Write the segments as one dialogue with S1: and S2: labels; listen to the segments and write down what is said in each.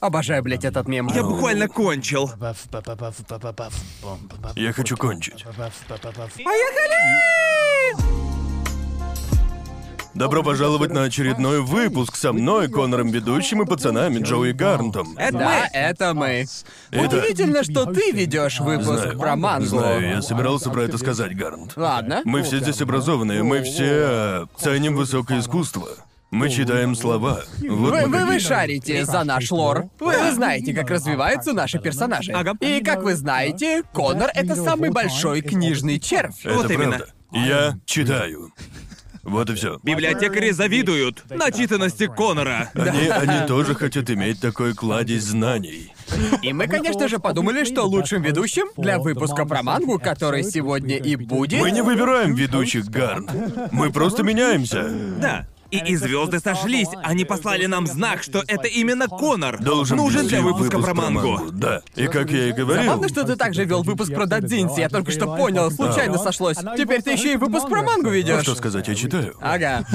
S1: Обожаю, блядь, этот мем.
S2: Я буквально кончил.
S3: Я хочу кончить. Добро пожаловать на очередной выпуск со мной, Конором ведущим и пацанами Джоуи Гарнтом.
S2: Это
S1: Да,
S2: мы.
S1: это мы.
S3: Это-
S1: Удивительно, что ты ведешь выпуск
S3: Знаю,
S1: про мангу.
S3: Знаю, я собирался про это сказать, Гарнт.
S1: Ладно.
S3: Мы все здесь образованные, мы все э, ценим высокое искусство. Мы читаем слова. Вот
S1: Вы,
S3: мы
S1: вы, вы
S3: какие.
S1: шарите за наш лор. Вы, вы знаете, как развиваются наши персонажи.
S2: Ага.
S1: И как вы знаете, Конор — это самый большой книжный червь.
S3: Это
S2: Вот именно.
S3: правда. Я читаю. Вот и все.
S2: Библиотекари завидуют начитанности Конора.
S3: Они, они тоже хотят иметь такой кладезь знаний.
S1: И мы, конечно же, подумали, что лучшим ведущим для выпуска про мангу, который сегодня и будет...
S3: Мы не выбираем ведущих Гарн. Мы просто меняемся.
S2: Да. И, и звезды сошлись. Они послали нам знак, что это именно Конор
S3: Должен быть
S2: нужен Ну, для выпуска
S3: выпуск
S2: про мангу.
S3: Да. И как я и говорил,
S1: Забавно, что ты также вел выпуск про Дадзинси, я только что понял, случайно сошлось. Теперь ты еще и выпуск про мангу
S3: А
S1: ведешь.
S3: что сказать, я читаю.
S1: Ага.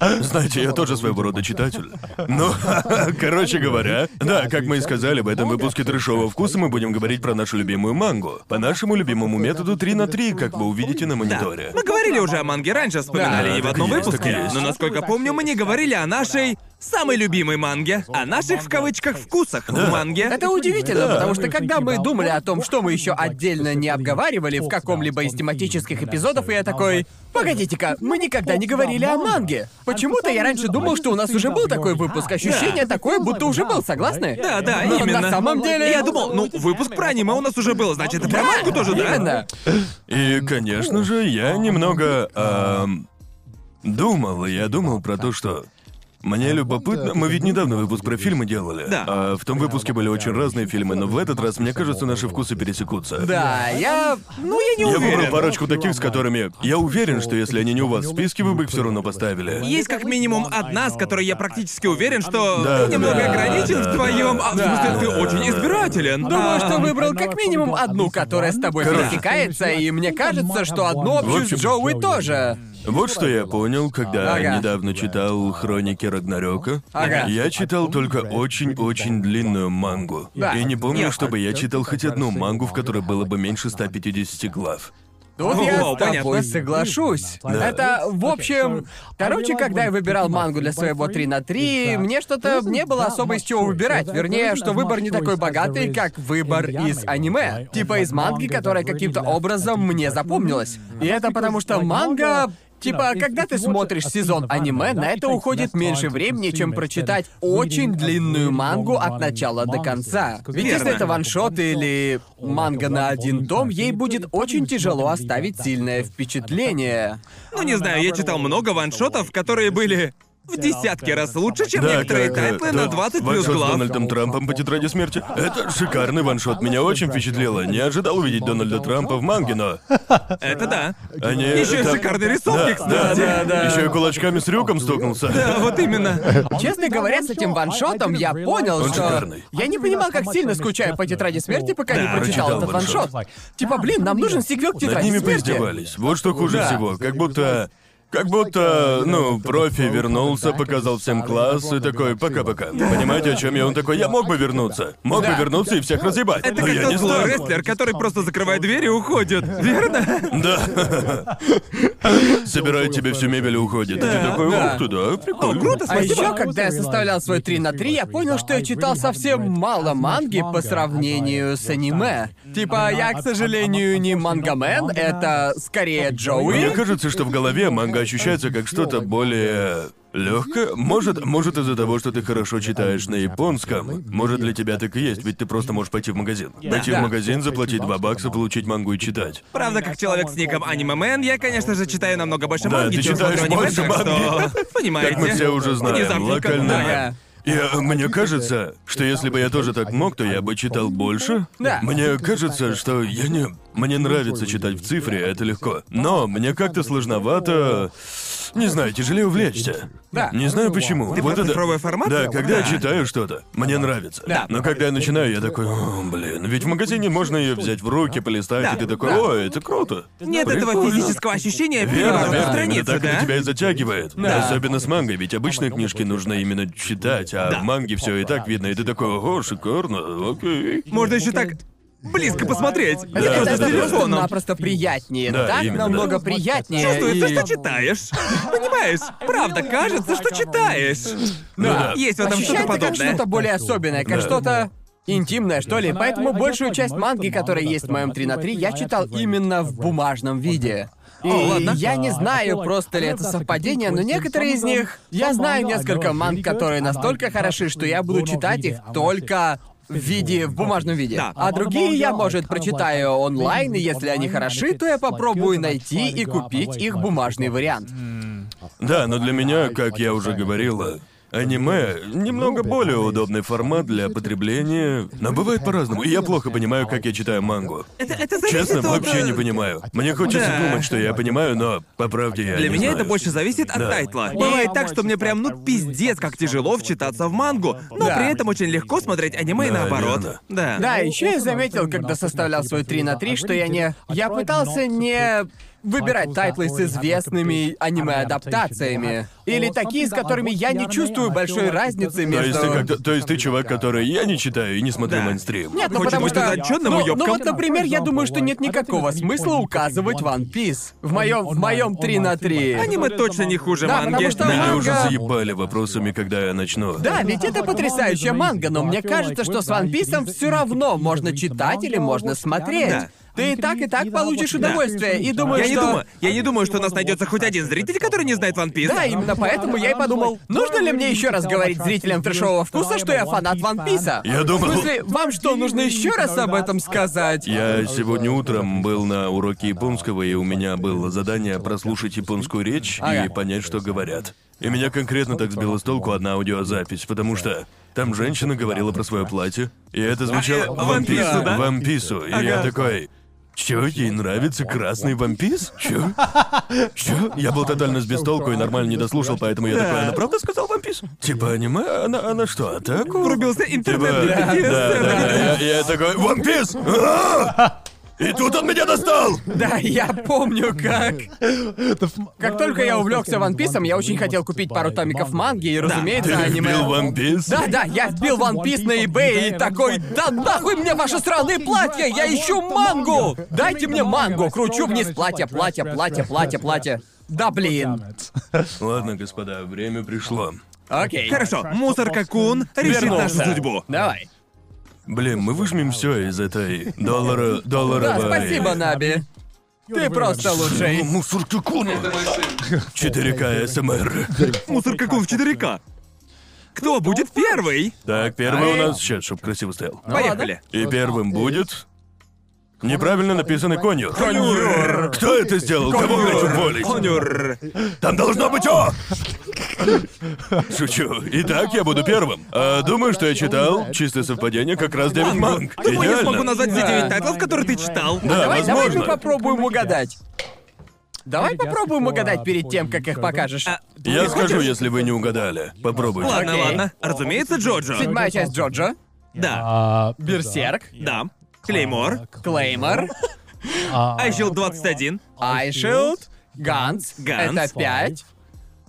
S3: Знаете, я тоже своего рода читатель. Ну, короче говоря, да, как мы и сказали, в этом выпуске трешового вкуса мы будем говорить про нашу любимую мангу. По нашему любимому методу 3 на 3, как вы увидите на
S2: Да.
S3: мониторе.
S2: Мы говорили уже о манге раньше, вспоминали
S3: Да,
S2: не в
S3: так и
S2: одном
S3: есть,
S2: выпуске.
S3: так и есть.
S2: Но насколько помню, мы не говорили о нашей самой любимой манге, о наших в кавычках вкусах в манге.
S1: Это удивительно, потому что когда мы думали о том, что мы еще отдельно не обговаривали в каком-либо из тематических эпизодов, я такой. Погодите-ка, мы никогда не говорили о манге. Почему-то я раньше думал, что у нас уже был такой выпуск. Ощущение такое, будто уже был, согласны?
S2: Да, да,
S1: Но
S2: именно.
S1: На самом деле.
S2: Я думал, ну, выпуск про аниме у нас уже был, значит, и про мангу тоже, да?
S1: Именно.
S3: И, конечно же, я немного эм, думал, и я думал про то, что мне любопытно. Мы ведь недавно выпуск про фильмы делали.
S2: Да.
S3: А в том выпуске были очень разные фильмы, но в этот раз, мне кажется, наши вкусы пересекутся.
S1: Да, я. Ну, я не
S3: Я
S1: уверен.
S3: выбрал парочку таких, с которыми я уверен, что если они не у вас в списке, вы бы их все равно поставили.
S2: Есть как минимум одна, с которой я практически уверен, что
S3: Да,
S2: ты немного
S3: да,
S2: ограничен
S3: да,
S2: в твоем... а, в смысле, ты очень избирателен.
S1: Думаю,
S2: А,
S1: что выбрал как минимум одну, которая с тобой
S3: Короче.
S1: пересекается, и мне кажется, что одну общую с
S3: общем,
S1: Джоуи тоже.
S3: Вот что я понял, когда
S1: Ага.
S3: недавно читал «Хроники Рагнарёка».
S1: Ага.
S3: Я читал только очень-очень длинную мангу.
S1: Да.
S3: И не помню,
S2: Ясно.
S3: чтобы я читал хоть одну мангу, в которой было бы меньше 150 глав.
S1: Тут
S2: О,
S1: я с тобой
S2: понятно.
S1: соглашусь.
S4: Да.
S1: Это, в общем... Короче, когда я выбирал мангу для своего 3 на 3, мне что-то не было особо из чего выбирать. Вернее, что выбор не такой богатый, как выбор из аниме. Типа из манги, которая каким-то образом мне запомнилась. И это потому, что манга... Типа, когда ты смотришь сезон аниме, на это уходит меньше времени, чем прочитать очень длинную мангу от начала до конца. Ведь если
S2: Верно.
S1: это ваншот или манга на один том, ей будет очень тяжело оставить сильное впечатление.
S2: Ну, не знаю, я читал много ваншотов, которые были в десятки раз лучше, чем
S3: Да,
S2: некоторые
S3: как, э,
S2: тайтлы на
S3: тот
S2: 20 плюс
S3: ваншот с
S2: глав.
S3: Дональдом Трампом по тетради смерти. Это шикарный ваншот, меня очень впечатлило. Не ожидал увидеть Дональда Трампа в манге, но...
S2: Это да.
S3: Они...
S2: Еще и
S3: там-
S2: шикарные рисунки,
S3: Да,
S2: кстати.
S3: да, да. Еще и кулачками с рюком столкнулся.
S2: Да, вот именно.
S1: Честно говоря, с этим ваншотом я понял,
S3: Он
S1: что...
S3: шикарный.
S1: Я не понимал, как сильно скучаю по тетради смерти, пока не
S2: Да,
S1: прочитал
S3: прочитал
S1: этот
S3: ваншот.
S1: ваншот. Типа, блин, нам нужен сиквел к
S3: Над
S1: тетради
S3: ними
S1: смерти.
S3: поиздевались. Вот что хуже
S1: Да.
S3: всего. Как будто... Как будто, ну, профи вернулся, показал всем класс и такой «пока-пока». Понимаете, о чем я? Он такой «я мог бы вернуться». Мог
S1: Да.
S3: бы вернуться и всех разъебать.
S2: Это
S3: но
S2: как
S3: Ну, я
S2: тот
S3: не
S2: злой
S3: знаю.
S2: рестлер, который просто закрывает дверь и уходит. Верно?
S3: Да. Собирает тебе всю мебель и уходит. И ты такой
S1: Да.
S3: «ух ты, да, прикольно».
S2: круто,
S1: А
S2: Спасибо.
S1: еще, когда я составлял свой 3 на 3, я понял, что я читал совсем мало манги по сравнению с аниме. Типа, я, к сожалению, не мангамен, это скорее
S3: Мне
S1: Джоуи.
S3: кажется, что в голове манга ощущается как что-то более легкое. Может, может из-за того, что ты хорошо читаешь на японском. Может, для тебя так и есть, ведь ты просто можешь пойти в магазин. Пойти в
S2: Да.
S3: магазин, заплатить 2 бакса, получить мангу и читать.
S2: Правда, как человек с ником анимемен, я, конечно же, читаю намного больше
S3: Да,
S2: манги,
S3: ты
S2: чем
S3: читаешь
S2: смотрю аниме,
S3: больше
S2: так что... Понимаете?
S3: Как мы все уже знаем,
S2: Внезапненько,
S3: локально.
S1: Да.
S3: И э, мне кажется, что если бы я тоже так мог, то я бы читал больше.
S1: Да.
S3: Мне кажется, что я не... Мне нравится читать в цифре, это легко. Но мне как-то сложновато Не знаю, тяжелее увлечься.
S1: Да.
S3: Не знаю почему.
S2: Ты
S3: Вот
S2: про
S3: это-
S2: цифровой формат?
S3: Да, когда я
S2: Да.
S3: читаю что-то, мне нравится.
S1: Да.
S3: Но когда я начинаю, я такой, «О, блин, ведь в магазине можно ее взять в руки, полистать,
S2: Да.
S3: и ты такой,
S2: Да.
S3: о, это круто.
S2: Нет этого
S3: Прикольно.
S2: физического ощущения
S3: Верно,
S2: переворота
S3: верно, именно
S2: страницы,
S3: так
S2: да?
S3: это тебя и затягивает. Особенно с мангой, ведь обычные книжки нужно именно читать, а в манге все и так видно, и ты такой, ого, шикарно, окей.
S2: Можно еще так близко посмотреть.
S1: Это,
S3: Да,
S1: это
S3: да, да.
S2: телефоном.
S1: просто-напросто приятнее.
S3: Да,
S1: так
S3: именно,
S1: намного
S3: да.
S1: приятнее.
S2: Чувствуется,
S1: и-
S2: что читаешь. Понимаешь? Правда, кажется, что читаешь.
S3: Да.
S2: Есть в этом что-то
S1: Ощущается как
S2: подобное.
S1: что-то более особенное, как
S3: Да.
S1: что-то интимное, что ли. Поэтому большую часть манги, которая есть в моем 3 на 3, я читал именно в бумажном виде. И
S2: ладно.
S1: я не знаю, просто ли это совпадение, но некоторые из них... Я знаю несколько манг, которые настолько хороши, что я буду читать их только в виде, в бумажном виде.
S2: Да.
S1: А другие я, может, прочитаю онлайн, и если они хороши, то я попробую найти и купить их бумажный вариант.
S3: Да, но для меня, как я уже говорила, аниме немного
S2: Ну,
S3: более удобный формат для потребления, но бывает по-разному, и я плохо понимаю, как я читаю мангу.
S2: Это, это зависит
S3: Честно,
S2: от...
S3: вообще не понимаю. Мне хочется
S2: Да.
S3: думать, что я понимаю, но по правде я
S2: Для
S3: не
S2: меня
S3: знаю.
S2: это больше зависит от
S3: Да.
S2: тайтла. Бывает так, что мне прям ну пиздец, как тяжело вчитаться в мангу, но
S1: Да.
S2: при этом очень легко смотреть аниме
S3: Да,
S2: наоборот.
S3: верно.
S2: Да.
S1: Да, еще я заметил, когда составлял свой 3 на 3, что я не... Я пытался не выбирать тайтлы с известными аниме-адаптациями. Или такие, с которыми я не чувствую большой разницы
S3: То
S1: между...
S3: есть, ты как-то- то есть ты чувак, который я не читаю и не смотрю
S2: Да.
S3: мейнстрим.
S1: Нет, ну
S2: Хочет
S1: потому
S2: быть
S1: что...
S2: отвлечённым
S1: ну, ну
S2: уёбком?
S1: вот, например, я думаю, что нет никакого смысла указывать One Piece. В моем, в моем 3 на 3.
S2: Аниме точно не хуже
S1: Да,
S2: манги.
S1: потому что
S2: Да.
S3: Меня
S1: манга-
S3: уже заебали вопросами, когда я начну.
S1: Да, ведь это потрясающая манга, но мне кажется, что с One Piece все равно можно читать или можно смотреть.
S2: Да.
S1: Ты и так, и так получишь удовольствие. И думаю,
S2: Я
S1: что...
S2: не думаю, я не думаю, что у нас найдется хоть один зритель, который не знает One Piece.
S1: Да, именно поэтому я и подумал, нужно ли мне еще раз говорить зрителям трешового вкуса, что я фанат Ван Писа?
S3: Я думал-
S1: В смысле, вам что, нужно еще раз об этом сказать?
S3: Я сегодня утром был на уроке японского, и у меня было задание прослушать японскую речь и
S1: Ага.
S3: понять, что говорят. И меня конкретно так сбила с толку одна аудиозапись, потому что там женщина говорила про свое платье, и это
S2: э,
S3: звучало
S2: «Вампису», да?
S3: вампису. И я такой. Чё, ей нравится красный вампис? Чё? Чё? Я был тотально с бестолку и нормально не дослушал, поэтому я такой, она правда сказала вампис? Типа аниме? Она, она что, атаку?
S2: Врубился
S3: Типа,
S2: интернет.
S3: да,
S2: детектив.
S3: да, да. Я я такой, One Piece! А! И тут он меня достал!
S1: Да, я помню как. Как только я увлекся Ван Писом, я очень хотел купить пару томиков манги и, разумеется,
S3: Ты
S1: аниме.
S3: вбил One Piece?
S1: Да, да, я вбил One Piece на eBay и такой, да нахуй мне ваши сраные платья, я ищу мангу! Дайте мне мангу, кручу вниз платье, платье, платье, платье, платье. Да блин.
S3: Ладно, господа, время пришло.
S1: Окей.
S2: Хорошо, мусор какун решит нашу
S1: Вернулся.
S2: судьбу.
S1: Давай.
S3: Блин, мы выжмем все из этой доллара... долларовой...
S1: Да, спасибо, Наби. Ты просто лучший.
S3: Мусор 4К СМР.
S2: Мусор какун в 4К.
S1: Ну,
S2: Кто будет первый?
S3: Так, первый у нас сейчас, чтобы красиво стоял.
S1: Ну,
S2: Поехали.
S3: И первым будет... Неправильно написанный конюр.
S2: Конюр.
S3: Кто это сделал? Кого хочу болеть?
S2: Конюр.
S3: Там должно быть О! Шучу. Итак, я буду первым. А, думаю, что я читал. Чистое совпадение, как раз 9 манг.
S2: Думаю, а я смогу
S3: Идеально.
S2: назвать все
S1: Да.
S2: 9 тайтлов, которые ты читал.
S3: Да,
S1: Давай, давай мы
S3: возможно.
S1: попробуем угадать. Давай попробуем угадать перед тем, как их покажешь.
S2: А,
S3: Я скажу, если вы не угадали. Попробуйте.
S2: Ладно,
S1: Окей.
S2: ладно. Разумеется, Джоджо.
S1: Седьмая часть Джоджо,
S2: Да,
S1: Берсерк,
S2: да. Клеймор. А
S1: Клеймор,
S2: Айшилд 21.
S1: Айшилд, Ганс.
S2: Ганс.
S1: Это пять.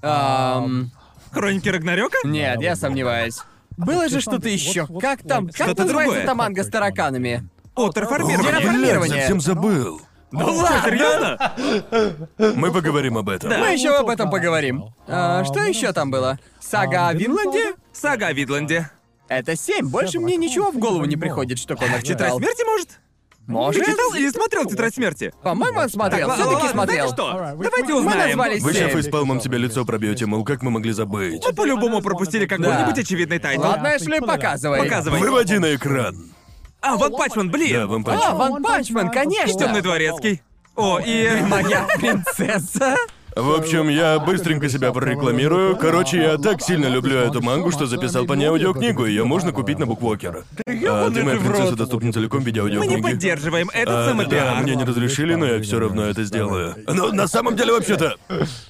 S1: Эм,
S2: Хроники Рагнарёка?
S1: нет, я сомневаюсь. Было же что-то еще. Как там? Как
S2: Что-то
S1: называется
S2: другое.
S1: эта манга с тараканами?
S3: Блядь,
S2: Терраформирование.
S1: Терраформи- Программирование.
S3: совсем забыл.
S1: Да ладно!
S2: Серьезно? Ну,
S3: Мы поговорим об этом.
S1: Мы еще об этом поговорим. А, что еще там было? Сага о Винланде?
S2: Сага о Видленде.
S1: Это семь. Больше мне ничего в голову не приходит, что Конор
S2: Тетрадь
S1: читал.
S2: смерти, может? Ты
S1: Может?
S2: читал или смотрел Тетрадь смерти?
S1: По-моему, он смотрел.
S2: ладно,
S1: Все-таки
S2: ладно,
S1: смотрел.
S2: знаете что?
S4: Мы
S2: Давайте
S1: Мы
S2: узнаем.
S1: назвали
S3: Вы сейчас
S1: семь.
S3: фейспалмом себе лицо пробьете, мол, как мы могли забыть?
S2: Мы по-любому пропустили какой-нибудь
S1: Да.
S2: очевидный тайтл.
S1: Ладно, Эшли, показывай.
S2: Показывай.
S3: Выводи на экран.
S2: А, Ван Пачман,
S3: Да,
S2: блин.
S3: вам
S1: А,
S3: почему.
S1: Ван Панчмен, конечно!
S2: Темный дворецкий. О, и...
S1: Моя принцесса.
S3: В общем, я быстренько себя прорекламирую. Короче, я так сильно люблю эту мангу, что записал по ней аудиокнигу. Ее можно купить на буквокер. А ты моя
S2: ты в рот.
S3: принцесса доступна целиком в виде
S2: Мы не
S3: аудиокниги.
S2: поддерживаем этот
S3: А, да,
S2: самопиар.
S3: мне не разрешили, но я все равно это сделаю. Но на самом деле вообще-то.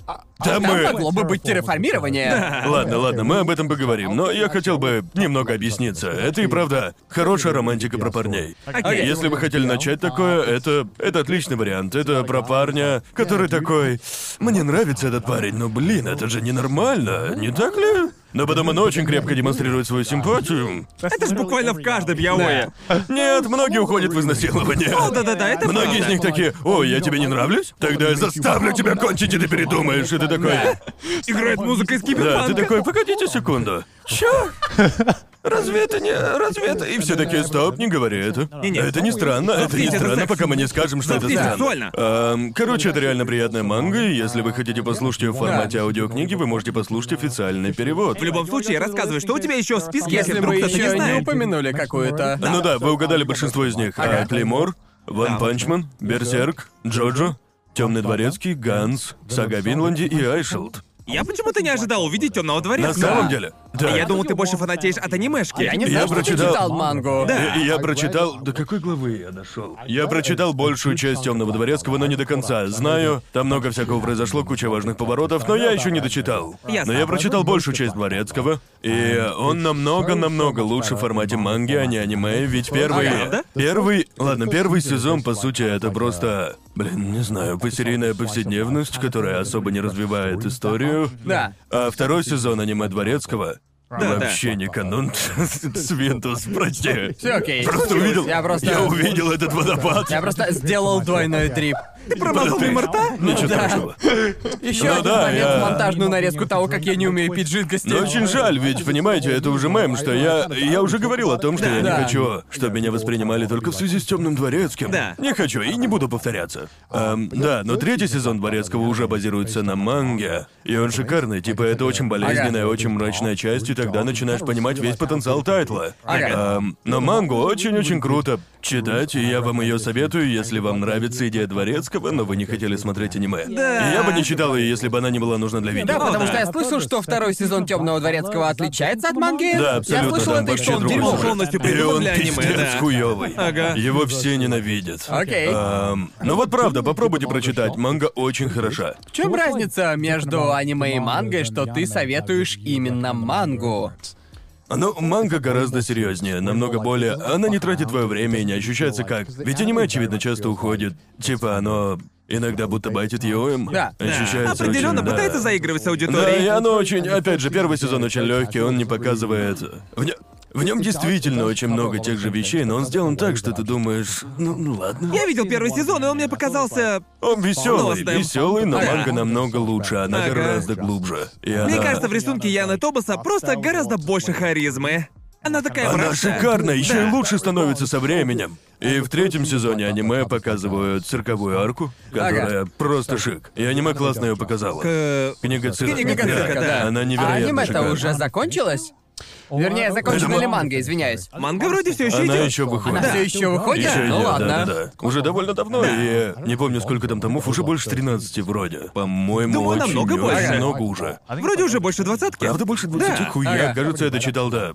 S3: Там
S1: Там
S3: мы.
S1: могло бы быть терраформирование.
S3: Ладно, ладно, мы об этом поговорим, но я хотел бы немного объясниться. Это и правда хорошая романтика про парней. А
S2: Окей.
S3: Если вы хотели начать такое, это, это отличный вариант. Это про парня, который такой... Мне нравится этот парень, но, блин, это же ненормально, не так ли? Но потом он очень крепко демонстрирует свою симпатию.
S2: Это ж буквально в каждом яое.
S3: Нет, многие уходят в изнасилование.
S2: О, да-да-да, это
S3: Многие из
S2: правда.
S3: них такие, о, я тебе не нравлюсь? Тогда я заставлю тебя кончить, и ты передумаешь, и ты такой...
S2: Играет музыка из
S3: Да, ты
S2: киберпанка.
S3: такой, погодите секунду. Чё? Разве это не... Разве это... И все такие, стоп, не говори это.
S2: Не-не.
S3: Это не странно, это не
S2: Запретите это
S3: странно,
S2: секс.
S3: пока мы не скажем, что это
S2: Запретите
S3: странно.
S2: сексуально.
S3: Эм, Короче, это реально приятная манга, и если вы хотите послушать ее в формате аудиокниги, вы можете послушать официальный перевод.
S2: В любом случае, рассказывай, что у тебя еще в списке, если
S1: Если мы
S2: вдруг кто-то не
S1: еще не
S2: знает.
S1: упомянули какую-то.
S3: Ну да, вы угадали большинство из них. А, Клеймор, Ван
S2: Да.
S3: Панчман, Берсерк, Джоджо, Темный дворецкий, Ганс, Сага Винланди и Айшилд.
S2: Я почему-то не ожидал увидеть темного дворца.
S3: На самом деле. Да.
S2: А
S3: А
S2: Я думал, ты больше фанатеешь от анимешки.
S1: Я не
S3: Я
S1: знаю, что ты
S3: прочитал.
S1: читал мангу.
S3: И- и я прочитал. До какой главы я дошел? Я прочитал большую часть темного дворецкого, но не до конца. Знаю, там много всякого произошло, куча важных поворотов, но я еще не дочитал.
S2: Ясно.
S3: Но я прочитал большую часть дворецкого, и он намного-намного лучше в формате манги, а не аниме, ведь первый.
S2: Ага.
S3: Первый. Ладно, первый сезон, по сути, это просто. Блин, не знаю, посерийная повседневность, которая особо не развивает историю.
S1: Да.
S3: А второй сезон аниме дворецкого.
S2: да.
S3: Вообще не канон. Свинтус, прости.
S1: Всё окей.
S3: Просто
S1: Случилось.
S3: увидел.
S1: Я просто-
S3: Я увидел этот водопад.
S1: Я просто сделал двойной трип.
S2: Ты промазал мимо рта?
S3: ну, Ничего
S1: Да.
S3: страшного.
S1: Еще
S3: Ну
S1: один
S3: да,
S1: момент
S3: я- Ну,
S1: в монтажную нарезку того, как я не умею пить жидкости.
S3: Но очень жаль, ведь, понимаете, это уже мем, что я... Я уже говорил о том, что я не
S1: Да.
S3: хочу, чтобы меня воспринимали только в связи с темным дворецким.
S2: Да.
S3: Не хочу и не буду повторяться. Эм, да, но третий сезон дворецкого уже базируется на манге. И он шикарный, типа это очень болезненная, очень мрачная часть, и тогда начинаешь понимать весь потенциал тайтла.
S1: Ага.
S3: Эм, но мангу очень-очень круто читать, и я вам ее советую, если вам нравится идея дворецкого, но вы не хотели смотреть аниме.
S2: Да.
S3: И я бы не читал ее, если бы она не была нужна для видео.
S1: Да, потому
S2: да.
S1: что я слышал, что второй сезон Темного дворецкого отличается от манги.
S3: Да, абсолютно.
S1: Я слышал
S3: там
S1: это, и что
S3: вообще
S1: он
S3: другой
S1: дерьмо.
S3: сюжет.
S2: полностью
S3: И
S2: придуман
S3: он
S2: для аниме,
S3: пиздец
S2: да.
S3: хуёвый.
S2: Ага.
S3: Его все ненавидят.
S1: Окей.
S3: Эм, ну вот правда, попробуйте прочитать. Манга очень хороша.
S1: В чем разница между аниме и мангой, что ты советуешь именно мангу?
S3: Но Ну, манга гораздо серьезнее, намного более. Она не тратит твое время и не ощущается как. Ведь аниме, очевидно, часто уходит. Типа оно иногда будто байтит Йоем.
S1: Да. Да.
S3: Ощущается
S2: Определенно
S3: очень, да.
S2: пытается заигрывать с
S3: Да, и
S2: аудиторией.
S3: оно очень. Опять же, первый сезон очень легкий, он не показывает. В, нё- в нем действительно очень много тех же вещей, но он сделан так, что ты думаешь, ну, ну ладно.
S2: Я видел первый сезон, и он мне показался...
S3: Он веселый,
S2: Классная.
S3: веселый, но
S2: Ага.
S3: манга намного лучше, она
S2: Ага.
S3: гораздо глубже. И
S2: Мне
S3: она-
S2: кажется, в рисунке Яны Тобаса просто гораздо больше харизмы. Она такая
S3: Она
S2: мрачная.
S3: шикарная, еще
S2: Да.
S3: и лучше становится со временем. И в третьем сезоне аниме показывают цирковую арку, которая просто шик. И аниме классно ее показало.
S2: Э,
S3: Книга цирка.
S2: Книга цирка, да.
S3: Она
S1: А
S3: невероятно
S1: аниме-то
S3: шикарна.
S1: уже закончилось? Вернее, закончена
S3: Это
S1: ли
S3: ма-
S1: манга, извиняюсь.
S2: Манга вроде все еще
S3: Она
S2: идет.
S3: еще выходит.
S1: Она
S3: Да.
S1: все еще выходит?
S3: Ещё
S1: ну
S3: идёт,
S1: ладно.
S3: да-да-да. Уже довольно давно, и не помню, сколько там томов, уже больше 13 вроде. По-моему,
S2: Думаю,
S3: очень,
S2: намного
S3: очень
S2: больше.
S3: много уже.
S2: Вроде уже больше двадцатки.
S3: Правда, больше 20
S2: Да.
S3: хуя.
S1: Ага.
S3: Кажется, я дочитал до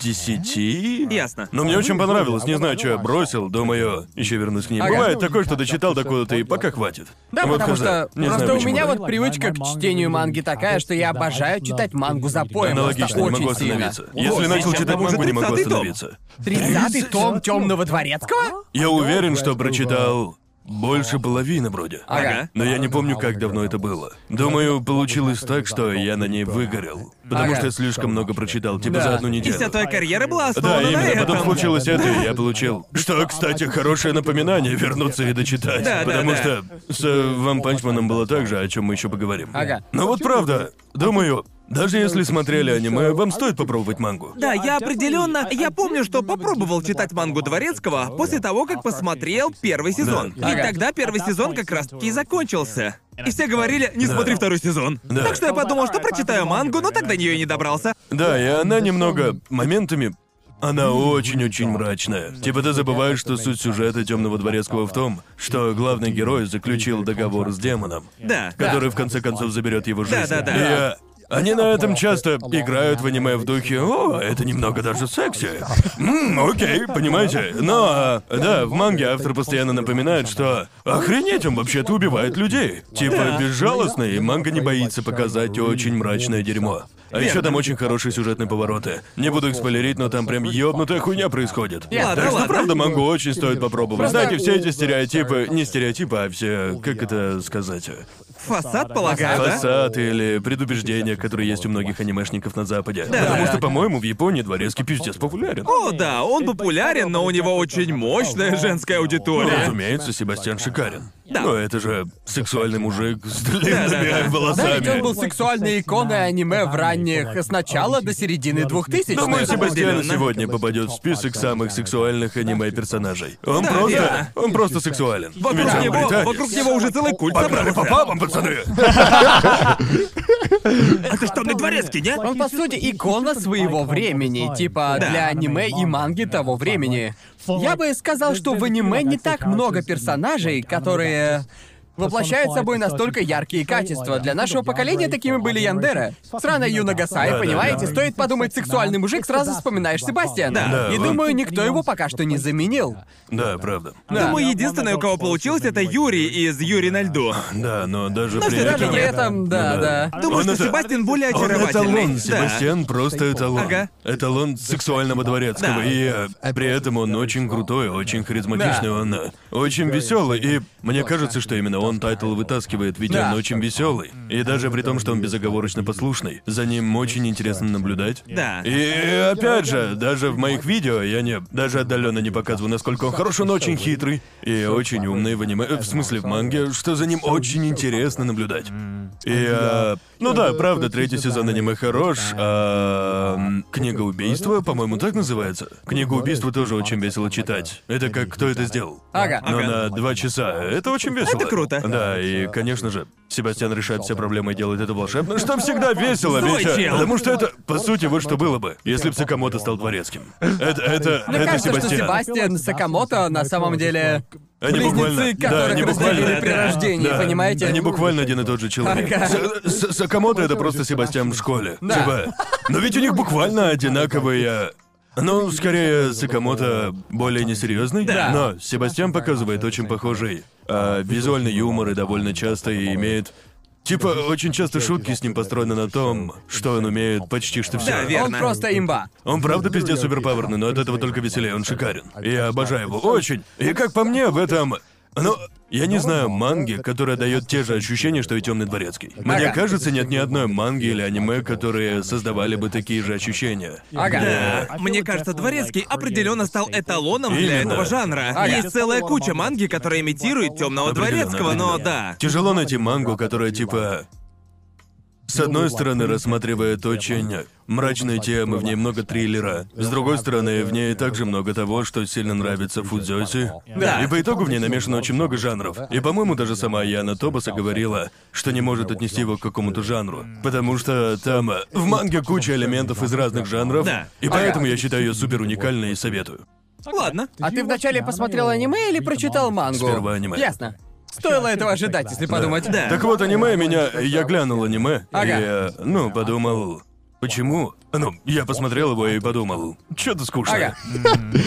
S3: 10.
S2: Ясно.
S3: Но мне очень понравилось, не знаю, что я бросил, думаю, еще вернусь к ней.
S1: Ага.
S3: Бывает такое, что дочитал до куда-то и пока хватит.
S1: Да,
S3: Ну, Вот
S1: потому
S3: хз.
S1: что
S3: Не
S1: просто
S3: знаю,
S1: у меня
S3: почему.
S1: вот привычка к чтению манги такая, что я обожаю читать мангу за поем.
S3: Аналогично, не
S1: просто
S3: могу
S1: очень сильно.
S3: остановиться. Если
S2: Вот,
S3: начал
S2: сейчас
S3: читать
S2: там уже
S3: мангу, не могу
S2: 30-й том.
S3: остановиться.
S1: Тридцатый том Темного дворецкого?
S3: Я уверен, что прочитал больше половины вроде.
S1: Ага.
S3: Но я не помню, как давно это было. Думаю, получилось так, что я на ней выгорел. Потому
S1: Ага.
S3: что я слишком много прочитал, типа
S1: Да.
S3: за одну
S2: И
S3: неделю.
S2: вся твоя карьера была
S3: Да,
S2: основана на
S3: именно. Потом
S2: этом.
S3: случилось это, и я получил. Что, кстати, хорошее напоминание вернуться и дочитать.
S2: Да, да,
S3: потому
S2: да.
S3: что с э, Ван Панчманом было так же, о чем мы еще поговорим.
S1: Ага.
S3: Но вот правда, думаю, даже если смотрели аниме, вам стоит попробовать мангу.
S2: Да, я определенно. Я помню, что попробовал читать мангу Дворецкого после того, как посмотрел первый сезон.
S1: Да.
S2: Ведь
S1: Ага.
S2: тогда первый сезон как раз-таки и закончился. И все говорили, не смотри второй сезон.
S3: Да.
S2: Так что я подумал, что прочитаю мангу, но так до нее и не добрался.
S3: Да, и она немного моментами. Она очень-очень мрачная. Типа ты забываешь, что суть сюжета темного дворецкого в том, что главный герой заключил договор с демоном,
S2: Да.
S3: который в конце концов заберет его жизнь.
S2: Да-да-да.
S3: И я- Они на этом часто играют в аниме в духе «О, это немного даже секси». М, окей, понимаете. Но, а, да, в манге автор постоянно напоминает, что «Охренеть, он вообще-то убивает людей». Типа безжалостный, и манга не боится показать очень мрачное дерьмо. А еще там очень хорошие сюжетные повороты. Не буду их спойлерить, но там прям ёбнутая хуйня происходит.
S2: Ладно,
S3: так что,
S2: ладно.
S3: правда, мангу очень стоит попробовать.
S1: Просто-
S3: Знаете, все эти стереотипы... Не стереотипы, а все... Как это сказать? э,
S2: Фасад, полагаю, да?
S3: Фасад или предубеждения, которые есть у многих анимешников на Западе.
S2: Да.
S3: Потому что, по-моему, в Японии дворецкий пиздец популярен. Ну,
S2: О, да, он популярен, но у него очень мощная женская
S3: Ну,
S2: аудитория.
S3: разумеется, Себастьян шикарен.
S2: Да.
S3: Но это же сексуальный мужик с
S2: Да-да-да.
S3: длинными
S1: Да, ведь он был
S3: волосами.
S1: сексуальной иконой аниме в ранних с начала до середины 2000-х.
S3: Думаю, Себастьян
S2: Определенно.
S3: сегодня попадет в список самых сексуальных аниме-персонажей. Он
S2: Да,
S3: просто.
S2: верно.
S3: Он просто сексуален. Ведь
S2: Вокруг
S3: он
S2: него,
S3: британец.
S2: вокруг него уже целый культ
S3: Погнали по
S2: собрался.
S3: папам, пацаны!
S2: Это что, на дворецкий, нет?
S1: Он, по сути, икона своего времени, типа
S2: Да.
S1: для аниме и манги того времени. Я бы сказал, что в аниме не так много персонажей, которые воплощают собой настолько яркие качества. Для нашего поколения такими были Яндера. Сраная Юна Гасай,
S3: Да, да,
S1: понимаете?
S3: да.
S1: Стоит подумать сексуальный мужик, сразу вспоминаешь Себастьяна.
S2: Да.
S1: И
S3: Да,
S1: думаю,
S3: он-
S1: никто его пока что не заменил.
S3: Да, правда.
S2: Думаю, единственное, у кого получилось, это Юрий из «Юрий на льду».
S3: Да, но даже
S2: Но
S3: при
S2: всё
S1: Даже
S3: этом.
S2: равно
S1: при этом, да,
S3: Ну
S1: да.
S3: да.
S2: Думаю,
S3: Он
S2: что
S3: это-
S2: Себастьян более
S3: Он
S2: очаровательный.
S3: эталон, Себастьян просто эталон.
S2: Ага.
S3: Эталон сексуального дворецкого.
S2: Да.
S3: И э, при этом он очень крутой, очень харизматичный,
S1: Да.
S3: он э, очень веселый. И мне кажется, что именно он тайтл вытаскивает, ведь
S1: Да.
S3: он очень веселый. И даже при том, что он безоговорочно послушный, за ним очень интересно наблюдать.
S2: Да.
S3: И опять же, даже в моих видео я не даже отдаленно не показываю, насколько он хорош, он очень хитрый и очень умный в аниме, э, в смысле в манге, что за ним очень интересно наблюдать. И э, ну да, правда, третий сезон аниме хорош. а, м, книга убийства, по-моему, так называется. Книга убийства тоже очень весело читать. Это как кто это сделал?
S1: Ага.
S3: Но
S2: Ага.
S3: Ну, на два часа. Это очень весело.
S2: Это круто.
S3: Да, и конечно же. Себастьян решает все проблемы и делает это волшебно, что всегда весело,
S2: Злой
S3: ведь, э,
S2: чел.
S3: Потому что это, по сути, вот что было бы, если бы Сакамото стал дворецким. Это, это,
S1: Мне
S3: это
S1: кажется, что
S3: Себастьян.
S1: Себастьян Сакамото на самом деле
S3: Они
S1: близнецы,
S3: буквально- да,
S1: которых
S3: они
S1: разделили
S3: буквально-
S1: при
S2: да,
S1: рождении,
S3: да.
S1: понимаете?
S3: Они буквально один и тот же человек. С- С- Сакамото это просто Себастьян в школе.
S1: Да.
S3: Типа. Но ведь у них буквально одинаковые. Ну, скорее, Сакамото более несерьезный,
S2: Да.
S3: но Себастьян показывает очень похожий а, визуальный юмор и довольно часто и имеет. Типа, очень часто шутки с ним построены на том, что он умеет почти что все.
S2: Да, верно.
S1: Он просто имба.
S3: Он правда пиздец суперпаверный, но от этого только веселее, он шикарен. Я обожаю его очень. И как по мне, в этом. Ну, я не знаю манги, которая дает те же ощущения, что и темный дворецкий. Мне
S1: Ага.
S3: кажется, нет ни одной манги или аниме, которые создавали бы такие же ощущения.
S1: Ага.
S2: Да, мне кажется, Дворецкий определенно стал эталоном для
S3: Именно. А
S2: этого жанра.
S1: Ага.
S2: Есть целая куча манги, которая имитирует темного
S3: Определенно,
S2: дворецкого, но
S3: определенно.
S2: да.
S3: Тяжело найти мангу, которая типа. С одной стороны, рассматривает очень мрачные темы, в ней много триллера. С другой стороны, в ней также много того, что сильно нравится Фудзёси.
S2: Да.
S3: И по итогу в ней намешано очень много жанров. И, по-моему, даже сама Яна Тобаса говорила, что не может отнести его к какому-то жанру. Потому что там э, в манге куча элементов из разных жанров.
S2: Да.
S3: И поэтому я считаю ее супер уникальной и советую.
S2: Ладно.
S1: А ты вначале посмотрел аниме или прочитал мангу?
S3: Сперва аниме.
S1: Ясно. Стоило этого ожидать, если подумать.
S2: Да.
S3: Так вот, аниме меня... Я глянул аниме,
S1: Ага.
S3: и, э, ну, подумал... Почему? Ну, я посмотрел его и подумал, что-то скучно.
S1: Ага.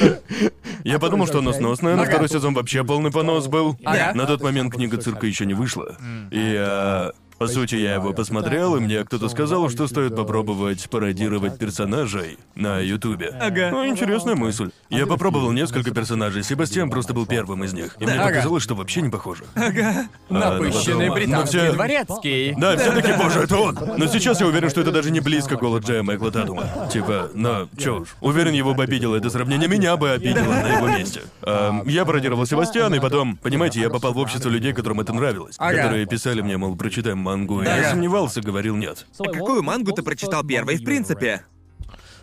S3: Я подумал, что оно сносное, но
S1: Ага.
S3: второй сезон вообще полный понос был.
S1: Ага.
S3: На тот момент книга цирка еще не вышла. И э, по сути, я его посмотрел, и мне кто-то сказал, что стоит попробовать пародировать персонажей на Ютубе.
S2: Ага.
S3: Ну, интересная мысль. Я попробовал несколько персонажей, Себастьян просто был первым из них. И мне
S1: Ага.
S3: показалось, что вообще не похоже.
S1: Напыщенный
S3: ну,
S1: британский
S3: ну, все-
S1: дворецкий.
S3: Да, все-таки, боже, это он. Но сейчас я уверен, что это даже не близко голод Джея Майкла Тадума. Типа, но чё уж. Уверен, его бы обидело это сравнение, меня бы обидело на его месте. Эм, я пародировал Себастьяна, и потом, понимаете, я попал в общество людей, которым это нравилось.
S1: Ага.
S3: Которые писали мне, мол, прочитай мангу. И
S1: Ага.
S3: я сомневался, говорил нет.
S2: А какую мангу ты прочитал первой, в принципе?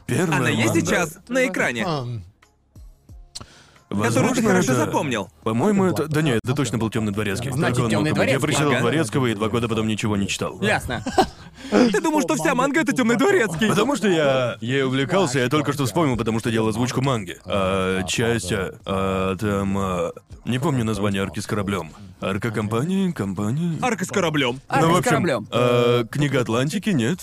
S3: Первая
S2: Она есть
S3: манга.
S2: сейчас на экране. который ты
S3: Возможно,
S2: хорошо
S3: это-
S2: запомнил.
S3: По-моему, это... Да нет, это точно был темный дворецкий.
S1: Значит,
S3: Так он мог
S1: «Тёмный
S3: и быть. Я
S1: дворецкий».
S3: прочитал
S2: Ага.
S3: дворецкого и два года потом ничего не читал.
S1: Ясно.
S2: Ты думал, что вся манга это темный дворецкий?
S3: Потому что я ей увлекался, я только что вспомнил, потому что делал озвучку манги. А, часть, а, а, там, а, не помню название арки с кораблем. Арка компании, компании.
S2: Арка с кораблем.
S1: Арка
S3: Ну, в
S1: с
S3: общем,
S1: кораблем.
S3: а, книга Атлантики нет.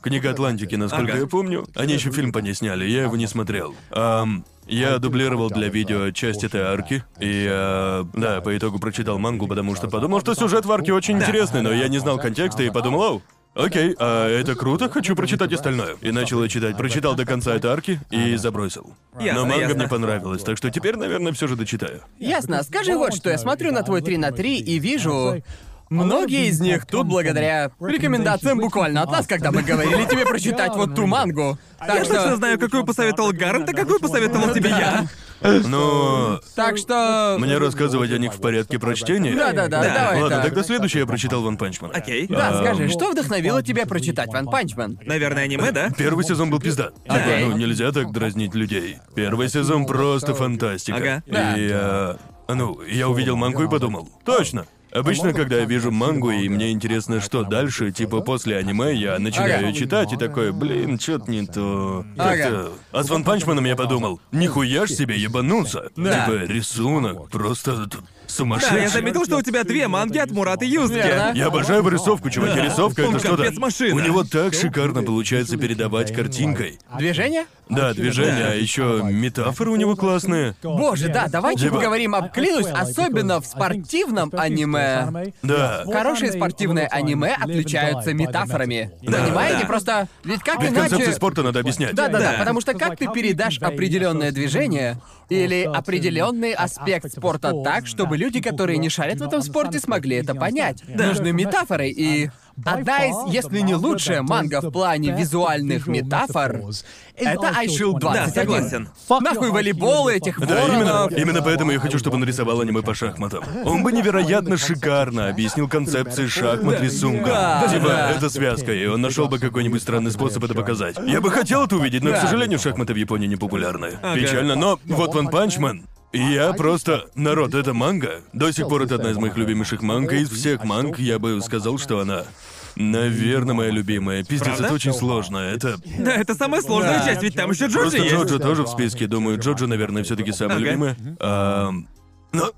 S3: Книга Атлантики, насколько
S2: Ага.
S3: я помню. Они еще фильм по ней сняли, я его не смотрел. Ам, я дублировал для видео часть этой арки, и а, да, по итогу прочитал мангу, потому что подумал, что сюжет в арке очень интересный, но я не знал контекста и подумал, «Оу, Окей, а это круто, хочу прочитать остальное. И начал я читать, прочитал до конца этой арки и забросил.
S2: Ясно,
S3: Но манга
S2: ясно.
S3: мне понравилась, так что теперь, наверное, все же дочитаю.
S1: Ясно. Скажи вот что, я смотрю на твой 3 на 3 и вижу... Многие из них тут благодаря рекомендациям буквально от нас, когда мы говорили тебе прочитать вот ту мангу.
S2: Я
S1: Так
S2: точно
S1: что...
S2: знаю, какую посоветовал Гарнт, а какую посоветовал тебе я.
S3: Но
S1: Так что...
S3: мне рассказывать о них в порядке прочтения.
S1: Да-да-да, давай
S3: Ладно,
S1: так.
S3: тогда следующее я прочитал Ван Панчмана.
S2: Окей.
S1: Да,
S3: Эм,
S1: А скажи, что вдохновило тебя прочитать Ван Панчмен?
S2: Наверное, аниме, да?
S3: Первый сезон был пизда. Типа,
S1: Окей. Ну,
S3: ну нельзя так дразнить людей. Первый сезон просто фантастика.
S2: Ага.
S1: Да.
S3: И э, ну, я увидел мангу и подумал. Точно. Обычно, когда я вижу мангу и мне интересно, что дальше, типа после аниме, я начинаю
S1: Ага.
S3: читать и такой, блин, чё-то не то.
S1: Ага.
S3: Как-то- А с Ван Панчманом я подумал, нихуя ж себе ебануться.
S1: Да.
S3: Типа рисунок просто тут
S2: Да,
S3: сумасшедший.
S2: я заметил, что у тебя две манги от Мурата
S1: Верно.
S2: Юзки.
S3: Я обожаю вырисовку, чуваки. Рисовка
S2: Он
S3: это что-то.
S2: капец машина.
S3: У него так шикарно получается передавать картинкой.
S1: Движение?
S3: Да, движения, а еще метафоры у него классные.
S1: Боже, да, давайте
S3: Типа-
S1: поговорим об клянусь, особенно в спортивном аниме.
S3: Да.
S1: Хорошие спортивные аниме отличаются метафорами.
S3: Да.
S1: Понимаете,
S2: Да.
S1: просто ведь как
S3: Ведь концепцию
S1: иначе.
S3: спорта надо объяснять.
S1: Да, да, да,
S2: Да.
S1: потому что как ты передашь определенное движение или определенный аспект спорта так, чтобы люди, которые не шарят в этом спорте, смогли это понять. Нужны метафоры и одна из, если не лучшая манга в плане визуальных метафор, это iShield 21.
S2: Да, согласен.
S1: Нахуй волейбол этих
S3: Да, именно,
S1: воронов.
S3: именно поэтому я хочу, чтобы он рисовал аниме по шахматам. Он бы невероятно шикарно объяснил концепции шахмат рисунка.
S1: Да,
S3: типа,
S1: да.
S3: это связка, и он нашел бы какой-нибудь странный способ это показать. Я бы хотел это увидеть, но,
S1: Да.
S3: к сожалению, шахматы в Японии не популярны. Печально, но вот Ван Панчмен. И я просто... Народ, это манга. До сих пор это одна из моих любимейших манг, и из всех манг я бы сказал, что она... Наверное, моя любимая. Пиздец,
S2: Правда?
S3: это очень сложно. Это
S2: Да, это самая сложная
S1: Да.
S2: часть, ведь там еще Джорджи
S3: Просто
S2: есть.
S3: Джоджо тоже в списке. Думаю, Джоджо, наверное, все-таки самый
S2: Ага.
S3: любимый. А, Ам, Но.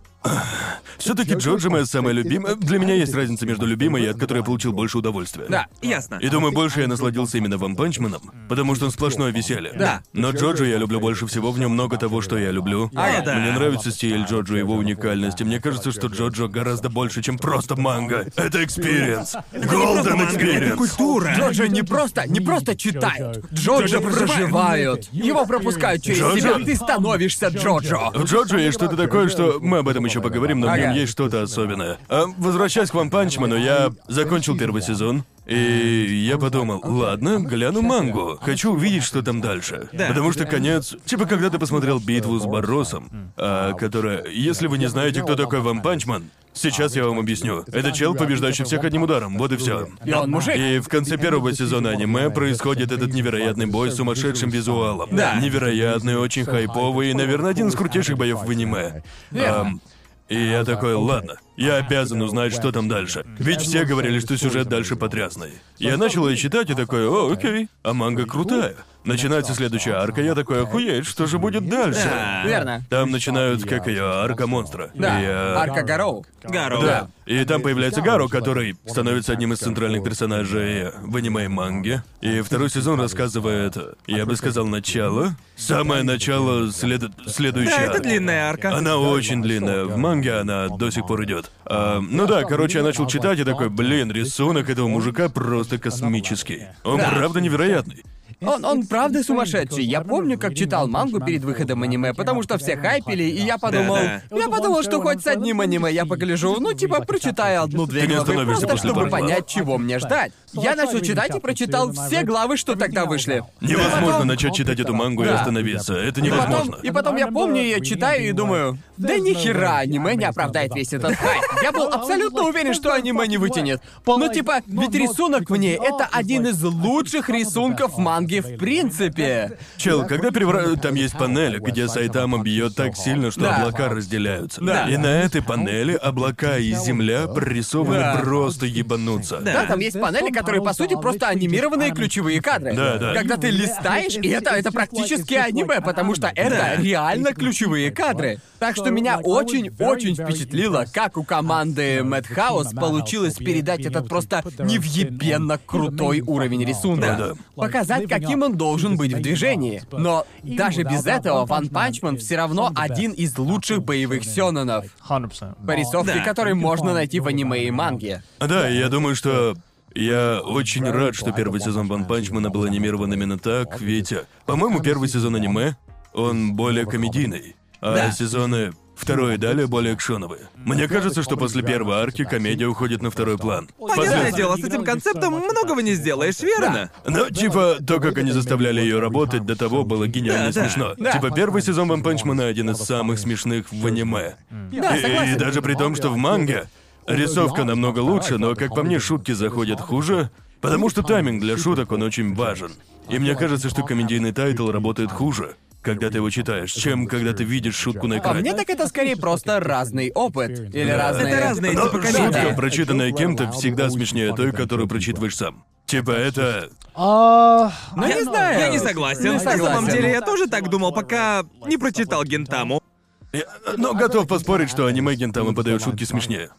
S3: Все-таки Джоджо моя самая любимая. Для меня есть разница между любимой и от которой я получил больше удовольствия.
S1: Да.
S2: Ясно.
S3: И думаю, больше я насладился именно Ван Панчменом, потому что он сплошное веселье.
S2: Да.
S3: Но Джоджо я люблю больше всего, в нем много того, что я люблю.
S2: А, да.
S3: Мне нравится стиль Джоджо, его уникальность, и мне кажется, что Джоджо гораздо больше, чем просто манга. Это экспириенс. Голден экспириенс.
S2: Культура.
S1: Джорджа не просто, не просто читают. Джорджа проживают. Его пропускают через
S3: Джорджа?
S1: себя, ты становишься Джорджо.
S3: В Джоджо есть что-то такое, что мы об этом еще поговорим, но в нем
S1: Ага.
S3: есть что-то особенное. А, возвращаясь к Ван Панчману, я закончил первый сезон. И я подумал, ладно, гляну мангу. Хочу увидеть, что там дальше. Потому что конец... Типа, когда ты посмотрел битву с Боросом, а, которая... Если вы не знаете, кто такой Ван Панчман, сейчас я вам объясню. Это чел, побеждающий всех одним ударом. Вот и все.
S1: И он мужик.
S3: И в конце первого сезона аниме происходит этот невероятный бой с сумасшедшим визуалом.
S1: Да.
S3: Невероятный, очень хайповый и, наверное, один из крутейших боев в аниме.
S1: Верно.
S3: Ам, и я такой, ладно, я обязан узнать, что там дальше. Ведь все говорили, что сюжет дальше потрясный. Я начал ее читать и такой, о, окей, а манга крутая. Начинается следующая арка, я такой, охуеть, что же будет дальше?
S2: Да.
S1: Верно.
S3: Там начинают, как ее, арка монстра.
S1: Да,
S3: И,
S5: А
S3: э,
S1: Арка Гароу.
S2: Гаро.
S3: да. И там появляется Гаро, который становится одним из центральных персонажей в аниме и манге. И второй сезон рассказывает, я бы сказал, начало. Самое начало след... следующее.
S2: Да, это длинная арка.
S3: Она очень длинная. В манге она до сих пор идет. А, ну да, короче, я начал читать и такой, блин, рисунок этого мужика просто космический. Он правда невероятный.
S1: Он, он правда сумасшедший. Я помню, как читал мангу перед выходом аниме, потому что все хайпили, и я подумал...
S2: Да,
S1: Я подумал, что хоть с одним аниме я погляжу, ну типа прочитаю одну-две
S3: Ты не
S1: главы,
S3: остановишься
S1: просто
S3: после
S1: чтобы
S3: пары глав.
S1: понять, чего мне ждать. Я начал читать и прочитал все главы, что тогда вышли.
S3: Невозможно
S1: Потом-
S3: начать читать эту мангу и
S1: Да.
S3: остановиться. Это
S1: И потом,
S3: невозможно.
S1: и потом я помню, я читаю и думаю, да ни хера аниме не оправдает весь этот хайп. Я был абсолютно уверен, что аниме не вытянет. Ну типа, ведь рисунок в ней — А это один из лучших рисунков манги манги в принципе.
S3: Чел, когда перевра... Там есть панель, где Сайтама бьет так сильно, что
S1: Да.
S3: облака разделяются.
S1: Да.
S3: И на этой панели облака и земля прорисованы
S1: Да.
S3: просто ебануться.
S1: Да, там есть панели, которые, по сути, просто анимированные ключевые кадры.
S3: Да, да.
S1: Когда ты листаешь, и это, это практически аниме, потому что это
S2: Да.
S1: реально ключевые кадры. Так что меня очень-очень впечатлило, как у
S3: uh,
S1: команды Madhouse получилось передать этот просто невъебенно крутой уровень рисунка.
S3: Да, да.
S1: Показать, каким он должен быть в движении. Но даже без этого Ван Панчман все равно один из лучших боевых сёнэнов.
S4: 100%.
S1: По рисовке,
S2: Да.
S1: который можно найти в аниме и манге.
S3: А, Да, я думаю, что я очень рад, что первый сезон Ван Панчмана был анимирован именно так, ведь, э, по-моему, первый сезон аниме, он более комедийный, а
S2: Да.
S3: сезоны второй и далее более экшоновые. Мне кажется, что после первой арки комедия уходит на второй план.
S2: Понятное
S4: Да.
S2: дело, с этим концептом многого не сделаешь, верно?
S3: Ну, типа, то, как они заставляли ее работать до того, было гениально
S2: Да, да.
S3: смешно.
S1: Да.
S3: Типа, первый сезон Ван Панчмана один из самых смешных в аниме.
S1: Да,
S3: И- И,
S1: согласен.
S3: даже при том, что в манге рисовка намного лучше, но, как по мне, шутки заходят хуже, потому что тайминг для шуток, он очень важен. И мне кажется, что комедийный тайтл работает хуже, когда ты его читаешь, чем когда ты видишь шутку на
S1: По
S3: экране.
S1: А мне, так это скорее просто разный опыт. Или
S4: Да.
S1: разные... Ну, типа,
S2: Это разные типа,
S3: Но
S2: типы
S3: шутка,
S2: комедии.
S3: прочитанная кем-то, всегда смешнее той, которую прочитываешь сам. Типа это...
S4: А,
S1: Ну, не знаю.
S2: Я не согласен.
S1: Не
S2: На самом
S1: согласен.
S2: деле, я тоже так думал, пока не прочитал Гентаму.
S3: Я- Но готов поспорить, что аниме Гентама подает шутки смешнее.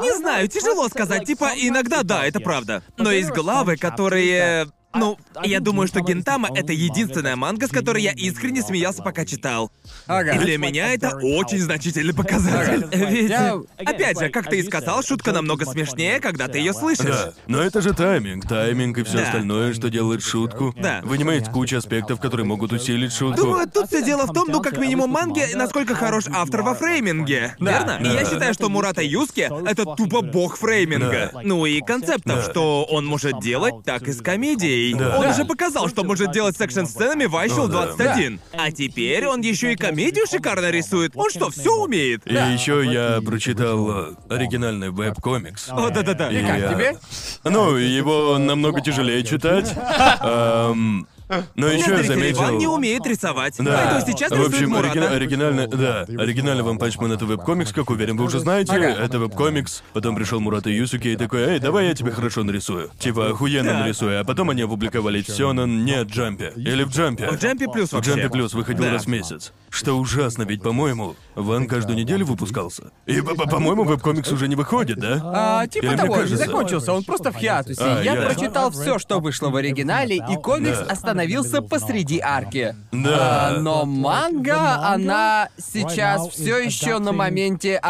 S2: Не знаю, тяжело сказать. Типа, иногда да, это правда. Но есть главы, которые... Ну, я думаю, что Гентама — это единственная манга, с которой я искренне смеялся, пока читал.
S1: Ага.
S2: И для меня это очень значительный показатель. Ведь,
S1: Я-
S2: опять же, как ты и сказал, шутка намного смешнее, когда ты ее
S3: Да,
S2: слышишь.
S3: но это же тайминг, тайминг и все
S2: Да.
S3: остальное, что делает шутку.
S2: Да.
S3: Вынимает кучу аспектов, которые могут усилить шутку.
S2: Думаю, тут все дело в том, ну, как минимум, манге, насколько хорош автор во фрейминге.
S4: Да.
S2: Верно? И я
S3: Да.
S2: считаю, что Мурата Юске — это тупо бог фрейминга.
S4: Да.
S2: Ну и концептов,
S4: Да.
S2: что он может делать так и с комедией.
S4: Да.
S2: Он
S1: Да.
S2: же показал, что может делать с экшн-сценами в
S3: Ну
S2: Айшел
S3: да.
S2: 21. А теперь он еще и комедию шикарно рисует. Он что, все умеет?
S3: И еще я прочитал э, оригинальный веб-комикс.
S2: О, да-да-да.
S3: И
S1: Как
S3: я-
S1: тебе?
S3: Ну, его намного тяжелее читать. Эм, Но еще я
S2: Зритель Иван не
S3: заметил.
S2: умеет рисовать.
S3: Да.
S2: Поэтому Ну, сейчас
S3: в
S2: рисует
S3: общем,
S2: Мурата.
S3: оригина- оригинально, да, оригинальный One Punch Man это веб-комикс, как уверен, вы уже знаете,
S1: Ага.
S3: это веб-комикс. Потом пришел Мурата Юсуки и такой, эй, давай я тебе хорошо нарисую. Типа охуенно
S2: Да.
S3: нарисую, а потом они опубликовали все на не джампе. Или в джампе.
S2: В Джампе Плюс
S3: В
S2: вообще.
S3: Джампе Плюс выходил
S2: Да.
S3: раз в месяц. Что ужасно, ведь, по-моему, Ван каждую неделю выпускался. И, по- по- по-моему, веб-комикс уже не выходит, да?
S1: А, типа
S3: Или мне
S1: того, не
S3: кажется.
S1: закончился, он просто в хиатусе.
S3: А,
S1: я
S3: ясно.
S1: прочитал все, что вышло в оригинале, и комикс
S3: Да.
S1: остановился посреди арки.
S3: Да.
S1: А, но манга, она сейчас
S4: Right now
S1: все
S4: is
S1: еще на
S4: adapting
S1: моменте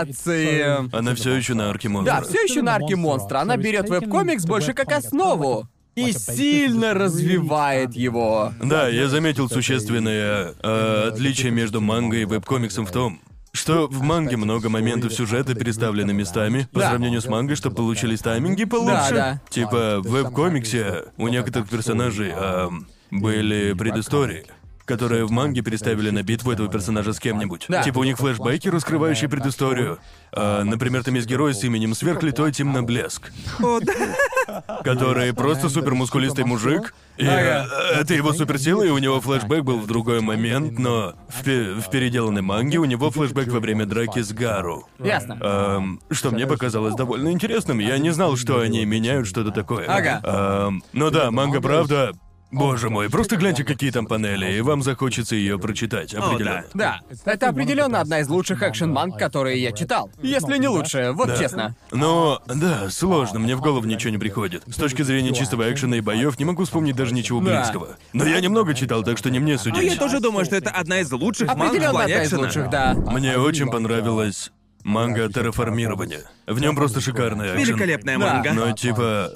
S1: адаптации.
S4: the-
S3: Она все еще на арке
S1: Да,
S3: монстра.
S1: все еще на арке монстра. Она берет веб-комикс больше как основу и сильно развивает его.
S3: Да, я заметил существенное э, отличие между мангой и веб-комиксом в том, что в манге много моментов сюжета переставлены местами по
S1: Да.
S3: сравнению с мангой, чтобы получились тайминги получше.
S1: да.
S3: Типа в веб-комиксе у некоторых персонажей эм, были предыстории. Которые в манге переставили на битву этого персонажа с кем-нибудь.
S1: Да.
S3: Типа у них флешбеки, раскрывающие предысторию. Э, например, там есть герой с именем Сверхлитой Темноблеск
S2: О, да.
S3: который просто супермускулистый мужик. И
S1: Ага.
S3: э, это его суперсила, и у него флешбэк был в другой момент, но в, пе- в переделанной манге у него флешбэк во время драки с Гару.
S1: Ясно.
S3: Эм, что мне показалось довольно интересным. Я не знал, что они меняют что-то такое.
S1: Ага.
S3: Эм, ну да, манга правда. Боже мой, просто гляньте, какие там панели, и вам захочется ее прочитать, определенно.
S1: Да, это определенно одна из лучших экшен-манг, которые я читал. Если не лучшая, вот честно.
S3: Но, Ну, да, сложно, мне в голову ничего не приходит. С точки зрения чистого экшена и боев не могу вспомнить даже ничего
S1: Да.
S3: близкого. Но я немного читал, так что не мне
S2: Ну, я
S3: судить.
S2: тоже думаю, что это одна из лучших манг в
S1: Определенно
S2: плане
S1: одна из
S2: экшена.
S1: лучших, да.
S3: Мне очень понравилась манга о терраформировании. В нем просто шикарная экшен.
S2: Великолепная
S1: Да.
S2: манга.
S3: Но типа,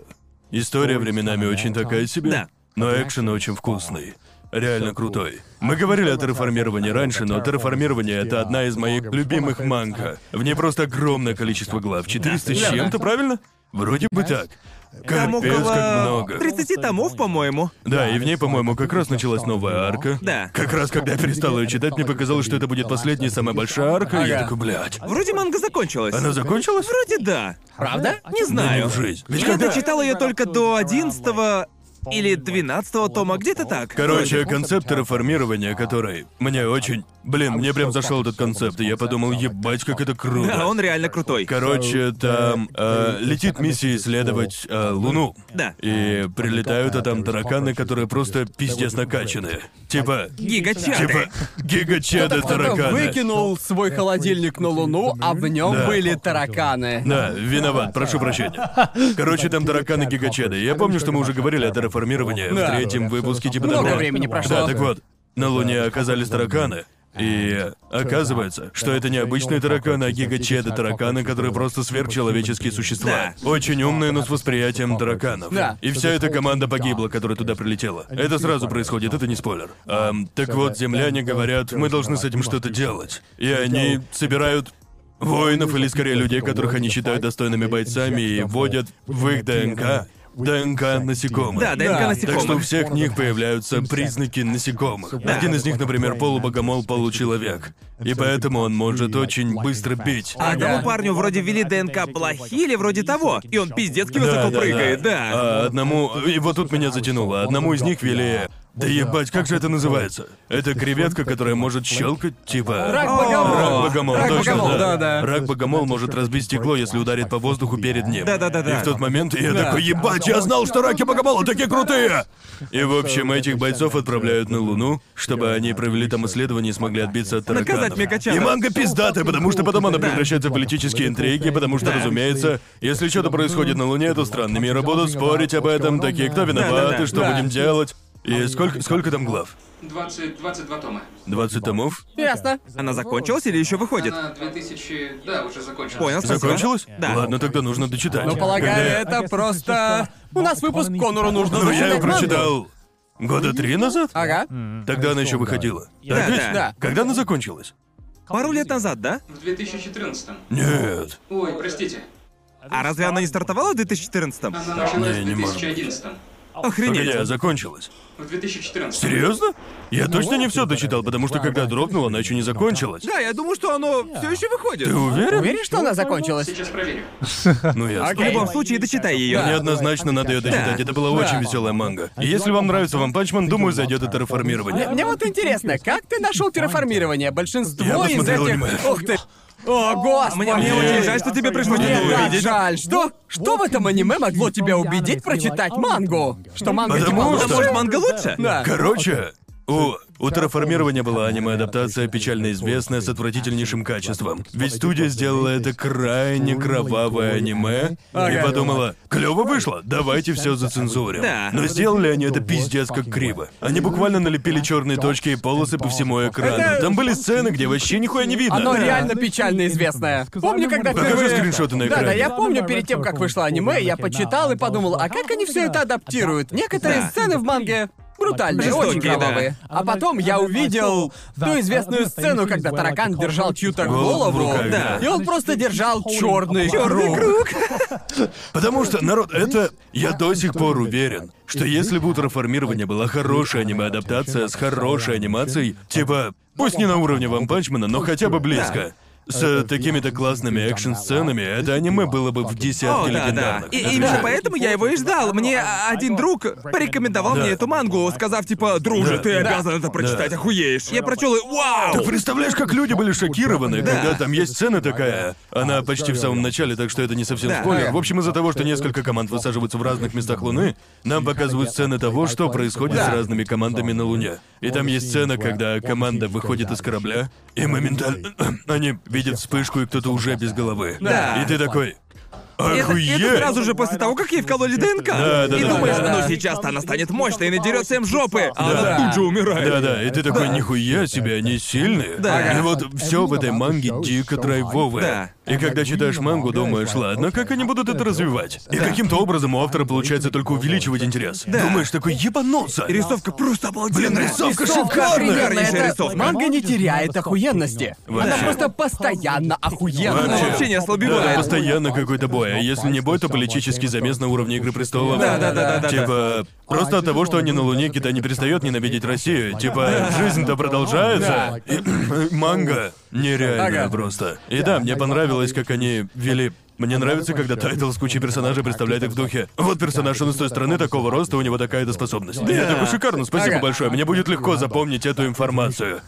S3: история временами очень такая себе.
S2: Да.
S3: Но экшен очень вкусный. Реально крутой. Мы говорили о терраформировании раньше, но терраформирование — это одна из моих любимых манга. В ней просто огромное количество глав. 400 с
S1: Да.
S3: чем-то, правильно? Вроде бы так.
S2: Там
S3: Капец, как
S2: около
S3: много.
S2: 30 томов, по-моему.
S3: Да, и в ней, по-моему, как раз началась новая арка.
S2: Да.
S3: Как раз, когда я перестал ее читать, мне показалось, что это будет последняя и самая большая арка, и я
S1: Ага.
S3: такой, блядь.
S2: Вроде манга закончилась.
S3: Она закончилась?
S2: Вроде да.
S1: Правда?
S2: Не
S3: Да
S2: знаю.
S3: не в жизнь. Ведь
S2: Я
S3: когда...
S2: дочитал ее только до 11 или 12 тома, где-то так.
S3: Короче, концепт реформирования, который мне очень... Блин, мне прям зашел этот концепт, и я подумал, ебать, как это круто.
S2: Да, он реально крутой.
S3: Короче, там э, летит миссия исследовать э, Луну.
S2: Да.
S3: И прилетают, а там тараканы, которые просто пиздец накачаны. Типа...
S2: Гигачаты.
S3: Типа гигачады
S1: Кто-то
S3: тараканы.
S1: выкинул свой холодильник на Луну, а в нем
S3: Да.
S1: были тараканы.
S3: Да, виноват, прошу прощения. Короче, там тараканы гигачеды. Я помню, что мы уже говорили о терраформировании в
S1: Да.
S3: третьем выпуске типа
S1: Много
S3: того.
S1: времени прошло.
S3: Да, так вот, на Луне оказались тараканы. И оказывается, что это не обычные тараканы, а гигачеды тараканы, которые просто сверхчеловеческие существа. Очень умные, но с восприятием тараканов.
S1: Да.
S3: И вся эта команда погибла, которая туда прилетела. Это сразу происходит, это не спойлер. Ам, так вот, земляне говорят, мы должны с этим что-то делать. И они собирают воинов или скорее людей, которых они считают достойными бойцами, и вводят в их ДНК ДНК насекомых.
S2: Да, ДНК насекомых.
S3: Так что у всех них появляются признаки насекомых. Один из них, например, полубогомол, получеловек. И поэтому он может очень быстро бить.
S1: Ага.
S2: А одному парню вроде вели ДНК плохи или вроде того, и он пиздецки высоко прыгает, да.
S3: А одному... И вот тут меня затянуло. Одному из них вели... Да ебать, как же это называется? Это креветка, которая может щелкать, типа...
S1: Рак-богомол.
S3: Рак-богомол, точно,
S1: Рак-богомол,
S3: да.
S1: да-да.
S3: Рак-богомол может разбить стекло, если ударит по воздуху перед ним.
S2: Да-да-да-да.
S3: И в тот момент я такой, ебать, я знал, что раки-богомолы такие крутые! И, в общем, этих бойцов отправляют на Луну, чтобы они провели там исследование и смогли отбиться от тараканов.
S2: Наказать Мегачана.
S3: И манга пиздатая, потому что потом она превращается в политические интриги, потому что, разумеется, если что-то происходит на Луне, то странные миры будут спорить об этом, такие, кто виноват
S2: Да-да-да.
S3: и что
S1: Да.
S3: будем делать. И сколько, сколько там глав?
S4: 20, 22 тома.
S3: 20 томов?
S1: Ясно.
S2: Она закончилась или еще выходит?
S4: Она 2000... Да, уже закончилась.
S2: Понял, спасибо.
S3: Закончилось?
S2: Да. Ну,
S3: Ладно, тогда нужно дочитать.
S1: Но Ну, полагаю,
S3: Когда-
S1: это просто... У нас выпуск Конору нужно
S3: Ну, я
S1: зачитать
S3: ее
S1: мангу.
S3: прочитал года три назад?
S1: Ага.
S3: Тогда она еще выходила.
S2: А, ну, Да,
S3: Так ведь?
S2: да.
S1: Да.
S3: Когда она закончилась?
S2: Пару лет назад, да?
S4: В 2014.
S3: Нет.
S4: Ой, простите.
S2: А разве она не стартовала в 2014-м?
S4: Она началась в
S3: Не, не может.
S4: 2011.
S2: Охренеть.
S3: Погоди, а закончилась.
S4: В 2014.
S3: Серьезно? Я
S2: Ну,
S3: точно не все дочитал, потому что когда дропнула, она еще не закончилась.
S2: Да, я думаю, что оно все еще выходит.
S3: Ты уверен?
S1: Уверен, что она закончилась?
S4: Сейчас проверю.
S3: Ну я
S2: В любом случае, дочитай ее.
S1: Да.
S3: Неоднозначно надо ее дочитать. Это была очень веселая манга. И если вам нравится вампачман, думаю, зайдет это
S1: Мне,
S3: реформирование.
S1: мне вот интересно, как ты нашел терраформирование? Большинство
S3: Я
S1: из
S3: посмотрел
S1: этих...
S3: аниме.
S1: Ух ты! О, господи!
S2: Мне, мне очень жаль, что тебе пришлось
S1: Мне
S2: это
S1: так
S2: увидеть.
S1: жаль. Что? Что в этом аниме могло тебя убедить прочитать мангу? Что манга
S3: Потому
S1: типа
S3: что-
S2: А
S1: лучше?
S2: может, манга лучше?
S1: Да.
S3: Короче, у, у Терраформирования была аниме-адаптация, печально известная, с отвратительнейшим качеством. Ведь студия сделала это крайне кровавое аниме и
S1: Ага.
S3: подумала, клево вышло, давайте все зацензурим.
S2: Да.
S3: Но сделали они это пиздец как криво. Они буквально налепили черные точки и полосы по всему экрану.
S1: Это-
S3: Там были сцены, где вообще нихуя не видно.
S1: Оно реально
S2: ну
S1: печально известное. Помню, когда
S3: Покажи
S1: впервые-
S3: а скриншоты на
S1: Да, да,
S3: экране.
S1: я помню перед тем, как вышло аниме, я почитал и подумал, а как они все это адаптируют? Некоторые
S2: Да.
S1: сцены в манге брутальные,
S2: Жестокие,
S1: очень
S2: да.
S1: кровавые. А потом я увидел ту известную сцену, когда таракан держал чью-то
S3: Голову в
S1: голову,
S3: руках, да.
S1: и он просто держал черный
S2: Чёрный
S1: круг.
S3: Потому что, народ, это... Я до сих пор уверен, что если бы у Терраформирования была хорошая аниме-адаптация с хорошей анимацией, типа, пусть не на уровне Ванпанчмена, но хотя бы близко, с э, такими-то классными экшн-сценами, это аниме было бы в
S2: О,
S3: десятке
S2: да, да.
S3: легендарных.
S2: И
S3: Отвечаю.
S2: именно поэтому я его и ждал. Мне а, один друг порекомендовал
S3: Да.
S2: мне эту мангу, сказав типа, друже,
S3: Да.
S2: ты
S3: Да.
S2: обязан это прочитать, охуеешь. Я прочел и
S3: Ты
S2: вау!
S3: представляешь, как люди были шокированы, когда там есть сцена такая. Она почти в самом начале, так что это не совсем
S2: Да.
S3: спойлер. В общем, из-за того, что несколько команд высаживаются в разных местах Луны, нам показывают сцены того, что происходит с
S1: Да.
S3: разными командами на Луне. И там есть сцена, когда команда выходит из корабля, и моментально они видят вспышку, и кто-то уже без головы.
S2: Да.
S3: И ты такой.
S2: Это,
S3: Охуеть!
S2: это сразу же после того, как ей вкололи ДНК.
S3: Да, да,
S2: и
S3: да,
S2: думаешь,
S1: да.
S2: ну сейчас-то она станет мощной и надерет всем жопы, а
S3: Да.
S2: она тут же умирает.
S3: Да, да, и ты такой, нихуя себе, они сильные.
S2: Да.
S3: И вот все в этой манге дико драйвовое. И когда читаешь мангу, думаешь, ладно, как они будут это развивать? И каким-то образом у автора получается только увеличивать интерес. Думаешь, такой ебанулся.
S2: И Рисовка просто обалденная.
S3: Блин, рисовка шикарная!
S1: Охуенно,
S2: Шикарнейшая
S1: это-
S2: рисовка.
S1: Манга не теряет охуенности. Она
S3: Вообще.
S1: просто постоянно
S3: Вообще.
S2: Она
S1: охуенная.
S2: вообще не ослабевает.
S3: Да, постоянно какой-то бой. А если не бой, то политический замес на уровне Игры престолов.
S2: Да, да, да, да, да,
S3: Типа, просто от того, что они на Луне, Китай не перестает ненавидеть Россию. Типа, жизнь-то продолжается. И- Манга нереальная
S1: Ага.
S3: просто. И да, мне понравилось, как они вели Мне нравится, когда тайтл с кучей персонажей представляет их в духе. Вот персонаж, он из той страны такого роста, у него такая-то способность. Да, это шикарно, спасибо
S1: Ага.
S3: большое. Мне будет легко запомнить эту информацию.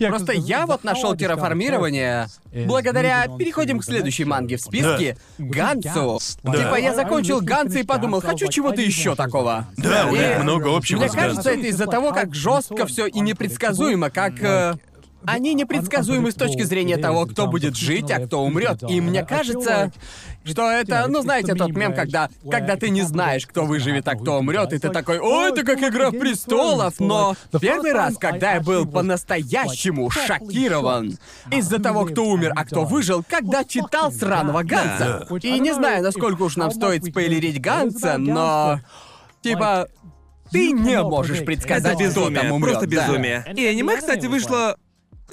S1: Просто я вот нашел терраформирование
S3: Э,
S1: благодаря... Переходим к следующей манге в списке. Гансу.
S3: Да.
S1: Типа я закончил Ганса и подумал, хочу чего-то еще такого.
S3: Да, у них
S1: И
S3: много общего
S1: Мне
S3: с
S1: кажется,
S3: Гансом.
S1: это из-за того, как жестко все и непредсказуемо, как... э, они непредсказуемы с точки зрения того, кто будет жить, а кто умрет. И мне кажется, что это, ну знаете, тот мем, когда, когда ты не знаешь, кто выживет, а кто умрет, и ты такой, о, это как игра в престолов, но первый раз, когда я был по-настоящему шокирован из-за того, кто умер, а кто выжил, когда читал сраного Ганса.
S5: Да.
S1: И не знаю, насколько уж нам стоит спойлерить Ганса, но... Типа, ты не можешь
S2: Это
S1: предсказать, кто
S2: безумие,
S1: там умрет.
S2: просто
S1: да.
S2: безумие. И аниме, кстати, вышло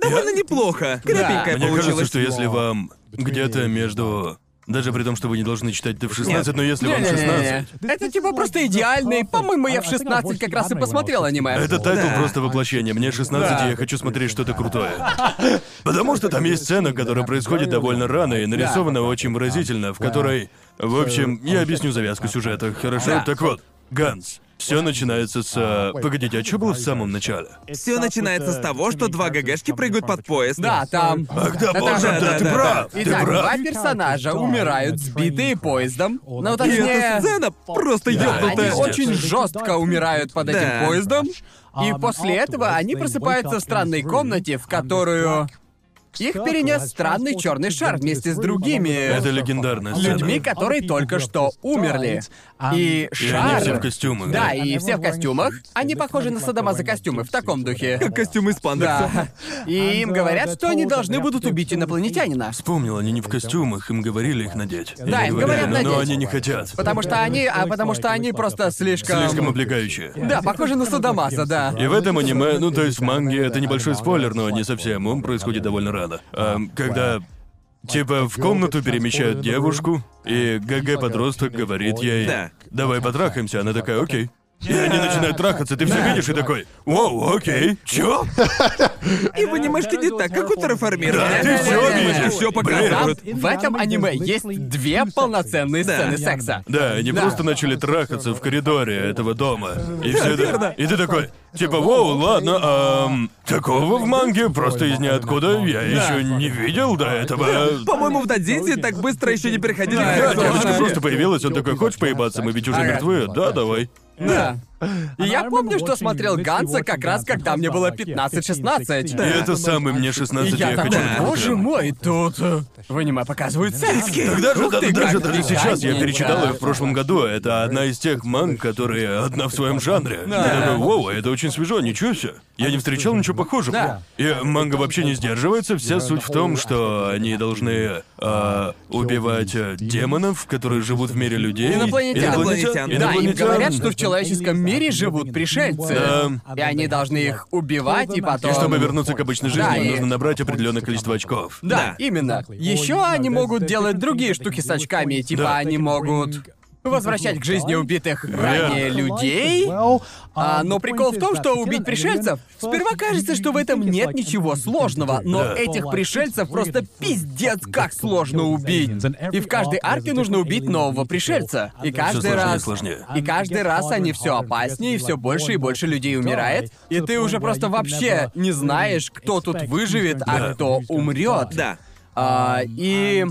S2: довольно неплохо. Крепенькое
S3: Мне кажется,
S2: получилось.
S3: что если вам где-то между... Даже при том, что вы не должны читать это в 16, но если вам
S1: Не-не-не-не.
S3: 16...
S1: Это типа просто идеальный. По-моему, я в 16 как раз и посмотрел аниме.
S3: Это тайтл
S2: Да.
S3: просто воплощение. Мне 16,
S1: Да.
S3: и я хочу смотреть что-то крутое. Потому что там есть сцена, которая происходит довольно рано и нарисована очень выразительно, в которой... В общем, я объясню завязку сюжета, хорошо?
S1: Да.
S3: Так вот, Ганс. Все начинается с... э, Погодите, а что было в самом начале?
S2: Все начинается с того, что два ГГшки прыгают под поезд.
S1: Да, там.
S3: Ах да,
S1: Это
S3: боже,
S1: же-
S3: да, ты
S2: да,
S3: прав, ты
S1: Итак,
S3: прав.
S1: два персонажа умирают, сбитые поездом. Ну,
S2: И
S1: точнее,
S2: эта сцена просто ёбнутая.
S1: они
S3: пиздец.
S1: очень жестко умирают под этим
S2: Да.
S1: поездом. И после этого они просыпаются в странной комнате, в которую их перенес странный черный шар вместе с другими.
S3: Это легендарная сцена.
S1: людьми, которые только что умерли. А,
S5: э,
S1: И
S3: И
S1: шар...
S3: они все в костюмах.
S1: Да, и все в костюмах. Они похожи на садомаза костюмы, в таком духе.
S2: Как костюм из пандекса.
S1: Да. И им говорят, что они должны будут убить инопланетянина.
S3: Вспомнил, они не в костюмах, им говорили их надеть.
S1: Да,
S3: Или
S1: им
S3: говорили,
S1: говорят
S3: но, но
S1: надеть.
S3: они не хотят.
S1: Потому что они... А потому что они просто слишком...
S3: Слишком облегающие.
S1: Да, похожи на садомаза, да.
S3: И в этом аниме, ну то есть в манге, это небольшой спойлер, но не совсем, он происходит довольно рано. Эм, когда Типа в комнату перемещают девушку, и ГГ-подросток говорит ей
S2: Да.
S3: «Давай потрахаемся», она такая «Окей». И они начинают трахаться, ты все видишь и такой «Воу, окей, чё?»
S2: И в анимешке не так, как у
S3: Да,
S2: Терраформирования.
S3: ты всё видишь.
S2: Всё
S1: Там,
S2: показывают.
S1: в этом аниме есть две полноценные
S2: Да.
S1: сцены секса.
S3: Да, они
S1: Да.
S3: просто начали трахаться в коридоре этого дома. И все это... И ты такой, типа, воу, ладно, ам, такого в манге просто из ниоткуда я еще не видел до этого.
S2: По-моему, в Дадзинте так быстро еще не переходили
S1: Да,
S2: к
S3: Да,
S1: это
S2: сексуальному.
S3: девочка
S1: да.
S3: просто появилась, он такой, хочешь поебаться, мы ведь уже
S1: Ага.
S3: мертвы? Да, давай.
S1: Да. И я помню, что смотрел Ганса как раз, когда мне было 15-16.
S3: И это самый мне
S1: И
S3: 16, я,
S1: я
S3: хочу...
S1: такой,
S2: да.
S1: боже мой, тут э, в аниме показывают сиськи.
S3: Тогда же, да-
S1: ты,
S3: даже,
S1: как
S3: даже
S1: ты,
S3: сейчас я
S1: Ганни,
S3: перечитал
S1: да.
S3: ее в прошлом году. Это одна из тех манг, которые одна в своем жанре. Я такой, вау, это очень свежо, ничего себе. Я не встречал ничего похожего.
S1: Да.
S3: И манга вообще не сдерживается. Вся суть в том, что они должны а, убивать а, демонов, которые живут в мире людей.
S1: Инопланетян.
S2: Инопланетян.
S1: Да, им
S3: Инопланетян.
S1: говорят, что в человеческом мире живут пришельцы.
S5: Да.
S1: И они должны их убивать и потом...
S3: И чтобы вернуться к обычной жизни,
S1: Да,
S3: им
S1: и-
S3: нужно набрать определенное количество очков.
S1: Да,
S2: Да.
S1: именно. Еще они могут делать другие штуки с очками, типа
S5: Да.
S1: они могут возвращать к жизни убитых ранее людей. А, но прикол в том, что убить пришельцев... Сперва кажется, что в этом нет ничего сложного, но
S3: Да.
S1: этих пришельцев просто пиздец как сложно убить. И в каждой арке нужно убить нового пришельца. И
S3: Все
S1: каждый
S3: сложнее и
S1: раз...
S3: сложнее.
S1: И каждый раз они все опаснее, и все больше и больше людей умирает, и ты уже просто вообще не знаешь, кто тут выживет, а
S5: Да.
S1: кто умрет.
S2: Да.
S1: А, и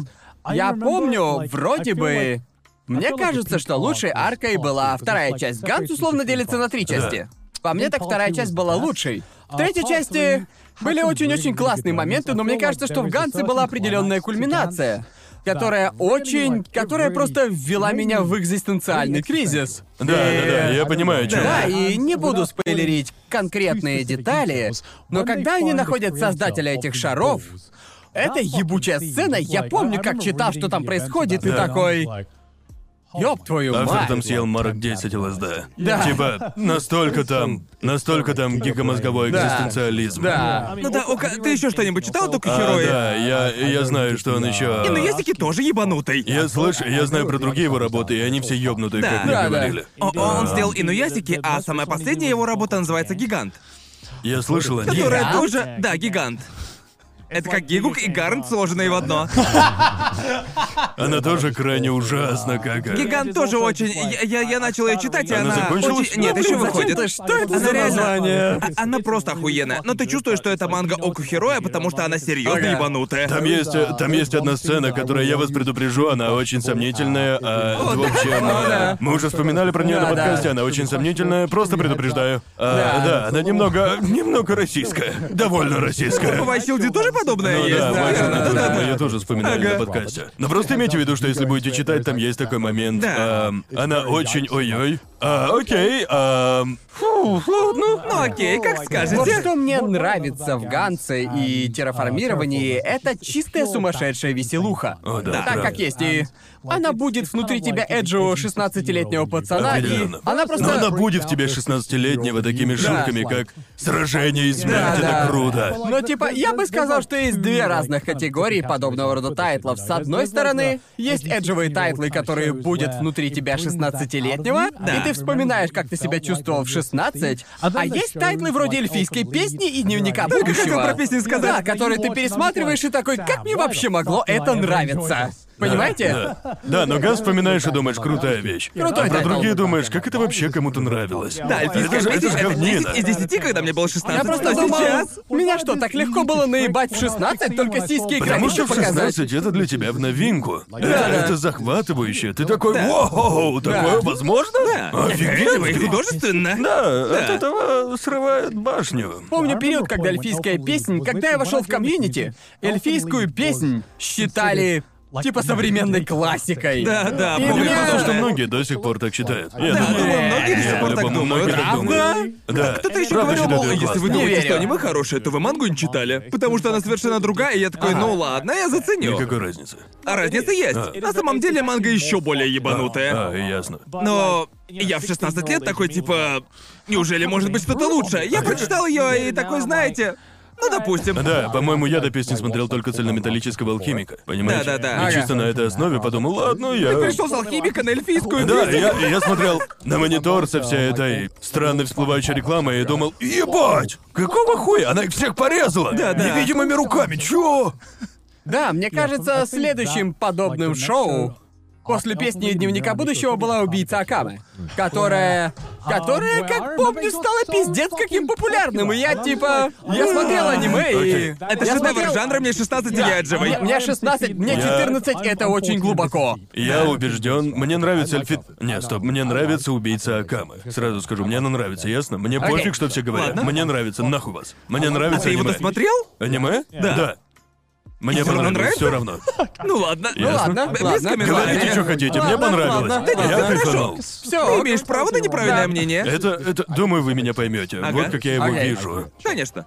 S1: я помню, вроде бы... Мне
S5: I feel like
S1: кажется,
S5: the
S1: что
S5: peak
S1: лучшей
S5: arc was
S1: аркой
S5: awesome,
S1: была
S5: because
S1: вторая
S5: like
S1: часть.
S5: separate
S1: Ганс
S5: into
S1: условно
S5: two
S1: делится на три
S5: parts.
S1: части. По мне, так
S5: Part
S1: вторая
S5: two
S1: часть
S5: was
S1: была
S5: best.
S1: лучшей. В
S5: Uh,
S1: третьей
S5: part
S1: части
S5: three
S1: были
S5: had some
S1: очень
S5: really
S1: очень
S5: good
S1: классные
S5: moments.
S1: моменты, но
S5: I
S1: мне
S5: feel
S1: кажется,
S5: like
S1: что
S5: there
S1: в
S5: is a
S1: Гансе
S5: certain
S1: была
S5: climax
S1: определенная
S5: to Gantz
S1: кульминация,
S5: that
S1: которая
S5: really,
S1: очень...
S5: like,
S1: которая
S5: really
S1: просто ввела
S5: made
S1: меня
S5: me
S1: в экзистенциальный
S5: really
S1: кризис.
S3: Да, да, да,
S1: И-
S3: я понимаю, о чём
S1: да,
S3: ты.
S1: и не буду спойлерить конкретные детали, но когда они находят создателя этих шаров, это ебучая сцена, я помню, как читал, что там происходит, и
S5: Да.
S1: такой... Ёб твою
S3: Автор
S1: мать!
S3: там съел марок 10 ЛСД.
S1: Да.
S3: Типа, настолько там, настолько там гигомозговой
S1: Да.
S3: экзистенциализм.
S1: Да.
S2: Ну да, Ока, ты еще что-нибудь читал, только
S3: А,
S2: Херои?
S3: да, я, я знаю, что он
S1: ну,
S3: еще.
S2: И на языке тоже ебанутый.
S3: Я слышу, я знаю про другие его работы, и они все ёбнутые,
S2: Да.
S3: как мне
S1: Да, да.
S3: говорили.
S2: О, он сделал Инуясики, а самая последняя его работа называется «Гигант»,
S3: Я слышал о них.
S2: которая
S1: «Гигант»?
S2: тоже... Да, «Гигант». Это как Гигук и Гарн, сложенные в одно.
S3: Она тоже крайне ужасно какая.
S2: Гигант тоже очень... Я, я, я начал ее читать, и
S3: Она
S2: она...
S3: закончилась?
S2: очень- Нет,
S3: Ну,
S2: еще
S3: блин,
S2: выходит.
S1: зачем ты? Что это
S2: она
S1: за
S2: реально-
S1: название?
S2: А- Она просто охуенная. Но ты чувствуешь, что это манга Окухероя, потому что она серьезно
S3: Ага.
S2: ебанутая.
S3: Там есть, э, там есть одна сцена, которая, я вас предупрежу, она очень сомнительная. а, в общем, э, мы уже вспоминали про нее на
S1: Да, да.
S3: подкасте, она очень сомнительная, просто предупреждаю. А,
S1: Да.
S3: да, она немного, немного российская. Довольно российская.
S2: Группа Вайсилди тоже подобное
S3: Ну
S2: Ну, есть?
S3: да,
S1: да,
S3: Вайс,
S2: верно,
S1: да,
S3: да,
S1: да,
S3: да,
S1: да.
S3: ее тоже вспоминали
S2: Ага.
S3: на подкасте. Но просто имейте в виду, что если будете читать, там есть такой момент.
S2: Да.
S3: эм, она очень ой-ой. А, окей, эм, фу, фу, ну,
S2: Ну окей, как
S1: Вот
S2: скажете.
S1: что мне нравится в Гансе и терраформировании, это чистая сумасшедшая веселуха.
S3: О, да,
S1: так
S3: правда.
S1: как есть. И она будет внутри тебя Эджио 16-летнего пацана, и
S3: Определенно.
S1: она
S3: Но
S1: просто...
S3: она будет в тебе 16-летнего такими шутками, как «Сражение и
S1: Да, да.
S3: смерть, это круто».
S1: Но типа, я бы хм, сказал, что есть две разных категории подобного рода тайтлов. С одной стороны, есть эджевые тайтлы, которые будет внутри тебя 16-летнего,
S2: Да.
S1: и ты вспоминаешь, как ты себя чувствовал в 16, а есть тайтлы вроде эльфийской песни и дневника
S2: Только хотел
S1: будущего.
S2: про песню сказать.
S1: Да, которые ты пересматриваешь и такой, как мне вообще могло это нравиться? Понимаете?
S3: Да. Да, но газ вспоминаешь и думаешь, крутая вещь.
S1: Крутой
S3: а про
S1: тайтл.
S3: другие думаешь, как это вообще кому-то нравилось.
S2: Да, эльфийская
S3: это же, это
S2: песня
S3: же
S2: это 10
S3: говнина.
S2: из 10, когда мне было 16.
S1: Я просто
S2: но
S1: думал,
S2: сейчас...
S1: меня что, так легко было наебать в 16, только сиськи и
S3: Потому что в
S1: границы показать?
S3: 16 это для тебя в новинку. это,
S1: да.
S3: это захватывающе. Ты такой, воу, такое возможно?
S2: Да,
S3: Офигеть!
S2: красиво и художественно.
S3: Да, от этого срывает башню.
S1: Помню период, когда эльфийская песнь, когда я вошел в комьюнити, эльфийскую песнь считали типа современной классикой.
S2: Да, да,
S1: И
S2: помню.
S3: Я
S1: мне-
S3: думаю, что многие до сих пор так считают. Я
S2: Да,
S3: думаю,
S2: думаю, многие до
S3: я
S2: сих пор так
S3: по-любому, многие
S2: думают.
S3: так думают. Да.
S2: Кто-то еще
S3: Правда
S2: говорил,
S3: считаю,
S2: мол,
S3: это
S2: если вы
S3: классно.
S1: Не
S2: думаете, что
S1: верю.
S2: аниме хорошее, то вы мангу не читали. Потому что она совершенно другая, и я такой, ну ладно, я заценю.
S3: Никакой разницы.
S2: А разница есть. На самом деле манга еще более
S3: А,
S2: ебанутая.
S3: ясно.
S2: Но я в 16 лет такой типа, неужели может быть что-то лучше? Я прочитал ее и такой, знаете, ну допустим.
S3: Да, по-моему, я до песни смотрел только цельнометаллического алхимика. Понимаете?
S2: Да-да-да.
S3: И чисто на этой основе подумал, ладно, я.
S2: Пришел с алхимика на эльфийскую
S3: Да,
S2: песню.
S3: я, я смотрел на монитор со всей этой странной всплывающей рекламой и думал, ебать, какого хуя? Она их всех порезала!
S2: Да-да.
S3: Невидимыми руками, чё?
S1: Да, мне кажется, следующим подобным шоу после песни «Дневника будущего» была «Убийца Акамы», которая... Которая, как помню, стала пиздец каким популярным, и я типа... Я смотрел аниме и...
S3: Окей.
S2: Это
S1: я
S2: шедевр
S1: смотрел-
S2: жанра, мне 16 и я отживый.
S1: Мне- Мне 16, мне
S3: Я-
S1: 14, это очень глубоко.
S3: Я убежден, мне нравится эльфит. Не, стоп, мне нравится убийца Акамы. Сразу скажу, мне она нравится, ясно? Мне пофиг, что все говорят.
S2: Ладно.
S3: Мне нравится, нахуй вас. Мне
S2: А
S3: нравится
S2: ты его
S3: аниме.
S2: досмотрел?
S3: Аниме? Да. Мне
S2: Тебе оно
S3: понравилось,
S2: нравится?
S3: все равно.
S2: Ну ладно.
S3: Ну Ясно.
S1: ладно,
S2: Б- Без
S1: ладно.
S3: Говорите,
S1: Ладно.
S3: что
S2: комментариев.
S3: хотите, мне
S1: Ладно,
S3: понравилось.
S1: ладно, ладно.
S3: Я
S1: Хорошо.
S3: кайфанул.
S1: Все,
S2: Ты имеешь право на неправильное
S1: Да.
S2: мнение.
S3: Это, это, думаю, вы меня поймете.
S2: Ага.
S3: Вот как я его
S1: Окей.
S3: вижу.
S2: Конечно.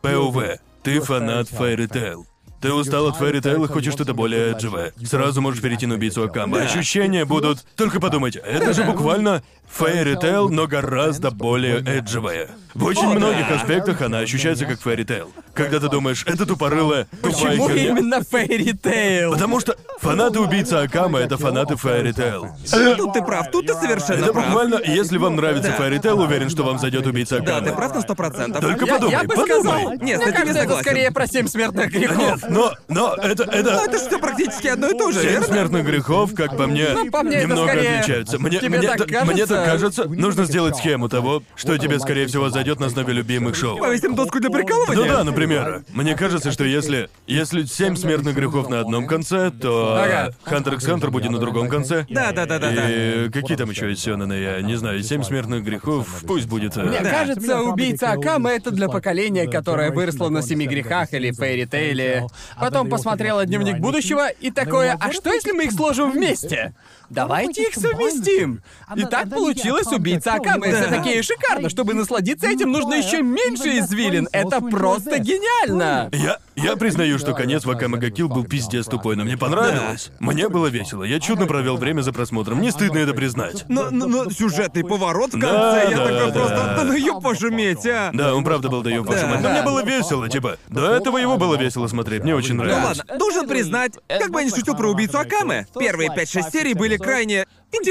S3: ПОВ, ты фанат Fairy Tail. Ты устал от Fairy Tail и хочешь что-то более эджевое. Сразу можешь перейти на убийцу Акамы. Ощущения будут... Только подумайте, это же буквально Fairy Tail, но гораздо более эджевое. В очень
S2: О, да.
S3: многих аспектах она ощущается как Fairy Tail. Когда ты думаешь, это тупорылая, тупая
S1: Почему
S3: херня».
S1: именно Фейри Тейл?
S3: Потому что фанаты убийцы Акамы это фанаты Fairy Tail.
S2: Тут ты прав, тут ты совершенно
S3: Это
S2: прав.
S3: буквально, если вам нравится
S2: Да.
S3: Fairy Tail, уверен, что вам зайдет убийца Акамы.
S2: Да, ты прав на сто процентов.
S3: Только
S1: Я,
S3: подумай,
S1: я бы
S3: подумай.
S1: сказал,
S3: Нет,
S1: мне
S2: с таким я
S1: кажется, это
S2: согласен.
S1: скорее про семь смертных грехов.
S3: Но, но, это,
S2: Ну,
S3: это...
S2: это же все практически одно и то же,
S3: Семь
S2: верно?
S3: смертных грехов, как по мне,
S1: Ну, по мне это
S3: немного
S1: скорее-
S3: отличаются. Мне,
S1: Тебе
S3: мне,
S1: так
S3: та-
S1: кажется?
S3: мне так кажется, нужно сделать схему того, что тебе, скорее всего, зайдет на основе любимых шоу.
S2: Повесим доску для
S3: Ну
S2: прикалывания?
S3: да, например. Мне кажется, что если... Если семь смертных грехов на одном конце, то...
S1: Ага.
S3: Хантер x Хантер будет на другом конце.
S2: Да, да, да, да, да.
S3: И какие там еще есть сёнэны, я не знаю, семь смертных грехов, пусть будет... э,
S1: Мне
S2: Да.
S1: кажется, убийца Акама это для поколения, которое выросло на семи грехах или Фейри Тейле. Потом посмотрело дневник будущего и такое, а что если мы их сложим вместе? Давайте их совместим. И так получилось убийца Акама. И Все
S2: Да.
S1: такие шикарно. Чтобы насладиться этим, нужно еще меньше извилин. Это просто гениально.
S3: Я, я признаю, что конец Вакамага Гакил был пиздец тупой, но мне понравилось. Мне было весело. Я чудно провел время за просмотром. Не стыдно это признать.
S2: Но, но- но сюжетный поворот в конце,
S3: Да,
S2: я
S3: да,
S2: такой
S3: да.
S2: просто, да ну ёб вашу медь, а!
S3: Да, он правда был даёб вашу
S2: Да.
S3: мать. Но мне было весело, типа. До этого его было весело смотреть, мне очень
S2: Ну
S3: нравилось.
S2: ладно, должен признать, как бы я не шутил про убийцу Акаме, первые 5-6 серий были крайне...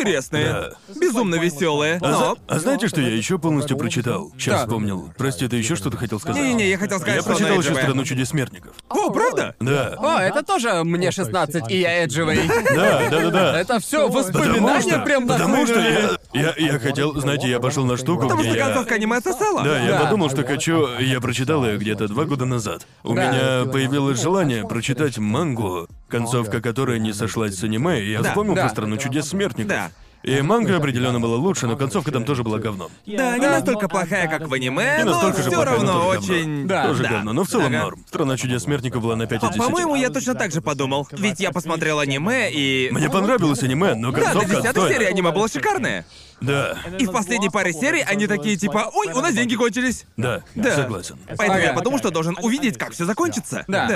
S2: интересные,
S3: Да.
S2: безумно веселые,
S3: А,
S2: но...
S3: зна- а знаете, что я еще полностью прочитал? Сейчас вспомнил. Прости, ты еще что-то хотел сказать?
S2: Не-не-не, я хотел сказать,
S3: Я
S2: что она
S3: прочитал еще
S2: эджевая.
S3: «Страну чудес смертников».
S2: О, правда?
S3: Да.
S1: О, это тоже мне 16, и я Эдживый.
S3: Да, да, да, да.
S1: Это все воспоминания прям
S3: Потому что
S1: нахлынули.
S3: я, я, я хотел, знаете, я пошел на штуку,
S2: Потому
S3: где
S2: что
S3: я...
S2: концовка аниме сосала.
S3: Да, я
S1: Да.
S3: подумал, что хочу... Я прочитал ее где-то два года назад. У
S1: Да.
S3: меня появилось желание прочитать мангу, концовка которой не сошлась с аниме, и я
S2: Да,
S3: вспомнил
S1: да.
S3: про «Страну чудес смертников».
S2: Да.
S3: И манга определенно была лучше, но концовка там тоже была говном.
S2: Да, не настолько плохая, как в аниме,
S3: Не
S2: но
S3: настолько же
S2: все
S3: плохая, но
S2: Э, ну, равно
S3: тоже говно.
S2: очень...
S1: Да,
S3: Тоже
S2: да.
S3: говно, но в целом
S2: Ага. А,
S3: норм. «Страна чудес смертников» была на 5 из 10.
S2: По-моему, я точно так же подумал. Ведь я посмотрел аниме и...
S3: Мне понравилось аниме, но
S2: Да, до
S3: концовка
S2: 10
S3: отстойная.
S2: серии аниме было шикарное.
S3: Да,
S2: И в последней паре серий они такие типа, ой, у нас деньги кончились.
S3: да,
S2: Да.
S3: согласен.
S2: Поэтому я
S1: Ага.
S2: подумал, что должен увидеть, как все закончится.
S1: Да.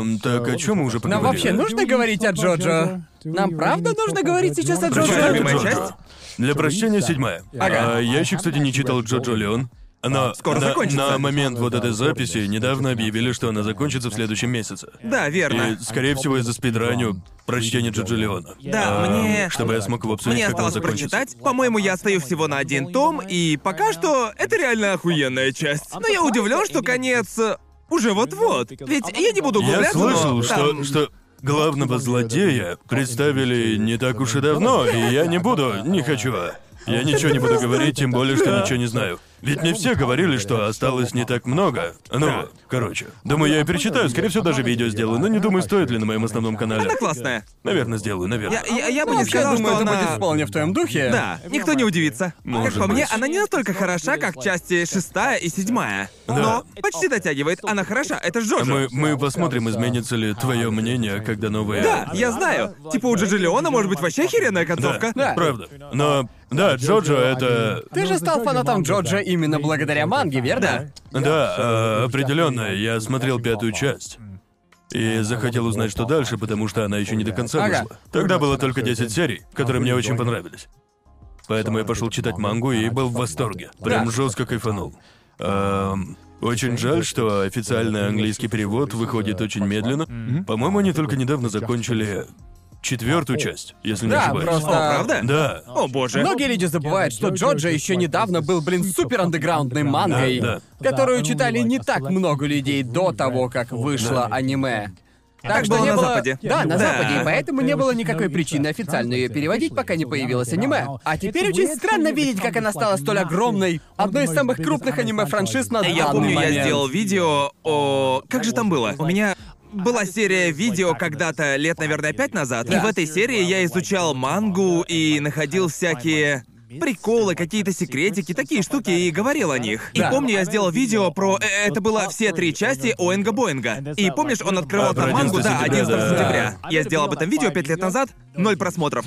S3: Эм, так о чем мы уже
S1: Нам
S3: поговорили?
S1: вообще нужно говорить о Джоджо? Нам правда нужно говорить сейчас о
S3: Прощай,
S2: Джоджо?
S1: Джоджо?
S2: любимая
S3: Джоджо.
S2: часть?
S3: Для прощения седьмая.
S1: Ага.
S3: А, я еще, кстати, не читал Джоджо Леон. Она
S2: Скоро
S3: на,
S2: закончится.
S3: на момент вот этой записи недавно объявили, что она закончится в следующем месяце.
S2: Да, верно.
S3: И, скорее всего, я заспидраню прочтение Джоджо Леона.
S2: Да,
S3: Эм,
S2: мне...
S3: Чтобы я смог его обсудить,
S2: Мне
S3: как оно
S2: осталось
S3: закончится.
S2: прочитать. По-моему, я остаюсь всего на один том, и пока что это реально охуенная часть. Но я удивлен, что конец э, уже вот-вот. Ведь я не буду
S3: Я
S2: углубляться, но
S3: слышал, что,
S2: там-
S3: что главного злодея представили не так уж и давно, и я не буду, не хочу. Я ничего не буду говорить, тем более, что ничего не знаю. Ведь мне все говорили, что осталось не так много. Ну, короче. Думаю, я и перечитаю, скорее всего, даже видео сделаю, но не думаю, стоит ли на моем основном канале.
S2: Она классная.
S3: Наверное, сделаю, наверное.
S2: Я, я- я бы
S1: Ну,
S2: не
S1: я
S2: сказал,
S1: думаю,
S2: что
S1: это
S2: она...
S1: будет вполне в твоем духе.
S2: Да, никто не удивится.
S3: Может
S2: как по мне,
S3: быть.
S2: она не настолько хороша, как части шестая и седьмая.
S3: Да.
S2: Но почти дотягивает. Она хороша, это Жожа.
S3: Мы, мы посмотрим, изменится ли твое мнение, когда новые...
S2: Да, я знаю. Типа у Джоджи Леона может быть вообще охеренная концовка.
S1: Да.
S3: Правда. Но, да, Джоджо — это...
S1: Ты же стал фанатом Джоджо именно благодаря манге, верно?
S3: Да, э, определенно. Я смотрел пятую часть. И захотел узнать, что дальше, потому что она еще не до конца
S1: Ага.
S3: вышла. Тогда было только 10 серий, которые мне очень понравились. Поэтому я пошел читать мангу и был в восторге. Прям
S1: Да.
S3: жестко кайфанул. Эм, очень жаль, что официальный английский перевод выходит очень медленно. По-моему, они только недавно закончили четвертую часть, если не
S1: Да,
S3: ошибаюсь.
S1: просто-
S2: О, правда?
S3: Да.
S2: О боже.
S3: Ну,
S1: Многие люди забывают, что Джоджо еще недавно был, блин, супер андеграундной мангой,
S3: Да,
S1: которую читали не так много людей до того, как вышло аниме. Так
S2: Так
S1: что
S2: было
S1: не
S2: на
S1: было...
S2: Западе.
S1: Да, на
S2: Да.
S1: Западе, и поэтому не было никакой причины официально ее переводить, пока не появилось аниме. А теперь очень странно видеть, как она стала столь огромной, одной из самых крупных аниме-франшиз на
S2: Я
S1: данный
S2: помню,
S1: момент.
S2: я сделал видео о... Как же там было? У меня была серия видео когда-то лет, наверное, пять назад. И
S1: Да.
S2: в этой серии я изучал мангу и находил всякие приколы, какие-то секретики, такие штуки, и говорил о них.
S1: Да.
S2: И помню, я сделал видео про... э, Это было все три части Оэнга Боинга. И помнишь, он открывал
S3: А, про
S2: там мангу,
S3: 11
S2: да,
S3: сентября,
S2: 11
S3: да.
S2: сентября. Я сделал об этом видео пять лет назад, ноль просмотров.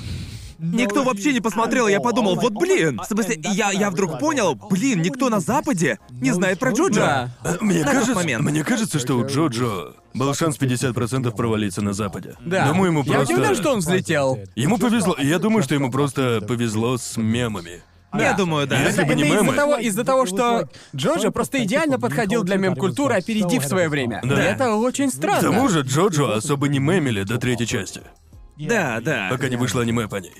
S2: Никто вообще не посмотрел, я подумал, вот блин. В смысле, я, я вдруг понял, блин, никто на Западе не знает про Джоджо.
S1: Да.
S3: Мне
S2: тот
S3: кажется,
S2: момент.
S3: мне кажется, что у Джоджо был шанс 50% провалиться на Западе.
S1: Да.
S3: Думаю, ему
S1: Я
S3: просто...
S1: удивлен, что он взлетел.
S3: Ему повезло, я думаю, что ему просто повезло с мемами.
S2: Я думаю, да.
S3: Если бы
S1: это
S3: не
S1: из-за
S3: мемы.
S1: того, из-за того, что Джоджо просто идеально подходил для мем-культуры, опередив свое время.
S3: Да.
S1: И это очень
S3: К
S1: странно.
S3: тому же Джоджо особо не мемили до третьей части,
S2: Да, да.
S3: пока не вышло аниме по ней.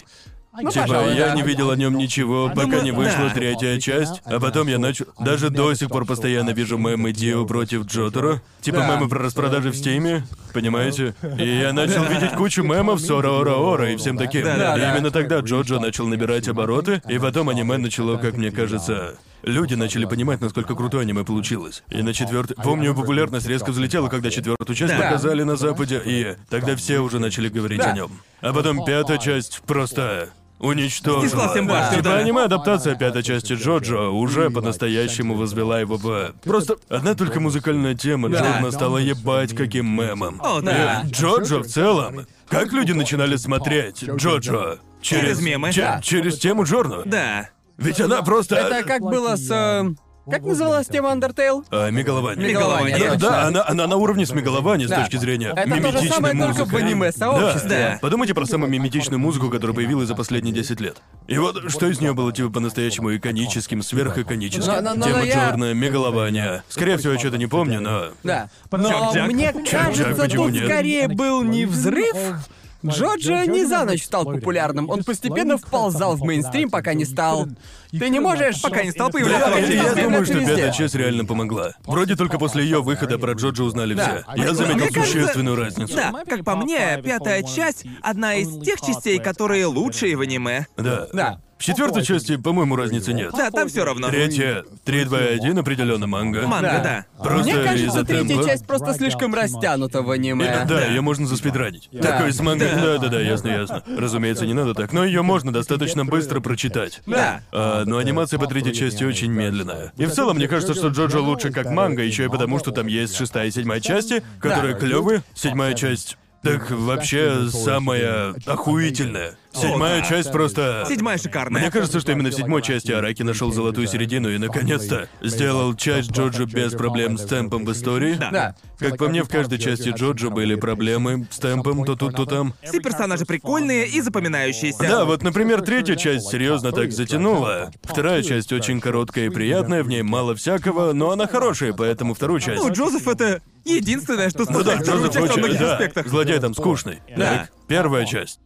S1: Ну,
S3: Типа,
S1: пожалуй,
S3: я
S1: да.
S3: не видел о нем ничего, пока
S2: Думаю,
S3: не вышла
S2: да.
S3: третья часть, а потом я начал... Даже до сих пор постоянно вижу мемы Дио против Джотаро, типа
S1: Да.
S3: мемы про распродажи в Стиме, понимаете? И я начал видеть кучу мемов с Ора Ора Ора и всем таким.
S2: Да, да,
S3: и
S1: да.
S3: именно тогда Джоджо начал набирать обороты, и потом аниме начало, как мне кажется... Люди начали понимать, насколько крутое аниме получилось. И на четвертый... Помню, популярность резко взлетела, когда четвертую часть
S2: Да.
S3: показали на Западе, и тогда все уже начали говорить
S1: Да.
S3: о нем. А потом пятая часть просто уничтожила.
S2: Снесла всем башню,
S3: Типа
S2: да.
S3: аниме-адаптация пятой части Джоджо уже по-настоящему возвела его в... Просто одна только музыкальная тема
S1: Да.
S3: Джордана стала ебать каким мемом.
S2: О, да.
S3: И Джоджо в целом. Как люди начинали смотреть Джоджо?
S2: Через мемы.
S3: че-
S1: Да.
S3: Через тему Джорна.
S2: Да.
S3: Ведь она просто...
S1: Это как было с... э, Как называлась тема Undertale?
S3: А, мегалования.
S2: Мегалования,
S3: Да,
S1: точно.
S3: да, она, она на уровне с мегалования с
S1: Да.
S3: точки зрения
S1: Это то же
S3: миметичной
S1: самое, только
S3: музыки.
S1: в аниме-сообществе.
S3: Да.
S2: Да.
S3: Подумайте про самую миметичную музыку, которая появилась за последние 10 лет. И вот что из нее было типа по-настоящему иконическим, сверхиконическим.
S1: Но- но- но-
S3: Тема
S1: но я-
S3: черная, мегалования. Скорее всего, я что-то не помню, но...
S1: Да.
S2: Чак-чак.
S1: Но мне
S3: Чак-чак,
S1: кажется,
S3: почему
S1: тут
S3: нет?
S1: скорее был не взрыв, Джоджо не за ночь стал популярным, он постепенно вползал в мейнстрим, пока не стал... Ты не можешь...
S2: Пока не стал
S3: Я,
S2: появляться в
S3: я
S2: Netflix.
S3: думаю, что
S1: Везде.
S3: пятая часть реально помогла. Вроде только после ее выхода про Джоджо узнали
S1: Да.
S3: все. Я заметил
S2: Мне кажется-
S3: существенную разницу.
S2: Да, как по мне, пятая часть — одна из тех частей, которые лучшие в аниме.
S3: Да.
S1: Да.
S3: В четвертой части, по-моему, разницы нет.
S2: Да, там все равно.
S3: Третья, 3-2-1 определенно манга.
S2: Манга,
S1: Да.
S2: да.
S3: Просто
S1: Мне кажется,
S3: из-за
S1: третья
S3: темпа.
S1: часть просто слишком растянута в
S3: И-
S1: аниме.
S3: да, ее можно заспидранить. Такой с мангой. Да, да, да, ясно, ясно. Разумеется, не надо так, но ее можно достаточно быстро прочитать.
S2: Да.
S3: А, но анимация по третьей части очень медленная. И в целом, мне кажется, что Джоджо лучше как манга, еще и потому, что там есть шестая и седьмая части, которые
S1: Да.
S3: клевые. Седьмая часть. Так вообще самая охуительная. Седьмая
S2: да.
S3: часть просто.
S2: Седьмая шикарная.
S3: Мне кажется, что именно в седьмой части Араки нашел золотую середину и наконец-то сделал часть Джоджо без проблем с темпом в истории.
S1: Да.
S3: Как по мне, в каждой части Джоджо были проблемы с темпом то тут, то там.
S2: Все персонажи прикольные и запоминающиеся.
S3: Да, вот, например, третья часть серьезно так затянула. Вторая часть очень короткая и приятная, в ней мало всякого, но она хорошая, поэтому вторую часть.
S2: Ну, Джозеф это единственное, что
S3: Ну да,
S2: спасает вторую
S3: Джозеф
S2: часть во
S3: очень-
S2: многих
S3: да,
S2: аспектах.
S3: Злодей там скучный.
S2: Да.
S3: Так, первая часть.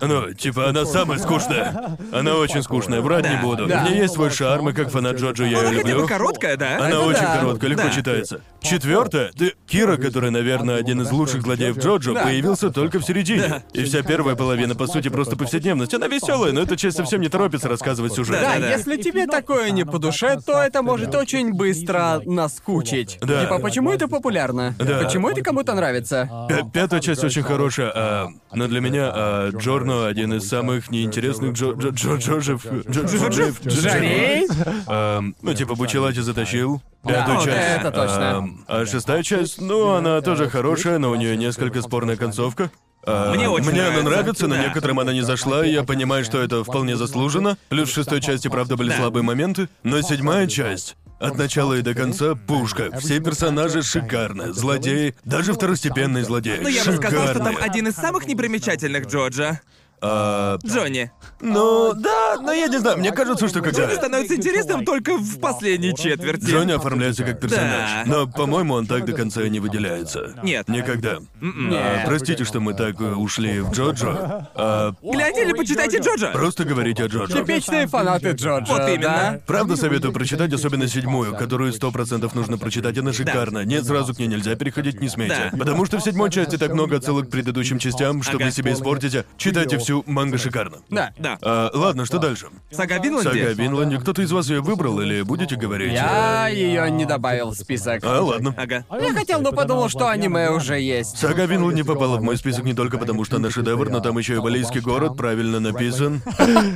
S3: Ну, типа, она самая скучная. Она очень скучная, врать не
S2: Да.
S3: буду.
S1: Да.
S3: У нее есть свой шарм, и как фанат Джоджо я
S2: Ну, Она
S3: ее
S2: хотя бы
S3: люблю.
S2: короткая, да?
S3: Она
S1: Это
S3: очень
S1: да.
S3: короткая, легко
S2: Да.
S3: читается. Четвертая, ты Кира, который, наверное, один из лучших злодеев Джоджо,
S1: Да.
S3: появился только в середине. И вся первая половина, по сути, просто повседневность. Она веселая, но эта часть совсем не торопится рассказывать сюжет.
S1: Да,
S2: Да, да.
S1: если тебе такое не по душе, то это может очень быстро наскучить.
S3: Да.
S1: Типа, почему это популярно?
S3: Да.
S1: Почему это кому-то нравится?
S3: Пя- Пятая часть очень хорошая, а, но для меня а, Джорно один из самых неинтересных Джо Джо Джо Джожев. Джо- Джожев? Джо-
S1: Жарей?
S3: Эм, ну, типа, Бучелати затащил. Пятую
S1: О, да,
S3: часть.
S1: это точно.
S3: Эм, А шестая часть, ну, она тоже хорошая, но у нее несколько спорная концовка. Э,
S2: Мне очень
S3: она
S2: нравится.
S3: нравится, но
S2: Да.
S3: некоторым она не зашла, и я понимаю, что это вполне заслуженно. Плюс в шестой части, правда, были
S2: Да.
S3: слабые моменты. Но седьмая часть. От начала и до конца пушка. Все персонажи шикарны. Злодеи, даже второстепенные злодеи.
S2: Ну, я бы
S3: шикарные.
S2: сказал, что там один из самых непримечательных Джорджа.
S3: А,
S2: Джонни.
S3: ну, да, но я не знаю, мне кажется, что когда...
S2: Джонни становится интересным только в последней четверти.
S3: Джонни оформляется как персонаж,
S2: Да.
S3: но, по-моему, он так до конца и не выделяется.
S2: Нет.
S3: Никогда.
S2: М-м.
S3: А, простите, что мы так э, ушли в Джоджо. А,
S2: Гляньте или почитайте Джорджа.
S3: просто говорите о Джоджо.
S1: Типичные фанаты Джорджа,
S2: Вот именно.
S1: да?
S3: Правда, советую прочитать, особенно седьмую, которую сто процентов нужно прочитать, она шикарна. Нет, сразу к ней нельзя переходить, не смейте.
S2: Да.
S3: Потому что в седьмой части так много отсылок к предыдущим частям, что
S2: Ага.
S3: вы себе а испортите. Читайте всю, манга шикарно.
S1: Да.
S2: Да. Ну,
S3: А, ладно, что дальше?
S2: Сага Винланде.
S3: Сага о Винланде. Кто-то из вас ее выбрал или будете говорить?
S1: Я ее не добавил в список.
S3: А, ладно.
S2: Ага.
S1: Я хотел, но подумал, что аниме уже есть.
S3: Сага Винл не попала в мой список не только потому, что она шедевр, но там еще и Балийский город правильно написан.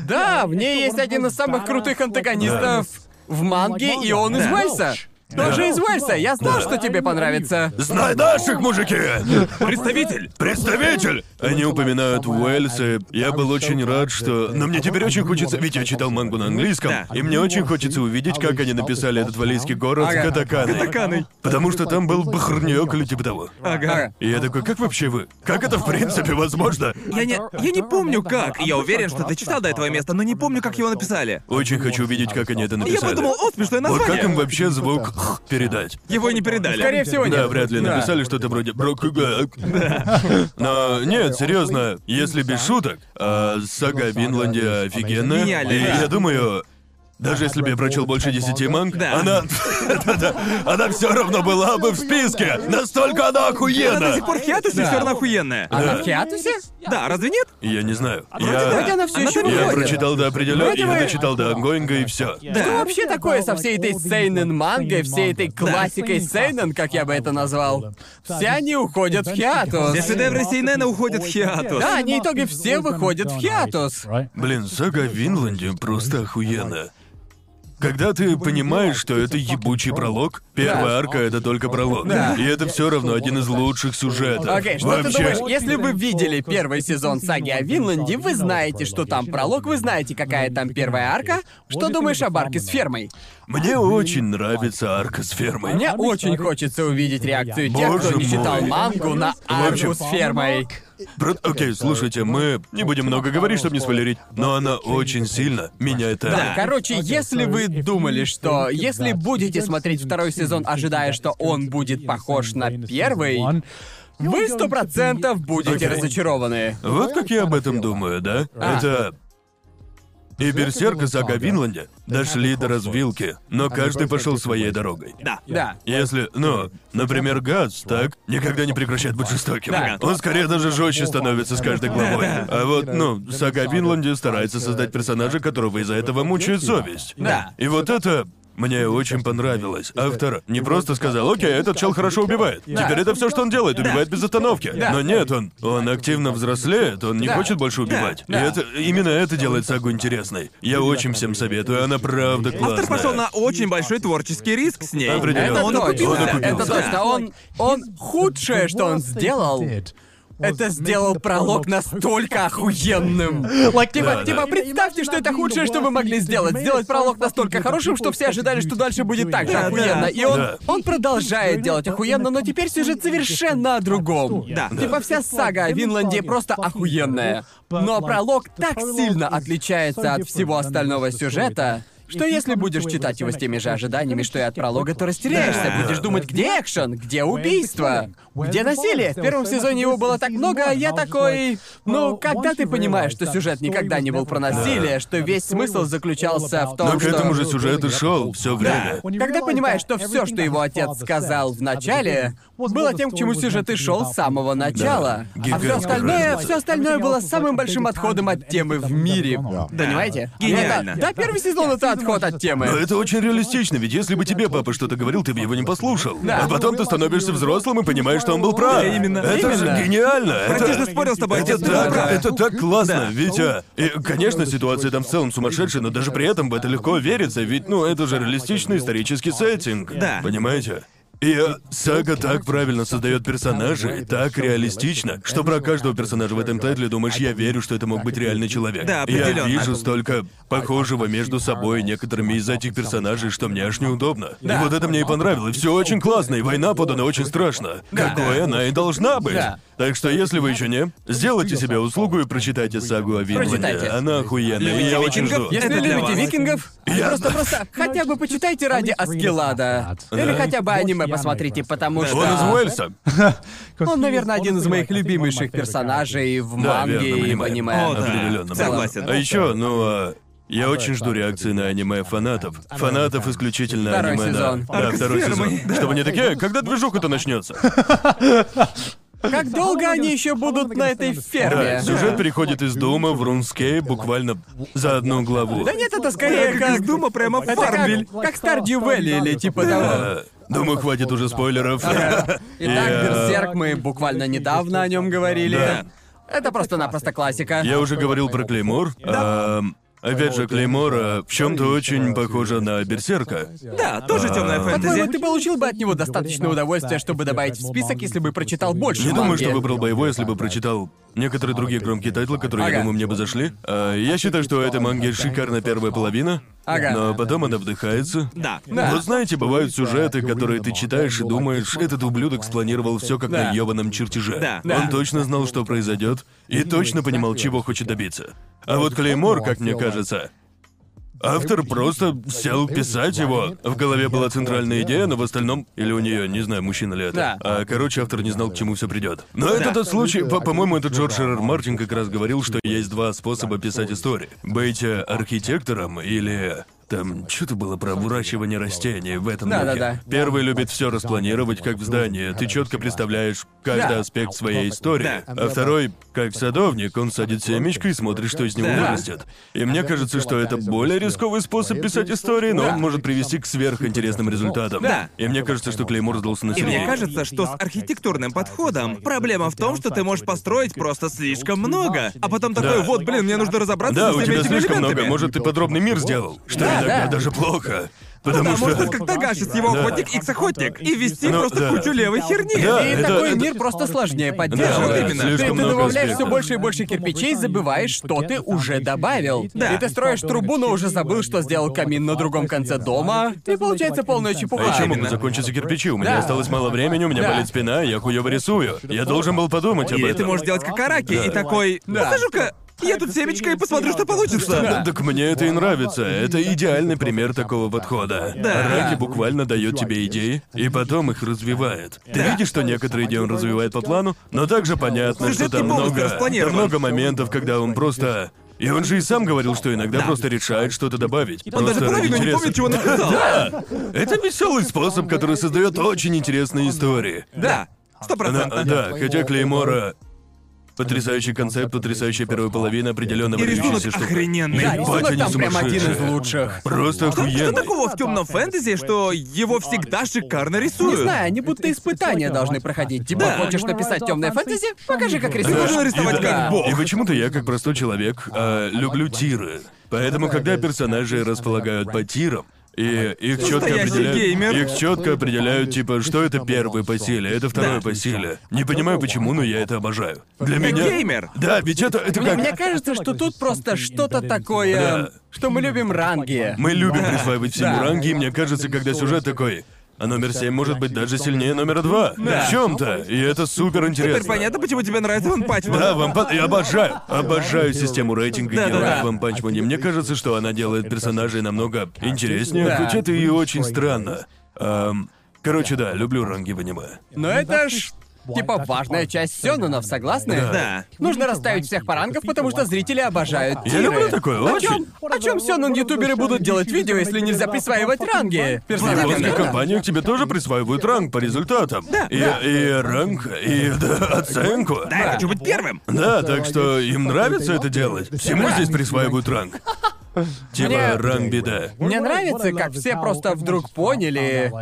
S1: Да, в ней есть один из самых крутых антагонистов в манге, и он из
S2: Да.
S1: Уэльса. Тоже из Уэльса. Я знал, что тебе понравится.
S3: Знай наших, мужики!
S2: Представитель!
S3: Представитель! Они упоминают Уэльс, и я был очень рад, что... Но мне теперь очень хочется... Ведь я читал мангу на английском,
S2: Да.
S3: и мне очень хочется увидеть, как они написали этот валийский город с
S1: Ага.
S3: катаканой.
S2: Катаканой.
S3: Потому что там был бахрнёк или типа того.
S1: Ага.
S2: Ага.
S3: И я такой, как вообще вы? Как это в принципе возможно?
S2: Я не, я не помню как. Я уверен, что ты читал до этого места, но не помню, как его написали.
S3: Очень хочу увидеть, как они это
S2: Я
S3: написали.
S2: подумал, о, смешное
S3: Ну, Вот
S2: название.
S3: как им вообще звук «х» передать?
S2: Его и не передали.
S1: Скорее всего, нет.
S3: Да, вряд ли
S1: Да.
S3: написали что-то вроде «Брок». Но нет, серьезно, если без шуток, а, сага о Винланде офигенная.
S2: Гениально.
S3: И
S2: Да.
S3: я думаю, даже если бы я прочел больше 10 манг,
S2: Да.
S3: она... Да-да, она все равно была бы в списке! Настолько она
S2: Она до
S3: охуенна!
S2: сих пор Хиатусе
S1: Да.
S2: все равно охуенная.
S1: Она А в Хиатусе?
S2: Да, разве нет?
S3: Я не знаю.
S1: Вроде
S3: Я...
S1: она все
S2: А Она
S1: еще
S2: там
S3: Я
S2: ходит.
S3: прочитал до определенного,
S1: Вроде
S3: я
S1: бы-
S3: дочитал до ангоинга и все.
S1: Что
S2: Да.
S1: вообще такое со всей этой сейнен мангой, всей этой классикой сейнен, как я бы это назвал? Все они уходят в хиатус.
S2: Все шедевры Сейнена уходят в хиатус.
S1: Да, они итоги все выходят в хиатус.
S3: Блин, сага о Винланде просто охуенно. Когда ты понимаешь, что это ебучий пролог, первая арка это только пролог.
S1: Да.
S3: И это все равно один из лучших сюжетов.
S1: Окей, что ты
S3: Вообще.
S1: думаешь, если вы видели первый сезон саги о Винланде, вы знаете, что там пролог, вы знаете, какая там первая арка. Что думаешь об арке с фермой?
S3: Мне очень нравится арка с фермой.
S1: Мне очень хочется увидеть реакцию тех,
S3: Боже
S1: кто не читал
S3: мой.
S1: мангу на арку с фермой.
S3: Бро- Окей, слушайте, мы не будем много говорить, чтобы не спойлерить, но она очень сильно меняет это.
S1: Да, короче, если вы думали, что если будете смотреть второй сезон, ожидая, что он будет похож на первый, Вы сто процентов будете
S3: Окей.
S1: разочарованы.
S3: Вот как я об этом думаю, да?
S1: А.
S3: Это... И Берсерк и Сага Винланде дошли до развилки, но каждый пошел своей дорогой.
S2: Да.
S1: Да.
S3: Если, ну, например, Гац, так, никогда не прекращает быть жестоким.
S2: Да.
S3: Он скорее даже жестче становится с каждой главой. А вот, ну, Сага Винланде старается создать персонажа, которого из-за этого мучает совесть.
S2: Да.
S3: И вот это мне очень понравилось. Автор не просто сказал, окей, этот чел хорошо убивает.
S1: Да.
S3: Теперь это все, что он делает, убивает без остановки.
S1: Да.
S3: Но нет, он, он активно взрослеет, он не
S1: Да.
S3: хочет больше убивать.
S1: Да.
S3: И это, именно это делает сагу интересной. Я очень всем советую, она правда классная.
S2: Автор пошел на очень большой творческий риск с ней.
S3: Определенно.
S2: Но он
S3: Это
S2: окупился.
S3: Он окупился.
S1: Это точно. Он, он худшее, что он сделал, это сделал пролог настолько охуенным. типа, типа,
S3: Да, да.
S1: представьте, что это худшее, что вы могли сделать. Сделать пролог настолько хорошим, что все ожидали, что дальше будет так же
S2: Да, да.
S1: охуенно. И он,
S3: Да.
S1: он продолжает делать охуенно, но теперь сюжет совершенно о другом.
S2: Да.
S1: Типа вся сага о Винланде просто охуенная. Но пролог так сильно отличается от всего остального сюжета, что если будешь читать его с теми же ожиданиями, что и от пролога, то растеряешься,
S3: Да.
S1: будешь думать, где экшен, где убийство, где насилие. В первом сезоне его было так много, а я такой... Ну, когда ты понимаешь, что сюжет никогда не был про насилие, что весь смысл заключался в том,
S3: Но к
S1: что...
S3: этому же сюжет и шел все время.
S1: Когда понимаешь, что все, что его отец сказал в начале, было тем, к чему сюжет и шел с самого начала. А все
S3: Гигантская
S1: остальное,
S3: разница.
S1: все остальное было самым большим отходом от темы в мире. Понимаете?
S2: Гениально.
S1: Это- да, первый сезон это отход от
S3: Но
S1: темы.
S3: это очень реалистично, ведь если бы тебе папа что-то говорил, ты бы его не послушал.
S1: Да.
S3: А потом ты становишься взрослым и понимаешь, что он был прав.
S2: Да, именно.
S3: Это
S1: Именно.
S3: же гениально. Это-
S2: Практически спорил с тобой
S3: Это
S2: отец.
S3: так,
S2: Да.
S3: это так классно, ведь, а, и, конечно, ситуация там в целом сумасшедшая, но даже при этом в это легко верится, ведь, ну, это же реалистичный исторический сеттинг.
S2: Да.
S3: Понимаете? И а, Сага так правильно создает персонажей, так реалистично, что про каждого персонажа в этом тайтле думаешь, я верю, что это мог быть реальный человек.
S2: Да,
S3: я
S2: определенно.
S3: вижу столько похожего между собой некоторыми из этих персонажей, что мне аж неудобно. И вот это мне и понравилось. Все очень классно, и война подана очень страшно. Какой она и должна быть.
S1: Да.
S3: Так что, если вы еще не, сделайте себе услугу и прочитайте сагу о Винланде.
S1: Прочитайте.
S3: Она охуенная, и
S2: Любите
S3: я очень
S2: викингов?
S3: жду.
S2: Я-
S1: Если
S2: Это для
S1: любите
S2: вас.
S1: викингов, просто-просто хотя бы почитайте ради Аскелада. Или
S3: Да.
S1: хотя бы аниме посмотрите, потому что...
S3: Он из Уэльса.
S1: Он, наверное, один из моих любимейших персонажей в
S3: Да,
S1: манге
S3: верно,
S1: и в
S3: понимаю.
S1: аниме.
S2: О, да.
S3: Определенно.
S2: Согласен.
S3: А еще, ну, а, я очень жду реакции на аниме фанатов. Фанатов исключительно
S1: Второй
S3: аниме,
S1: сезон.
S3: да. Да, второй
S2: Арксфермы.
S3: сезон. Чтобы не такие, когда движуха-то начнется?
S1: Как долго они еще будут на этой ферме?
S3: Да, сюжет переходит из дома в Рунскейп буквально за одну главу.
S1: Да нет, это скорее
S2: Как
S1: как...
S2: из Дума прямо в
S1: Это как-
S2: Фармвиль.
S1: Как, Стардью Вэлли или типа того.
S3: А, Думаю, хватит уже спойлеров.
S1: Итак,
S3: Я-
S1: Берсерк, мы буквально недавно о нем говорили.
S3: Э, Да.
S1: Это просто-напросто классика.
S3: Я уже говорил про Клеймор. Ам, Опять же, Клеймор а, в чем-то очень похожа на Берсерка.
S2: Да,
S3: А.
S2: тоже темная
S1: По-твоему,
S2: фэнтези.
S1: ты получил бы от него достаточно удовольствия, чтобы добавить в список, если бы прочитал больше
S3: Не
S1: манги?
S3: думаю, что выбрал бы его, если бы прочитал некоторые другие громкие тайтлы, которые,
S1: Ага.
S3: я думаю, мне бы зашли. А, я считаю, что у этой манги шикарная первая половина,
S1: Ага.
S3: но потом она вдыхается.
S2: Да.
S1: Да.
S3: Вот знаете, бывают сюжеты, которые ты читаешь и думаешь, этот ублюдок спланировал все как
S1: Да.
S3: на ёбаном чертеже.
S2: Да.
S1: Да.
S3: Он точно знал, что произойдет, и точно понимал, чего хочет добиться. А вот Клеймор, как мне кажется, автор просто сел писать его. В голове была центральная идея, но в остальном, или у нее, не знаю, мужчина ли это.
S1: Да.
S3: А, короче, автор не знал, к чему все придет. Но это тот случай, по- по-моему, это Джордж Р. Мартин как раз говорил, что есть два способа писать истории. Быть э, архитектором или там что-то было про выращивание растений в этом
S1: Да,
S3: духе.
S1: да, да.
S3: Первый любит все распланировать, как в здании. Ты четко представляешь каждый
S1: Да.
S3: аспект своей истории. А второй, как садовник, он садит семечко и смотрит, что из него
S2: Да.
S3: вырастет. И мне кажется, что это более рисковый способ писать истории, но он может привести к сверхинтересным результатам.
S2: Да.
S3: И мне кажется, что Клеймор сдался на
S2: И мне
S3: сильнее.
S2: кажется, что с архитектурным подходом проблема в том, что ты можешь построить просто слишком много, а потом такой,
S3: Да.
S2: вот, блин, мне нужно разобраться
S3: Да,
S2: с
S3: у
S2: всеми
S3: тебя
S2: этими
S3: слишком много.
S2: элементами.
S3: Может, ты подробный мир сделал, что
S1: Да,
S3: иногда
S1: да.
S3: даже плохо. Потому
S2: Да,
S3: что... А
S2: может, как Тагаши с его
S3: Да.
S2: охотник икс охотник и вести
S3: Ну,
S2: просто
S3: да.
S2: кучу левой херни.
S3: Да,
S1: И
S3: это-
S1: такой
S3: это-
S1: мир просто сложнее поддерживать.
S2: вот
S1: Ты-
S2: именно.
S1: Ты,
S3: Слишком много
S1: добавляешь все
S3: аспектов.
S1: больше и больше кирпичей, забываешь, что ты уже добавил.
S2: Да.
S1: И ты строишь трубу, но уже забыл, что сделал камин на другом конце дома. И получается полная
S3: А
S1: чепуха.
S3: еще
S2: Именно.
S3: могут закончиться кирпичи. У меня
S1: Да.
S3: осталось мало времени, у меня
S1: Да.
S3: болит спина, я хуёво рисую. Я должен был подумать об
S2: Или
S3: этом.
S2: ты можешь делать как Араки, и такой,
S1: Да.
S2: посажу-ка Я тут семечко и посмотрю, что получится.
S3: Да, так мне это и нравится. Это идеальный пример такого подхода.
S2: Да.
S3: Раки буквально дает тебе идеи, и потом их развивает. Ты
S2: Да.
S3: видишь, что некоторые идеи он развивает по плану, но также понятно,
S2: Сюжет
S3: что там
S2: не полностью
S3: много,
S2: распланирован.
S3: там много моментов, когда он просто... И он же и сам говорил, что иногда просто решает что-то добавить.
S2: Он
S3: Просто
S2: даже
S3: ради
S2: половину не
S3: интереса.
S2: помнит, чего написал.
S3: Это веселый способ, который создает очень интересные истории.
S2: Да, сто
S3: Она-
S2: процентов.
S3: да, хотя Клеймора... Потрясающий концепт, потрясающая первая половина определенно
S2: И рисунок
S3: выдающаяся штука.
S2: охрененный.
S3: Да,
S1: Да,
S3: Ебать,
S1: рисунок
S3: они
S1: там прям
S3: сумасшедшие.
S1: один из лучших.
S3: Просто
S2: Что, что
S3: охуенно.
S2: такого в темном фэнтези, что его всегда шикарно
S1: Не
S2: рисуют?
S1: знаю, они будто испытания должны проходить. Типа,
S2: Да.
S1: хочешь написать темное фэнтези? Покажи, как
S2: Ты
S1: рисуешь.
S2: должен рисовать как бог.
S3: И почему-то я, как простой человек, э, люблю тиры. Поэтому, когда персонажи располагают по тирам, и их четко
S2: Настоящий геймер.
S3: определяют, их четко определяют, типа, что это первый по силе, это второй по силе. Не понимаю, почему, но я это обожаю. Для
S2: Ты
S3: меня.
S2: геймер.
S3: Да, ведь это это
S1: Мне,
S3: как.
S1: мне кажется, что тут просто что-то
S3: Да.
S1: такое, что мы любим ранги.
S3: Мы любим присваивать всему
S1: Да.
S3: ранги, и мне кажется, когда сюжет такой. А номер семь может быть даже сильнее номера два. В чем-то. И это супер интересно.
S2: Теперь понятно, почему тебе нравится Ван Панчман.
S3: Да, Вампан... Я обожаю. Обожаю систему рейтинга
S2: Да, да,
S3: героев
S2: да.
S3: в Вампанчмане. Мне кажется, что она делает персонажей намного интереснее,
S1: Да.
S3: хоть это и очень странно. Эм, короче, да, люблю ранги в аниме.
S1: Но Ну, это ж типа важная часть Сёнунов, согласны?
S2: Да.
S1: Нужно расставить всех по рангам, потому что зрители обожают
S3: Я
S1: тиры.
S3: люблю такое,
S1: О
S3: очень.
S1: чем? О чем Сёнун ютуберы будут делать видео, если нельзя присваивать ранги?
S3: В
S1: персонажам,
S3: после
S1: верно?
S3: компании к тебе тоже присваивают ранг по результатам. и, и ранг, и да, оценку.
S2: Да, А, я хочу быть первым.
S3: Да, так что им нравится это делать. Всему здесь присваивают ранг.
S1: Мне-
S3: Типа ранг беда.
S1: Мне нравится, как все просто вдруг поняли,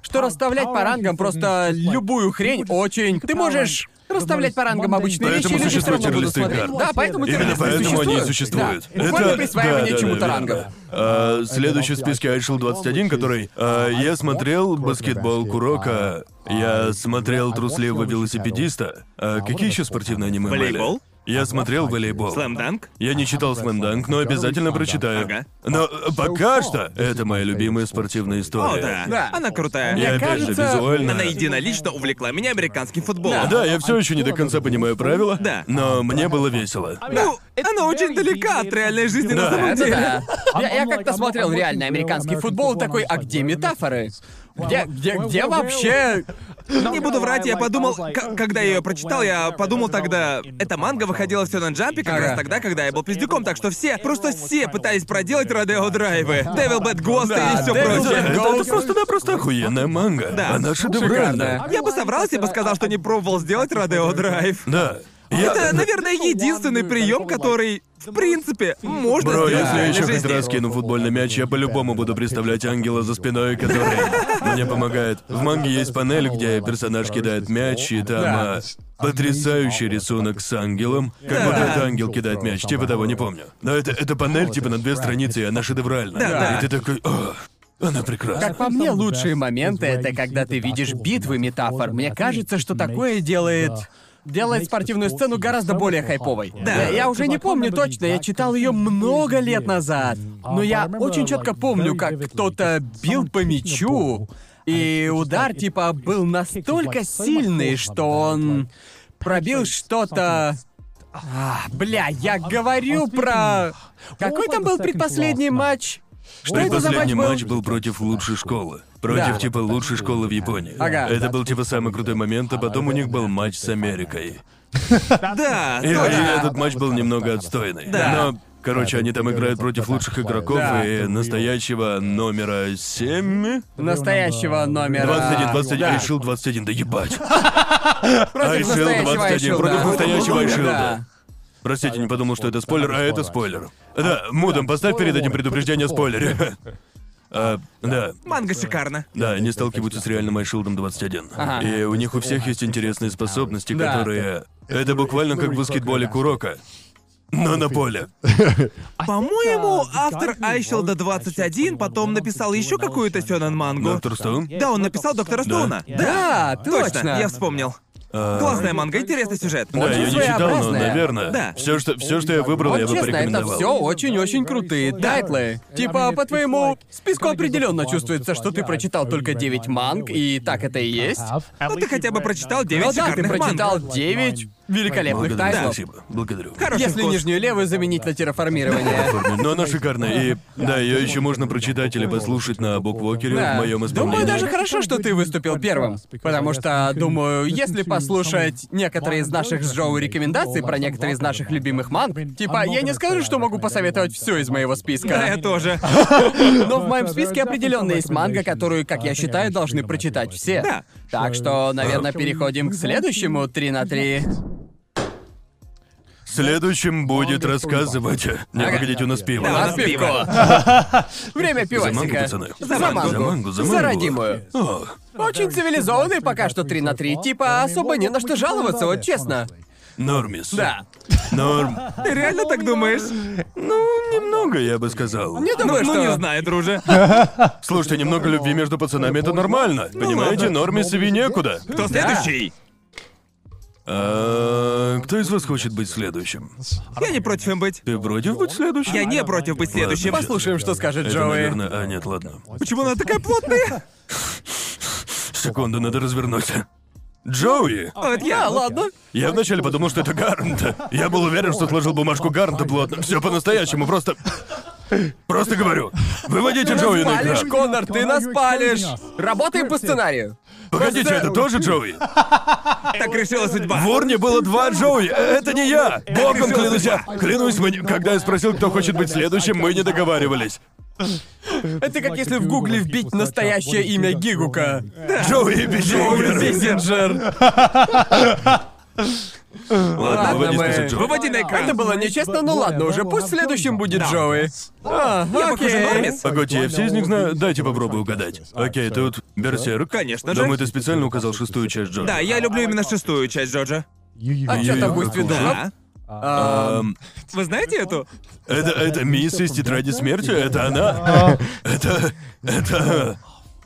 S1: что расставлять по рангам просто любую хрень очень... Ты можешь расставлять по рангам обычные
S3: Поэтому
S1: вещи, люди всё равно
S3: существуют
S1: будут
S3: тирлисты
S1: смотреть.
S3: карт.
S1: Да, поэтому
S3: Именно
S1: тирлисты
S3: поэтому они и существуют.
S1: Да. Буквально присваивание
S3: да, да,
S1: чему-то
S3: да,
S1: рангов.
S3: да. А, следующий в списке Айшел 21, который... а, я смотрел баскетбол Курока, я смотрел трусливого велосипедиста. А, какие еще спортивные аниме были?
S2: Волейбол?
S3: Я смотрел волейбол.
S2: Слэмданк?
S3: Я не читал Слэмданк, но обязательно прочитаю.
S2: Ага.
S3: Но э, пока что это моя любимая спортивная
S2: О,
S3: история.
S2: да.
S1: Да.
S2: Она крутая.
S3: И
S1: Мне
S3: опять же,
S1: кажется,
S3: визуально...
S2: Она единолично увлекла меня американским футболом.
S3: Да, я все еще не до конца понимаю правила,
S2: Да.
S3: но мне было весело.
S2: Ну, она очень далека от реальной жизни на
S3: Да.
S2: самом
S1: Это
S2: деле.
S1: да. Я, я как-то смотрел реальный американский футбол, такой, а где метафоры? Где, где, где вообще?
S2: Не буду врать, я подумал, к- когда я ее прочитал, я подумал тогда, эта манга выходила все на джампе как
S1: Ага.
S2: раз тогда, когда я был пиздюком, так что все, просто все пытались проделать Родео Драйвы, Devil Bad Ghost
S1: Да,
S2: и все
S1: Devil
S3: Это,
S1: Bad
S2: прочее.
S3: это, это просто-напросто охуенная манга.
S2: Да.
S3: Она шедевральная.
S1: Шикарная.
S2: Я бы собрался и бы сказал, что не пробовал сделать Родео Драйв.
S3: Да. Я...
S2: Это, наверное, единственный прием, который, в принципе, можно
S3: Бро,
S2: сделать
S3: если
S2: в
S3: я еще
S2: реальной
S3: хоть
S2: жизни.
S3: раз кину футбольный мяч, я по-любому буду представлять ангела за спиной, который мне помогает. В манге есть панель, где персонаж кидает мяч, и там
S1: Да.
S3: а, потрясающий рисунок с ангелом. Как будто это ангел кидает мяч, типа того, не помню. Но это, это панель типа на две страницы, и она шедевральна.
S2: да.
S3: И ты такой, «Ох, она прекрасна.
S1: Как по мне, лучшие моменты — это когда ты видишь битвы метафор. Мне кажется, что такое делает... Делает спортивную сцену гораздо более хайповой.
S2: Да.
S1: Я, я уже не помню точно, я читал ее много лет назад. Но я очень четко помню, как кто-то бил по мячу, и удар типа был настолько сильный, что он пробил что-то А, Бля, я говорю про... Какой там был предпоследний матч? Что это за матч
S3: Предпоследний
S1: был?
S3: матч был против лучшей школы. Против
S1: Да.
S3: типа лучшей школы в Японии.
S1: Ага.
S3: Это был типа самый крутой момент, а потом у них был матч с Америкой.
S1: А,
S2: Да,
S3: И, и
S2: точно.
S3: этот матч был немного отстойный.
S2: Да.
S3: Но, короче, они там играют против лучших игроков
S1: Да.
S3: и настоящего номера 7.
S1: Настоящего номера...
S3: 21, 21,
S1: Да,
S3: решил 21, да ебать.
S1: против настоящего
S3: Айшилд, 21,
S1: Айшилда.
S3: против настоящего Айшилда.
S1: Да.
S3: Простите, не подумал, что это спойлер, а это спойлер. Да, мудом, поставь перед этим предупреждение о спойлере. А, да,
S2: Манга
S1: А
S2: шикарна.
S3: Да, они сталкиваются с реальным Айшилдом 21.
S1: Ага.
S3: И у них у всех есть интересные способности,
S1: Да.
S3: которые... Это буквально как в баскетболе Курока. Но на поле.
S2: По-моему, автор Айшелда 21 потом написал еще какую-то Сёнэн мангу.
S3: Доктор Стоун?
S2: Да, он написал Доктора Стоуна.
S1: Да, точно.
S2: Я вспомнил.
S3: А,
S2: Классная манга, интересный сюжет.
S3: Да, я не
S1: Очень
S3: читал, но,
S1: своеобразная.
S3: наверное.
S2: Да.
S3: Все, что, все, что я выбрал,
S1: Вот
S3: я бы
S1: честно, это
S3: порекомендовал.
S1: все очень-очень крутые тайтлы. Типа, по твоему списку определенно чувствуется, что ты прочитал только 9 манг, и так это и есть.
S2: Ну ты хотя бы прочитал
S1: Ну
S2: 9
S1: да, ты
S2: шикарных
S1: прочитал
S2: манг.
S5: манг.
S1: 9 великолепных
S3: Благодарю,
S1: тайтлов.
S3: спасибо. Благодарю.
S2: Хороший
S1: Если
S2: вкус.
S1: нижнюю левую заменить на терраформирование.
S3: Но она шикарная, и да, ее еще можно прочитать или послушать на Буквокере
S1: Да.
S3: в моем исполнении.
S1: Думаю, даже хорошо, что ты выступил первым. Потому что, думаю, если послушать некоторые из наших с Джоу рекомендаций про некоторые из наших любимых манг, типа, я не скажу, что могу посоветовать все из моего
S2: Да,
S1: списка.
S2: я тоже.
S1: Но в моем списке определенно есть манга, которую, как я считаю, должны прочитать все.
S2: Да.
S1: Так что, наверное, переходим к следующему 3 на 3.
S3: Следующим будет рассказывать. Не, погодите, у нас пиво.
S2: Да,
S1: Ладно, Время
S3: За мангу,
S1: пивасика.
S3: пацаны.
S1: За мангу.
S3: За мангу, за мангу.
S1: За родимую.
S3: О,
S1: Очень цивилизованный пока что 3 на 3. Типа, особо не на что жаловаться, вот честно.
S3: нормис.
S1: Да.
S3: Норм.
S2: Ты реально так думаешь?
S3: Ну, немного, я бы сказал.
S1: Не
S2: Ну,
S1: думаю,
S2: ну,
S1: что...
S2: не знаю, друже.
S3: Слушайте, немного любви между пацанами это нормально. Понимаете, нормис и некуда.
S2: Кто следующий?
S3: А, кто из вас хочет быть следующим?
S2: Я не против им быть.
S3: Ты против быть следующим?
S2: Я не против быть следующим.
S3: Ладно.
S1: Послушаем, что скажет
S3: Это,
S1: Джоуи.
S3: наверное... А, нет, ладно.
S2: Почему она такая плотная?
S3: Секунду, надо развернуться. Джоуи!
S2: А, Это я, ладно.
S3: Я вначале подумал, что это Гарнта. Я был уверен, что сложил бумажку Гарнта плотно. Все по-настоящему, просто... Просто говорю. Выводите Джоуи на
S1: Палишь,
S3: экран.
S1: Конор, ты нас палишь! Работаем по сценарию.
S3: Погодите, это тоже Джоуи?
S2: Так решила судьба.
S3: В Урне было два Джоуи. Э, Это не я. Богом клянусь я. Клянусь, мы... не- Когда я спросил, кто хочет быть следующим, мы не договаривались.
S1: Это как если в гугле вбить настоящее имя Гигука.
S3: Джоуи Бисинджер.
S1: Сиссинджер.
S3: Ладно, выводи
S1: мы-
S3: список Джоуи.
S2: Выводи на экран.
S1: Это было нечестно, но ладно уже, пусть следующим будет Джоуи. А,
S2: похоже на
S1: окей.
S2: Нормис.
S3: Погоди, я все из них знаю. Дайте попробую угадать. Окей, тут Берсерк.
S2: Конечно же.
S3: Думаю, ты специально указал шестую часть Джоуи.
S2: Да, я люблю именно шестую часть Джорджа.
S1: А чё там в «Буйстве духов»?
S2: Да.
S1: А,
S3: Эм,
S2: Вы знаете эту?
S3: Это, это мисс из тетради смерти? Это она? Это... Это...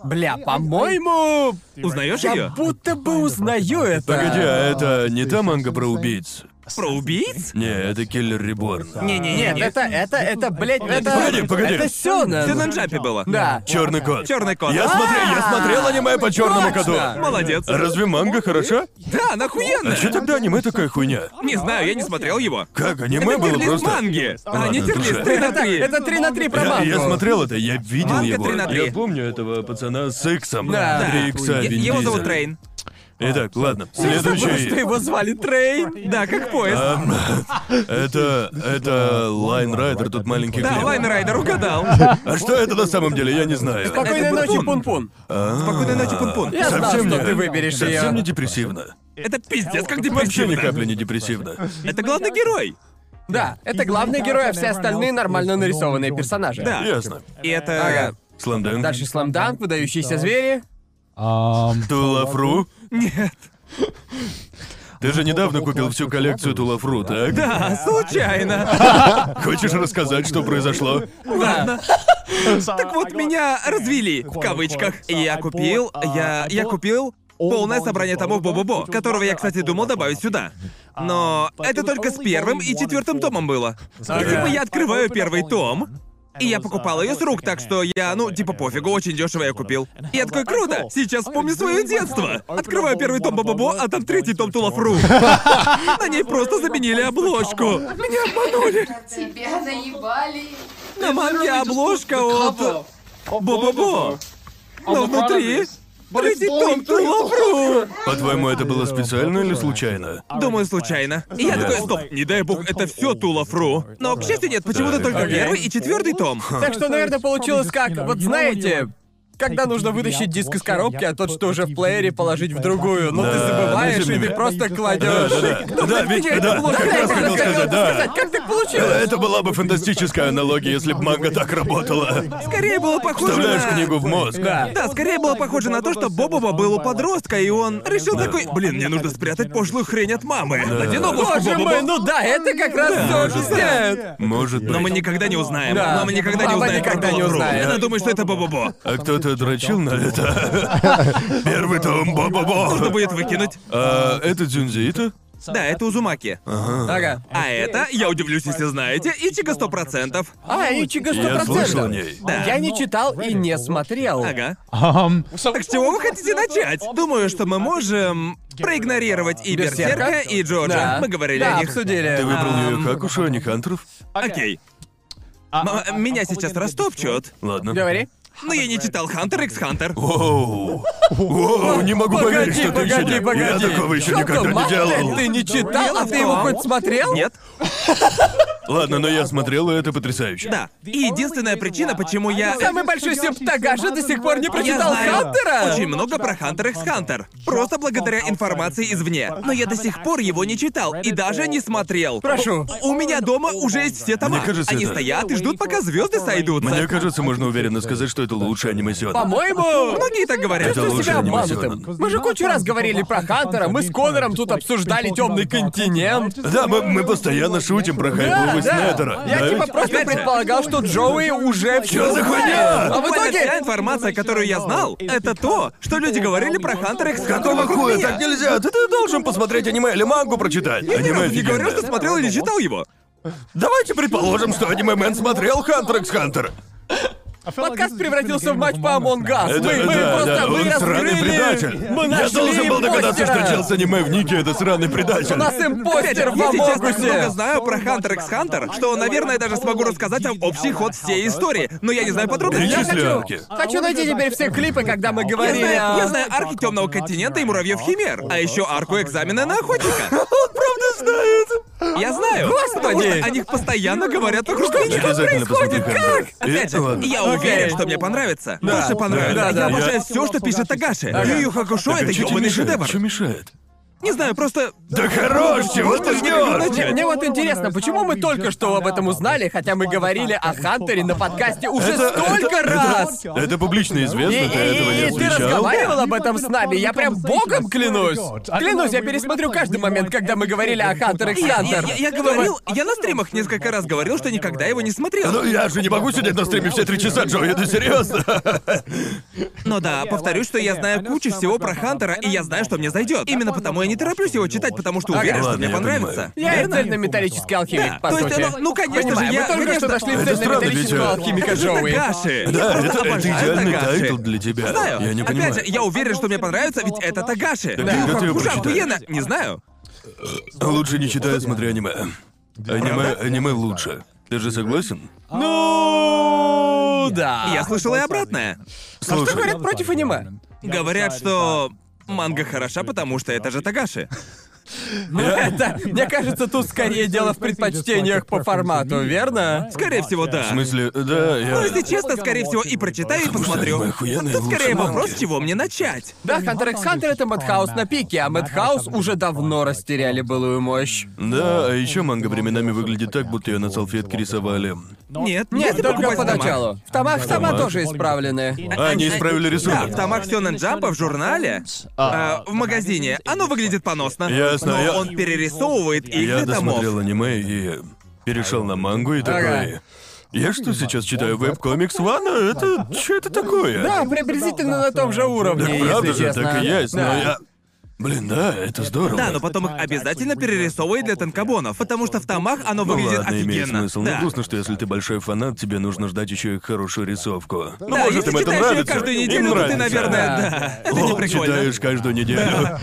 S1: Бля, по-моему,
S2: Узнаешь
S1: я
S2: ее?
S1: будто бы узнаю это.
S3: Погоди, а это не та манга про убийц?
S2: Про убийц?
S3: Не, это Киллер Реборн.
S2: Не-не-не.
S1: Нет, это, это, это, блядь, это...
S3: Погоди, погоди.
S1: Это
S2: Ты на
S1: Сёнэн.
S2: Джапе было.
S1: Да.
S3: Черный кот.
S2: Черный кот.
S3: Я смотрел, я смотрел аниме по черному коту.
S1: Точно.
S2: Молодец.
S3: Разве манга хороша?
S2: Да, она
S3: А
S2: охуенная.
S3: что тогда аниме такая хуйня?
S2: Не знаю, я не смотрел его.
S3: Как аниме
S2: Это
S3: было
S2: тирлист
S3: просто?
S2: манги. А,
S3: Ладно,
S2: не
S3: друже.
S2: тирлист, три на три.
S1: Это 3 на 3 про
S3: Я, я
S1: мангу.
S3: смотрел это, я видел
S2: Манга
S3: его.
S2: 3 на 3.
S3: Я помню этого пацана с Иксом.
S1: Да.
S3: Три
S2: Е-
S3: Икса, Вин
S2: Его зовут
S3: Дизель.
S2: Трейн.
S3: Итак, ладно,
S1: Я забыл, что
S3: следующий.
S1: его звали Трейн.
S2: Да, как поезд.
S3: Эм, Это... это Лайн Райдер, тут маленький
S2: Да,
S3: гнев.
S2: Лайн Райдер угадал.
S3: А что это на самом деле, я не знаю.
S1: Спокойной
S2: Это
S1: ночи,
S2: Пун-Пун.
S1: Пун-Пун.
S2: Спокойной ночи, Пун-Пун.
S1: Я знал,
S3: Совсем
S1: что
S3: не-
S1: ты выберешь
S3: Совсем не
S1: ее.
S3: депрессивно.
S2: Это пиздец, как
S3: Вообще ни
S2: депрессивно.
S3: капли не депрессивно.
S2: Это главный герой.
S1: Да, это главный герой, а все остальные нормально нарисованные персонажи.
S2: Да.
S3: Ясно.
S2: И это...
S1: Ага.
S3: Сламдэн.
S1: Дальше Сламданк, выдающиеся звери.
S3: Тулафру? Нет. Ты же недавно купил всю коллекцию Тулафру, так?
S2: Да, случайно.
S3: Хочешь рассказать, что произошло?
S2: Ладно.
S5: А,
S2: Так вот, меня развели, в кавычках. И Я купил... Я... Я купил... Полное собрание томов Бобо-Бо, которого я, кстати, думал добавить сюда. Но это только с первым и четвертым томом было. И типа я открываю первый том, И я покупал ее с рук, так что я, ну, типа пофигу, очень дешево я купил. И я такой, круто, сейчас вспомню свое детство. Открываю первый том Бабабо, а там третий том Тулафру. На ней просто заменили обложку. Меня обманули.
S6: Тебя наебали.
S2: На манге обложка от Бабабо. Но внутри третий том Тулафру.
S3: По-твоему, это было специально или случайно?
S2: Думаю, случайно. И я такой, стоп, не дай бог, это все Тулафру. Но, к счастью, нет, почему-то только
S1: Окей.
S2: первый и четвертый том.
S1: Так что, наверное, получилось как, вот знаете, когда нужно вытащить диск из коробки, а тот, что уже в плеере, положить в другую. Но ты
S3: Да,
S1: забываешь,
S3: ну, тем
S1: и
S3: не
S1: ты
S3: менее.
S1: просто
S5: Да,
S1: кладешь.
S3: да, да. Да, ведь- да, как раз хотел сказать, да.
S1: Как так получилось.
S3: Это была бы фантастическая аналогия, если бы манга так работала.
S2: Скорее было похоже
S3: Вставляешь
S2: на...
S3: книгу в мозг.
S1: Да.
S2: Да, скорее было похоже на то, что Бобова был у подростка, и он решил такой, блин, мне нужно спрятать пошлую хрень от мамы. Надену обувку
S1: Боже
S2: Бобова».
S1: мой, ну да, это как раз то, объясняет.
S3: Может быть.
S2: Но мы никогда не узнаем.
S1: Да.
S2: Мама никогда не
S1: Мама
S2: узнает. про
S1: никогда не
S2: Бобову.
S1: узнает.
S2: Она думает, что это Бобобо.
S3: А кто-то дрочил на это? Первый том,
S2: Нужно
S3: бо
S2: будет выкинуть.
S3: А это Дзюнзиита?
S2: Да, это Узумаки.
S1: Ага.
S2: А это, я удивлюсь, если знаете, Ичига 100%.
S1: А, Ичиго сто
S3: Я слышал о
S1: процентов.
S3: ней.
S2: Да.
S1: Я не читал и не смотрел.
S2: Ага. Так с чего вы хотите начать? Думаю, что мы можем проигнорировать и
S1: Берсерка.
S2: Берсерка, и Джорджа.
S1: Да.
S2: Мы говорили
S1: Да,
S2: о них.
S1: обсудили.
S3: Ты выбрал ее
S2: Ам.
S3: как уж, а не Хантеров?
S2: Окей. М- меня сейчас растопчут,
S3: Ладно.
S1: Говори.
S2: но я не читал Хантер Икс Хантер.
S3: Воу! Воу, не могу
S1: Погоди,
S3: поверить, что ты еще
S1: погоди,
S3: не... Я
S1: погоди.
S3: такого еще
S1: Что
S3: никогда не
S1: Мак,
S3: делал.
S1: Ты не читал, а ты его хоть смотрел?
S2: Нет?
S3: Ладно, но я смотрел, и это потрясающе.
S2: Да. И единственная причина, почему я...
S1: Самый большой степ Тагажа до сих пор не прочитал
S2: я знаю
S1: Хантера?
S2: Очень много про Хантер икс Хантер. Просто благодаря информации извне. Но я до сих пор его не читал и даже не смотрел.
S1: Прошу.
S2: У меня дома уже есть все тома.
S3: Мне кажется,
S2: Они
S3: это-
S2: стоят и ждут, пока звезды сойдутся.
S3: Мне кажется, можно уверенно сказать, что это лучший аниме Сиона.
S1: По-моему,
S2: Многие так говорят.
S3: Это
S1: чувствую
S3: лучше
S1: себя
S3: аниме
S1: обманутым.
S3: Сёнэн.
S1: Мы же кучу раз говорили про Хантера, мы с Конором тут обсуждали темный континент.
S3: Да, мы, мы постоянно шутим про хайповость
S1: да.
S3: Нетера.
S1: Я
S3: да?
S1: типа просто
S2: Знаете-
S1: предполагал, что Джоуи уже все
S3: за хуйня?
S1: А в
S2: Буквально вся
S1: итоге...
S2: информация, которую я знал, это то, что люди говорили про Хантер икс Хантер.
S3: Какого
S2: вокруг
S3: хуя
S2: меня.
S3: так нельзя? Ты, ты должен посмотреть аниме или мангу прочитать.
S2: Я ни
S3: аниме
S2: разу не говорил, что
S3: офигенное.
S2: смотрел или читал его.
S3: Давайте предположим, что аниме Мэн смотрел Хантер x Хантер.
S1: Подкаст превратился в матч по Among Us.
S3: Это,
S1: Мы, мы
S3: да,
S1: А просто,
S3: да,
S1: мы
S3: он сраный
S1: раскрыли-
S3: предатель.
S1: Мы
S3: Я
S1: нашли
S3: должен был догадаться,
S1: импостера.
S3: что Челси аниме в Нике это сраный
S1: У нас
S3: предатель.
S2: Опять же,
S1: импостер в
S2: я сейчас так много
S1: Амогусе.
S2: знаю про Хантер икс Хантер, что, наверное, даже смогу рассказать вам общий ход всей истории, но я не знаю подробностей.
S3: Я
S2: Я
S3: Перечисли
S2: хочу-
S3: арки.
S1: Хочу найти теперь все клипы, когда мы
S2: Я
S1: говорили
S2: знаю, я
S1: о...
S2: знаю арки темного континента и муравьев химер, а еще арку экзамена на охотника. Он правда знает. Я знаю. Потому что о них постоянно говорят вокруг меня.
S3: Обязательно посмотри Хантер.
S2: Опять же,
S3: ладно.
S2: я уверен, что мне понравится. Больше понравится.
S1: Да, да,
S2: я
S1: да.
S2: обожаю
S3: Я-
S2: все, что пишет Тагаши. Ю Ю Хакушо
S3: Так, а
S2: это
S3: чё тебе
S2: ёбаный
S3: мешает?
S2: шедевр.
S3: Чё мешает?
S2: Не знаю, просто...
S3: Да хорош, чего ты
S2: ну,
S3: ждешь?
S1: Мне, мне вот интересно, почему мы только что об этом узнали, хотя мы говорили о Хантере на подкасте уже
S3: Это-
S1: столько
S3: это-
S1: раз?
S2: ну.
S3: Это публично
S1: И,
S3: известно, ты этого
S1: и- и- и
S3: не
S1: ты
S3: встречал.
S1: разговаривал об этом с нами, я прям богом клянусь. Клянусь, я пересмотрю каждый момент, когда мы говорили о Хантере и
S2: Я, я-
S1: Хантер.
S2: я- я говорил, я на стримах несколько раз говорил, что никогда его не смотрел.
S3: Ну я же не могу сидеть на стриме все три часа, Джо, это серьезно.
S2: Но да, повторюсь, что я знаю кучу всего про Хантера, и я знаю, что мне зайдет. Именно потому я не тороплюсь его читать, потому что уверен, что
S3: Ладно,
S2: мне
S3: я
S2: понравится.
S1: Я и цельнометаллический алхимик,
S2: Да,
S1: по
S2: то есть
S1: сути.
S2: оно- ну, конечно
S1: Понимаю,
S2: же, я-
S1: мы только что
S2: конечно-
S1: нашли
S2: Это
S3: странно, ведь,
S1: цельнометаллического
S3: э,
S1: алхимика
S2: Это же
S1: Джоуи.
S2: Тагаши. Я
S3: Да,
S2: просто
S3: это, это
S2: обожаю
S3: идеальный
S2: Тагаши.
S3: тайтл для тебя.
S2: Знаю.
S3: Я не
S2: Опять
S3: понимаю.
S2: же, я уверен, что мне понравится, ведь это Тагаши.
S3: Да, когда ты его
S2: Уже
S3: прочитаешь?
S2: охуенно. Не знаю.
S3: Лучше не читая, смотри аниме. Аниме, аниме лучше. Ты же согласен?
S1: Ну, да.
S2: Я слышал и обратное.
S1: Что
S3: Слушай,
S1: говорят против аниме?
S2: Говорят, что манга хороша, потому что это же Тагаши.
S1: Ну, это, мне кажется, тут скорее дело в предпочтениях по формату, верно?
S2: Скорее всего,
S3: в
S2: да.
S3: смысле, да,
S2: Ну,
S3: я...
S2: если честно, скорее всего, и прочитаю, и
S3: что аниме
S2: посмотрю.
S3: охуенное,
S2: Тут
S3: лучше
S2: скорее
S3: манги.
S2: вопрос, с чего мне начать.
S1: Да, Хантер x Хантер это Мэтхаус на пике, а Мэтхаус уже давно растеряли былую мощь.
S3: Да, а еще манга временами выглядит так, будто ее на салфетке рисовали.
S2: Нет,
S1: Нет,
S2: Ну, если
S1: только
S2: покупать томат.
S1: поначалу. В томах в тома тоже исправлены.
S3: А, они исправили
S2: Да,
S3: рисунок.
S2: в томах Сёнэн Джампа в журнале, э, в магазине, оно выглядит поносно.
S3: Ясно,
S2: но
S3: я-
S2: он перерисовывает их
S3: Я
S2: для томов.
S3: досмотрел аниме и перешел на мангу и такой... Я что, сейчас читаю веб-комикс Вана? Это... что это такое?
S1: Да, приблизительно на том же уровне,
S3: Так правда
S1: если
S3: же,
S1: честно.
S3: так и есть, но
S1: Да.
S3: я... Блин, да, это здорово.
S2: Да, но потом их обязательно перерисовывает для танкобонов, потому что в томах оно
S3: Ну
S2: выглядит
S3: ладно, имеет
S2: офигенно.
S3: смысл. Ну,
S2: Да.
S3: Но грустно, что если ты большой фанат, тебе нужно ждать еще и хорошую рисовку. Ну,
S2: Да,
S3: может,
S2: если
S3: им это
S2: читаешь её
S3: нравится.
S2: каждую
S3: Им
S2: неделю, то
S3: нравится.
S2: ты, наверное,
S1: Да.
S2: да. Это не
S3: О,
S2: прикольно.
S3: читаешь каждую неделю.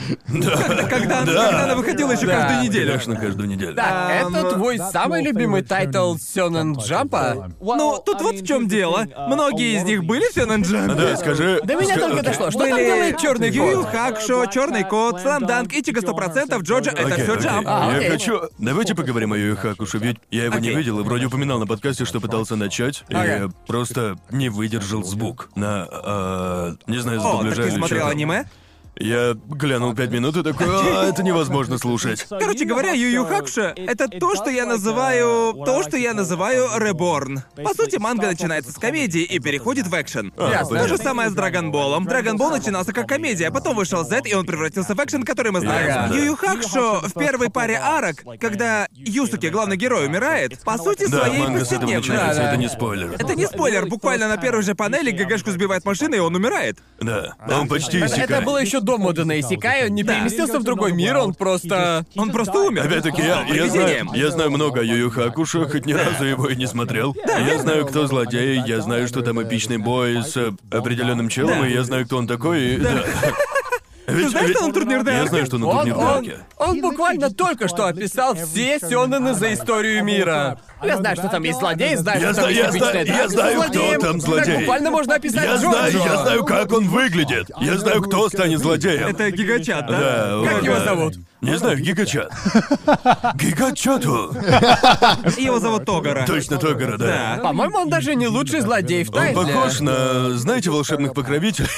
S2: Когда, она- когда она выходила еще
S1: Да.
S2: каждую неделю.
S3: Конечно, каждую неделю.
S1: Да, это твой самый любимый тайтл Сёнэн Джампа?
S2: Ну, тут вот в чем дело.
S1: uh,
S2: Многие из них были все на
S3: А, Да, скажи...
S1: До меня
S3: ска-
S1: только
S3: окей.
S1: дошло, что там делает черный
S2: Юил
S1: кот?
S2: Хакшо, Черный Кот, Слам Данк, Ичига 100%, Джорджа, это
S3: Окей,
S2: все
S3: окей.
S2: джамп.
S1: А, окей.
S3: Я хочу... Давайте поговорим о Юю Хакушу, ведь я его не
S2: Окей.
S3: видел и вроде упоминал на подкасте, что пытался начать, и
S1: Ага.
S3: просто не выдержал звук на... э, Не знаю,
S2: О, так
S3: задубляжали
S2: ты
S3: или чё
S2: смотрел
S3: там.
S2: аниме?
S3: Я глянул пять минут и такой, «А, это невозможно слушать.
S2: Короче говоря, Юю Хакша — это то, что я называю... То, что я называю реборн. По сути, манга начинается с комедии и переходит в экшен.
S3: А,
S2: То же
S3: понятно.
S2: самое с Драгонболом. Драгонбол начинался как комедия, потом вышел Z, и он превратился в экшен, который мы знаем.
S3: Ага.
S2: Юю Хакшо в первой паре арок, когда Юсуке, главный герой, умирает, по сути
S3: Да,
S2: своей
S3: манга с этого
S2: повседневной.
S3: начинается,
S1: Да, да.
S3: это не спойлер.
S2: Это не спойлер, буквально на первой же панели ГГшку сбивает машина, и он умирает.
S3: Да, он почти
S1: Это, это
S3: иссякает.
S1: было еще до моды на Исекай, он не
S2: Да.
S1: переместился в другой мир, он просто...
S2: Он просто умер.
S3: Опять-таки, я, я, знаю,
S2: Привидением.
S3: я знаю много о Юю Хакуше, хоть ни разу его и не смотрел. я знаю, кто злодей, я знаю, что там эпичный бой с э, определенным челом,
S2: Да.
S3: и я знаю, кто он такой, и да. Ведь-
S2: знаешь,
S3: ведь-
S2: что он турнирная
S3: Я
S2: арка?
S3: знаю, что он
S1: Он, он,
S3: турнирдарке.
S1: он буквально только что описал все сёнэны за историю мира. Я знаю, что там есть злодей, знаю,
S3: Я
S1: что там
S3: знаю,
S1: есть
S3: я знаю,
S1: эпичная
S3: я
S1: драка.
S3: знаю,
S1: С
S3: кто
S1: злодеем
S3: там
S1: Так
S3: злодей.
S1: буквально можно описать
S3: Я знаю,
S1: Джорджа.
S3: я знаю, как он выглядит. Я знаю, кто станет злодеем.
S2: Это гигачат, да?
S3: Да,
S1: Как
S3: вот,
S1: его
S3: да.
S1: зовут?
S3: Не знаю, Гигачат. Гигачату.
S2: Его зовут Тогара.
S3: Точно то города.
S2: Да.
S1: По-моему, он даже не лучший злодей в
S3: Он
S1: Таиле.
S3: похож на, знаете, волшебных покровителей?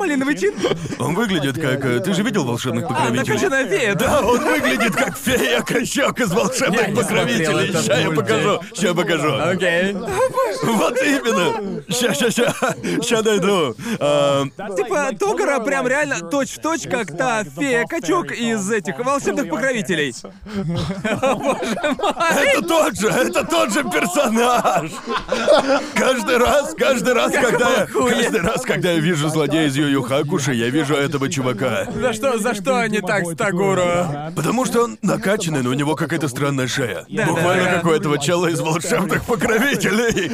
S2: Блин, вы чин?
S3: Он выглядит как... э, Ты же видел волшебных
S2: А, на
S3: покровителей?
S2: Кожаная фея, да?
S3: Да, он выглядит как фея Кощок из волшебных
S1: Я не смотрел
S3: покровителей.
S1: этот
S3: Ща я
S1: мультик.
S3: покажу, ща я покажу.
S1: Окей.
S3: Вот именно. Ща, ща, ща, ща найду. А,
S2: Типа, Тогара прям реально точь-в-точь, как та фея-качок из этих волшебных покровителей.
S3: Это тот же, это тот же персонаж. Каждый раз, каждый раз, когда я, каждый раз, когда я вижу злодея из Юю Хакуши, я вижу этого чувака.
S1: За что, за что они так с Тагуро?
S3: Потому что он накачанный, но у него какая-то странная шея.
S2: Да,
S3: Буквально
S2: да, да.
S3: как у этого чела из волшебных покровителей.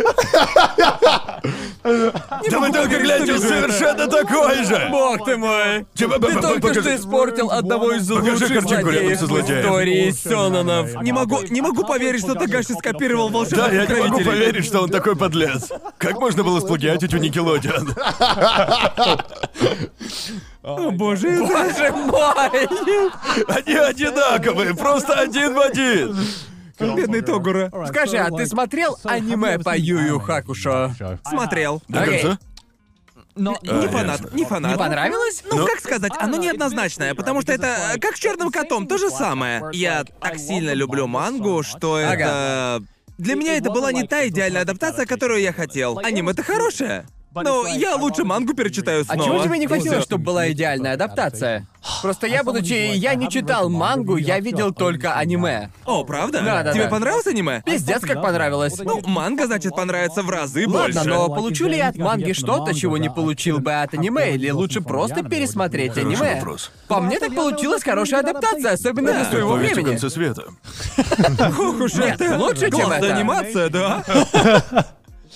S3: Да вы только гляньте, он совершенно такой же!
S1: Бог ты мой!
S3: Типа, б-
S1: Ты
S3: б-
S1: только
S3: покажи-
S1: что испортил одного из
S3: Покажи
S1: лучших
S3: картинку рядом
S1: злодеев
S3: со
S1: в
S3: злодеем.
S1: истории Сёнонов.
S2: Не могу, не могу поверить, что Тагаши скопировал волшебных
S3: Да, я не могу
S2: покровителей.
S3: поверить, что он такой подлец. Как можно было сплагиатить у Никелодиана?
S2: О, боже, это-
S1: Боже мой!
S3: Они одинаковые, просто один в один.
S2: бедный Тогура.
S1: Скажи, а ты смотрел аниме по Юю Хакушо?
S2: Смотрел.
S3: До
S1: Окей.
S3: конца?
S2: Но не фанат, не фанат.
S1: Не понравилось?
S2: Ну, как сказать, оно неоднозначное, потому что это э, как с черным котом, то же самое. Я так сильно люблю мангу, что
S1: Ага.
S2: это. Для меня это была не та идеальная адаптация, которую я хотел. Аниме это хорошее. Но я лучше мангу перечитаю
S1: А
S2: снова.
S1: чего тебе не хватило,
S2: И всё.
S1: чтобы была идеальная адаптация? Просто я, будучи... Я не читал мангу, я видел только аниме.
S2: О, правда?
S1: Да, да,
S2: тебе
S1: да.
S2: понравилось аниме?
S1: Пиздец, как понравилось.
S2: Ну, манга, значит, понравится в разы
S1: Ладно,
S2: больше.
S1: но получу ли я от манги что-то, чего не получил бы от аниме, или лучше просто пересмотреть
S3: Хороший
S1: аниме?
S3: вопрос.
S1: По мне так получилась хорошая адаптация, особенно для своего
S3: Повесть в
S1: времени.
S3: конце света.
S2: Ох уж
S1: Нет,
S2: это
S1: лучше, чем
S2: классная
S1: это.
S2: анимация, да?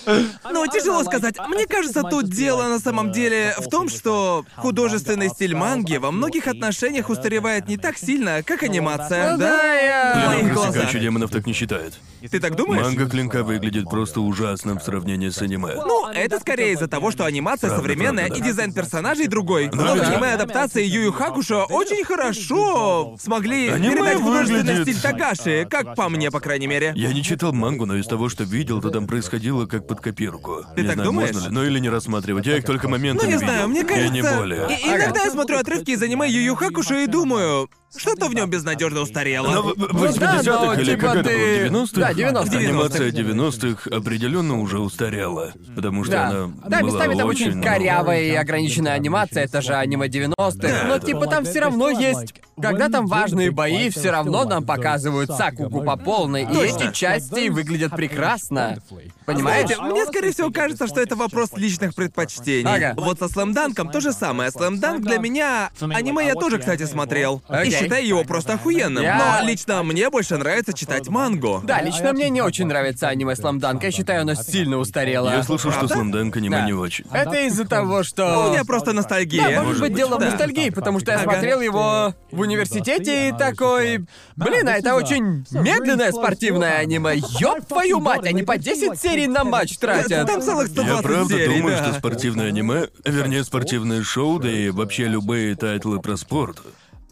S2: Но Ну, тяжело сказать. Мне кажется, тут дело на самом деле в том, что художественный стиль манги во многих отношениях устаревает не так сильно, как анимация,
S1: Ну да,
S2: да?
S1: я...
S2: Мои
S3: Клинок
S2: глаза.
S3: рассекающий демонов так не считает.
S2: Ты так думаешь?
S3: Манга клинка выглядит просто ужасно в сравнении с аниме.
S2: Ну, это скорее из-за того, что анимация
S3: Правда,
S2: современная
S3: правда,
S2: и
S3: да.
S2: дизайн персонажей другой.
S3: Ну
S2: Но в
S3: да.
S2: аниме адаптации Юю Хакуша очень хорошо смогли
S3: Аниме
S2: передать художественный
S3: выглядит-
S2: стиль Такаши, как по мне, по крайней мере.
S3: Я не читал мангу, но из того, что видел, то там происходило как под копирку.
S2: Ты
S3: не
S2: так
S3: знаю,
S2: думаешь?
S3: можно ли, ну или не рассматривать. Я их только моментами
S2: Ну, не
S3: видел.
S2: знаю, мне кажется...
S3: И не более.
S2: и- иногда я смотрю отрывки из аниме Юю Хакушу и думаю, что-то в нем безнадежно устарело.
S3: Но в- в 80-х
S1: Ну да, но
S3: или
S1: типа
S3: когда
S1: ты-
S3: это было? 90-х?
S1: Да, 90-х.
S3: Анимация 90-х определенно уже устарела, потому что
S1: Да.
S3: она
S1: да,
S3: была
S1: местами там очень
S3: ну,
S1: корявая и ограниченная анимация, это же аниме 90-х. Но типа там все равно есть. Когда там важные бои, все равно нам показывают Сакуку по полной, и
S2: Точно.
S1: эти части выглядят прекрасно.
S2: Знаете,
S1: Понимаете?
S2: мне, скорее всего, кажется, что это вопрос личных предпочтений.
S1: Ага.
S2: Вот со Слэмданком то же самое. Слэмданк для меня... Аниме я тоже, кстати, смотрел. И
S1: Окей.
S2: считаю его просто охуенным.
S1: Я-
S2: Но лично мне больше нравится читать мангу.
S1: Да, лично мне не очень нравится аниме Сламданка, я считаю, оно сильно устарело.
S3: Я слышал, что Сламданк аниме
S1: Да.
S3: не очень.
S1: Это из-за того,
S2: У
S1: что...
S2: меня просто
S1: Да,
S2: ностальгия.
S1: может быть, дело в
S2: Э, Да.
S1: ностальгии, потому что я
S2: Ага.
S1: смотрел его в университете и такой... Блин, а это очень медленное спортивное аниме. Ёб твою мать, они по 10 серий на матч тратят.
S2: Там целых 120
S3: Я правда
S2: серий,
S3: думаю,
S2: да.
S3: что спортивное аниме, вернее, спортивное шоу, да и вообще любые тайтлы про спорт,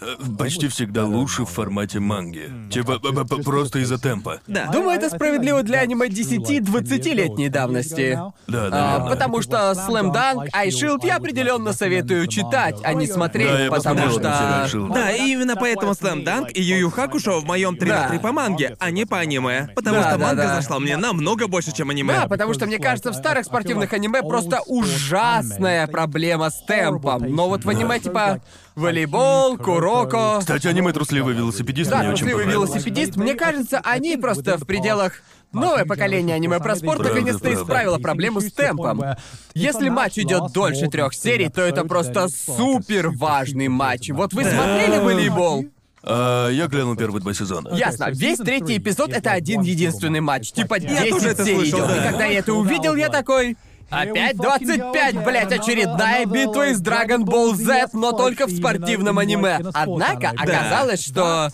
S3: э, почти всегда лучше в формате манги. Типа б- б- б- просто из-за темпа.
S2: Да.
S1: Думаю, это справедливо для аниме 10-20-летней давности.
S3: Да,
S1: А,
S3: наверное.
S1: потому что Slam Dunk, Айшилд я определенно советую читать, а не смотреть,
S3: Да, я
S1: потому
S3: посмотрел на
S1: что...
S3: сериал «Шилд».
S2: Да, и именно поэтому Slam Dunk и Ю Ю Хакушо в моем 3 на 3
S1: Да.
S2: по манге, а не по аниме. Потому
S1: Да,
S2: что
S1: да,
S2: манга
S1: да.
S2: зашла мне намного больше, чем аниме.
S1: Да, потому что, мне кажется, в старых спортивных аниме просто ужасная проблема с темпом. Но вот в аниме типа волейбол, куроко...
S3: Кстати, аниме «Трусливый велосипедист»
S1: Да,
S3: мне очень
S1: трусливый
S3: понравилось.
S1: велосипедист, мне кажется, они просто в пределах Новое поколение аниме-проспорта
S3: Правда,
S1: наконец-то
S3: правда.
S1: исправило проблему с темпом. Если матч идет дольше трех серий, то это просто супер важный матч. Вот вы смотрели волейбол?
S3: А, я глянул первые два сезона.
S1: Ясно. Весь третий эпизод это один единственный матч. Типа
S2: Я тоже
S1: 10
S2: это
S1: серий
S2: слышал,
S1: идет. И
S2: да.
S1: когда я это увидел, я такой. Опять 25, блять, очередная битва из Dragon Ball Z, но только в спортивном аниме. Однако оказалось, что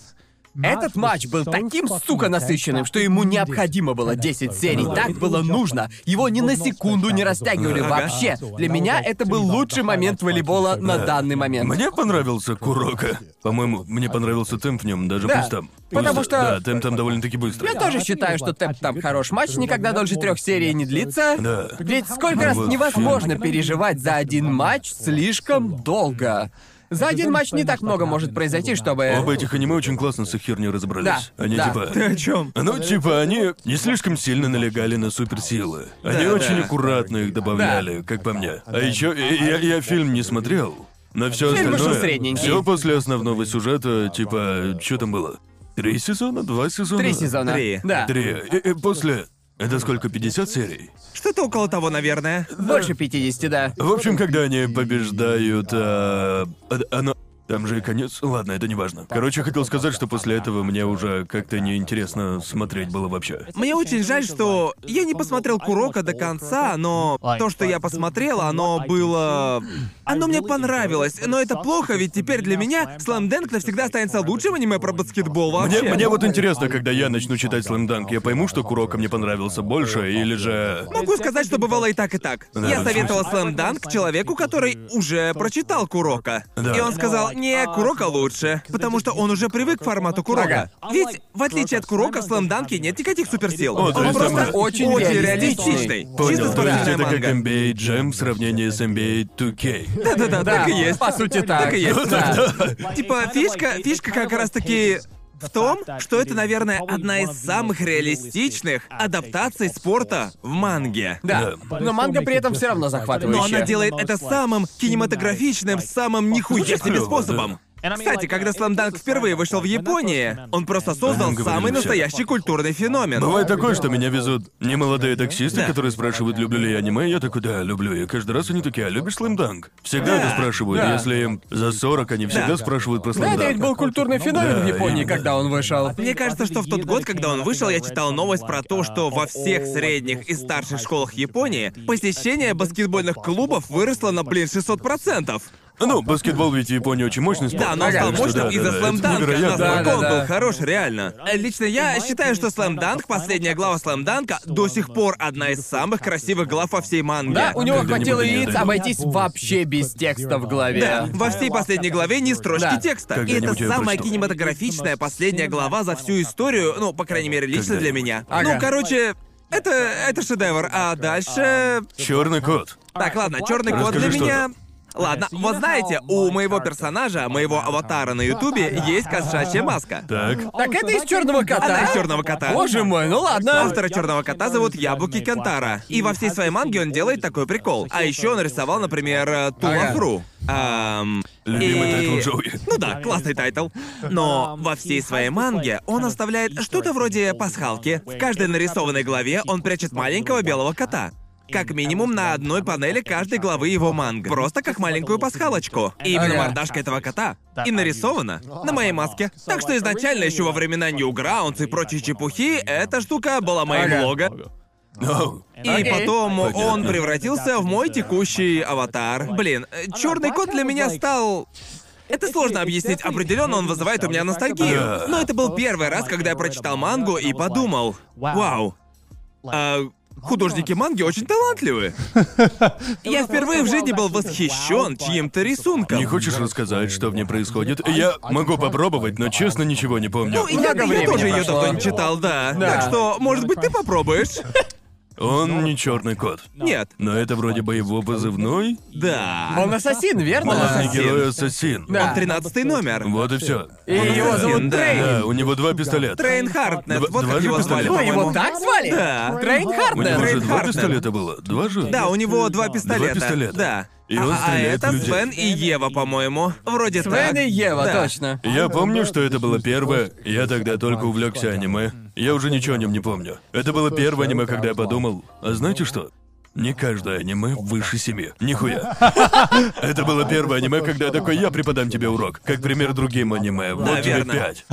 S1: этот матч был таким, сука, насыщенным, что ему необходимо было 10 серий. Так было нужно. Его ни на секунду не растягивали
S2: Ага.
S1: вообще. Для меня это был лучший момент волейбола на данный момент.
S3: Мне понравился Курока. По-моему, мне понравился темп в нем, даже
S1: Да,
S3: пусть там.
S1: потому
S3: пусть-
S1: что-
S3: Да, темп там довольно-таки быстро.
S1: Я тоже считаю, что темп там хорош. Матч никогда дольше трех серий не длится.
S3: Да.
S1: Ведь сколько раз
S3: Вот
S1: невозможно переживать за один матч слишком долго. За один матч не так много может произойти,
S3: Оба
S1: чтобы...
S3: этих аниме очень классно с их херней разобрались.
S1: Да,
S3: Они
S1: да.
S3: типа...
S2: Ты о чем?
S3: Ну, типа, они не слишком сильно налегали на суперсилы. Они
S2: Да,
S3: очень
S2: да.
S3: аккуратно их добавляли, как по мне. А еще я, я фильм не смотрел. Но все
S1: Фильм вышел
S3: остальное.
S1: средненький.
S3: Все после основного сюжета, типа, что там было? Три сезона, два сезона.
S1: Три сезона.
S2: Три.
S1: Да.
S3: Три. И- и после. Это сколько, 50 серий?
S2: Что-то около того, наверное.
S1: Больше 50, да.
S3: В общем, когда они побеждают, а, а- оно... Там же и конец. Ладно, это не важно. Короче, хотел сказать, что после этого мне уже как-то неинтересно смотреть было вообще.
S2: Мне очень жаль, что я не посмотрел Курока до конца, но то, что я посмотрел, оно было... Оно мне понравилось, но это плохо, ведь теперь для меня Slam Dunk навсегда останется лучшим аниме про баскетбол
S3: Мне,
S2: вообще.
S3: мне вот интересно, когда я начну читать Слэмданк, я пойму, что Курока мне понравился больше, или же...
S2: Могу сказать, что бывало и так, и так.
S3: Да,
S2: я
S3: точно.
S2: советовал Slam Dunk человеку, который уже прочитал Курока.
S3: Да.
S2: И он сказал, не, Курока лучше, потому что он уже привык к формату Курока. Ведь, в отличие от Курока, в Slam Dunk нет никаких суперсил.
S3: О, то
S2: он
S3: есть там
S2: просто
S3: же-
S2: очень,
S1: Очень
S2: реалистичный.
S1: реалистичный.
S3: Понял,
S2: Чисто
S3: то есть
S2: спортивная
S3: это как
S2: манга.
S3: NBA Jam в сравнении с NBA 2K.
S2: Да-да-да, так и есть.
S1: По сути, так.
S2: Так и есть, Ну
S1: Да.
S2: Типа, фишка, фишка как раз-таки в том, что это, наверное, одна из самых реалистичных адаптаций спорта в манге.
S1: Да.
S2: А
S1: Но манга при этом все равно захватывающая.
S2: Но она делает это самым кинематографичным, самым нихуя себе способом. Кстати, когда uh, Slam Dunk впервые вышел в Японии, он просто
S3: О
S2: создал
S3: нём говорили
S2: самый
S3: все.
S2: настоящий культурный феномен.
S3: Бывает такое, что меня везут немолодые таксисты,
S2: Ну, Да.
S3: которые спрашивают, люблю ли я аниме, я такой, да, люблю. И каждый раз они такие, а любишь Слэмданк? Всегда
S2: Да,
S3: это спрашивают,
S1: да.
S3: если им за 40, они всегда спрашивают про
S1: Ну Да,
S3: Слэмданк.
S1: это ведь был культурный феномен
S3: Да,
S1: в Японии,
S3: именно.
S1: когда он вышел.
S2: Мне кажется, что в тот год, когда он вышел, я читал новость про то, что во всех средних и старших школах Японии посещение баскетбольных клубов выросло на, блин, 600%.
S3: Ну, баскетбол ведь в Японии очень мощный спорт.
S2: Да, но он
S3: Так
S2: стал
S3: Ну, что
S2: мощным
S3: да, да,
S2: из-за
S3: да, это
S2: слэмданка.
S3: невероятно.
S1: Да,
S2: Насколько он
S1: да, да.
S2: был хорош, реально. Э, Лично я считаю, что слэмданк, последняя глава слэмданка, до сих пор одна из самых красивых глав во всей манге.
S1: Да, у него
S3: Когда-нибудь
S1: хватило
S3: я
S1: яиц
S3: дойду.
S1: обойтись вообще без текста в голове.
S2: Да, во всей последней главе не строчки
S1: Да.
S2: текста. И это
S3: Когда-нибудь я ее
S2: самая
S3: прочту.
S2: кинематографичная последняя глава за всю историю, ну, по крайней мере, лично для меня.
S1: Ага.
S2: Ну, короче, это, это шедевр. А дальше...
S3: Черный кот.
S2: Так, ладно, черный кот
S3: Расскажи,
S2: для
S3: что
S2: меня.
S3: там.
S2: Ладно, вот знаете, у моего персонажа, моего аватара на Ютубе есть кошачья маска.
S3: Так.
S1: Так это из черного кота.
S2: Она из черного кота.
S1: Боже мой, ну ладно.
S2: Автора черного кота зовут Яблоки Кантара. И во всей своей манге он делает такой прикол. А еще он рисовал, например, э, Тулафру. Ам,
S3: Любимый
S2: и-
S3: тайтл Джоуи.
S2: Ну да, классный тайтл. Но во всей своей манге он оставляет что-то вроде пасхалки. В каждой нарисованной главе он прячет маленького белого кота. Как минимум на одной панели каждой главы его манг. Просто как маленькую пасхалочку. И именно
S1: Ага.
S2: мордашка этого кота. И нарисована на моей маске. Так что изначально еще во времена Ньюграундс и прочей чепухи эта штука была моим
S1: Ага.
S2: лого.
S3: Ну,
S2: И
S1: Окей.
S2: потом он
S3: Понятно.
S2: превратился в мой текущий аватар. Блин, черный кот для меня стал. Это сложно объяснить, определенно он вызывает у меня ностальгию.
S3: Да.
S2: Но это был первый раз, когда я прочитал мангу и подумал, вау, а Художники манги очень талантливы. Я впервые в жизни был восхищен чьим-то рисунком.
S3: Не хочешь рассказать, что в ней происходит? Я могу попробовать, но честно ничего не помню.
S2: Ну, и я,
S1: Много
S2: я тоже
S1: времени
S2: ее
S1: прошло.
S2: давно не читал, да.
S1: Да.
S2: Так что, может быть, ты попробуешь?
S3: Он не черный кот.
S2: Нет.
S3: Но это вроде бы его позывной.
S2: Да.
S1: Он ассасин, верно?
S2: Он
S3: Главный
S2: ассасин.
S3: герой ассасин.
S1: Да.
S2: 13 номер.
S3: Вот и все.
S1: И его зовут
S2: Да.
S1: Трейн.
S3: Да, у него два пистолета.
S2: Трейн Хартнет,
S3: Два-
S2: вот
S3: два
S2: как
S3: же
S2: его
S3: пистолета?
S2: звали,
S3: Ну,
S1: Ну, его
S2: по-моему.
S1: так звали?
S2: Да.
S1: Трейн
S3: У него
S1: Харден.
S3: же два
S2: Трейнхартен.
S3: пистолета было. Два же?
S2: Да, у него два пистолета.
S3: пистолета.
S2: Да.
S3: И он
S2: а, а
S3: стреляет
S2: это
S3: в людей.
S2: Свен и Ева, по-моему. Вроде
S1: Свен
S2: так.
S1: и Ева,
S2: Да.
S1: точно.
S3: Я помню, что это было первое. Я тогда только увлекся аниме. Я уже ничего о нем не помню. Это было первое аниме, когда я подумал, а знаете что? Не каждое аниме выше семи. Нихуя. Это было первое аниме, когда я такой, я преподам тебе урок. Как пример другим аниме. Вот тебе
S2: верно.
S3: пять.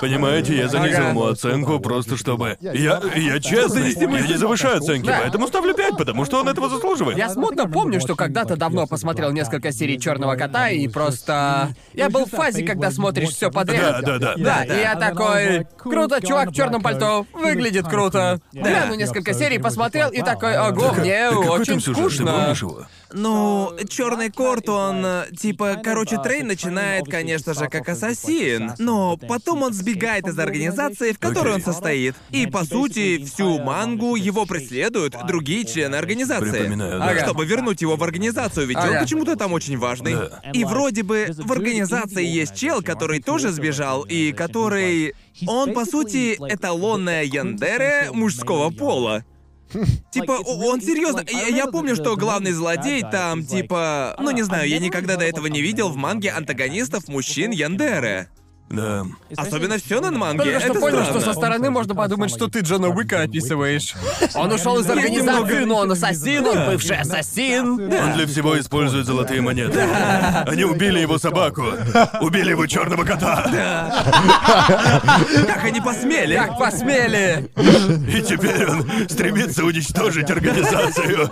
S3: Понимаете, я занизил
S1: Ага.
S3: ему оценку просто чтобы... Я, я честный, я не завышаю оценки,
S1: Да.
S3: поэтому ставлю пять, потому что он этого заслуживает.
S1: Я смутно помню, что когда-то давно посмотрел несколько серий Черного кота и просто. Я был в фазе, когда смотришь все подряд.
S3: Да, да, да.
S1: Да, и я такой. Круто, чувак в черном пальто. Выглядит круто. Гляну несколько серий, посмотрел и такой, ого,
S3: Так, а-
S1: мне
S3: так какой там
S1: очень
S3: сюжет, ты
S1: скучно.
S3: помнишь его?
S2: Ну, черный корт, он э, типа, короче, Трейн начинает, конечно же, как ассасин, но потом он сбегает из организации, в которой он
S3: Окей.
S2: состоит. И по сути, всю мангу его преследуют другие члены организации.
S3: Припоминаю, да.
S1: Ага.
S2: Чтобы вернуть его в организацию, ведь он
S1: Ага.
S2: почему-то там очень важный.
S3: Да.
S2: И вроде бы в организации есть чел, который тоже сбежал, и который... Он, по сути, эталонная яндере мужского пола. Типа,
S5: Like, it's
S2: о- он
S5: really-
S2: серьезно.
S5: like, I
S2: Я, я
S5: remember
S2: помню,
S5: the-
S2: что
S5: the
S2: главный
S5: main
S2: злодей
S5: bad guy
S2: там,
S5: is like,
S2: типа. Ну не
S5: I've
S2: знаю, я
S5: never
S2: никогда
S5: heard
S2: до
S5: of
S2: этого
S5: a
S2: не видел в
S5: man
S2: манге
S5: antagonist
S2: антагонистов
S5: before
S2: мужчин
S5: in
S2: Яндере.
S3: Да.
S2: Особенно в Сёнэн манге.
S1: Только что
S2: Это
S1: понял, что
S2: странно.
S1: со стороны можно подумать, что ты Джона Уика описываешь. Он ушел из
S2: Есть
S1: организации,
S2: немного.
S1: но он ассасин, он бывший ассасин.
S3: Он для всего использует золотые монеты. Они убили его собаку. Убили его черного кота.
S2: Как они посмели?
S1: Как посмели!
S3: И теперь он стремится уничтожить организацию.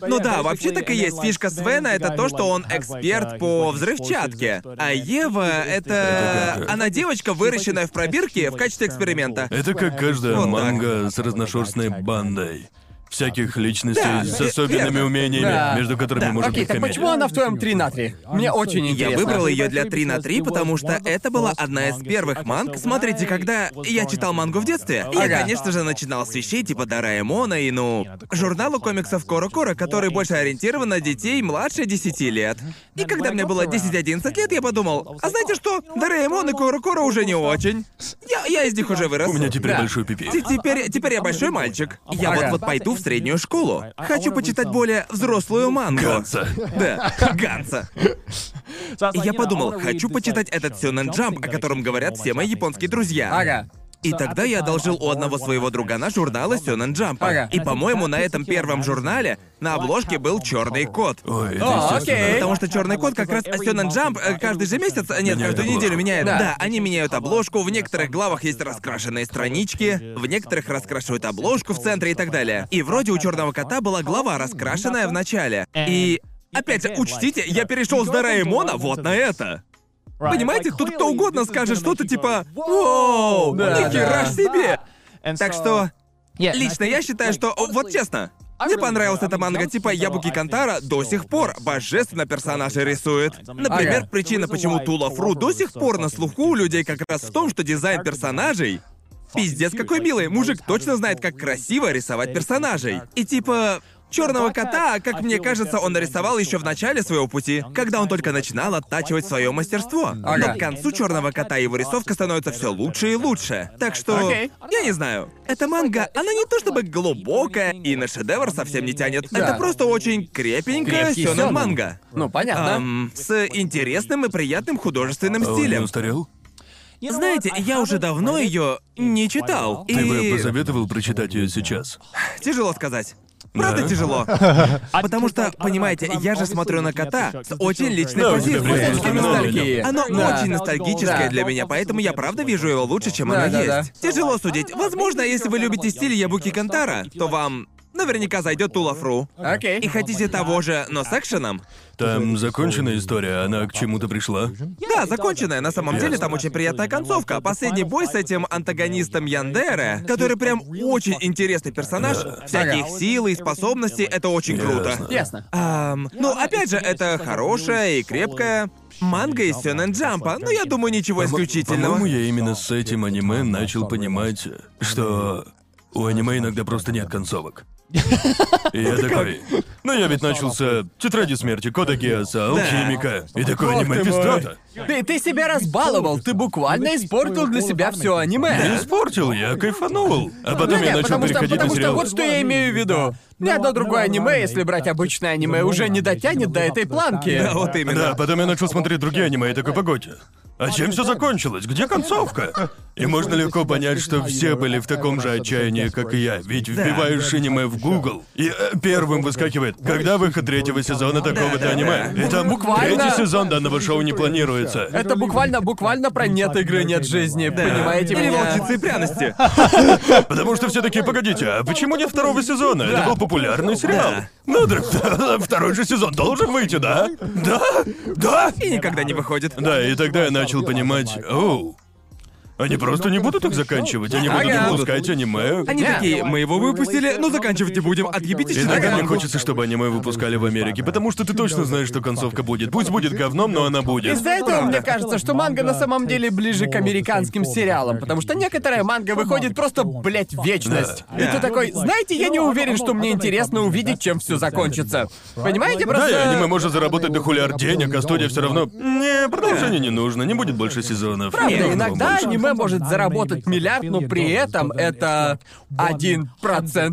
S2: Ну да, вообще так и есть. Фишка Свена — это то, что он эксперт по взрывчатке. А Ева — это... Она девочка, выращенная в пробирке в качестве эксперимента.
S3: Это как каждая
S2: Вот так.
S3: манга с разношерстной бандой. Всяких личностей
S2: Да,
S3: с
S2: э,
S3: особенными
S2: верно.
S3: умениями,
S1: Да.
S3: между которыми может
S1: Окей,
S3: быть
S1: так
S3: комедия.
S1: почему она в твоем 3 на 3? Мне очень
S2: Я
S1: интересно.
S2: выбрал ее для 3 на 3, потому что это была одна из первых манг. Смотрите, когда я читал мангу в детстве, я,
S1: Ага.
S2: конечно же, начинал с вещей типа Дораэмона и, ну, журнала комиксов Корокора, который больше ориентирован на детей младше 10 лет. И когда мне было 10-11 лет, я подумал, а знаете что, Дораэмон и Корокора уже не очень. Я, я из них уже вырос.
S3: У меня теперь
S1: Да.
S3: большой пипи.
S2: Т- Теперь, теперь я большой мальчик. Я
S1: Ага.
S2: вот-вот пойду в среднюю школу. Хочу почитать более взрослую мангу.
S3: Ганса.
S2: Да, Ганса. И я подумал, хочу почитать этот Сёнэн Джамп, о котором говорят все мои японские друзья.
S1: Ага.
S2: И тогда я одолжил у одного своего другана журнала Сёнэн Джампа.
S1: Ага.
S2: И, по-моему, на этом первом журнале на обложке был черный кот.
S3: Ой, а это
S1: О,
S3: естественно.
S1: окей.
S2: Потому что черный кот как раз Сёнэн Джамп э, каждый же месяц, э, нет,
S3: Меняет
S2: каждую
S3: обложку.
S2: неделю меняет.
S1: Да.
S2: Да, они меняют обложку, в некоторых главах есть раскрашенные странички, в некоторых раскрашивают обложку в центре и так далее. И вроде у черного кота была глава, раскрашенная в начале. И Опять же, учтите, я перешел с Дораэмона вот на это. Понимаете, тут кто угодно скажет что-то типа «Воу,
S1: Да,
S2: нихера
S1: да.
S2: ж себе!» Так что, лично
S5: лично
S2: я считаю, что... Вот честно, мне понравилась эта манга, типа Яблоки Кантара до сих пор божественно персонажи рисует. Например,
S1: Ага.
S2: причина, почему Тула Фру до сих пор на слуху у людей как раз в том, что дизайн персонажей Пиздец, какой милый. Мужик точно знает, как красиво рисовать персонажей. И типа... Черного кота, как мне кажется, он нарисовал еще в начале своего пути, когда он только начинал оттачивать свое мастерство. Но
S1: Ага.
S2: к концу черного кота его рисовка становится все лучше и лучше. Так что.
S1: Окей.
S2: Я не знаю. Эта манга, она не то чтобы глубокая и на шедевр совсем не тянет.
S1: Да.
S2: Это просто очень крепенькая
S1: Крепкий
S2: сёнэн
S1: сёнэн.
S2: манга.
S1: Ну, понятно.
S2: Ам, с интересным и приятным художественным
S3: А он не
S2: стилем.
S3: устарел?
S2: Знаете, я уже давно ее не читал.
S3: ну Ты бы
S2: и-
S3: посоветовал прочитать ее сейчас?
S2: Тяжело сказать. Правда
S3: Да.
S2: тяжело. Потому что, понимаете, я же смотрю на кота с очень личной
S3: Да, ну, у тебя
S2: позиции.
S3: присутствует
S1: ностальгия.
S2: Оно
S1: Э, Да.
S2: очень ностальгическое
S1: Да.
S2: для меня, поэтому я правда вижу его лучше, чем
S1: Да,
S2: оно
S1: да,
S2: есть. Тяжело судить. Возможно, если вы любите стиль Ябуки Кантара, то вам Наверняка зайдет Тулафру.
S1: Окей.
S2: И хотите того же, но с экшеном?
S3: Там закончена история, она к чему-то пришла.
S2: Да, законченная. На самом деле там очень приятная концовка. Последний бой с этим антагонистом Яндере, который прям очень интересный персонаж. Всякие их силы и способности, это очень круто.
S3: Ясно.
S1: Ясно.
S2: Ам, ну, опять же, это хорошая и крепкая манга из Сёнэн Джампа, но ну, я думаю, ничего
S3: По-моему,
S2: исключительного.
S3: я именно с этим аниме начал понимать, что у аниме иногда просто нет концовок. И я такой... Ну я ведь начался «Тетради смерти», «Кода Гиаса», «Алхимика». И такой
S1: Бог
S3: аниме
S1: ты мой.
S3: пиздата.
S1: Ты, ты себя разбаловал, ты буквально испортил для себя все
S3: Не
S1: аниме.
S3: испортил, я кайфанул. А потом
S1: Ну
S3: я
S1: нет,
S3: начал
S1: потому что,
S3: переходить на
S1: потому что
S3: сериал.
S1: вот что
S2: Ну,
S1: я имею в виду. Ни одно другое аниме, если брать обычное аниме, уже не дотянет до этой планки.
S2: Да, вот именно.
S3: Да, потом я начал смотреть другие аниме и такой, погодьте. А чем все закончилось? Где концовка? И можно легко понять, что все были в таком же отчаянии, как и я. Ведь вбиваешь аниме в Google, и э, первым выскакивает, когда выход третьего сезона такого-то
S2: Да,
S3: аниме.
S2: да.
S3: И там
S1: Буквально.
S3: третий сезон данного шоу не планируется.
S1: Это буквально, буквально про нет игры, нет жизни,
S2: Да.
S1: понимаете
S2: Или
S1: меня?
S2: волчицы и пряности.
S3: Потому что все такие, погодите, а почему нет второго сезона? Это был популярный сериал.
S2: Да.
S3: Ну так второй же сезон должен выйти, да? Да? Да?
S2: И никогда не выходит.
S3: Да, и тогда я начал понимать, оу, они просто не будут их заканчивать, они будут
S1: Ага.
S3: выпускать аниме.
S2: Они
S1: Да.
S2: такие, мы его выпустили, но заканчивать не будем, отъебитесь
S3: Иногда
S2: нахрен».
S3: мне хочется, чтобы аниме выпускали в Америке, потому что ты точно знаешь, что концовка будет. Пусть будет говном, но она будет.
S1: Из-за этого
S2: Правда.
S1: мне кажется, что манга на самом деле ближе к американским сериалам, потому что некоторая манга выходит просто, блядь, в вечность.
S2: Да.
S1: И ты такой, знаете, я не уверен, что мне интересно увидеть, чем все закончится. Понимаете, просто...
S3: Да, и аниме может заработать до хулиар денег, а студия все равно... Не, продолжение не нужно, не будет больше сезонов.
S1: Правда,
S3: Нет,
S1: иногда
S3: больше.
S1: аниме может заработать миллиард, но при этом это 1%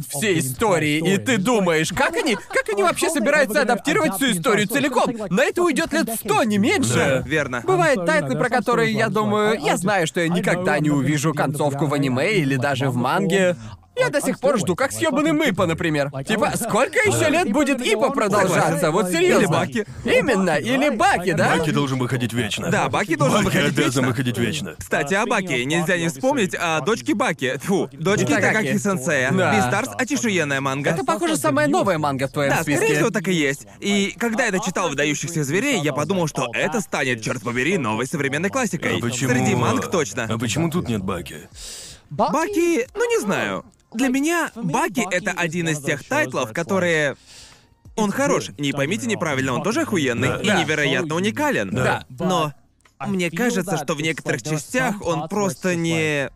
S1: всей истории. И ты думаешь, как они, как они вообще собираются адаптировать всю историю целиком? На это уйдет лет сто, не
S2: Да,
S1: меньше.
S2: Верно.
S1: Бывают тайтлы, про которые я думаю, я знаю, что я никогда не увижу концовку в аниме или даже в манге. Я до сих пор жду, как съебанный Мыпа, например. Типа, сколько еще лет будет Ипа продолжаться? Вот серьезно.
S2: Или Баки.
S1: Именно, или Баки, да?
S3: Баки должен выходить вечно.
S2: Да, Баки должен
S3: Баки
S2: выходить
S3: обязан
S2: вечно.
S3: выходить вечно.
S2: Кстати, о Баке. Нельзя не вспомнить о дочке Баки. Тьфу, дочке
S1: Такаки.
S2: Такаки Сенсея.
S1: Да.
S2: Бистарс очешуенная манга.
S1: Это, похоже, самая новая манга в твоем
S2: Да,
S1: списке.
S2: скорее всего, так и есть. И когда я дочитал «Выдающихся зверей», я подумал, что это станет, черт побери, новой современной классикой.
S3: А почему...
S2: Среди манг точно.
S3: А почему тут нет Баки?
S2: Баки, ну не знаю. Для меня Баки — это один из тех тайтлов, которые... Он хорош, не поймите неправильно, он тоже охуенный и
S1: Да.
S2: невероятно уникален.
S3: Да.
S2: Но мне кажется, что в некоторых частях он просто не...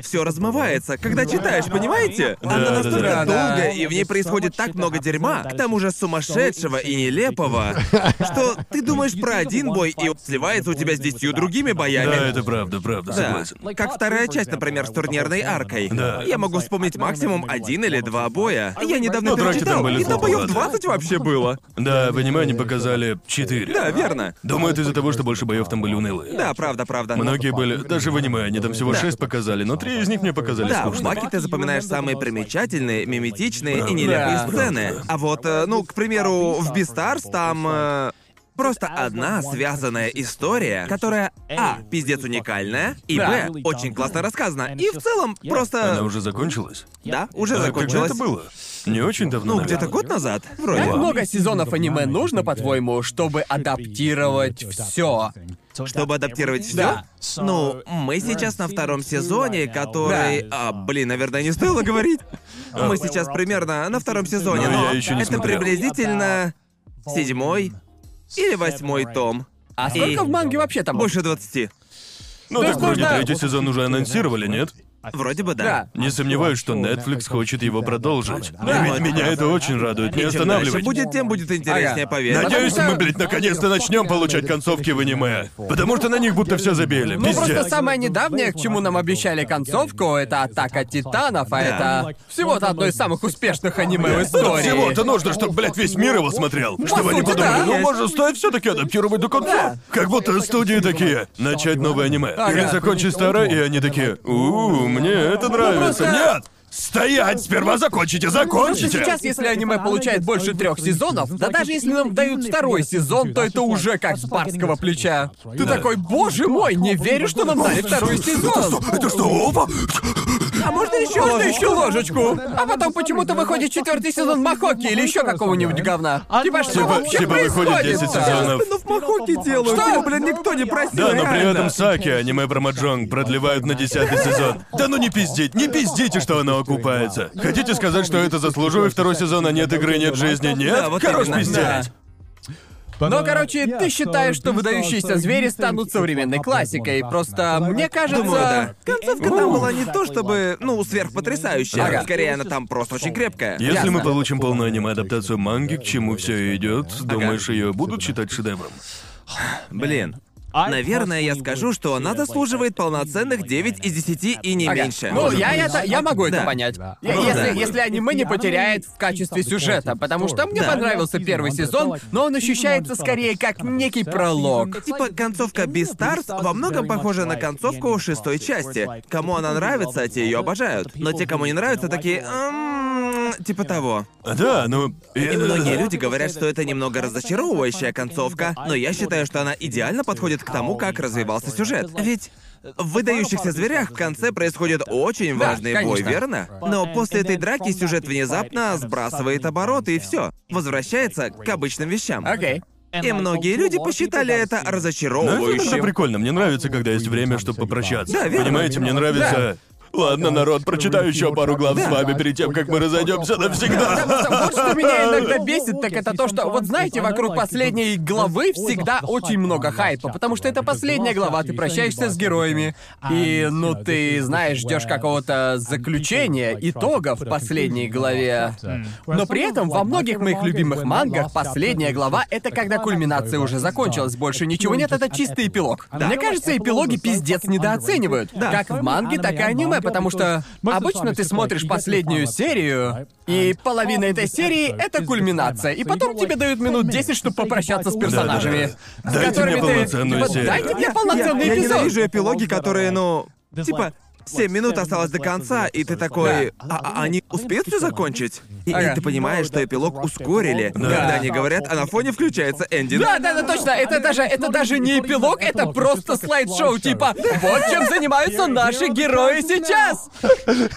S2: Все размывается, когда читаешь, понимаете?
S3: Да,
S2: Она
S3: да,
S2: настолько
S1: да.
S2: долгая, и в ней происходит так много дерьма, к тому же сумасшедшего и нелепого, что ты думаешь про один бой, и он сливается у тебя с десятью другими боями.
S3: Да, это правда, правда,
S2: Да.
S3: согласен.
S2: Как вторая часть, например, с турнирной аркой.
S3: Да.
S2: Я могу вспомнить максимум один или два боя. Я недавно
S3: Ну, драки там
S2: перечитал,
S3: были
S2: и там боев
S3: слабоваты.
S2: 20 вообще было.
S3: Да, в аниме они показали четыре.
S2: Да, верно.
S3: Думаю, это из-за того, что больше боев там были унылые.
S2: Да, правда, правда.
S3: Многие были, даже в аниме они там всего
S2: Да.
S3: шесть показали, но три из них мне показались
S2: Да, в
S3: скучными.
S2: Баке ты запоминаешь самые примечательные, миметичные и
S3: Правда.
S2: нелепые
S1: Да.
S2: сцены. А вот, э, ну, к примеру, в Бистарс там э, просто одна связанная история, которая а. пиздец уникальная, и
S1: Да.
S2: б. очень классно рассказана. И в целом
S3: Она
S2: просто...
S3: уже закончилась?
S2: Да, уже
S3: А когда
S2: закончилась.
S3: это было? Не очень давно,
S2: Ну,
S3: наверное.
S2: где-то год назад, вроде.
S1: Как много сезонов аниме нужно, по-твоему, чтобы адаптировать все?
S2: Чтобы адаптировать все?
S1: Да.
S2: Ну, мы сейчас на втором сезоне, который... А, блин, наверное, не стоило говорить. Мы сейчас примерно на втором сезоне,
S3: Ну,
S2: но
S3: я ещё не
S2: это
S3: смотрел. а
S2: приблизительно седьмой или восьмой том.
S1: А сколько в манге вообще там?
S2: Больше двадцати.
S3: Ну
S1: То
S3: так
S1: есть
S3: вроде
S1: нужно-
S3: третий сезон уже анонсировали, нет?
S2: Вроде бы А да.
S1: Да.
S3: Не сомневаюсь, что Netflix хочет его продолжить.
S2: Да.
S3: Ведь меня это очень радует, не
S2: И чем дальше
S3: останавливайте.
S2: будет, тем будет интереснее,
S1: Ага.
S2: поверь.
S3: Надеюсь,
S1: Потому что-
S3: мы, блядь, наконец-то начнем получать концовки в аниме. Потому что на них будто все забили.
S1: Ну просто
S3: Пиздец.
S1: самое недавнее, к чему нам обещали концовку, это атака титанов, а
S2: Да.
S1: это всего-то одно из самых успешных аниме в
S3: Ну, Всего-то
S1: истории.
S3: нужно, чтобы, блядь, весь мир его смотрел. Чтобы они
S1: сути,
S3: подумали,
S1: да.
S3: ну, может, стоит все таки адаптировать до конца. Как будто студии такие, начать новое аниме.
S1: Ага.
S3: Или закончить старое, и они такие, у мне это нравится.
S1: просто-
S3: Нет! Стоять! Сперва закончите,
S1: Просто
S3: закончите!
S1: сейчас, если аниме получает больше трех сезонов, да даже если нам дают второй сезон, то это уже как с барского плеча. Ты такой, боже мой, не верю, что нам дали второй сезон.
S3: Это что, опа?
S1: А можно еще можно еще ложечку? А потом почему-то выходит четвертый сезон Махоки или еще какого-нибудь говна. Типа что
S3: Типа-
S1: вообще
S3: типа выходит
S1: происходит?
S3: 10 сезонов.
S2: Ну, в Махоке делают.
S1: Что?
S2: Его, блин, никто не просил,
S3: Да, но при
S2: реально.
S3: этом Саки, аниме про Маджонг, продлевают на десятый сезон. Да ну не пиздить, не пиздите, что она окупается. Хотите сказать, что это заслуживает второй сезон, а нет игры, нет жизни, нет?
S2: Да, вот
S3: Хорош
S2: именно.
S3: пиздец.
S1: Но, Ну, короче, ты считаешь, что выдающиеся звери станут современной классикой. Просто мне кажется...
S2: Думаю, да. Концовка там
S1: У.
S2: была не то чтобы, ну, сверхпотрясающая.
S1: Ага.
S2: Скорее, она там просто очень крепкая.
S3: Если
S1: Ясно.
S3: мы получим полную аниме-адаптацию манги, к чему все идет, думаешь, ее будут считать шедевром?
S2: Блин. Наверное, я скажу, что она заслуживает полноценных 9 из 10 и не
S1: Ага.
S2: меньше.
S1: Ну, я, это, я могу это
S2: Да.
S1: понять.
S5: Да.
S1: Я-
S2: Ну да.
S1: если, если аниме не потеряет в качестве сюжета, потому что мне
S2: Да.
S1: понравился первый сезон, но он ощущается скорее как некий пролог.
S2: Типа концовка Beastars во многом похожа на концовку шестой части. Кому она нравится, те ее обожают. Но те, кому не нравится, такие... «М, Типа того.
S3: Да, ну...
S2: И многие люди говорят, что это немного разочаровывающая концовка, но я считаю, что она идеально подходит к тому, как развивался сюжет. Ведь в выдающихся зверях в конце происходит очень
S1: Да,
S2: важный бой,
S1: конечно.
S2: верно? Но после этой драки сюжет внезапно сбрасывает обороты и все. Возвращается к обычным вещам.
S1: Окей.
S2: И многие люди посчитали это
S3: Ну, это тоже
S2: разочаровывающим.
S3: прикольно. Мне нравится, когда есть время, чтобы попрощаться.
S2: Да, верно.
S3: Понимаете, мне нравится... Ладно, народ, прочитаю еще пару глав с вами перед тем, как мы разойдемся навсегда.
S1: Вот что меня иногда бесит, так это то, что, вот знаете, вокруг последней главы всегда очень много хайпа, потому что это последняя глава, ты прощаешься с героями, и, ну, ты знаешь, ждешь какого-то заключения, итога в последней главе. Но при этом во многих моих любимых мангах последняя глава — это когда кульминация уже закончилась, больше ничего нет, это чистый эпилог.
S5: Да.
S1: Мне кажется, эпилоги пиздец недооценивают.
S5: Да.
S1: Как в манге, так и аниме, потому что обычно ты смотришь последнюю серию, и половина этой серии — это кульминация, и потом тебе дают минут 10, чтобы попрощаться с персонажами. с
S3: Дайте
S1: которыми
S3: мне
S1: ты-
S3: полноценную
S1: типа,
S3: серию.
S1: Дайте мне
S2: Я-
S1: полноценный
S2: я, я
S1: эпизод.
S2: ненавижу эпилоги, которые, ну, типа, 7 минут осталось до конца, и ты такой, а, а они успеют все закончить? И, и
S1: Ага.
S2: ты понимаешь, что эпилог ускорили,
S5: Да.
S2: когда они говорят, а на фоне включается эндинг.
S1: Да, да, да, точно. Это даже, это даже не эпилог, это просто слайд-шоу. Типа, вот чем занимаются наши герои сейчас.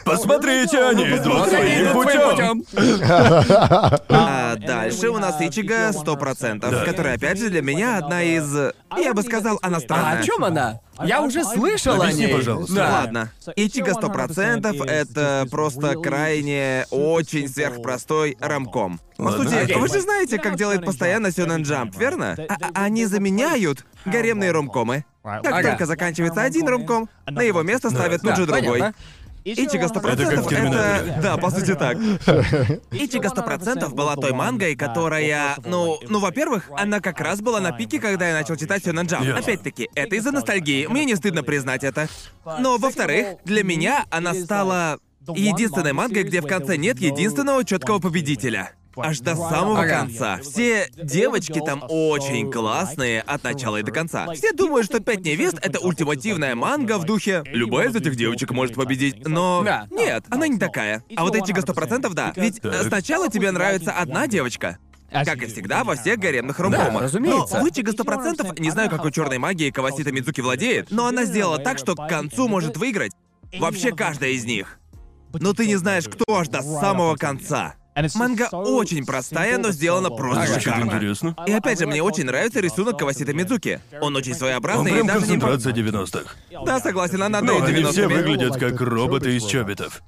S3: Посмотрите,
S2: Ну,
S3: они идут
S1: Они
S3: своим
S1: идут своим
S3: путем.
S1: путем.
S2: А дальше у нас Ичига 100%, которая, опять же, для меня одна из... Я бы сказал, она
S1: А
S2: странная.
S1: о чем она? А Я уже слышал о
S3: Объясни,
S1: ней.
S3: пожалуйста.
S1: Да.
S2: Ладно. Ичига 100% это просто крайне очень сверхпростой рамком. По
S3: Ладно.
S2: сути,
S3: Окей.
S2: вы же знаете, как делает постоянно Сюнэн Джамп, верно? А- а- Они заменяют гаремные ромкомы. Как
S3: А,
S1: Ага.
S2: только заканчивается один ромком, на его место ставят тут
S1: Да,
S2: же другой.
S1: понятно.
S2: Ичига 100%
S3: Это как в Терминаторе.
S2: Да, по сути так. Ичига 100% была той мангой, которая... Ну, ну, во-первых, она как раз была на пике, когда я начал читать Сёнэн Джамп.
S3: Ясно.
S2: Опять-таки, это из-за ностальгии, мне не стыдно признать это. Но, во-вторых, для меня она стала единственной мангой, где в конце нет единственного четкого победителя. Аж до самого
S1: Ага.
S2: конца. Все девочки там очень классные от начала и до конца. Все думают, что «Пять невест» — это ультимативная манга в духе «Любая из этих девочек может победить», но...
S1: Да.
S2: Нет, она не такая. А вот Ичига 100% да. Ведь
S3: Так.
S2: сначала тебе нравится одна девочка, как и всегда во всех гаремных ромкомах.
S1: А Да, разумеется.
S2: Но в Ичиго 100% не знаю, какой черной магией Кавасита Мидзуки владеет, но она сделала так, что к концу может выиграть вообще каждая из них. Но ты не знаешь, кто аж до самого конца. Манга очень простая, но сделана просто
S3: Звучит
S2: шикарно.
S3: интересно.
S2: И опять же, мне очень нравится рисунок Кавасита Мидзуки. Он очень
S3: Он
S2: своеобразный и
S3: прям
S2: даже не...
S3: концентрация 90-х.
S2: Да, согласен, она
S3: Ну,
S2: отдает
S3: они
S2: 90
S3: все
S2: минут.
S3: выглядят как роботы из чобитов.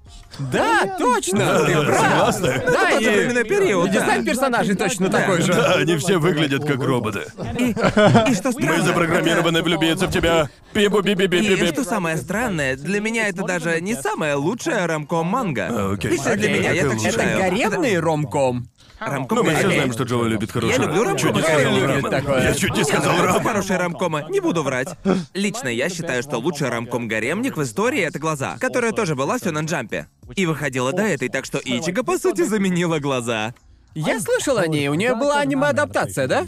S1: Да, точно, ты прав.
S3: Согласны?
S1: Да,
S2: тот же
S1: и-
S2: временной период,
S1: и
S2: да.
S1: дизайн персонажей точно
S2: Да.
S1: такой же.
S3: Да, они все выглядят как роботы.
S2: И что
S3: Мы
S2: странно,
S3: запрограммированы влюбиться в тебя. пибу би би би би
S2: И что самое странное, для меня это даже не самая лучшая рамком манга.
S3: А, окей.
S2: Лично для
S1: Окей.
S2: меня, я так
S3: Это
S1: Это
S2: считаю.
S1: гаремный ромком.
S2: Рамком
S3: Ну, мы все
S2: Окей.
S3: знаем, что Джоэл любит хороший
S2: Я люблю
S3: рам.
S2: рам,
S3: Чуть не
S2: Джоэл
S3: сказал
S1: любит
S3: рам.
S1: такое.
S3: Я чуть не
S2: Мне
S3: сказал
S2: нравятся
S3: рам.
S2: хорошие рамкомы, не буду врать. Лично я считаю, что лучший рамком-гаремник в истории — это «Глаза», которая тоже была в Сёнэн Джампе. И выходила до этой, так что Ичига, по сути, заменила «Глаза».
S1: Я слышал о ней, у нее была аниме-адаптация, да?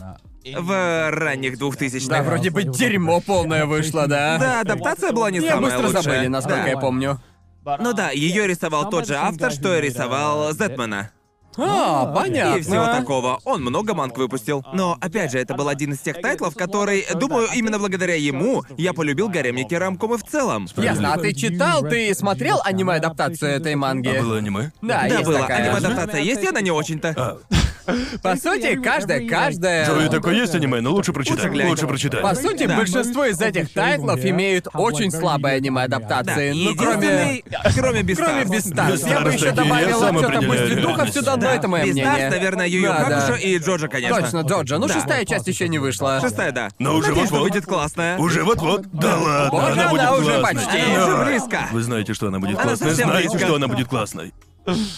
S2: В ранних 2000
S1: Да, вроде бы дерьмо полное вышло, да?
S2: Да, адаптация была не
S1: Её
S2: самая
S1: быстро
S2: лучшая.
S1: забыли, насколько
S2: Да.
S1: я помню.
S2: Ну да, ее рисовал тот же автор, что и рисовал Зетмена.
S1: А, понятно.
S2: И всего такого. Он много манг выпустил. Но, опять же, это был один из тех тайтлов, который, думаю, именно благодаря ему я полюбил гаремники рамкомы в целом.
S1: Ясно, а ты читал, ты смотрел аниме-адаптацию этой манги?
S3: А было аниме?
S1: Да,
S2: да,
S1: есть
S2: было.
S1: такая. Э,
S2: Аниме-адаптация есть, и она не очень-то.
S1: По сути, каждая, каждая...
S3: Джои, такое есть аниме, но лучше прочитать.
S2: глянь.
S3: Лучше прочитать.
S1: По сути,
S2: Да.
S1: большинство из этих тайтлов имеют очень слабые
S2: Да,
S1: аниме-адаптации. ну, кроме...
S2: единственный- кроме
S1: Кроме
S2: Бестарс.
S1: Бестарс. Я бы
S3: Beastars
S1: еще
S3: такие, я
S1: добавил
S3: сам
S1: отчета
S3: определяю
S1: мысли духов
S3: реальность.
S1: сюда, но это мое
S2: Бестарс,
S1: мнение.
S2: наверное, Юю
S1: Да, да.
S2: Хакушо и Джоджа, конечно.
S1: Точно, Джорджа. Ну,
S2: Да.
S1: шестая часть еще не вышла.
S2: Шестая, да.
S3: Но Ну, уже
S2: Надеюсь, что
S3: вот-вот.
S2: будет классная.
S3: Уже вот-вот. Да ладно,
S1: Боже,
S3: она
S1: она
S3: будет
S1: уже
S3: классной.
S1: почти.
S2: Она уже
S3: Да.
S2: близко.
S3: Вы знаете, что она будет
S2: Она
S3: классной.
S2: совсем
S3: Знаете,
S2: близко.
S3: что она будет классной.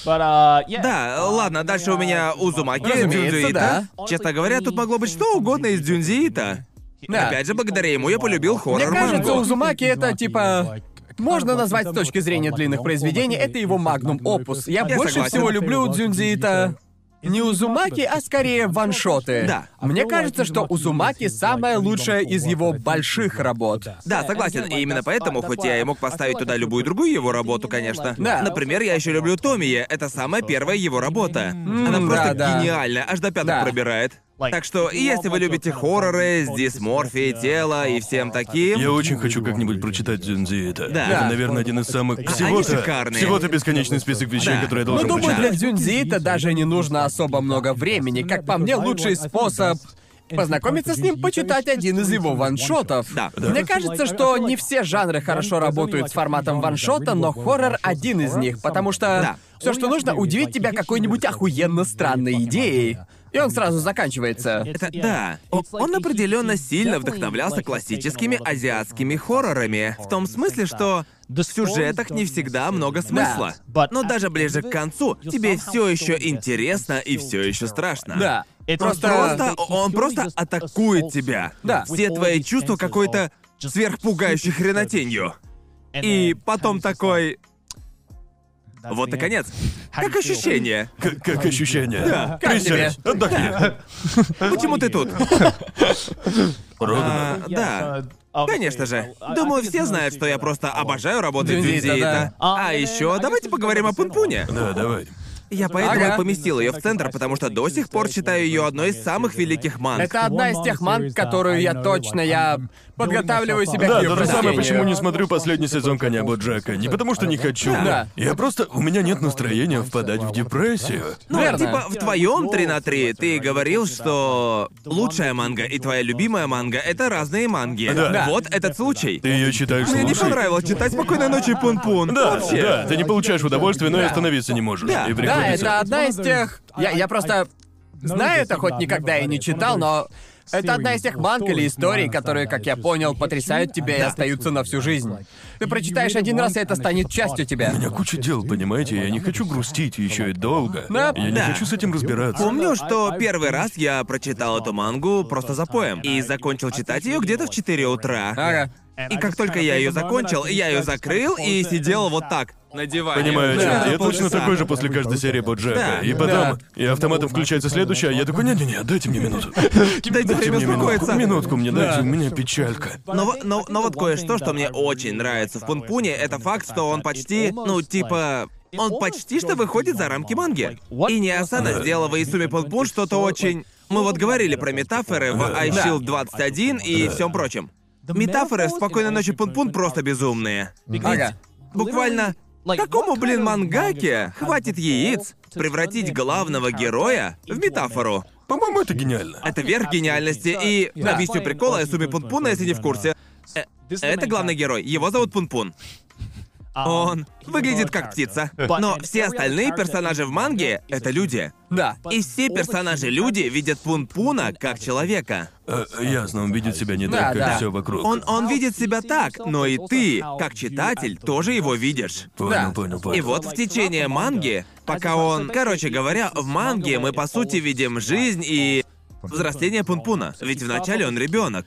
S5: uh,
S2: Да, ладно, дальше у меня Узумаки,
S1: Разумеется,
S2: Дзюнзиита. Честно говоря, тут могло быть что угодно из Дзюнзиита.
S1: Да.
S2: Опять же, благодаря ему я полюбил
S1: Мне
S2: хоррор
S1: кажется,
S2: мангу.
S1: Узумаки это типа... Можно назвать с точки зрения длинных произведений, это его магнум опус. Я,
S2: Я
S1: больше
S2: согласен.
S1: всего люблю Дзюнзиита не Узумаки, а скорее ваншоты.
S2: Да. А
S1: Мне кажется, что Узумаки самое лучшее из его больших работ.
S2: Да, согласен. И именно поэтому, хоть я и мог поставить туда любую другую его работу, конечно.
S1: Да.
S2: Например, я еще люблю Томия. Это самая первая его работа. Она
S1: да,
S2: просто
S1: да.
S2: гениальна, аж до пяток
S1: Да.
S2: пробирает. Так что, если вы любите хорроры с дисморфией тела и всем таким...
S3: Я очень хочу как-нибудь прочитать Дзюнзи это.
S2: Да.
S3: Это, наверное, один из самых... Всего-то...
S2: шикарные.
S3: Всего-то бесконечный список вещей,
S2: Да.
S3: которые я
S1: Ну,
S3: должен
S1: думаю,
S3: прочитать.
S1: для Дзюнзиита даже не нужно особо много времени. Как по мне, лучший способ познакомиться с ним, почитать один из его ваншотов.
S2: Да.
S1: Мне кажется, что не все жанры хорошо работают с форматом ваншота, но хоррор один из них, потому что
S2: Да.
S1: все, что нужно, удивить тебя какой-нибудь охуенно странной идеей. И он сразу заканчивается.
S2: Это да. О- Он определенно сильно вдохновлялся классическими азиатскими хоррорами. В том смысле, что в сюжетах не всегда много смысла.
S5: Да.
S2: Но даже ближе к концу тебе все еще интересно и все еще страшно.
S1: Да.
S2: Просто,
S1: Просто-
S2: он просто атакует тебя.
S1: Да.
S2: Все твои чувства какой-то сверхпугающей хренотенью. И потом такой. Вот и конец. Как ощущение?
S3: Как, как ощущение? Да.
S1: Как тебе?
S3: Присядь, отдохни.
S2: Почему ты тут?
S3: Родан,
S2: А, да. Конечно же. Думаю, все знают, что я просто обожаю работу
S1: Дзюнзиита,
S2: Дзюнзиита.
S1: да.
S2: А еще давайте поговорим о Пунпуне.
S3: Да, давай.
S2: Я поэтому
S1: Ага.
S2: и поместил ее в центр, потому что до сих пор считаю ее одной из самых великих манг.
S1: Это одна из тех манг, которую я точно, я подготавливаю себя
S3: Да,
S1: к ее
S3: то же самое,
S1: прочтению.
S3: почему не смотрю последний сезон «Коня Боджака». Не потому что не хочу.
S1: Да.
S3: Я просто... У меня нет настроения впадать в депрессию.
S2: Ну,
S1: Верно.
S2: типа, в твоем 3 на 3 ты говорил, что лучшая манга и твоя любимая манга это разные манги.
S3: Да.
S2: Вот этот случай.
S3: Ты ее читаешь
S2: Мне не
S3: лучше.
S2: понравилось читать «Спокойной ночи, Пун-Пун».
S3: Да,
S2: Вообще.
S3: да, ты не получаешь удовольствия, но и остановиться не можешь.
S2: Да.
S3: И
S2: Да,
S1: Да,
S3: приходится.
S1: это одна из тех.
S3: А,
S1: Я, я просто знаю это, хоть никогда и не читал, но это одна из тех манг или историй, которые, как я понял, потрясают тебя и остаются на всю жизнь. Ты прочитаешь один раз, и это станет частью тебя.
S3: У меня куча дел, понимаете? Я не хочу грустить еще и долго.
S1: Да.
S3: Я не
S2: Да.
S3: хочу с этим разбираться.
S2: Помню, что первый раз я прочитал эту мангу просто за поем и закончил читать ее где-то в 4 утра.
S1: Ага.
S2: И как только я ее закончил, я ее закрыл и сидел вот так, на диване.
S3: Понимаю, о чём
S1: Да.
S3: ты. я точно
S2: Полчаса.
S3: такой же после каждой серии Боджека.
S2: Да.
S3: И потом, и автоматом включается следующая, а я такой, не-не-не, дайте мне минуту.
S2: Дайте
S3: Дайте
S2: время
S3: мне минутку,
S2: успокоиться.
S3: минутку мне дайте, у меня печалька.
S2: Но, во- но, но вот кое-что, что мне очень нравится в Пунпуне, это факт, что он почти, ну, типа... Он почти что выходит за рамки манги. И Неосана сделала в Исуме Пунпун что-то очень... Мы вот говорили про метафоры в I
S1: Да.
S2: Shield 21 и всем прочем. Метафоры в «Спокойной ночи, Пунпун» просто безумные.
S1: Ага.
S2: Буквально, какому, блин, мангаке хватит яиц превратить главного героя в метафору?
S3: По-моему, это гениально.
S2: Это верх гениальности, и
S1: Да.
S2: объясню прикол о Исуме Пунпуна, если не в курсе. Э, Это главный герой, его зовут Пунпун. Он выглядит как птица. Но все остальные персонажи в манге — это люди.
S1: Да.
S2: И все персонажи люди видят Пунпуна как человека.
S3: Э, Ясно, он видит себя не
S1: Да,
S3: так,
S1: да.
S3: как все вокруг.
S2: Он, он видит себя так, но и ты, как читатель, тоже его видишь.
S1: Да.
S3: Понял, понял, понял.
S2: И вот в течение манги, пока он... Короче говоря, в манге мы по сути видим жизнь и взросление Пунпуна. Ведь вначале он ребенок,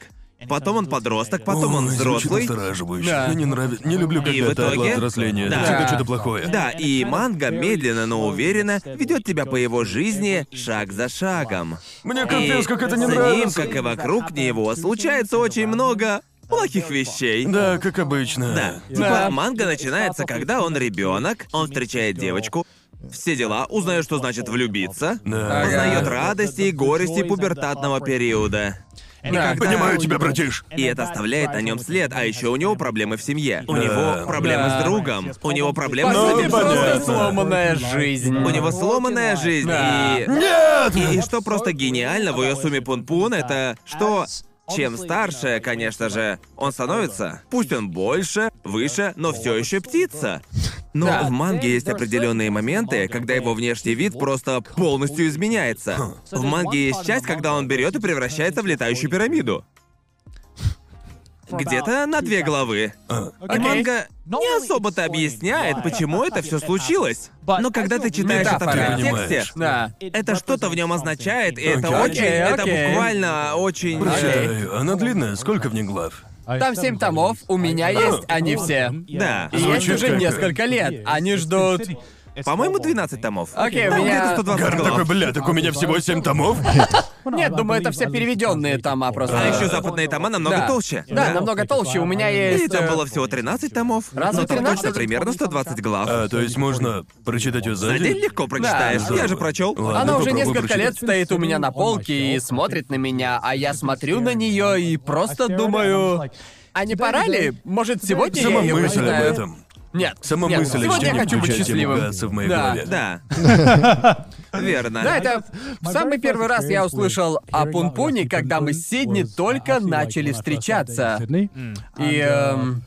S2: потом он подросток, потом он
S3: Ой, звучит
S2: взрослый.
S3: настораживающе.
S1: Да.
S3: Мне не нравится. Не люблю, когда
S2: И в
S3: это
S2: итоге-
S3: отклад взросления.
S2: Да.
S3: Это всегда что-то плохое.
S2: Да, и манга медленно, но уверенно ведет тебя по его жизни шаг за шагом.
S3: Мне
S2: И
S3: капец, как это не
S2: с ним,
S3: нравится.
S2: как и вокруг него, случается очень много плохих вещей.
S3: Да, как обычно.
S2: Да. Типа
S1: Да.
S2: манга начинается, когда он ребенок, он встречает девочку, все дела, узнаю, что значит влюбиться,
S3: Да.
S2: познает радости и горести пубертатного периода.
S1: Да,
S3: Понимаю тебя, братиш.
S2: И это оставляет на нем след, а еще у него проблемы в семье. У
S3: Да.
S2: него проблемы
S1: Да.
S2: с другом, у него проблемы
S1: По
S2: с
S3: Ну,
S1: сути, просто
S3: понятно.
S1: сломанная жизнь.
S2: У него сломанная жизнь,
S1: Да.
S2: и...
S3: Нет!
S2: И, и что просто гениально в ее сумме Пун-Пун, это что... Чем старше, конечно же, он становится, пусть он больше, выше, но все еще птица. Но
S1: Да.
S2: в манге есть определенные моменты, когда его внешний вид просто полностью
S1: Хм.
S2: изменяется. В манге есть часть, когда он берет и превращается в летающую пирамиду. Где-то на две головы. И
S1: Окей.
S2: манга не особо-то объясняет, почему это все случилось. Но когда ты читаешь это в
S1: Метафора.
S3: Ты
S2: контексте,
S3: понимаешь.
S1: Да.
S2: это что-то в нем означает, и это
S3: Окей.
S2: очень, это
S1: Окей.
S2: буквально очень. э,
S3: Прочитаю. Она длинная, сколько в ней глав?
S1: Там семь томов, у меня есть они все.
S3: Ну,
S2: Да.
S1: И есть
S3: Звучит
S1: уже
S3: как-
S1: несколько лет. Они ждут...
S2: По-моему, 12 томов.
S1: Окей,
S2: Там
S1: у меня-
S2: где-то 120
S3: Гар такой,
S2: глав.
S3: бля, так у меня всего семь томов?
S1: Нет, думаю, это все переведенные тома просто.
S2: А еще западные тома намного
S1: Да.
S2: толще.
S1: Да, намного толще. У меня
S2: И
S1: есть...
S2: там
S1: э,
S2: было всего 13 томов.
S1: Разве
S2: но там
S1: 13?
S2: точно примерно 120 глав.
S3: А, то есть можно прочитать ее за
S2: За день
S3: день?
S2: легко прочитаешь.
S3: здорово.
S2: Я же прочел.
S1: А
S3: Ладно.
S1: Она уже
S3: попробую
S1: несколько лет
S3: прочитать.
S1: стоит у меня на полке и смотрит на меня, а я смотрю на нее и просто думаю... А не пора ли? Может, сегодня
S3: Сама
S1: я ее
S3: мысль об
S1: прочитаю?
S3: этом.
S1: Нет.
S3: Сама
S1: нет,
S3: мысль о
S1: Сегодня я
S3: чтении
S1: хочу быть
S3: включает тему
S1: счастливым.
S3: Гатса в моей
S1: Да.
S3: голове.
S2: Да. Верно.
S1: Да, это в самый первый раз я услышал о Пунпуне, когда мы с Сидни только начали встречаться. И эм,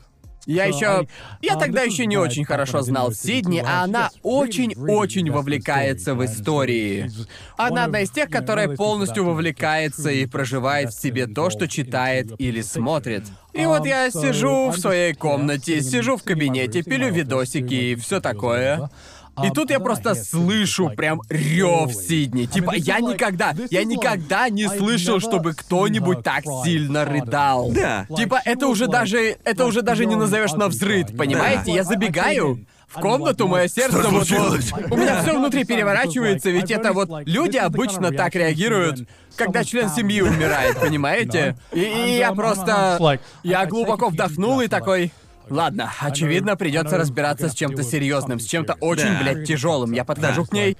S1: я еще... Я тогда еще не очень хорошо знал Сидни, а она очень-очень вовлекается в истории. Она одна из тех, которая полностью вовлекается и проживает в себе то, что читает или смотрит. И вот я сижу в своей комнате, сижу в кабинете, пилю видосики и все такое.
S5: А,
S1: И тут А я просто слышу прям рев Сидни. Типа, я никогда, я никогда а не слышал, чтобы кто-нибудь так сильно рыдал.
S2: Да.
S1: Типа, это уже даже, это уже даже не назовешь на взрыв, понимаете? Я забегаю в комнату, мое сердце
S3: Что
S1: вот-
S3: случилось?
S1: У меня все внутри переворачивается, ведь это вот люди обычно так реагируют, когда член семьи умирает, понимаете? И, и я просто, я глубоко вдохнул и такой. Ладно, очевидно, придется разбираться с чем-то серьезным, с чем-то очень,
S2: Да.
S1: блядь, тяжелым. Я подхожу к ней.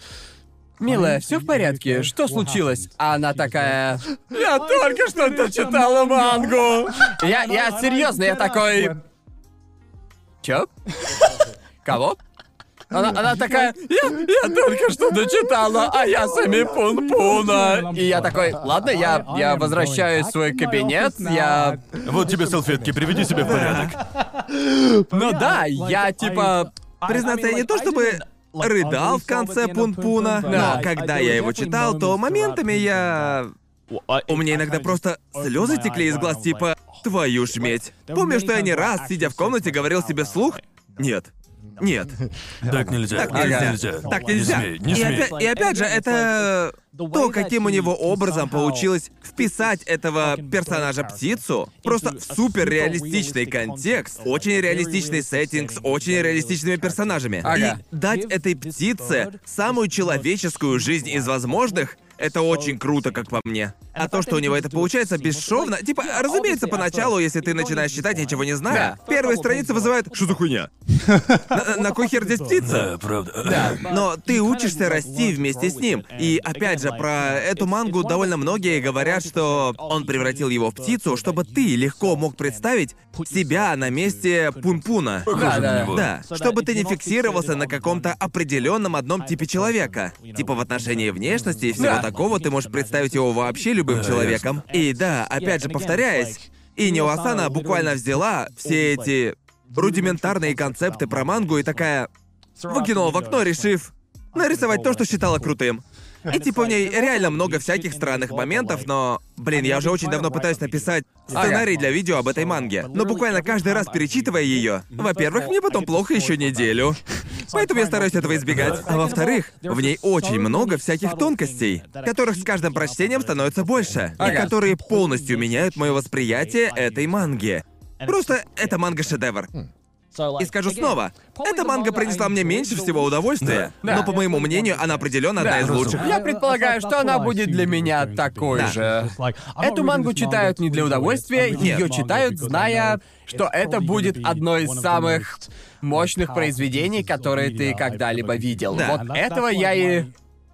S1: Милая, все в порядке? Что случилось? А она такая. Я только что дочитала мангу. Я, я серьезно, я такой. Чё? Кого? Она, она такая, я, я только что дочитала, а я сами пун-пуна. И я такой, ладно, я, я возвращаюсь в свой кабинет, я...
S3: Вот тебе салфетки, приведи себя в порядок.
S1: Ну да, я типа...
S5: а,
S2: Признаться, я не то чтобы рыдал в конце Пунпуна,
S1: Да.
S2: но когда я его читал, то моментами я... У меня иногда просто слезы текли из глаз, типа «Твою ж медь». Помню, что я не раз, сидя в комнате, говорил себе вслух «Нет». Нет,
S3: Так нельзя,
S2: Так
S3: так
S2: нельзя.
S3: нельзя.
S2: так нельзя.
S3: Не смей, не
S2: и,
S3: смей.
S2: опять, и опять же, это то, каким у него образом получилось вписать этого персонажа птицу, просто супер реалистичный контекст, очень реалистичный сеттинг с очень реалистичными персонажами.
S1: Ага.
S2: И дать этой птице самую человеческую жизнь из возможных, это очень круто, как по мне. А то, что у него это получается бесшовно, типа, разумеется, поначалу, если ты начинаешь читать, ничего не зная, первая страница вызывает «Что за хуйня?» На, на кой хер здесь птица?
S3: Да, Э, правда.
S2: Но ты учишься расти вместе с ним. И опять же, про эту мангу довольно многие говорят, что он превратил его в птицу, чтобы ты легко мог представить себя на месте Пунпуна.
S1: Да,
S3: на
S1: да.
S3: него.
S2: Да, чтобы ты не фиксировался на каком-то определенном одном типе человека. Типа в отношении внешности и всего
S1: Да.
S2: такого ты можешь представить его вообще любым человеком. И да, опять же, повторяясь, и Неосана буквально взяла все эти рудиментарные концепты про мангу и такая выкинула в окно, решив нарисовать то, что считала крутым. И типа в ней реально много всяких странных моментов, но... Блин, я уже очень давно пытаюсь написать сценарий для видео об этой манге. Но буквально каждый раз перечитывая ее, во-первых, мне потом плохо еще неделю. Поэтому я стараюсь этого избегать. А во-вторых, в ней очень много всяких тонкостей, которых с каждым прочтением становится больше, и
S1: Ага.
S2: которые полностью меняют мое восприятие этой манги. Просто это манга-шедевр. И скажу снова, эта манга принесла мне меньше всего удовольствия,
S1: Да.
S2: но, по моему мнению, она определенно одна
S1: Да,
S2: из лучших.
S1: Я предполагаю, что она будет для меня такой
S2: Да.
S1: же. А Эту мангу читают не для удовольствия,
S2: Нет.
S1: ее читают, зная, что это будет одно из самых мощных произведений, которые ты когда-либо видел.
S2: Да.
S1: Вот этого я и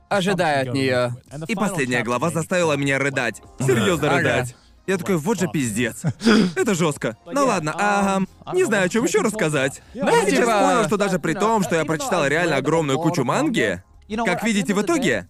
S1: ожидаю от нее.
S2: И последняя глава заставила меня рыдать. Серьезно
S1: Ага.
S2: рыдать. Я такой, вот же пиздец. Это жестко. Ну ладно, а не знаю, о чем еще рассказать.
S5: Да,
S2: я сейчас
S1: типа-
S2: понял, что даже при том, что я прочитал реально огромную кучу манги, как видите в итоге,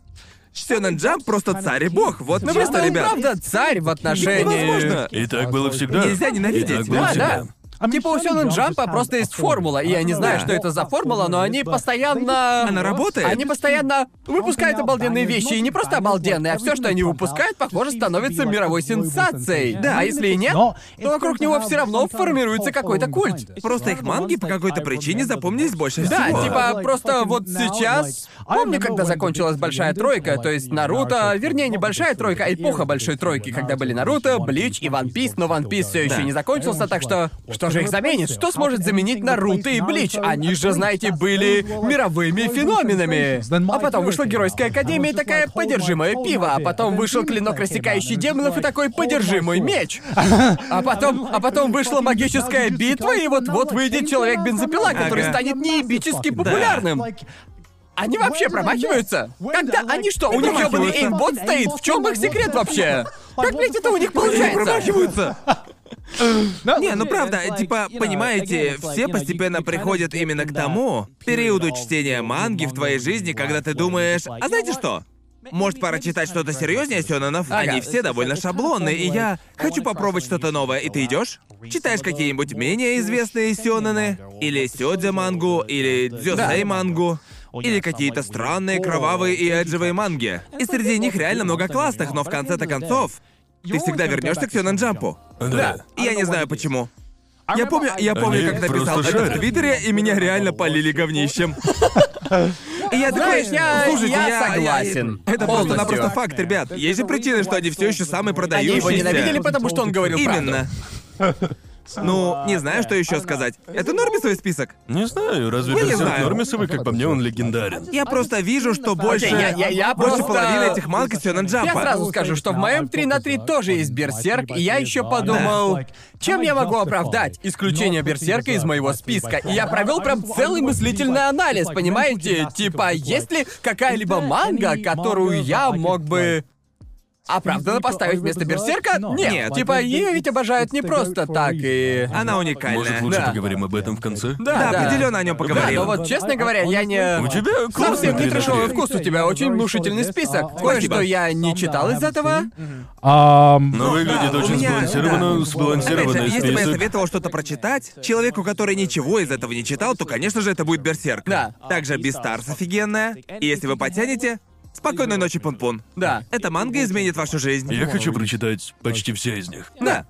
S2: Сёнэн Джамп просто царь и бог. Вот
S1: Ну
S2: честно,
S1: просто он
S2: ребят.
S1: правда царь в отношении.
S2: Невозможно.
S3: И так было всегда.
S2: Нельзя ненавидеть.
S3: И так было
S1: Да,
S3: всегда.
S1: да. Типа у Сёнэн Джампа просто есть формула, и я не знаю,
S2: Да.
S1: что это за формула, но они
S5: типа
S1: постоянно...
S2: Она работает?
S1: Они постоянно выпускают обалденные вещи, и не просто обалденные, а все, что они выпускают, похоже, становится мировой сенсацией.
S5: Да.
S1: А если и нет,
S5: Но
S1: то вокруг него все равно формируется какой-то культ.
S2: Просто их манги по какой-то причине запомнились больше
S1: Да,
S2: всего.
S1: типа просто вот сейчас... Помню, когда закончилась Большая Тройка, то есть Наруто, вернее, не Большая Тройка, а эпоха Большой Тройки, когда были Наруто, Блич и Ван Пис, но Ван Пис все еще
S2: Да.
S1: не закончился, так что... Что же их А заменит? Что сможет заменить Наруто и Блич? Они же, знаете, были мировыми феноменами. А потом вышла Геройская Академия, и такая подержимое пиво, а потом вышел Клинок Рассекающий Демонов и такой подержимый меч. А потом, а потом вышла магическая битва, и вот-вот выйдет человек-бензопила, который
S2: Ага.
S1: станет неебически популярным. Они вообще промахиваются? Когда они что, у них ебаный
S2: Промахиваются.
S1: эймбот стоит? В чем их секрет вообще? Как, блядь, это у них
S2: Они
S1: получается?
S2: промахиваются. Не, ну правда, типа, понимаете, все постепенно приходят именно к тому периоду чтения манги в твоей жизни, когда ты думаешь, а знаете что? Может, пора читать что-то серьезнее, Сёнэнов?
S1: Ага.
S2: Они все довольно шаблонные, и я хочу попробовать что-то новое. И ты идешь, читаешь какие-нибудь менее известные Сёнэны, или Сёдзе мангу, или Дзёсэй
S5: Да.
S2: мангу, или какие-то странные, кровавые и эджевые манги. И среди них реально много классных, но в конце-то концов, ты всегда вернешься к Сёнэн Джампу.
S3: Да.
S2: Я не знаю почему. Я помню, я помню,
S3: Они
S2: как написал
S3: просто
S2: это в
S3: шарят.
S2: Твиттере, и меня реально полили говнищем. И я такой,
S1: Знаешь, я-
S2: слушайте,
S1: я
S2: я
S1: согласен.
S2: Это просто
S1: Полностью.
S2: напросто факт, ребят.
S1: Э,
S2: Есть же причины, что они все еще самые
S1: Они
S2: продающиеся.
S1: его ненавидели, потому что он говорил правду.
S2: Именно. Ну, не знаю, что еще сказать. Это нормисовый список.
S3: Не знаю, разве
S2: Я Ну, не
S3: Берсерк
S2: знаю.
S3: Нормисовый, как по мне, он легендарен.
S2: Я просто вижу, что больше...
S1: Окей, я, я, я
S2: Больше
S1: просто...
S2: половины этих манг из Сёнэн Джампа.
S1: Я сразу скажу, что в моем 3 на 3 тоже есть Берсерк, и я еще подумал, чем я могу оправдать исключение Берсерка из моего списка. И я провел прям целый мыслительный анализ, понимаете? Типа, есть ли какая-либо манга, которую я мог бы оправданно поставить вместо Берсерка? Нет,
S2: Нет.
S1: типа, ее ведь обожают не просто так, и...
S2: Она
S3: Может,
S2: уникальная.
S3: лучше
S1: Да.
S3: поговорим об этом в конце?
S2: Да, определенно о нем
S1: Да,
S2: поговорим.
S1: но вот, честно говоря, я не...
S3: У тебя классный
S1: Совсем не
S3: тренер.
S1: трешовый вкус, у тебя очень внушительный список. Кое-что я не читал из этого.
S3: Но выглядит
S2: да, у
S3: очень
S2: меня-
S3: сбалансированно,
S2: да. Опять же,
S3: сбалансированный
S2: если бы я
S3: список.
S2: советовал что-то прочитать, человеку, который ничего из этого не читал, то, конечно же, это будет Берсерк.
S1: Да.
S2: Также Бистарс офигенная. И если вы потянете, спокойной ночи, Пун-Пун.
S1: Да.
S2: Эта манга изменит вашу жизнь.
S3: Я хочу прочитать почти все из них.
S2: Да.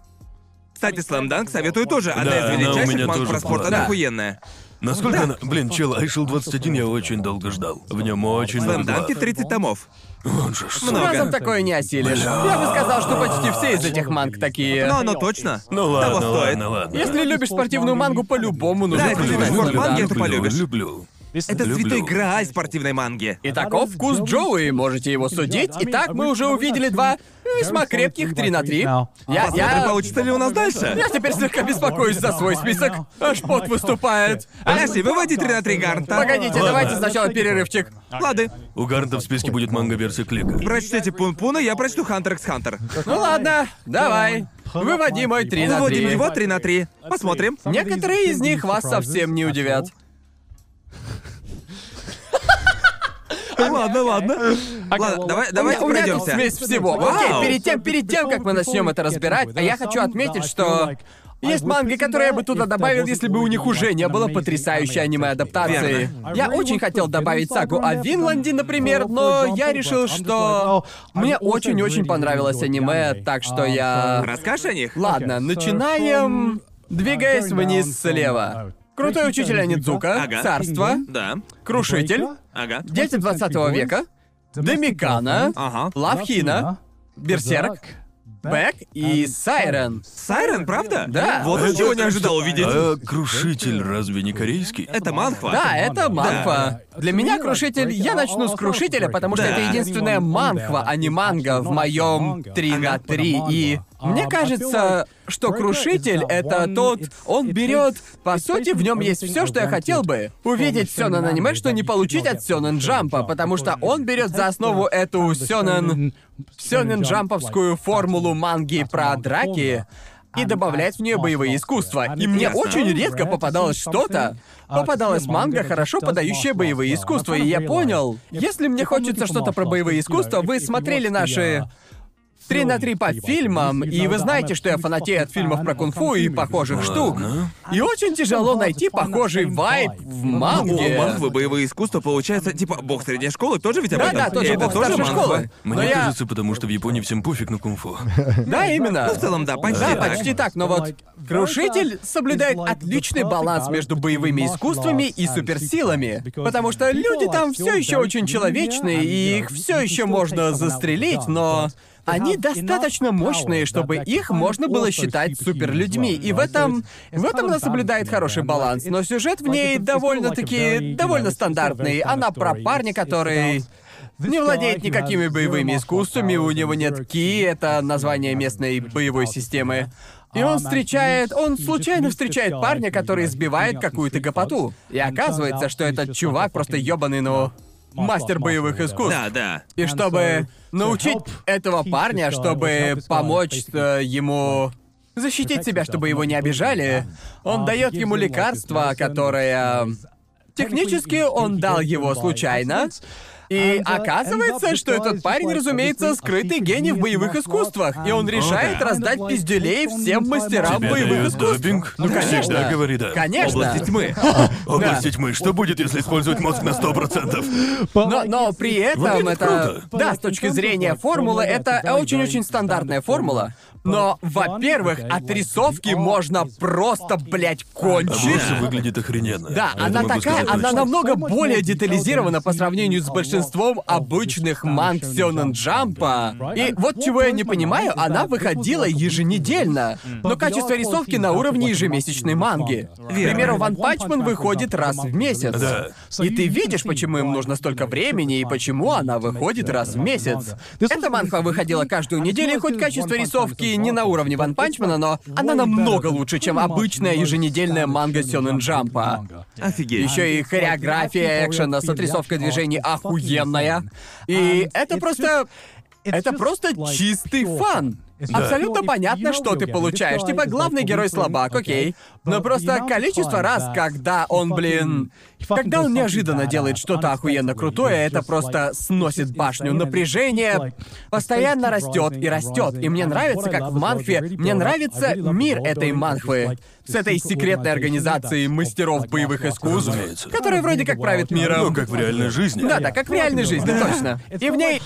S2: Кстати, Слэмданк советую тоже. Одна
S3: Да,
S2: из
S3: она у
S2: величайших
S3: меня
S2: манг
S3: тоже
S2: про спорт,
S3: была.
S2: она
S1: Да.
S2: охуенная.
S3: Насколько она... Блин, чел, Айшел 21 я очень долго ждал. В нем очень много
S2: Слэмданки
S3: глав.
S2: 30 томов.
S3: Он же ж-
S2: Много.
S1: Разом такое не осилишь. Я бы сказал, что почти все из этих манг такие.
S2: Но оно точно.
S3: Ну
S2: того
S3: ладно,
S2: стоит.
S3: ладно, ладно.
S1: Если любишь спортивную мангу, по-любому нужно
S2: Да, если
S1: прочитать.
S2: любишь спорт,
S1: Да.
S2: манги, это
S3: люблю,
S2: полюбишь.
S3: люблю.
S2: Это
S3: Люблю.
S2: святой грааль спортивной манги.
S1: И таков вкус Джоуи, можете его судить. Итак, мы уже увидели два весьма крепких 3 на 3. Я,
S2: А Посмотрим,
S1: я,
S2: получится ли у нас дальше.
S1: я теперь слегка беспокоюсь за свой список. Аж пот выступает.
S2: Подожди, выводи 3 на 3 Гарнта.
S1: Погодите,
S3: Ладно.
S1: давайте сначала перерывчик.
S2: Лады.
S3: У Гарнта в списке будет манга версия клика.
S2: Прочтите Пун-Пуна, я прочту Хантер x Хантер.
S1: Ну ладно, давай. Выводи мой 3 на 3.
S2: Выводим его 3 на 3. Посмотрим.
S1: Некоторые из них вас совсем не удивят.
S2: Ладно, ладно. Ладно,
S5: well,
S2: давай,
S5: у
S2: давайте
S1: у меня тут
S2: пройдемся.
S1: смесь всего.
S2: Вау.
S1: Окей, перед тем, перед тем, как мы начнем это разбирать, а я хочу отметить, что есть манги, которые я бы туда добавил, если бы у них уже не было потрясающей аниме-адаптации.
S5: Верно.
S1: Я очень хотел добавить сагу о Винланде, например, но я решил, что мне очень-очень понравилось аниме, так что я...
S2: Расскажешь о них?
S1: Ладно, начинаем, двигаясь вниз слева. Крутой учитель Анидзука,
S2: Ага.
S1: Царство,
S2: Да.
S1: Крушитель,
S2: Ага.
S1: Дети 20 века, Домикана,
S2: Ага.
S1: Лавхина, Берсерк, Бэк и Сайрен.
S2: Сайрен, правда?
S1: Да.
S2: Вот
S3: Это-
S2: чего не ожидал увидеть.
S3: А крушитель разве не корейский?
S2: Это манхва.
S1: Да, это манхва.
S5: Да.
S1: Для меня крушитель... Я начну с крушителя, потому что
S2: Да.
S1: это единственная манхва, а не манга в моем 3 на 3. И мне кажется, что крушитель — это тот... Он берет... По сути, в нем есть все, что я хотел бы. Увидеть Сёнэн аниме, что не получить от Сёнэн Джампа, потому что он берет за основу эту Сёнэн... Сёнэн Джамповскую формулу манги про драки, и добавлять в нее боевые искусства. И мне
S2: Ясно.
S1: очень редко попадалось что-то. Попадалась манга, хорошо подающая боевые искусства, и я понял, если мне хочется что-то про боевые искусства, вы смотрели наши 3 на 3 по фильмам, и вы знаете, что я фанатею от фильмов про кунг-фу и похожих штук. И очень тяжело найти похожий вайб в манге.
S2: У манхвы А, боевые искусства получается, типа, бог средней школы тоже ведь об этом?
S1: Да-да,
S2: И
S1: тоже
S2: это
S1: бог старшей
S2: манхва?
S1: школы. Но
S3: Мне
S1: я...
S3: кажется, потому что в Японии всем пофиг на кунг-фу.
S1: Да, именно.
S2: Ну, в целом, да, почти
S1: Да,
S2: так.
S1: почти так, но вот Крушитель соблюдает отличный баланс между боевыми искусствами и суперсилами, потому что люди там все еще очень человечные, и их все еще можно застрелить, но они достаточно мощные, чтобы их можно было считать суперлюдьми, и в этом в этом она соблюдает хороший баланс. Но сюжет в ней довольно-таки довольно стандартный. Она про парня, который не владеет никакими боевыми искусствами, у него нет ки, это название местной боевой системы. И
S5: um,
S1: он встречает, он случайно встречает парня, который сбивает какую-то гопоту. И оказывается, что этот чувак просто ёбаный, ну, мастер боевых искусств.
S2: Да, да.
S1: И чтобы научить этого парня, чтобы помочь э, ему защитить себя, чтобы его не обижали,
S5: Um,
S1: он дает ему лекарство, которое... э, Технически он дал его случайно. И
S3: uh,
S1: оказывается, что этот парень, разумеется, скрытый гений в боевых искусствах, и
S3: uh,
S1: он решает раздать пизделей всем мастерам
S3: Тебе
S1: боевых
S3: дают
S1: искусств.
S3: допинг?
S1: Ну,
S3: Ты
S1: конечно.
S3: Всегда говори, да.
S1: Конечно.
S2: Области тьмы.
S3: Область тьмы. Что будет, если использовать мозг на 100%?
S1: Но, но при этом
S3: Выглядит
S1: это...
S5: круто.
S1: Да, с точки зрения формулы, это очень-очень стандартная формула. Но, во-первых, отрисовки можно просто, блядь, кончить.
S3: Область А выглядит охрененно.
S1: Да,
S3: Это
S1: она
S3: могу
S1: такая,
S3: сказать
S1: она
S3: точно.
S1: намного более детализирована по сравнению с большинством обычных манг Сёнэн Джампа. И вот чего я не понимаю, она выходила еженедельно. Но качество рисовки на уровне ежемесячной манги. К примеру, Ван Панчман выходит раз в месяц.
S3: Да.
S1: И ты видишь, почему им нужно столько времени и почему она выходит раз в месяц. Эта манхва выходила каждую неделю, и хоть качество рисовки не на уровне Ван Панчмана, но она намного лучше, чем обычная еженедельная манга Сёнэн Джампа.
S2: Офигеть.
S1: Еще и хореография экшена с отрисовкой движений охуенная. И это просто... Это просто чистый фан. Абсолютно понятно, что ты получаешь. Типа, главный герой слабак, окей. Но просто количество раз, когда он, блин... Когда он неожиданно делает что-то охуенно крутое, это просто сносит башню. Напряжение постоянно растет и растет. И мне нравится, как в Манхве... Мне нравится мир этой Манхвы. С этой секретной организацией мастеров боевых искусств,
S3: Разумеется.
S1: которая вроде как правит миром.
S3: Ну, как в реальной жизни.
S1: Да, да, как в реальной жизни, точно. И в ней...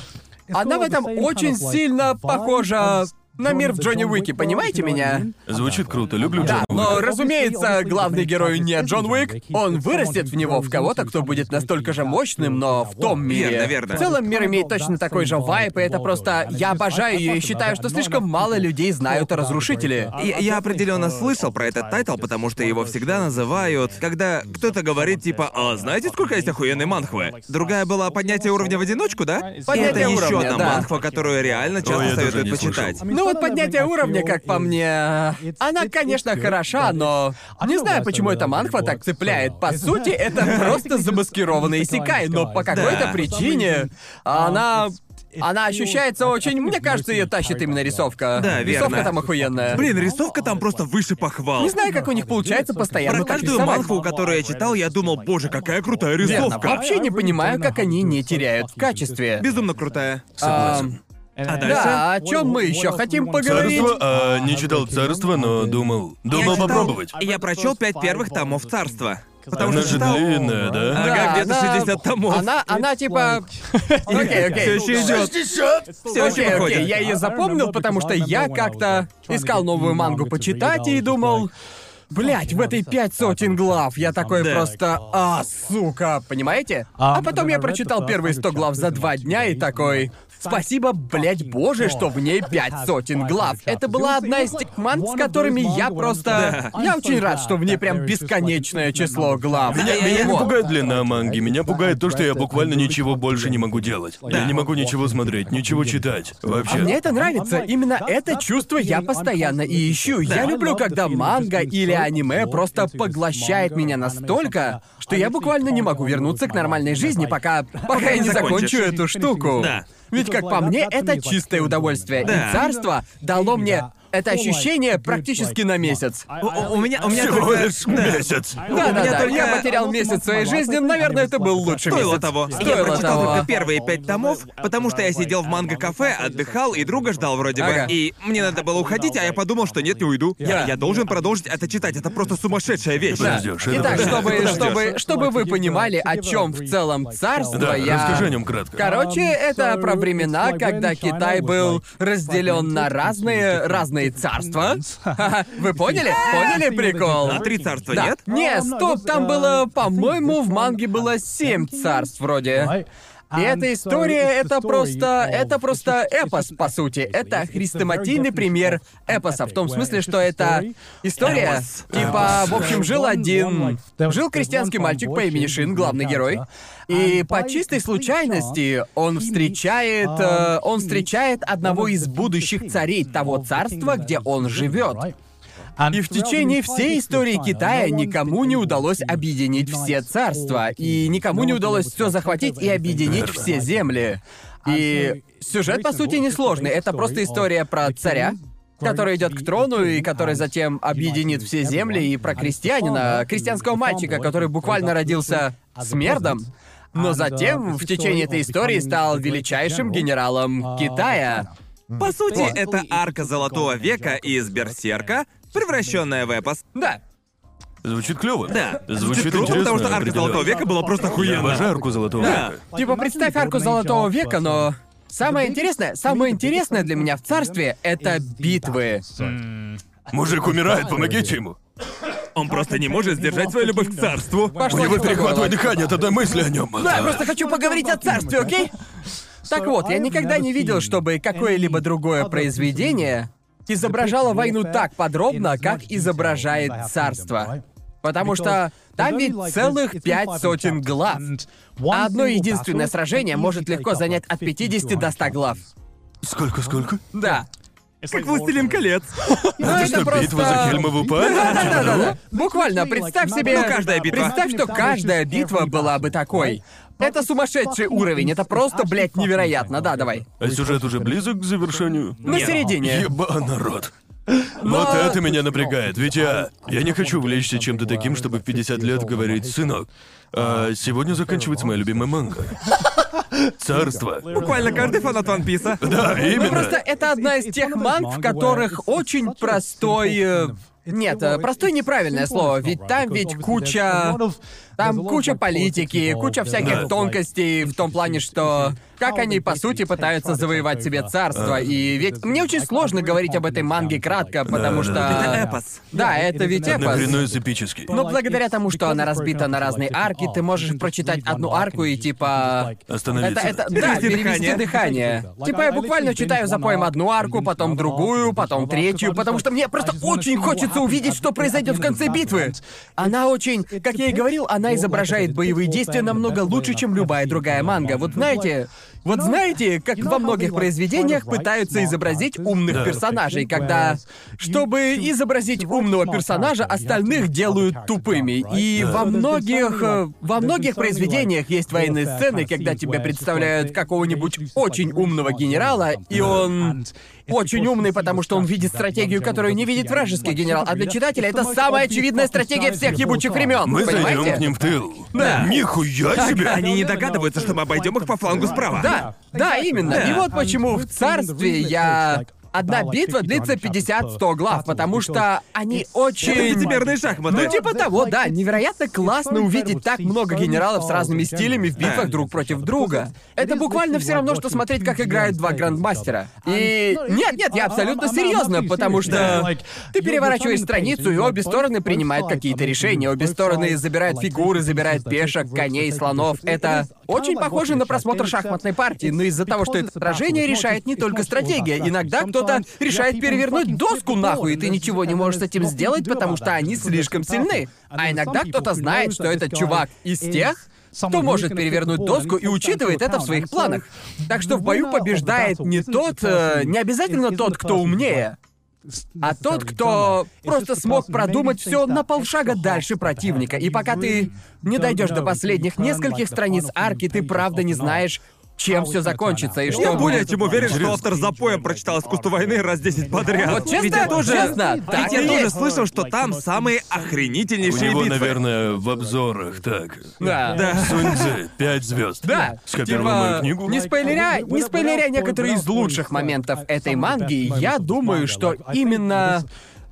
S1: Она в этом очень сильно похожа на мир в Джонни Уике, понимаете меня? Ну
S3: Звучит круто, люблю
S1: Да,
S3: Джона
S1: но,
S3: Уика.
S1: разумеется, главный герой не Джон Уик, он вырастет в него в кого-то, кто будет настолько же мощным, но в том мире.
S2: Верно, верно.
S1: В целом мир имеет точно такой же вайп, и это просто... Я обожаю ее и считаю, что слишком мало людей знают о Разрушителе. И
S2: Я, я определенно слышал про этот тайтл, потому что его всегда называют, когда кто-то говорит типа, а знаете, сколько есть охуенной манхвы? Другая была поднятие уровня в одиночку, да? И это
S1: Поднятие
S2: еще
S1: уровня,
S2: одна
S1: да.
S2: манхва, которую реально
S3: Ой, я
S2: часто
S3: даже
S2: советуют
S3: не
S2: почитать.
S3: слышал.
S1: Ну вот поднятие уровня, как по мне, она, конечно, хороша, но не знаю, почему эта манхва так цепляет. По сути, это просто замаскированный исекай, но по какой-то
S2: Да.
S1: причине она... Она ощущается очень... Мне кажется, ее тащит именно рисовка.
S2: Да, верно.
S1: Рисовка там охуенная.
S2: Блин, рисовка там просто выше похвал.
S1: Не знаю, как у них получается постоянно
S2: Про
S1: так
S2: каждую
S1: рисовать.
S2: манхву, которую я читал, я думал, боже, какая крутая
S1: Верно.
S2: рисовка.
S1: Вообще не понимаю, как они не теряют в качестве.
S2: Безумно крутая.
S1: Согласен.
S2: А дальше?
S1: Да, о чем мы еще хотим поговорить?
S3: Царство, а не читал царство, но думал. Думал
S2: читал-
S3: попробовать.
S2: Я прочел пять первых томов царства. Потому
S3: Она
S2: что
S3: же
S2: читал...
S3: длинная, да?
S2: Ага, где-то
S1: она-
S2: 60 томов.
S1: Она, она типа... Окей,
S2: Все
S1: окей.
S2: еще идет. Все
S1: Окей,
S2: еще
S1: окей,
S2: выходит.
S1: я ее запомнил, потому что я как-то искал новую мангу типа почитать и думал... Блять, в этой пять сотен глав я такой
S2: Да.
S1: просто... А, сука, понимаете? А потом я прочитал первые сто глав за два дня и такой... Спасибо, блять, боже, что в ней пять сотен глав. Это была одна из тех манд, с которыми я просто...
S2: Да.
S1: Я очень рад, что в ней прям бесконечное число глав.
S3: Меня,
S1: И
S3: меня не
S1: вот.
S3: пугает длина манги, меня пугает то, что я буквально ничего больше не могу делать.
S2: Да.
S3: Я не могу ничего смотреть, ничего читать.
S1: А
S3: Вообще.
S1: мне это нравится. Именно это чувство я постоянно и ищу.
S2: Да.
S1: Я люблю, когда манга или аниме просто поглощает меня настолько, что я буквально не могу вернуться к нормальной жизни, пока, пока я не
S2: не
S1: закончу
S2: закончишь.
S1: эту штуку.
S2: Да.
S1: Ведь, как по мне, это чистое удовольствие.
S2: Да.
S1: И царство дало мне это ощущение практически на месяц.
S2: У, А, у- у меня, у меня
S3: Всего
S2: только-
S3: лишь
S2: Да.
S3: месяц.
S1: Да, да, да.
S2: только-
S1: Я потерял месяц своей жизни, наверное, это был лучший
S2: Стоило
S1: месяц.
S2: того. я
S1: Стоило
S2: прочитал
S1: того.
S2: только первые пять томов, потому что я сидел в манго-кафе, отдыхал и друга ждал вроде бы.
S1: Ага.
S2: И мне надо было уходить, а я подумал, что нет, не уйду. Я, я должен продолжить это читать, это просто сумасшедшая вещь.
S3: Да. Подождешь, это
S1: Итак,
S3: Да.
S1: чтобы,
S2: Подождешь.
S1: чтобы, чтобы вы понимали, о чем в целом царство,
S3: Да,
S1: я...
S3: расскажи о нем кратко.
S1: Короче, это про времена, когда Китай был разделен на разные, разные царства. Ха-ха, Вы поняли? Поняли прикол?
S2: А три царства
S1: Да.
S2: нет?
S1: Не, стоп, там было, по-моему, в манге было семь царств вроде. И эта история, это просто, это просто эпос, по сути. Это хрестоматийный пример эпоса, в том смысле, что это история,
S2: Эпос.
S1: типа, в общем, жил один, жил крестьянский мальчик по имени Шин, главный герой, и по чистой случайности он встречает, э, он встречает одного из будущих царей того царства, где он живет. И в течение всей истории Китая никому не удалось объединить все царства, и никому не удалось все захватить и объединить все земли. И сюжет, по сути, несложный. Это просто история про царя, который идет к трону и который затем объединит все земли, и про крестьянина, крестьянского мальчика, который буквально родился смердом, но затем в течение этой истории стал величайшим генералом Китая.
S2: По сути, это арка Золотого века из Берсерка, превращенная в эпос.
S1: Да,
S3: Звучит клево.
S2: Да.
S3: Звучит
S2: круто,
S3: интересно.
S2: потому что арка
S3: определенно.
S2: Золотого века была просто
S3: Я
S2: охуенная.
S3: обожаю арку Золотого
S1: Да.
S3: века.
S1: Типа, представь арку Золотого века, но... Самое интересное, самое интересное для меня в царстве — это битвы.
S3: Мужик умирает, помогите ему.
S2: Он просто не может сдержать свою любовь к царству.
S1: Пошло
S3: У него
S1: что
S3: перехватывает
S1: было.
S3: дыхание от одной мысли о нем.
S1: Да, я просто хочу поговорить о царстве, окей? Так вот, я никогда не видел, чтобы какое-либо другое произведение изображало войну так подробно, как изображает царство. Потому что там ведь целых пять сотен глав. А одно единственное сражение может легко занять от 50 до 100 глав.
S3: Сколько, сколько?
S1: Да.
S2: Как «Властелин колец».
S1: Ну,
S3: Это что, битва за Хельмову паль?
S1: Да-да-да. Буквально, представь себе...
S2: Ну, каждая битва.
S1: Представь, что каждая битва была бы такой. Это сумасшедший уровень, это просто, блядь, невероятно. Да, давай.
S3: А сюжет уже близок к завершению?
S1: На середине.
S3: Еба, народ. Вот это меня напрягает, ведь я... Я не хочу влечься чем-то таким, чтобы в 50 лет говорить, сынок, а сегодня заканчивается моя любимая манга. Царство.
S2: Буквально каждый фанат Ван Писа.
S3: Да,
S1: Ну,
S3: именно.
S1: просто это одна из тех манг, в которых очень простой... э, Нет, э, простой неправильное слово, ведь там ведь куча... Там куча политики, куча всяких
S3: Да.
S1: тонкостей в том плане, что как они, по сути, пытаются завоевать себе
S5: Uh,
S1: царство. И ведь мне очень сложно говорить об этой манге кратко, потому
S3: да,
S1: что...
S3: да.
S2: Это эпос.
S1: Да, это ведь эпос. Ну,
S3: Одновременно с эпический.
S1: Но благодаря тому, что она разбита на разные арки, ты можешь прочитать одну арку и типа... Это,
S3: Остановиться.
S1: это, да,
S2: Перевести
S1: перевести
S2: дыхание.
S1: дыхание. Типа я буквально читаю за поем одну арку, потом другую, потом третью, потому что мне просто очень хочется увидеть, что произойдет в конце битвы. Она очень, как я и говорил, она изображает боевые действия намного лучше, чем любая другая манга. Вот знаете, вот знаете, как во многих произведениях пытаются изобразить умных
S3: Да.
S1: персонажей, когда, чтобы изобразить умного персонажа, остальных делают тупыми. И
S3: Да.
S1: во многих, э, во многих произведениях есть военные сцены, когда тебе представляют какого-нибудь очень умного генерала, и он очень умный, потому что он видит стратегию, которую не видит вражеский генерал. А для читателя это самая очевидная стратегия всех ебучих времен.
S3: Мы
S1: понимаете?
S3: зайдем к ним в тыл.
S1: Да.
S3: Нихуя себе!
S2: Они не догадываются, что мы обойдем их по флангу справа.
S1: Да, да, именно.
S2: Да.
S1: И вот почему в царстве я одна битва длится 50-100 глав, потому что они
S2: Это
S1: очень...
S2: пятимерные шахматы.
S1: Ну, типа того, да. Невероятно классно увидеть так много генералов с разными стилями в битвах
S2: Да.
S1: друг против друга. Это буквально все равно, что смотреть, как играют два грандмастера. И... Нет, нет, я абсолютно серьезно, потому что... Ты переворачиваешь страницу, и обе стороны принимают какие-то решения. Обе стороны забирают фигуры, забирают пешек, коней, слонов. Это очень похоже на просмотр шахматной партии, но из-за того, что это сражение, решает не только стратегия. Иногда кто-то решает перевернуть доску нахуй, и ты ничего не можешь с этим сделать, потому что они слишком сильны. А иногда кто-то знает, что этот чувак из тех, кто может перевернуть доску и учитывает это в своих планах. Так что в бою побеждает не тот, э, не обязательно тот, кто умнее, а тот, кто просто смог продумать все на полшага дальше противника. И пока ты не дойдешь до последних нескольких страниц арки, ты правда не А знаешь, чем все закончится и что
S2: Я
S1: будет.
S2: более чем уверен, что
S3: Интересно.
S2: автор за поем прочитал «Искусство войны» раз 10 подряд.
S1: Вот честно,
S2: Ведь я тоже...
S1: честно,
S2: Ведь
S1: так
S2: я
S1: и
S2: тоже
S1: есть.
S2: слышал, что там самые
S3: У
S2: охренительнейшие
S3: него,
S2: битвы.
S3: наверное, в обзорах, так.
S1: Да.
S3: Сунь-Цзы, пять звезд.
S1: Да,
S3: Скопировал
S1: типа,
S3: мою книгу.
S1: Не спойлеря, не спойлеря некоторые из лучших моментов этой манги, я думаю, что именно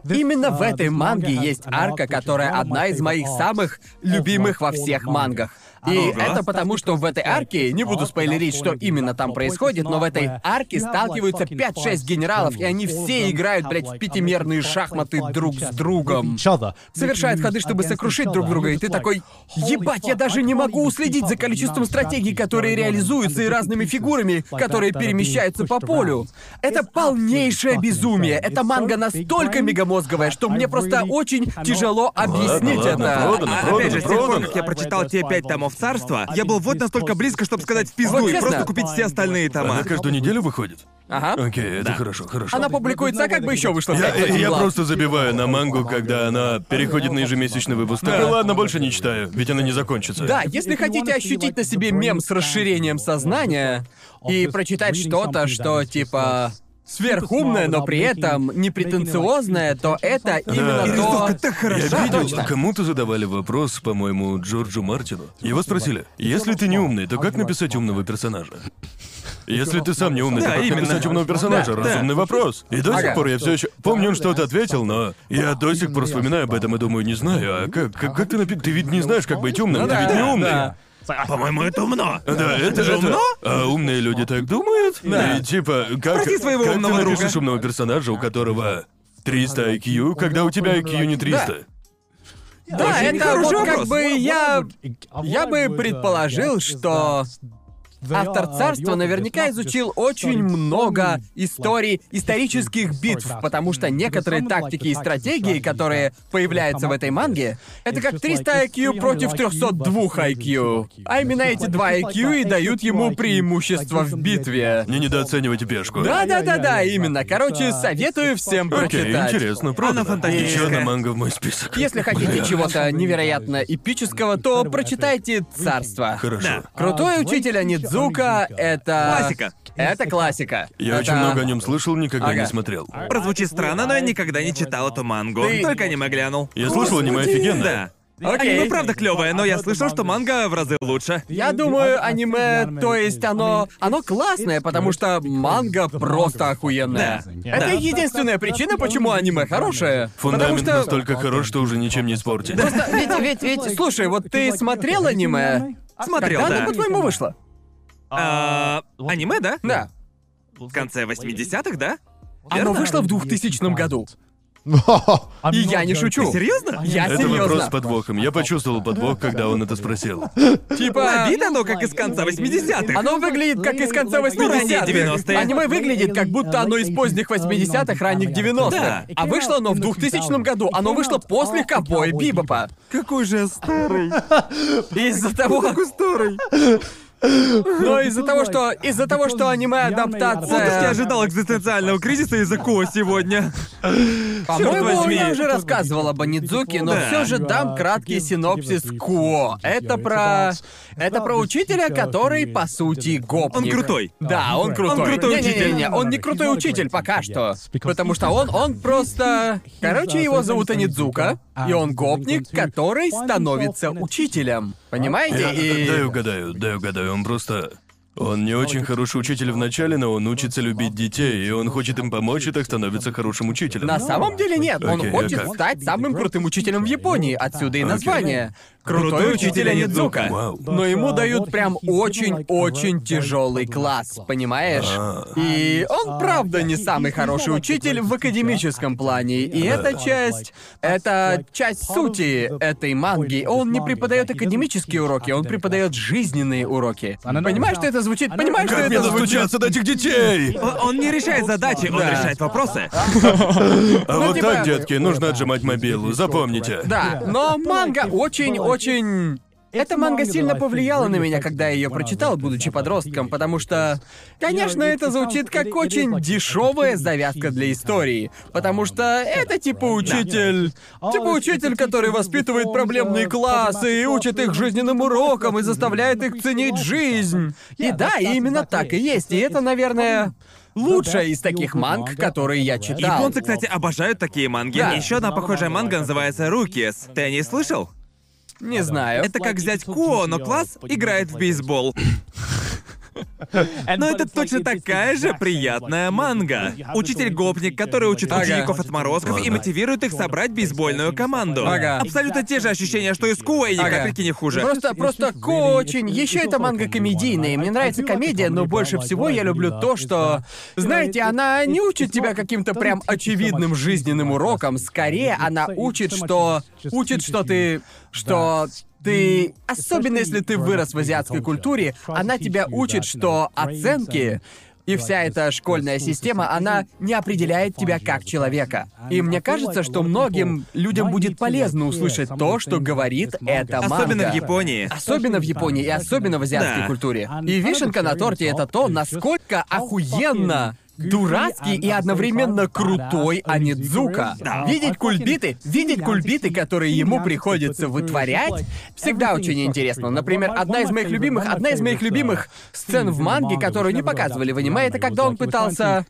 S1: Именно в этой манге есть арка, которая одна из моих самых любимых во всех мангах. И
S2: Ага.
S1: это потому, что в этой арке, не буду спойлерить, что именно там происходит, но в этой арке сталкиваются 5-6 генералов, и они все играют, блядь, в пятимерные шахматы друг с другом. Совершают ходы, чтобы сокрушить друг друга, и ты такой, ебать, я даже не могу уследить за количеством стратегий, которые реализуются, и разными фигурами, которые перемещаются по полю. Это полнейшее безумие. Эта манга настолько мегамозговая, что мне просто очень тяжело объяснить
S3: ладно,
S1: это.
S3: продано,
S2: А,
S3: продано,
S2: опять же, с тех пор,
S3: продано.
S2: как я прочитал те пять томов царства, я был вот настолько близко, чтобы сказать в пизду
S1: Вот
S2: и
S1: честно.
S2: просто купить все остальные тома.
S3: Она каждую неделю выходит?
S1: Ага.
S3: Окей, это хорошо, хорошо.
S1: Она публикуется, а как бы еще вышло?
S3: Я,
S1: блядь,
S3: я- я
S1: Влад?
S3: просто забиваю на мангу, когда она переходит на ежемесячный выпуск. Так, ладно, больше не читаю, ведь она не закончится.
S1: Да, если хотите ощутить на себе мем с расширением сознания и прочитать что-то, что типа сверхумное, но при этом не претенциозное, то это именно
S3: Да.
S1: то...
S2: Рисовка так
S3: Я
S2: хороша.
S3: видел,
S1: точно.
S3: кому-то задавали вопрос, по-моему, Джорджу Мартину. Его спросили, если ты не умный, то как написать умного персонажа? Если ты сам не умный,
S2: Да,
S3: то как
S2: именно.
S3: написать умного персонажа?
S2: Да,
S3: Разумный вопрос. И до
S1: Ага.
S3: сих пор я все еще... Помню, он что-то ответил, но я до сих пор вспоминаю об этом и думаю, не знаю, а как, как, как ты напи... Ты ведь не знаешь, как быть умным,
S1: Ну
S3: ты
S1: да,
S3: ведь не
S1: да,
S3: умный.
S1: да.
S2: По-моему, это умно.
S3: Да, это же
S2: умно?
S3: А умные люди так думают?
S1: Да.
S3: И типа, как,
S2: Спроси своего
S3: как
S2: умного
S3: ты
S2: друга.
S3: напишешь умного персонажа, у которого 300 IQ, когда у тебя IQ не 300?
S1: Да,
S2: Очень
S1: это
S2: хороший
S1: вот как
S2: вопрос.
S1: бы я... Я а бы предположил, что Автор царства наверняка изучил очень много историй, исторических битв, потому что некоторые тактики и стратегии, которые появляются в этой манге, это как 300 IQ против 302 IQ. А именно эти два IQ и дают ему преимущество в битве.
S3: Не недооценивайте пешку.
S1: Да-да-да-да, именно. Короче, советую всем
S3: Окей,
S1: прочитать.
S3: интересно, правда.
S2: Она фантастическая.
S3: Еще одна манга в мой список.
S1: Если хотите чего-то невероятно эпического, то прочитайте «Царство».
S3: Хорошо.
S2: Да.
S1: Крутой учитель Анидзука — это...
S2: Классика.
S1: Это классика.
S3: Я
S1: Это-
S3: очень много о нем слышал, никогда
S1: Ага.
S3: не смотрел.
S2: Прозвучит странно, но я никогда не читал эту мангу.
S1: Ты-
S2: Только аниме глянул.
S3: Я слышал, аниме офигенное.
S2: Да.
S1: Окей. ну,
S2: Аниме правда клевое, но я слышал, что манга в разы лучше.
S1: Я думаю, аниме, то есть оно... Оно классное, потому что манга просто охуенная.
S5: Да.
S1: Это
S5: Да.
S1: единственная причина, почему аниме хорошее. потому
S3: Фундамент
S1: что...
S3: настолько хорош, что уже ничем не испортить.
S1: Просто, ведь, ведь, ведь, слушай, вот ты смотрел а аниме?
S2: Смотрел,
S1: Когда
S2: да.
S1: оно, по-твоему, вышло?
S2: А, аниме, да?
S1: Да.
S2: В конце 80-х, да?
S1: Оно вышло в 2000 году. И я не шучу.
S2: Серьезно?
S1: Я
S3: Это вопрос с
S1: серьезно.
S3: подвохом. Я почувствовал подвох, когда он это спросил.
S1: Типа...
S2: Обидно, но как из конца 80-х.
S1: Оно выглядит как из конца
S2: Ну, ранние
S1: 80-х.
S2: 90-е.
S1: Аниме выглядит как будто оно из поздних 80-х, ранних 90-х.
S2: Да.
S1: А вышло оно в 2000 году. Оно вышло после Ковбоя Бибопа.
S2: Какой же я старый.
S1: Из-за того...
S2: старый.
S1: Но из-за того, что... Из-за того, что
S2: Вот уж я
S1: аниме-адаптация...
S2: ожидал экзистенциального кризиса из-за Ко сегодня. Чёрт
S1: По-моему,
S2: возьми.
S1: я уже рассказывал об Анидзуке, но
S2: Да.
S1: все же дам краткий синопсис Куо. Это про... Это про учителя, который, по сути, гопник.
S2: Он крутой.
S1: Да, он крутой.
S2: Он крутой
S1: Не-не-не-не,
S2: учитель.
S1: он не крутой учитель пока что. Потому что он, он просто... Короче, его зовут Анидзука, и он гопник, который становится учителем. Понимаете?
S3: Я- Дай
S1: И...
S3: угадаю, дай угадаю, он просто... Он не очень хороший учитель в начале, но он учится любить детей, и он хочет им помочь, и так становится хорошим учителем.
S1: На самом деле нет, он
S3: Окей,
S1: хочет
S3: окей.
S1: стать самым крутым учителем в Японии, отсюда и название. Крутой учитель Анидзука.
S3: Вау.
S1: Но ему дают прям очень-очень тяжелый класс, понимаешь? И он правда А, не самый хороший учитель в академическом плане. И эта часть... Это часть сути этой манги. Он не преподает академические уроки, он преподает жизненные уроки. Понимаешь, что это звучит? Понимаешь, что
S3: Как мне
S1: это звучит? Ну,
S3: достучаться до этих детей?
S2: О- Он не решает задачи, он
S1: Да.
S2: решает вопросы.
S3: А вот
S1: типа-
S3: так, детки, нужно отжимать мобилу, запомните.
S1: Да, но манга очень-очень... Эта манга сильно повлияла на меня, когда я ее прочитал, будучи подростком, потому что, конечно, это звучит как очень дешевая завязка для истории, потому что это типа учитель, типа учитель, который воспитывает проблемные классы и учит их жизненным урокам и заставляет их ценить жизнь. И да, именно так и есть, и это, наверное, лучшая из таких манг, которые я читал.
S2: Японцы, кстати, обожают такие манги.
S1: Да.
S2: Еще одна похожая манга называется Рукис. Ты о ней слышал?
S1: Не знаю.
S2: Это как взять Куо, но класс играет в бейсбол. Но это точно такая же приятная манга. Учитель-гопник, который учит
S1: Ага.
S2: учеников отморозков и
S3: Ладно.
S2: мотивирует их собрать бейсбольную команду.
S1: Ага.
S2: Абсолютно те же ощущения, что и с Куо, и ни
S1: Ага. Ну,
S2: капельки не хуже.
S1: Просто, просто очень. Еще это манга комедийная. Мне нравится комедия, но больше всего я люблю то, что, знаете, она не учит тебя каким-то прям очевидным жизненным уроком. Скорее, она учит, что учит, что ты, что ты, особенно если ты вырос в азиатской культуре, она тебя учит, что оценки и вся эта школьная система, она не определяет тебя как человека. И мне кажется, что многим людям будет полезно услышать то, что говорит эта манга.
S2: Особенно в
S1: А
S2: Японии.
S1: Особенно в Японии и особенно в азиатской
S2: Да.
S1: культуре. И вишенка на торте это то, насколько охуенно дурацкий и одновременно крутой Анидзука.
S5: Да.
S1: Видеть кульбиты, видеть кульбиты, которые ему приходится вытворять, всегда очень интересно. Например, одна из моих любимых, одна из моих любимых сцен в манге, которую не показывали в аниме, это когда он пытался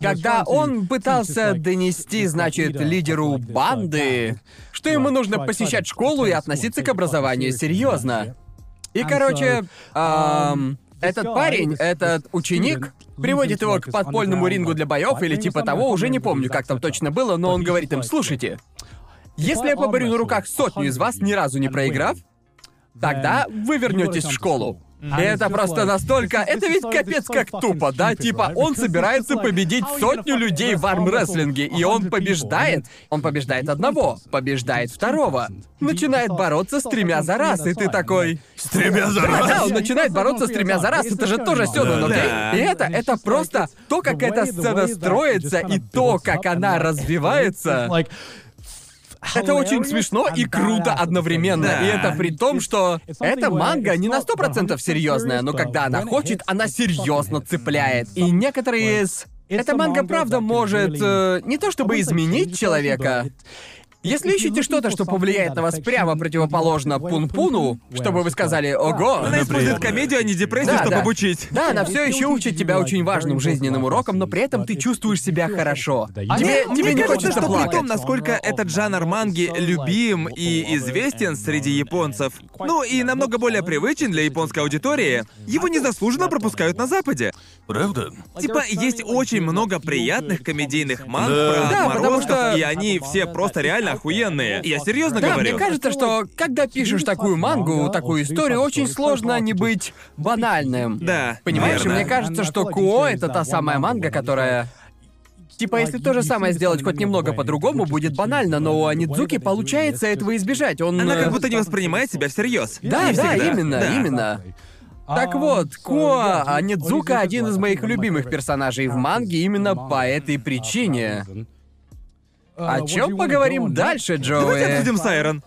S1: когда он пытался донести, значит, лидеру банды, что ему нужно посещать школу и относиться к образованию серьезно. И, короче, ам, этот парень, этот ученик, приводит его к подпольному рингу для боев или типа того, уже не помню, как там точно было, но он говорит им, слушайте, если я поборю на руках сотню из вас, ни разу не проиграв, тогда вы вернетесь в школу. И это просто настолько... Это ведь капец как тупо, да? Типа, он собирается победить сотню людей в армрестлинге, и он побеждает. Он побеждает одного, побеждает второго. Начинает бороться с тремя за раз, и ты такой...
S3: С тремя за раз.
S1: Да, он начинает бороться с тремя за раз, это же тоже Сёдан,
S3: Да.
S1: окей?
S2: Да.
S1: И это, это просто то, как эта сцена строится, и то, как она развивается. Это очень смешно и круто одновременно.
S2: Да.
S1: И это при том, что эта манга не на 100% серьезная, но когда она хочет, она серьезно цепляет. И некоторые из... Эта манга, правда, может э, не то чтобы изменить человека. Если ищете что-то, что повлияет на вас прямо противоположно пун-пуну, чтобы вы сказали «Ого!»
S2: Она использует
S3: Например.
S2: комедию, а не депрессию,
S1: Да,
S2: чтобы
S1: да.
S2: обучить.
S1: Да, она все еще учит тебя очень важным жизненным уроком, но при этом ты чувствуешь себя хорошо.
S5: А
S1: Тебе, тебе
S2: мне, мне
S1: не
S2: кажется,
S1: хочется
S2: что при
S1: плакать.
S2: том, насколько этот жанр манги любим и известен среди японцев, ну и намного более привычен для японской аудитории, его незаслуженно пропускают на Западе.
S3: Правда?
S2: Типа, есть очень много приятных комедийных манг
S3: Да.
S2: про
S1: Да, потому
S2: отморозков,
S1: что-
S2: и они все просто реально охуенные. Я серьезно
S1: Да,
S2: говорю.
S1: мне кажется, что когда пишешь такую мангу, такую историю, очень сложно не быть банальным.
S2: Да,
S1: Понимаешь, и
S2: верно.
S1: Эм, мне кажется, что Куо — это та самая манга, которая... Типа, если то же самое сделать хоть немного по-другому, будет банально, но у Анидзуки получается этого избежать. Он...
S2: Она
S1: э,
S2: как будто не воспринимает себя всерьез.
S1: Да,
S2: Не
S1: да,
S2: всегда. А,
S1: именно,
S2: Да.
S1: именно. Так вот, Куа Анидзука — один из моих любимых персонажей в манге именно по этой причине.
S2: А,
S1: О чем поговорим дальше,
S2: Давайте
S1: Джоуи?
S2: обсудим Сайрон.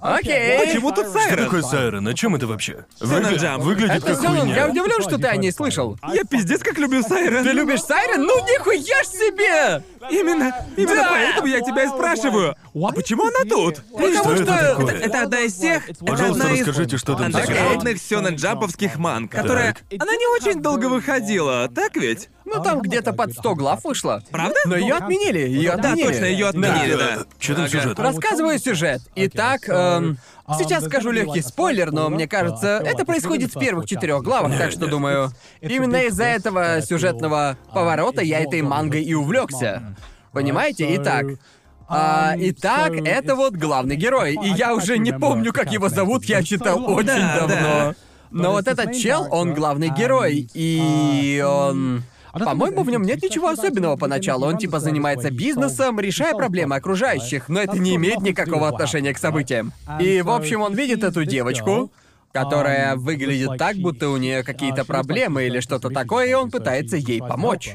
S1: Окей.
S2: Почему тут Сайрон?
S3: Какой Сайрон? О чем это вообще?
S2: Сёнэн
S3: Выгля-
S2: Джамп.
S3: Выглядит
S1: Это
S3: как
S1: Сёнэн, я
S3: хуйня.
S1: удивлен, что ты о ней слышал.
S2: Я пиздец как люблю Сайрон.
S1: Ты любишь Сайрон? Ну нихуя ж себе!
S2: Именно, именно
S1: Да!
S2: поэтому я тебя и спрашиваю. А почему она тут?
S1: Потому
S3: это
S1: что...
S3: такое?
S2: Это, это одна из тех... это
S3: Пожалуйста,
S2: одна из
S3: расскажите, что там за Сайрон.
S2: андеграундных сёнэн-джамповских манг, которая... Она не очень долго выходила, так ведь?
S1: Ну там где-то под 100 глав вышло.
S2: Правда?
S1: Но ее отменили, ее
S2: Да,
S1: отменили.
S2: точно, ее отменили, да.
S3: Э, Чё там сюжет?
S1: Рассказываю сюжет. Итак, эм, Сейчас скажу легкий спойлер, но мне кажется, это происходит в первых четырех главах, так что думаю, именно из-за этого сюжетного поворота я этой мангой и увлекся. Понимаете? Итак. а, итак, это вот главный герой, и я уже не помню, как его зовут, я читал очень
S2: Да, да.
S1: давно. Но вот этот чел, он главный герой, и он... По-моему, в нем нет ничего особенного поначалу. Он типа занимается бизнесом, решая проблемы окружающих, но это не имеет никакого отношения к событиям. И, в общем, он видит эту девочку, которая выглядит так, будто у нее какие-то проблемы или что-то такое, и он пытается ей помочь.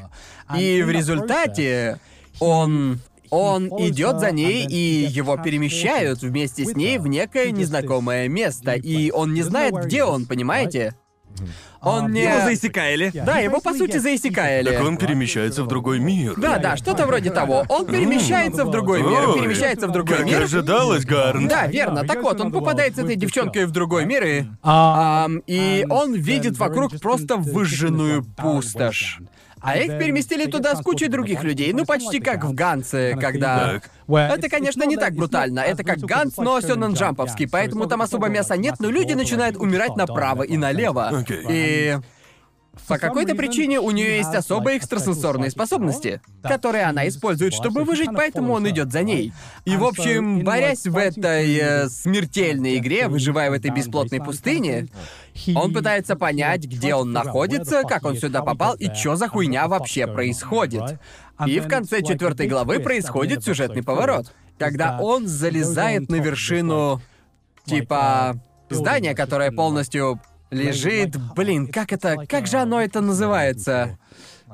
S1: И в результате он он идет за ней, и его перемещают вместе с ней в некое незнакомое место, и он не знает, где он, понимаете? Он не...
S2: Его Ну, заиссякали.
S1: Да, его по сути заиссякали.
S3: Так он перемещается в другой мир.
S1: Да, да, что-то вроде того. Он перемещается в другой мир,
S3: Ой,
S1: перемещается в другой
S3: Как и
S1: мир.
S3: ожидалось, Гарн.
S1: Да, верно. Так вот, он попадает с этой девчонкой в другой мир и...
S5: А,
S1: ам, и он видит вокруг просто выжженную пустошь. А их переместили туда с кучей других людей, ну почти как в Гансе, когда...
S3: Так.
S1: Это, конечно, не так брутально. Это как Ганс, но Сёнэн Джамповский, поэтому там особо мяса нет, но люди начинают умирать направо и налево.
S3: Окей.
S1: И... По какой-то причине у нее есть особые экстрасенсорные способности, которые она использует, чтобы выжить, поэтому он идет за ней. И, в общем, борясь в этой э, смертельной игре, выживая в этой бесплотной пустыне, он пытается понять, где он находится, как он сюда попал и что за хуйня вообще происходит. И в конце четвертой главы происходит сюжетный поворот, когда он залезает на вершину, типа, здания, которое полностью лежит... Блин, как это... Как же оно это называется?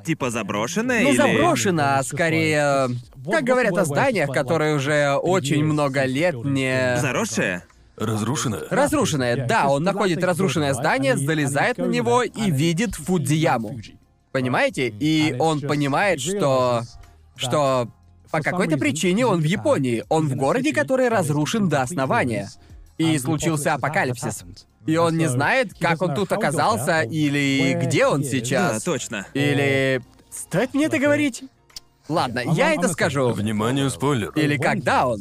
S2: Типа заброшенное
S1: Ну,
S2: или...
S1: заброшено, а скорее... Как говорят о зданиях, которые уже очень много лет не...
S2: Заросшее?
S3: Разрушено?
S1: Разрушенное, да, он находит разрушенное здание, залезает на него и видит Фудзияму. Понимаете? И он понимает, что... что по какой-то причине он в Японии. Он в А городе, который разрушен до основания. И случился апокалипсис. И он не знает, как он тут оказался или где он
S2: Да,
S1: сейчас.
S2: точно.
S1: Или... Стоит мне это говорить? Ладно, я это скажу.
S3: Внимание, спойлер.
S1: Или когда он.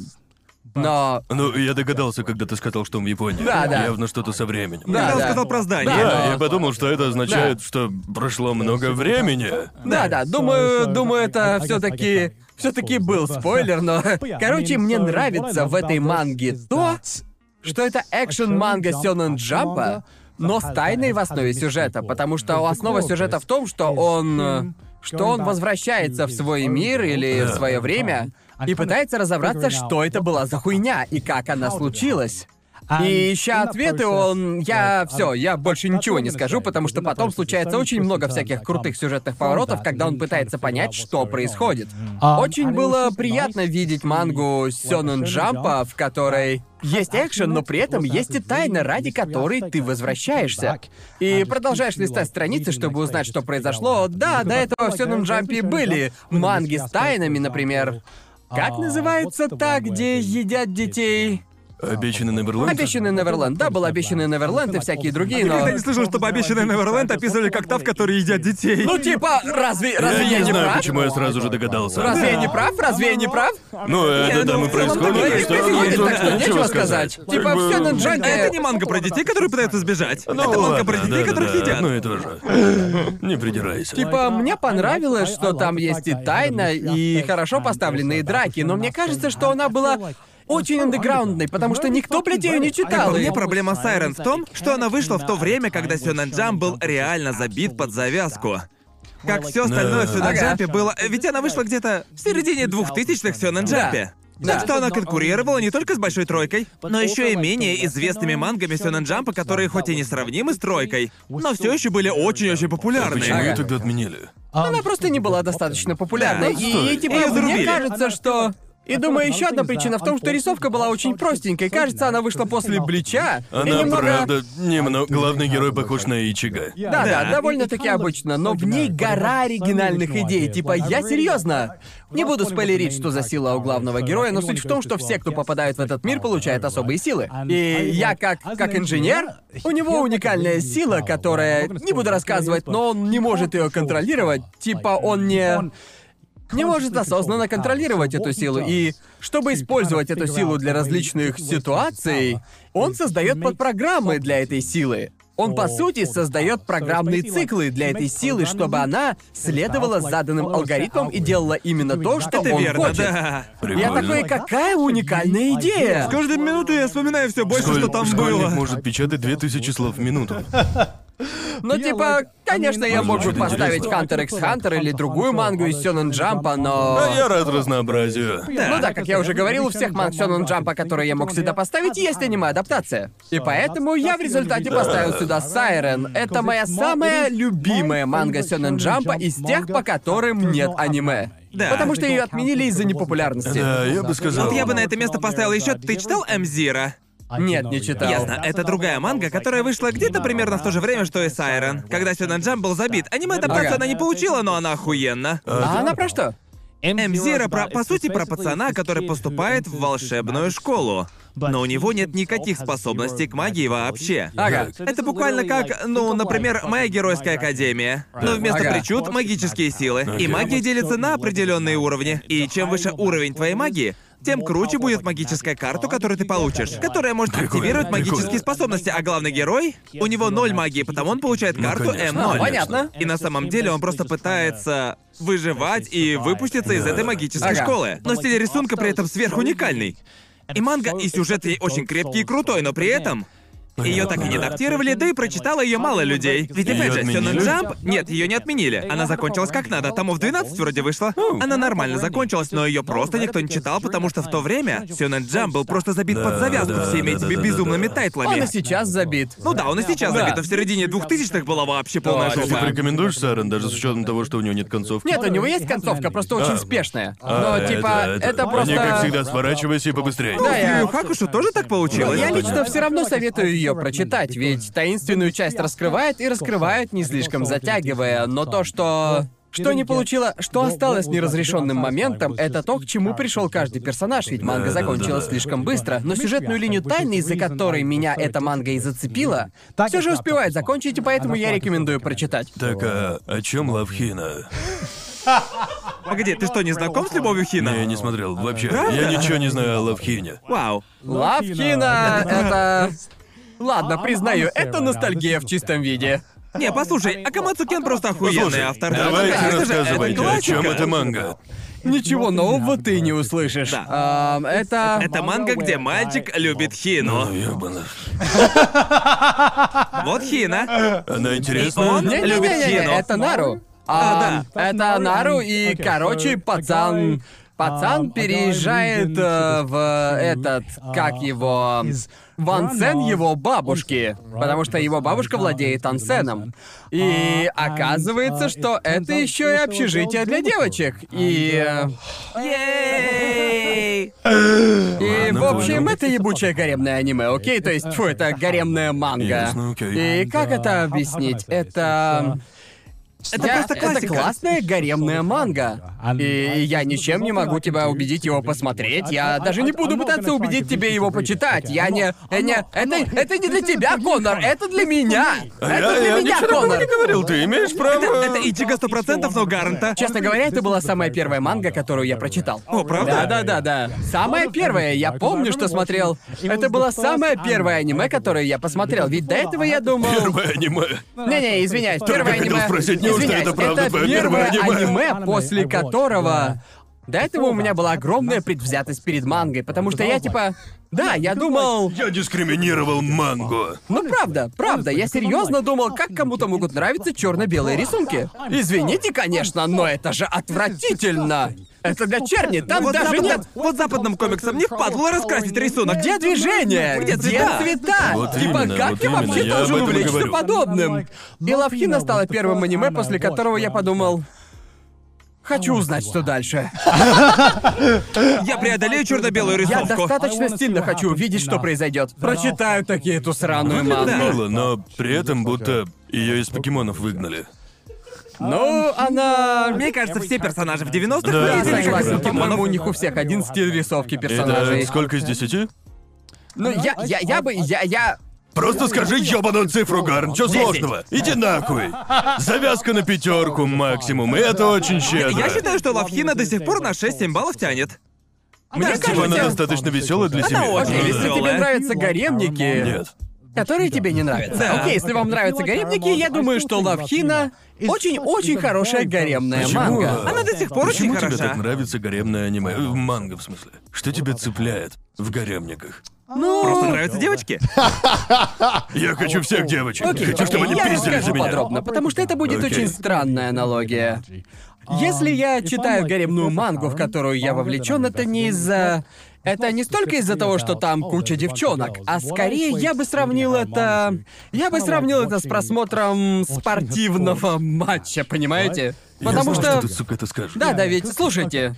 S1: Но...
S3: Ну, я догадался, когда ты сказал, что он в Японии.
S1: Да, да.
S3: Явно что-то со временем.
S2: Когда
S1: Да,
S2: он
S1: да.
S2: сказал про
S3: Да,
S2: здание.
S1: Да, но-
S3: я подумал, что это означает, что прошло много времени.
S1: Да, да, думаю, думаю, это все-таки все-таки был спойлер, но короче, мне нравится в этой манге то, что это экшен манга Сёнэн Джампа, но с тайной в основе сюжета, потому что основа сюжета в том, что он э, что он возвращается в свой мир или в свое время и пытается разобраться, что это была за хуйня и как она случилась.
S5: А,
S1: И ища ответы, он... Я... все, я больше ничего не скажу, потому что потом случается очень много всяких крутых сюжетных поворотов, когда он пытается понять, что происходит. Очень было приятно видеть мангу Сёнэн Джампа, в которой есть экшен, но при этом есть и тайна, ради которой ты возвращаешься. И продолжаешь листать страницы, чтобы узнать, что произошло. Да, до этого в Сёнэн Джампе были манги с тайнами, например. Как называется та, где едят детей?
S3: Обещанный Неверленд.
S1: Обещанный Неверленд. Да, был обещанный Неверленд и всякие другие, но...
S2: Никогда не слышал, чтобы обещанный Неверленд описывали как та, в которой едят детей.
S1: Ну типа, разве, разве я,
S3: я не
S1: не
S3: знаю,
S1: прав?
S3: почему я сразу же догадался.
S1: Разве я не прав? Разве я не прав?
S3: Ну, это там и
S2: в целом такое
S3: происходит, и ну,
S2: и
S3: что
S1: происходит,
S3: тут
S1: так что
S3: нечего
S1: нечего сказать. Типа,
S3: Как бы, ну,
S1: всё на джан-
S2: А это не манга про детей, которые пытаются сбежать.
S1: Ну
S2: это манга
S3: ладно,
S2: про детей,
S3: да-да-да,
S2: которых едят.
S3: одно ну и то же. Не придирайся.
S1: Типа, мне понравилось, что там есть и тайна, и хорошо поставленные драки, но мне кажется, что она была очень андеграундной, потому что никто, блядь, ее не читал.
S2: По
S1: и-
S2: мне проблема Сайрен в том, что она вышла в то время, когда Сёнэн Джам был реально забит под завязку. Как все остальное в Сёнэн
S1: Ага.
S2: Джампе было... Э, Ведь она вышла где-то в середине 2000-х в Сёнэн Джампе.
S1: Да.
S2: Так что она конкурировала не только с Большой Тройкой, но еще и менее известными
S1: Ну,
S2: мангами Сёнэн Джампа, которые хоть и не сравнимы с Тройкой, но все еще были очень-очень популярны.
S3: А Почему ее
S1: Ага.
S3: тогда отменили?
S1: Она просто не была достаточно популярной.
S2: Да,
S1: И,
S2: стой.
S1: типа,
S2: Её
S1: мне
S2: зарубили.
S1: кажется, что... И думаю, еще одна причина в том, что рисовка была очень простенькой. Кажется, она вышла после Блича. и
S3: Она
S1: немного-
S3: правда немного... Главный герой похож на Ичига.
S1: Да, да,
S2: Да.
S1: довольно-таки обычно, но в ней гора оригинальных идей. Типа, я серьезно. Не буду спойлерить, что за сила у главного героя, но суть в том, что все, кто попадают в этот мир, получают особые силы. И я как, как инженер, у него уникальная сила, которая... Не буду рассказывать, но он не может ее контролировать. Типа, он не... не может осознанно контролировать эту силу. И чтобы использовать эту силу для различных ситуаций, он создает подпрограммы для этой силы. Он, по сути, создает программные циклы для этой силы, чтобы она следовала заданным алгоритмам и делала именно то, что
S2: Это
S1: он
S2: верно,
S1: хочет.
S2: да.
S1: Я
S3: Прикольно.
S1: такой, какая уникальная идея!
S2: С каждой минутой я вспоминаю все больше,
S3: Школь-
S2: что там
S3: школьник
S2: было. А
S3: может печатать 2000 слов в минуту.
S1: Ну, типа, конечно, я мог бы
S3: Звучит
S1: поставить
S3: интересно.
S1: Hunter x Hunter или другую мангу из Сёнэн Джампа,
S3: А
S1: но...
S3: я рад разнообразию.
S1: Ну да, как я уже говорил, у всех манг Сёнэн Джампа, которые я мог сюда поставить, есть аниме-адаптация. И поэтому я в результате поставил сюда Сайрен. Это моя самая любимая манга Сёнэн Джампа из тех, по которым нет аниме.
S2: Да.
S1: Потому что ее отменили из-за непопулярности.
S3: Да, я бы сказал.
S2: Вот я бы на это место поставил еще. Ты читал Эмзира?
S1: Нет, не читал.
S2: Ясно, это другая манга, которая вышла где-то примерно в то же время, что и Сайрон. Когда Сёнэн Джамп был забит. Аниме-адаптацию
S1: Ага.
S2: она не получила, но она охуенна.
S1: А она про что?
S2: Эмзира про, по сути, про пацана, который поступает в волшебную школу. Но у него нет никаких способностей к магии вообще.
S1: Ага.
S2: Это буквально как, ну, например, моя геройская академия. Но Ну, вместо
S1: Ага.
S2: причуд — магические силы.
S3: Ну,
S2: И магия делится на определенные уровни. И чем выше уровень твоей магии, тем круче будет магическая карта, которую ты получишь, которая может активировать магические способности, а главный герой, у него ноль магии, потому он получает карту
S3: Ну, конечно.
S2: М0.
S1: А, понятно.
S2: И на самом деле он просто пытается выживать и выпуститься из этой магической
S1: Ага.
S2: школы. Но стиль рисунка при этом сверхуникальный. И манга, и сюжет ей очень крепкий и крутой, но при этом ее так и не адаптировали, да и прочитало ее мало людей. Ведь
S3: Её
S2: опять же, Сёнэн
S3: отменили?
S2: Джамп... Нет, ее не отменили. Она закончилась как надо. Томов 12 вроде вышла. Она нормально закончилась, но ее просто никто не читал, потому что в то время Сёнэн Джамп был просто забит под завязку
S3: да,
S2: всеми
S3: да,
S2: этими
S3: да, да,
S2: безумными
S3: да.
S1: Он
S2: тайтлами.
S1: и сейчас забит.
S2: Ну да, он и сейчас
S1: Да.
S2: забит, но в середине 2000-х была вообще
S3: А
S2: полная
S3: Ты
S2: жопа.
S3: порекомендуешь Сарен, даже с учетом того, что у него нет концовки?
S1: Нет, у него есть концовка, просто очень спешная.
S3: А,
S1: Но типа, это, просто.
S3: Они, как всегда, сворачивайся и побыстрее.
S1: Да, я-
S2: Ю Хакушу тоже так получилось.
S1: Я лично все равно советую ее прочитать, ведь таинственную часть раскрывает и раскрывает, не слишком затягивая, но то, что. Что не получило, что осталось неразрешенным моментом, это то, к чему пришел каждый персонаж, ведь манга
S3: Да-да-да.
S1: закончилась слишком быстро, но сюжетную линию тайны, из-за которой меня эта манга и зацепила, все же успевает закончить, и поэтому я рекомендую прочитать.
S3: Так, а о чем Лавхина?
S2: Погоди, А ты что, не знаком с любовью Хина?
S3: Не, я не смотрел вообще. Я ничего не знаю о Лавхине.
S2: Вау.
S1: Лавкина, это... Ладно, признаю, это ностальгия в чистом виде.
S2: Не, послушай, Акамацу
S1: А
S2: Кен просто охуенный
S3: Послушай,
S2: автор.
S3: давайте
S2: Конечно же, это
S3: рассказывайте, о чем
S2: классика.
S3: это манга.
S1: Ничего нового ты не услышишь.
S2: Да.
S1: Ам, это...
S2: Это манга, где мальчик любит
S3: Ну,
S2: Хину.
S3: ёбана.
S2: Вот Хина.
S3: Она
S2: он-
S3: интересна?
S1: Не-не-не-не,
S2: любит Хину.
S1: Это Нару. А, Это Нару, и, короче, пацан... Пацан переезжает э, в этот, как его, в ансен его бабушки, потому что его бабушка владеет ансеном. И оказывается, что это еще и общежитие для девочек. И э, И,
S2: Ей!
S3: Ладно,
S1: в общем,
S3: понял.
S1: это ебучее гаремное аниме, окей? То есть, тьфу, это гаремная манга.
S3: Ясно, окей.
S1: И как это объяснить? Это...
S2: Это
S1: я-
S2: просто
S1: Это
S2: классика.
S1: классная гаремная манга. И я ничем не могу тебя убедить его посмотреть. Я даже не буду пытаться убедить тебя его почитать. Я не... э, не это, это не для тебя, Коннор, это для меня.
S3: А Я,
S1: Это для меня,
S3: я ничего такого
S1: Коннор.
S3: не говорил, ты имеешь право...
S2: Это Ичига 100%, но Гарнта.
S1: Честно говоря, это была самая первая манга, которую я прочитал.
S2: О, правда?
S1: Да, да, да, да. Самая первая, я помню, что смотрел. Это было самое первое аниме, которое я посмотрел. Ведь до этого я думал.
S3: Первое аниме.
S1: Не-не, Ну, извиняюсь, первое
S3: хотел
S1: аниме.
S3: спросить, неужели это
S1: Извиняюсь,
S3: правда
S1: это
S3: твое
S1: первое
S3: первое
S1: аниме,
S3: аниме?
S1: после которого. До этого у меня была огромная предвзятость перед мангой, потому что я типа. Да, я думал.
S3: Я дискриминировал мангу.
S1: Ну правда, правда, я серьезно думал, как кому-то могут нравиться черно-белые рисунки. Извините, конечно, но это же отвратительно. Это для черни, там
S2: Ну, Вот
S1: даже
S2: западным,
S1: нет
S2: вот западным комиксам не впадло раскрасить рисунок.
S1: Где движение?
S2: Где цвета?
S3: Вот
S1: типа,
S3: именно,
S1: как
S3: вот
S1: я вообще
S3: именно, я
S1: должен
S3: об этом и
S1: увлечься
S3: говорю.
S1: подобным? И Лавхина стала первым аниме, после которого я подумал... Хочу узнать, что дальше.
S2: Я преодолею черно-белую
S1: Я
S2: рисовку.
S1: достаточно сильно хочу увидеть, что произойдет. Прочитаю таки эту сраную мангу.
S3: Мило, но при этом будто ее из покемонов выгнали.
S1: Ну, она...
S2: Мне кажется, все персонажи в 90-х
S3: Да,
S1: Я
S2: выглядели как
S1: согласен, по-моему,
S2: покемонов.
S1: у них у всех один стиль рисовки персонажей.
S3: Это сколько из десяти?
S1: Ну, я, я, я бы, я, я...
S3: Просто скажи ёбаную цифру, Гарн, чё сложного? Иди нахуй. Завязка на пятерку максимум, и это очень щедро.
S2: Я считаю, что Лавхина до сих пор на 6-7 баллов тянет.
S1: Мне
S3: Типа, она
S1: кажется-
S3: достаточно веселая для
S2: Она
S3: семьи.
S1: Окей, если тебе
S2: Весёлая.
S1: нравятся гаремники...
S3: Нет.
S1: Которые тебе не нравятся.
S2: Да.
S1: Окей, если вам нравятся гаремники, я думаю, что Лавхина очень-очень хорошая гаремная
S3: Почему?
S1: манга.
S2: Она до сих пор очень
S3: Почему тебе
S2: хороша.
S3: так нравится гаремное аниме? Э, Манга, в смысле. Что тебя цепляет в гаремниках?
S1: ну,
S2: Просто нравятся девочки.
S3: Я хочу всех девочек.
S1: Окей,
S3: Хочу, чтобы они
S1: я
S3: пиздили за
S1: расскажу
S3: меня.
S1: подробно, потому что это будет
S3: Окей.
S1: очень странная аналогия. Если я читаю гаремную мангу, в которую я вовлечен, это не из-за... Это не столько из-за того, что там куча девчонок, а скорее я бы сравнил это... Я бы сравнил это с просмотром спортивного матча, понимаете?
S3: Я
S1: Потому
S3: знал, что...
S1: что...
S3: ты, сука, это скажешь.
S1: Да, да, ведь, слушайте.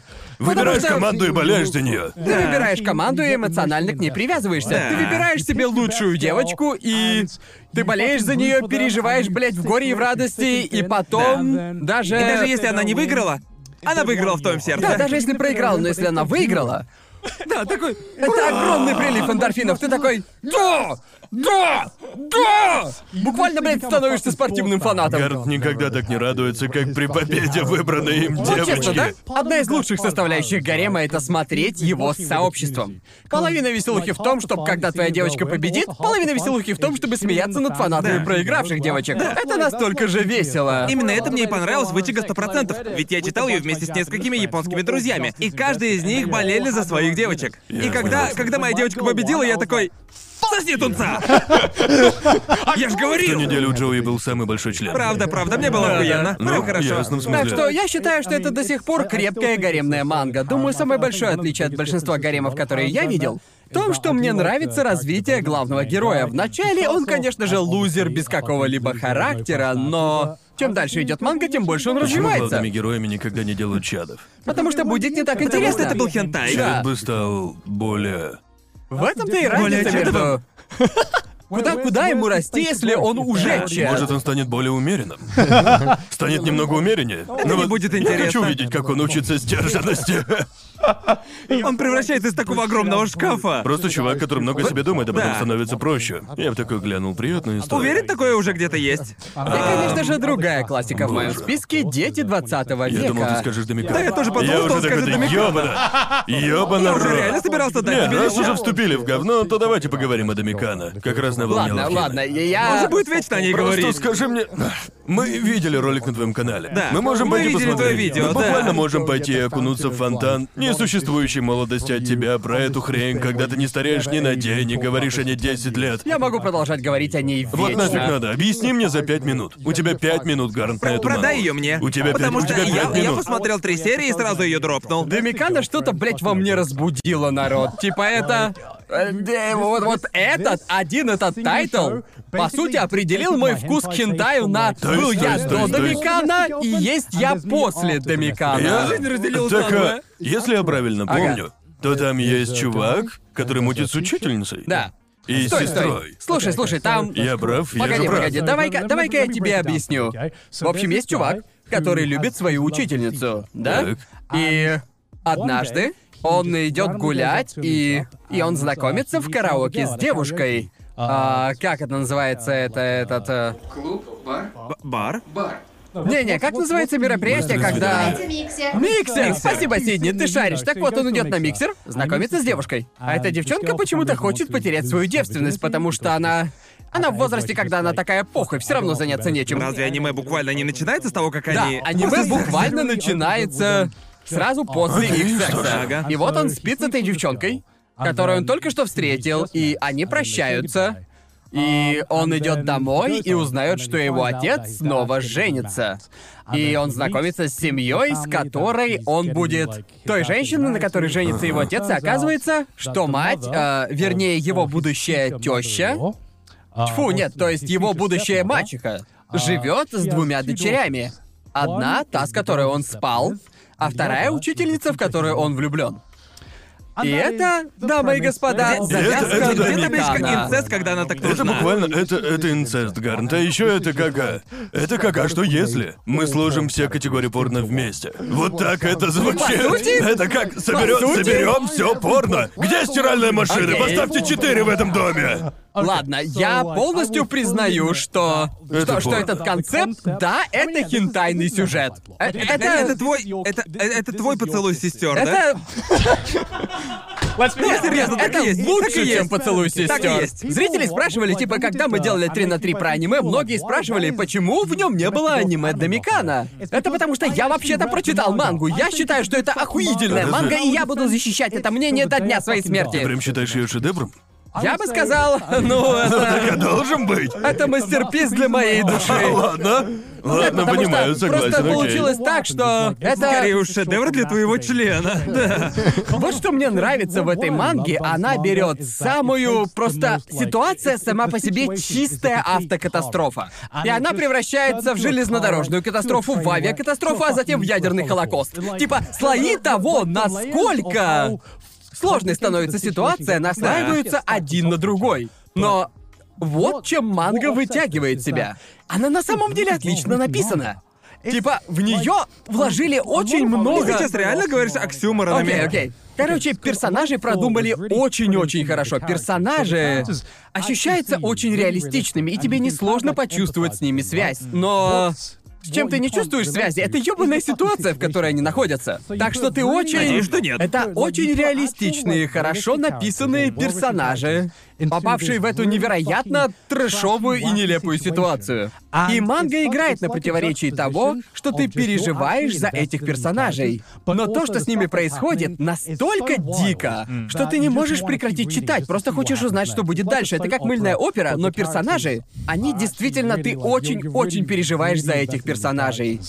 S1: потому
S3: Выбираешь
S1: что-
S3: команду и болеешь за нее.
S1: Ты выбираешь команду и эмоционально к ней привязываешься.
S2: Да.
S1: Ты выбираешь себе лучшую девочку и...
S5: А,
S1: Ты болеешь за нее, переживаешь, блядь, в горе и в радости, и потом
S5: Да.
S1: даже...
S2: И даже если она не выиграла, она выиграла в твоем сердце.
S1: Да, даже если проиграл, но если она выиграла... Да, такой... Это огромный прилив эндорфинов. Ты такой... Да! Да! Да! Буквально, блядь, становишься спортивным фанатом.
S3: Гард никогда так не радуется, как при победе выбранной им
S1: Ну, Вот честно, да?
S3: девочки.
S1: Одна из лучших составляющих гарема — это смотреть его с сообществом. Половина веселухи в том, чтобы когда твоя девочка победит, половина веселухи в том, чтобы смеяться над фанатами
S5: Да.
S1: проигравших девочек.
S5: Да.
S1: Это настолько же весело.
S2: А Именно это мне и понравилось в Ичиго 100%, ведь я читал ее вместе с несколькими японскими друзьями, и каждый из них болели за своих девочек. И
S3: Я
S2: когда,
S3: понял.
S2: когда моя девочка победила, я такой... Сосни тунца! А Я ж
S3: Ту
S2: говорил!
S3: неделю у Джоуи был самый большой член.
S2: Правда, правда, мне было
S1: Да, да.
S2: охуенно.
S3: Ну,
S2: Прям хорошо.
S3: ясно, в смысле.
S1: Так что я считаю, что это до сих пор крепкая гаремная манга. Думаю, самое большое отличие от большинства гаремов, которые я видел, в том, что мне нравится развитие главного героя. Вначале он, конечно же, лузер без какого-либо характера, но чем дальше идет манга, тем больше он
S3: Почему
S1: развивается.
S3: главными героями никогда не делают чадов?
S1: Потому что будет не так интересно.
S2: что это был хентай.
S1: Да.
S3: Чад бы стал более...
S1: В этом-то и
S2: Более
S1: разница между... Куда-куда ему расти, если он уже чад?
S3: Может, он станет более умеренным? Станет немного умереннее? Но
S2: не
S3: вот
S2: будет
S3: Я хочу
S2: интересно.
S3: видеть, как он учится сдержанности.
S2: Он превращается из такого огромного шкафа.
S3: Просто чувак, который много о себе думает, а потом
S2: Да. А
S3: становится проще. Я бы такой глянул, приятную историю.
S2: Уверен, такое уже где-то есть.
S1: И, конечно же, другая классика в моем списке — дети 20 века.
S3: А, Я думал, ты скажешь Домикана.
S2: А Да, я тоже подумал,
S3: я
S2: что
S3: уже
S2: он
S3: такой,
S2: скажет
S3: да
S2: Домикана.
S3: ёбана. Ёбана
S2: Я уже
S3: рот.
S2: реально собирался дать
S3: Нет,
S2: тебе
S3: раз
S2: леща.
S3: уже вступили в говно, то давайте поговорим о Домикана. Как раз на волне
S1: Ладно,
S3: Лавхина.
S1: ладно, я...
S2: Он же будет вечно о ней
S3: Просто
S2: говорить.
S3: скажи мне... Мы видели ролик на твоем канале.
S2: Да.
S3: Мы можем
S2: Мы
S3: пойти
S2: видели
S3: посмотреть.
S2: твоё видео,
S3: Мы буквально
S2: да.
S3: можем пойти и окунуться в фонтан несуществующей молодости от тебя, про эту хрень, когда ты не стареешь ни на день, не говоришь о ней 10 лет.
S1: Я могу продолжать говорить о ней вечно.
S3: Вот нафиг надо. Объясни мне за пять минут. У тебя пять минут, Гарнт, на эту
S2: Продай
S3: мангу.
S2: ее мне.
S3: У тебя пять,
S2: Потому
S3: у
S2: что
S3: тебя
S2: я,
S3: пять
S2: я
S3: минут.
S2: посмотрел три серии и сразу ее дропнул.
S1: Домикана что-то, блядь, во мне разбудило, народ. Типа это... э, да, Вот, вот этот, один этот тайтл, по сути, определил мой вкус к хентаю на
S5: То
S3: есть,
S1: «был
S3: то
S1: я
S3: есть,
S1: до
S3: то есть, то есть. а
S1: Домикана и есть я после
S3: Я-
S1: Домикана».
S2: Жизнь разделилась
S3: Так,
S2: надвое.
S3: а, если я правильно
S1: Ага.
S3: помню, то там есть чувак, который мутит с учительницей.
S1: Да.
S3: И с
S1: Стой,
S3: сестрой.
S1: стой. Слушай, слушай, там...
S3: Я прав, я
S1: Погоди,
S3: же прав.
S1: погоди, давай-ка, давай-ка я тебе объясню. В общем, есть чувак, который любит свою учительницу, да? И однажды он идет гулять, и... и он знакомится в караоке с девушкой. А, как это называется, это этот... э,
S4: Клуб, бар,
S2: Б- Бар?
S4: бар.
S1: Не-не, как называется мероприятие, когда...
S6: Давайте миксер.
S1: Миксер! Спасибо, Сидни, ты шаришь. Так вот, он идет на миксер, знакомится с девушкой. А эта девчонка почему-то хочет потерять свою девственность, А, потому что она... Она в возрасте, когда она такая похуй, все равно заняться нечем.
S2: Разве аниме буквально не начинается с того, как
S1: Да,
S2: они...
S1: аниме буквально начинается сразу после их секса.
S2: Ага.
S1: И вот он спит с этой девчонкой, которую он только что встретил, и они прощаются. И он идет домой и узнает, что его отец снова женится. И он знакомится с семьей, с которой он будет той женщиной, на которой женится его отец, и оказывается, что мать, э, вернее, его будущая теща,
S5: А
S1: Тьфу, нет, то
S5: э,
S1: есть его будущая мачеха живет с двумя дочерями. Одна, та, с которой он спал, а вторая учительница, в которую он влюблен. И это, дамы и господа,
S2: Где-
S1: завязка
S3: это- это-
S2: где-то
S1: Доминикана.
S2: близко к инцест, когда она так
S3: Это
S2: нужна.
S3: буквально, это, это инцест, Гарнт. А еще это как, а? Это как, а что если мы сложим все категории порно вместе? Вот так это звучит.
S1: По сути?
S3: Это как, соберем,
S1: сути?
S3: соберем все порно. Где стиральная машина?
S1: Окей.
S3: Поставьте четыре в этом доме.
S1: Ладно, я полностью признаю, что... что,
S3: Это
S1: что
S3: порно.
S1: этот концепт, да, это хентайный сюжет. Э,
S2: Это, это твой, это, это твой поцелуй сестер, да?
S1: Это...
S2: Ну, серьезно, так
S1: это
S2: и есть. так и
S1: лучше,
S2: есть.
S1: чем поцелуй
S2: Так
S1: сестер.
S2: и есть.
S1: Зрители спрашивали, типа, когда мы делали 3 на 3 про аниме, многие спрашивали, почему в нем не было аниме Домикана. Это потому что я вообще-то прочитал мангу. Я считаю, что это охуительная
S3: Подожди.
S1: манга, и я буду защищать это мнение до дня своей
S3: Ты
S1: смерти.
S3: прям считаешь ее шедевром?
S1: Я бы сказал, ну, это...
S3: Так и должен быть.
S1: Это мастерпис для моей
S3: А,
S1: души.
S3: Ладно.
S1: Нет,
S3: Ладно,
S1: потому
S3: понимаю,
S1: что просто
S3: согласен, окей.
S1: получилось так, что
S2: Скорее
S1: это...
S2: уж шедевр для твоего члена. Да.
S1: Вот что мне нравится в этой манге, она берет самую просто ситуация сама по себе чистая автокатастрофа. И она превращается в железнодорожную катастрофу, в авиакатастрофу, а затем в ядерный холокост. Типа слои того, насколько сложной становится ситуация, наслаиваются один на другой. Но вот чем манга вытягивает себя. Она на самом деле отлично написана. Типа, в нее вложили очень
S2: Ты
S1: много...
S2: сейчас реально говоришь аксиоморонами?
S1: Окей, окей. Короче, персонажи продумали очень-очень хорошо. Персонажи ощущаются очень реалистичными, и тебе несложно почувствовать с ними связь. Но с чем ты не чувствуешь связи? Это ёбаная ситуация, в которой они находятся. Так что ты очень...
S2: Надеюсь, что нет.
S1: Это очень реалистичные, хорошо написанные персонажи, попавшие в эту невероятно трэшовую и нелепую ситуацию. И манга играет на противоречии того, что ты переживаешь за этих персонажей. Но то, что с ними происходит, настолько дико, что ты не можешь прекратить читать, просто хочешь узнать, что будет дальше. Это как мыльная опера, но персонажи,
S5: А,
S1: они действительно, ты очень-очень переживаешь за этих персонажей.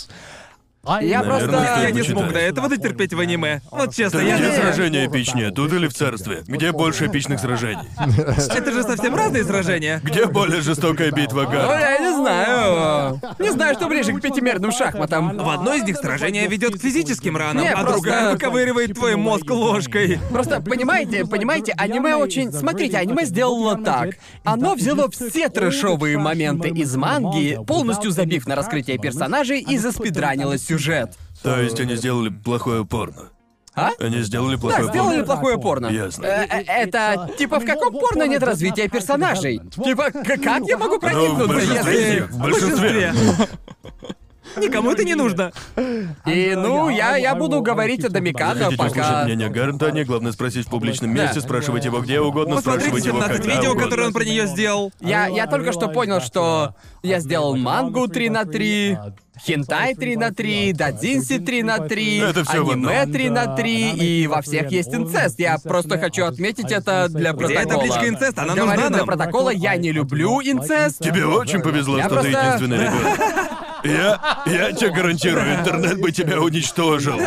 S1: Я
S3: Наверное,
S1: просто-
S3: стоит
S2: Я не
S3: почитать.
S2: смог до этого дотерпеть в аниме. Вот честно,
S3: Так
S2: я
S3: где
S2: не знаю.
S3: сражение эпичнее, тут или в царстве? Где больше эпичных сражений?
S2: Это же совсем разные сражения.
S3: Где более жестокая битва
S1: Ну,
S3: Гарн?
S1: я не знаю. Не знаю, что ближе к пятимерным шахматам.
S2: В одной из них сражение ведет к физическим ранам,
S1: Не,
S2: а
S1: просто-
S2: другая выковыривает твой мозг ложкой.
S1: Просто понимаете, понимаете, аниме очень... Смотрите, аниме сделало так. Оно взяло все трэшовые моменты из манги, полностью забив на раскрытие персонажей и заспидранило сюжет.
S3: То есть они сделали плохое порно.
S1: А?
S3: Они сделали
S1: Да,
S3: плохое
S1: сделали
S3: порно.
S1: плохое порно.
S3: Ясно.
S1: Э, э, Это типа в каком порно нет развития персонажей? Типа, к- как я могу
S3: Ну, в
S1: проникнуться,
S3: большинстве из
S1: если...
S3: них, в большинстве.
S2: Никому это не нужно.
S1: И ну, я, я буду говорить о Домикана,
S3: Хотите услышать
S1: пока...
S3: мнение Гарнта, не главное спросить в публичном месте,
S1: Да.
S3: спрашивать его где угодно,
S2: Посмотрите
S3: спрашивать его
S2: 17
S3: когда
S2: видео,
S3: угодно.
S2: которые он про нее сделал.
S1: Я, я только что понял, что я сделал мангу 3 на 3, хентай 3 на 3, дадзинси 3 на 3,
S3: Это всё в
S1: аниме
S3: одном.
S1: 3 на 3, и во всех есть инцест. Я просто хочу отметить это для
S2: Где
S1: протокола.
S2: эта табличка инцест? Она
S1: Говорю
S2: нужна
S1: для
S2: нам.
S1: протокола, я не люблю инцест.
S3: Тебе очень повезло,
S1: Я
S3: что ты
S1: просто-
S3: единственный ребенок. Я, я тебе гарантирую, интернет бы тебя уничтожил.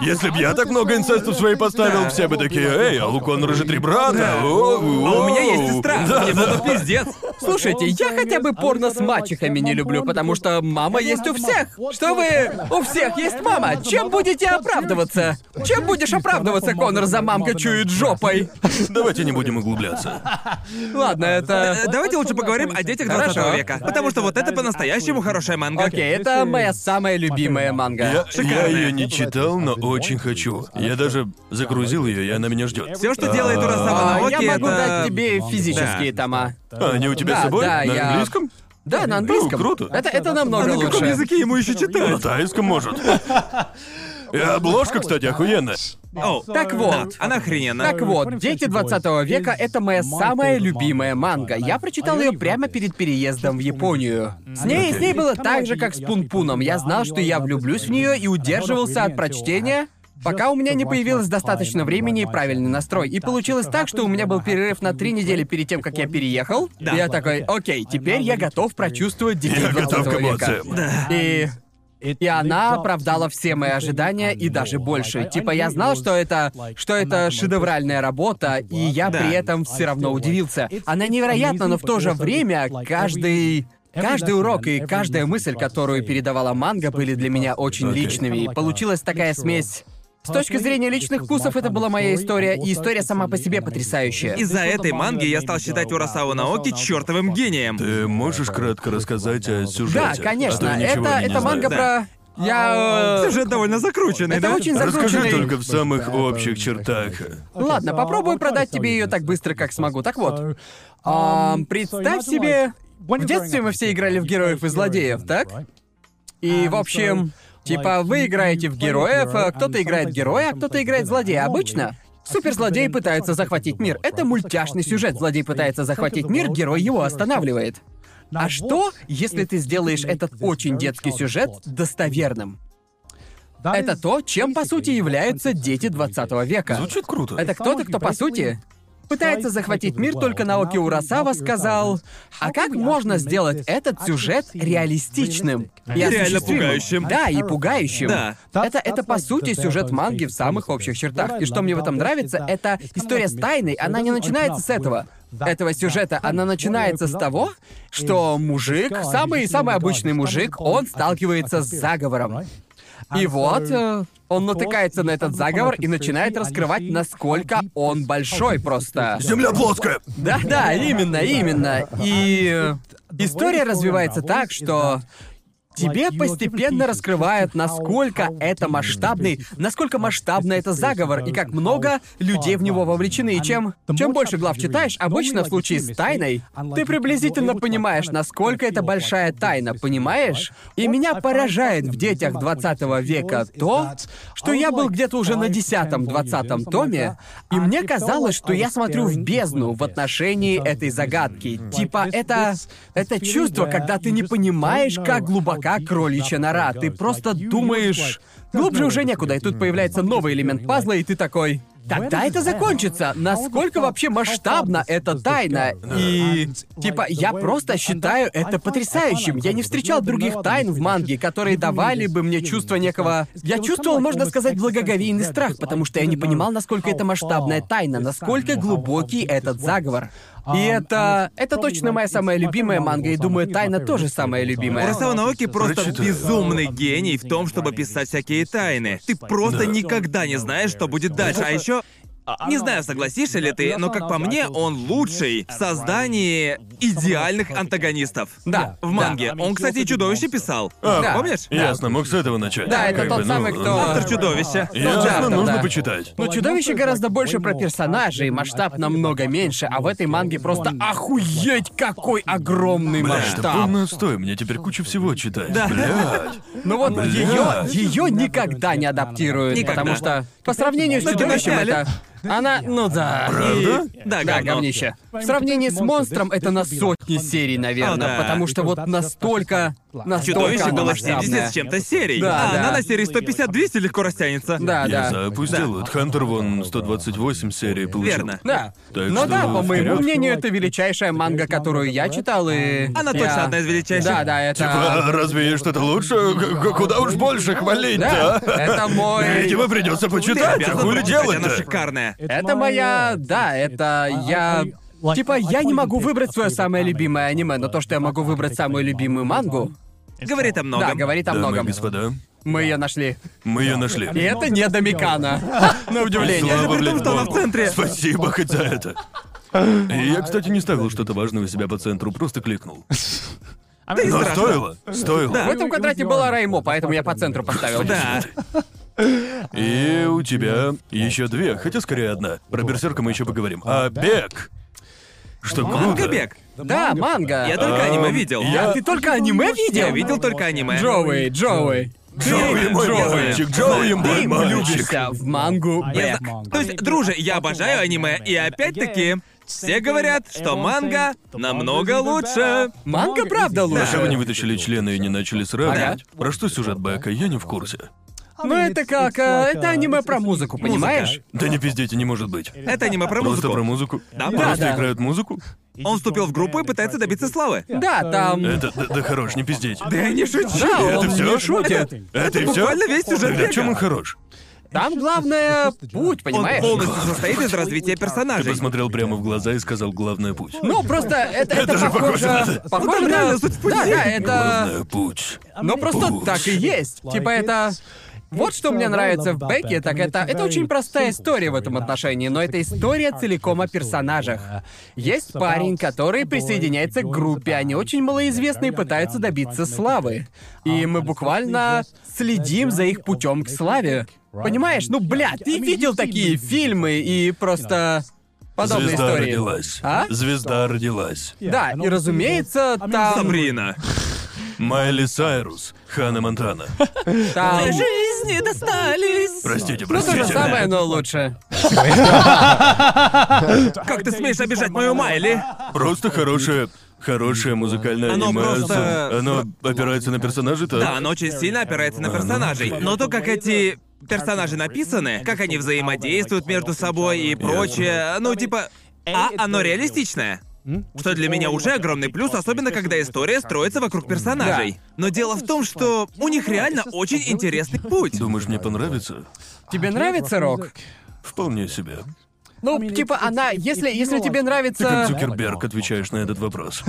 S3: Если б я так много инцестов своей поставил, все бы такие, эй, а у Конора же три брата.
S2: А у меня есть сестра.
S3: Да,
S2: Мне
S3: да.
S2: было пиздец.
S1: Слушайте, я хотя бы порно с мачехами не люблю, потому что мама есть у всех. Что вы... У всех есть мама. Чем будете оправдываться? Чем будешь оправдываться, Конор, за мамка чует жопой?
S3: Давайте не будем углубляться.
S1: Ну Ладно, это...
S2: Э, Давайте лучше поговорим о детях 20
S1: Хорошо.
S2: века. Потому что вот это по-настоящему хорошая манга.
S1: Окей, это моя самая любимая
S3: Я,
S1: манга.
S3: я
S2: Шикарная.
S3: ее не читал, но очень хочу. Я даже загрузил ее, и она меня ждет.
S2: Все, что делает Урасава
S1: А,
S2: Наоки,
S1: я могу
S2: э, это-
S1: дать тебе физические тома.
S3: А они у тебя
S1: Да,
S3: с собой?
S1: да,
S3: На
S1: я-
S3: английском?
S1: Да, на английском.
S3: круто.
S1: Это, это намного
S2: А на
S1: лучше.
S2: каком языке ему еще
S3: На
S2: читать?
S3: тайском, может. И обложка, кстати, охуенная.
S2: О,
S1: Так вот.
S2: Она охрененна.
S1: Так вот, «Дети 20 века» — это моя самая любимая манга. А Я прочитал ее прямо перед переездом в Японию. С ней, с ней было так же, как с Пунпуном. Я знал, что я влюблюсь в нее и удерживался от прочтения, пока у меня не появилось достаточно времени и правильный настрой. И получилось так, что у меня был перерыв на три недели перед тем, как я переехал.
S2: Да.
S1: И я такой, окей, теперь я готов прочувствовать «Детей
S3: Я
S1: 20
S3: готов к
S1: века».
S3: эмоциям.
S1: И и она оправдала все мои ожидания и даже больше. Типа я знал, что это, что это шедевральная работа, и я
S2: Да.
S1: при этом все равно удивился. Она невероятна, но в то же время каждый Каждый урок и каждая мысль, которую передавала манга, были для меня очень
S3: Окей.
S1: личными. И получилась такая смесь С точки зрения личных вкусов, это была моя история, и история сама по себе потрясающая.
S2: Из-за этой манги я стал считать Урасао Наоки чертовым гением.
S3: Ты можешь кратко рассказать о
S1: Да,
S3: сюжете?
S1: конечно,
S3: А то ничего
S1: это,
S3: не
S1: это
S3: знаю.
S1: манга
S2: Да.
S1: про... Я... э,
S2: Сюжет довольно закрученный,
S1: Это
S2: да?
S1: очень
S3: Расскажи
S1: закрученный...
S3: только в самых общих чертах.
S1: Ладно, попробую продать тебе ее так быстро, как смогу. Так вот, ам, представь себе... В детстве мы все играли в героев и злодеев, так? И, в общем, типа, вы играете в героев, а кто-то играет героя, а кто-то играет злодея. Обычно суперзлодей пытается захватить мир. Это мультяшный сюжет. Злодей пытается захватить мир, герой его останавливает. А что, если ты сделаешь этот очень детский сюжет достоверным? Это то, чем, по сути, являются дети 20 века.
S3: Звучит круто.
S1: Это кто-то, кто, по сути, пытается захватить мир, только Наоки Урасава сказал, а как можно сделать этот сюжет реалистичным и
S2: Реально
S1: осуществимым?»
S2: пугающим.
S1: Да, и пугающим.
S2: Да.
S1: Это, это, по сути, сюжет манги в самых общих чертах. И что мне в этом нравится, это история с тайной, она не начинается с этого. Этого сюжета, она начинается с того, что мужик, самый-самый обычный мужик, он сталкивается с заговором. И вот э, он натыкается на этот заговор и начинает раскрывать, насколько он большой просто.
S3: Земля плоская!
S1: Да-да, именно, именно. И э, история развивается так, что тебе постепенно раскрывают, насколько это масштабный, насколько масштабно это заговор и как много людей в него вовлечены. И чем, чем больше глав читаешь, обычно в случае с тайной, ты приблизительно понимаешь, насколько это большая тайна, понимаешь? И меня поражает в детях 20 века то, что я был где-то уже на 10-20 томе, и мне казалось, что я смотрю в бездну в отношении этой загадки. Типа это... Это чувство, когда ты не понимаешь, как глубока кроличья нора. Ты просто думаешь... Глубже уже некуда, и тут появляется новый элемент пазла, и ты такой... Тогда это закончится. Насколько вообще масштабна эта тайна? И типа я просто считаю это потрясающим. Я не встречал других тайн в манге, которые давали бы мне чувство некого. Я чувствовал, можно сказать, благоговейный страх, потому что я не понимал, насколько это масштабная тайна, насколько глубокий этот заговор. И это... это точно моя самая любимая манга, и думаю, тайна тоже самая любимая.
S2: Урасао Наоки просто
S3: Прочитаю.
S2: безумный гений в том, чтобы писать всякие тайны. Ты просто
S3: Да.
S2: никогда не знаешь, что будет дальше. А еще не знаю, согласишься ли ты, но как по мне, он лучший в создании идеальных антагонистов.
S1: Да,
S2: В манге. Он, кстати, чудовище писал.
S1: Да.
S2: Помнишь?
S3: Ясно, мог с этого начать.
S1: Да, это
S3: Как
S1: тот
S3: бы, ну,
S1: самый, кто-
S2: Автор чудовища.
S3: Ясно,
S1: да, да,
S3: нужно
S1: да.
S3: почитать.
S1: Но чудовище гораздо больше про персонажей, масштаб намного меньше, а в этой манге просто охуеть, какой огромный
S3: Бля, это
S1: масштаб.
S3: полный отстой, мне теперь кучу всего читать.
S2: Да.
S3: Блядь.
S1: Ну вот
S3: Бля.
S1: ее, ее никогда не адаптируют,
S2: Никогда.
S1: потому что по сравнению с
S2: Ну,
S1: чудовищем
S2: киносняли.
S1: это. Она, ну да.
S3: Правда?
S1: и-
S2: Да,
S1: Да,
S2: говно.
S1: говнище. В сравнении с монстром это на сотни серий, наверное,
S2: А, да.
S1: потому что вот настолько, настолько
S2: А Чудовище
S1: она
S2: было
S1: масштабная.
S2: 70 с чем-то серий.
S1: Да,
S2: а
S1: да.
S2: она на серии 150-200 легко растянется.
S1: Да,
S3: Я
S1: А, да.
S3: запустил. Вот Хантер вон 128 серий получил.
S2: Верно.
S1: Да.
S3: Так
S1: Но
S3: что
S1: Ну да, по моему
S3: вперед.
S1: мнению, это величайшая манга, которую я читал, и...
S2: Она
S1: я-
S2: точно одна из величайших.
S1: Да, да, это...
S3: Типа, а разве есть что-то лучше? К- к- Куда уж больше
S1: Да,
S3: хвалить-то? а?
S1: это мой...
S3: Видимо, придется
S2: Ты
S3: почитать, а
S2: обязан
S3: хули
S2: прочитать,
S3: делать-то?
S2: Она шикарная.
S1: Это моя... Да, это я... Типа, я не могу выбрать свое самое любимое аниме, но то, что я могу выбрать самую любимую мангу,
S2: Говорит о
S1: да,
S2: многом.
S1: говорит о
S3: Дамы и
S1: многом.
S3: господа,
S1: Мы ее нашли.
S3: мы ее нашли.
S1: И это не Домикана. На удивление.
S3: Слава,
S2: Даже при том,
S3: блядь,
S2: что она
S3: Богу.
S2: в центре.
S3: Спасибо хоть за это. И я, кстати, не ставил что-то важное у себя по центру, просто кликнул.
S2: Да и
S3: Но ну,
S2: страшно.
S3: стоило,
S1: В
S3: стоило.
S1: этом квадрате была Раймо, поэтому я по центру поставил.
S2: Да.
S3: И у тебя еще две, хотя скорее одна. Про берсерка мы еще поговорим. А бег! Что круто.
S2: Мангабек.
S1: Да, манга.
S2: Я только аниме
S3: Эм,
S2: видел.
S3: я-
S1: А ты только аниме
S2: Я
S1: видел?
S2: видел только аниме.
S1: Джоуи, Джоуи.
S3: Джоуи, мой
S2: Джоуи.
S3: мальчик, Джоуи, мой
S1: Ты
S3: мальчик.
S1: влюбишься А в мангу
S2: Я
S1: Бэк.
S2: за- То есть, друже, я обожаю аниме, и опять-таки, все говорят, что манга намного лучше.
S1: Манга правда
S3: Пока вы
S1: лучше.
S3: не вытащили члены и не начали сравнивать. Про что сюжет Бека, я не в курсе.
S1: Ну это как... э, Это аниме про музыку, понимаешь?
S3: Да не пиздите, не может быть.
S2: Это аниме про
S3: Просто про
S2: музыку.
S3: музыку?
S2: Да,
S3: Просто
S1: да.
S3: играют музыку?
S2: Он вступил в группу и пытается добиться славы.
S1: Да, там...
S3: Это, да, да хорош, не пиздите.
S2: Да я не шучу.
S1: Да,
S3: Это
S1: он
S3: всё?
S1: не шутит.
S3: Это и все?
S2: буквально весь сюжет
S3: Тогда в чем
S2: Бека.
S3: он хорош?
S1: Там главное путь,
S2: Он
S1: понимаешь?
S2: полностью состоит из развития
S3: Ты
S2: персонажей.
S3: посмотрел прямо в глаза и сказал «Главный путь».
S1: Ну, просто это, это,
S3: же похоже
S1: похоже...
S2: Ну,
S1: Похоже
S2: там
S1: на...
S2: реально суть в пути.
S1: а, Да, да, это...
S3: «Главный путь».
S1: Но ну, просто
S3: Пусть.
S1: так и есть. Типа это... Вот что мне нравится в Бекке, так это... Это очень простая история в этом отношении, но это история целиком о персонажах. Есть парень, который присоединяется к группе, они очень малоизвестны и пытаются добиться славы. И мы буквально следим за их путем к славе. Понимаешь, ну, бля, ты видел такие фильмы и просто... Подобные
S3: Звезда
S1: истории.
S3: родилась.
S1: А?
S3: Звезда родилась.
S1: Да, и разумеется, там...
S2: Сабрина.
S3: Майли Сайрус, Хана Монтана.
S1: там...
S2: Жизни достались.
S3: Простите,
S1: Ну, то
S3: простите.
S1: же самое, но лучше.
S2: Как ты смеешь обижать мою Майли?
S3: Просто хорошее... Хорошее музыкальное
S2: Оно
S3: аниме.
S2: просто-
S3: Оно опирается на персонажей, так?
S2: Да, оно очень сильно опирается на персонажей. Но Ну, то, как эти персонажи написаны, как они взаимодействуют между собой и прочее, ну типа... А, оно реалистичное. Что для меня уже огромный плюс, особенно когда история строится вокруг персонажей. Но дело в том, что у них реально очень интересный путь.
S3: Думаешь, мне понравится?
S1: Тебе нравится рок?
S3: Вполне себе.
S1: Ну, типа, она, если, если тебе
S3: Ты как
S1: нравится...
S3: Цукерберг отвечаешь на этот вопрос.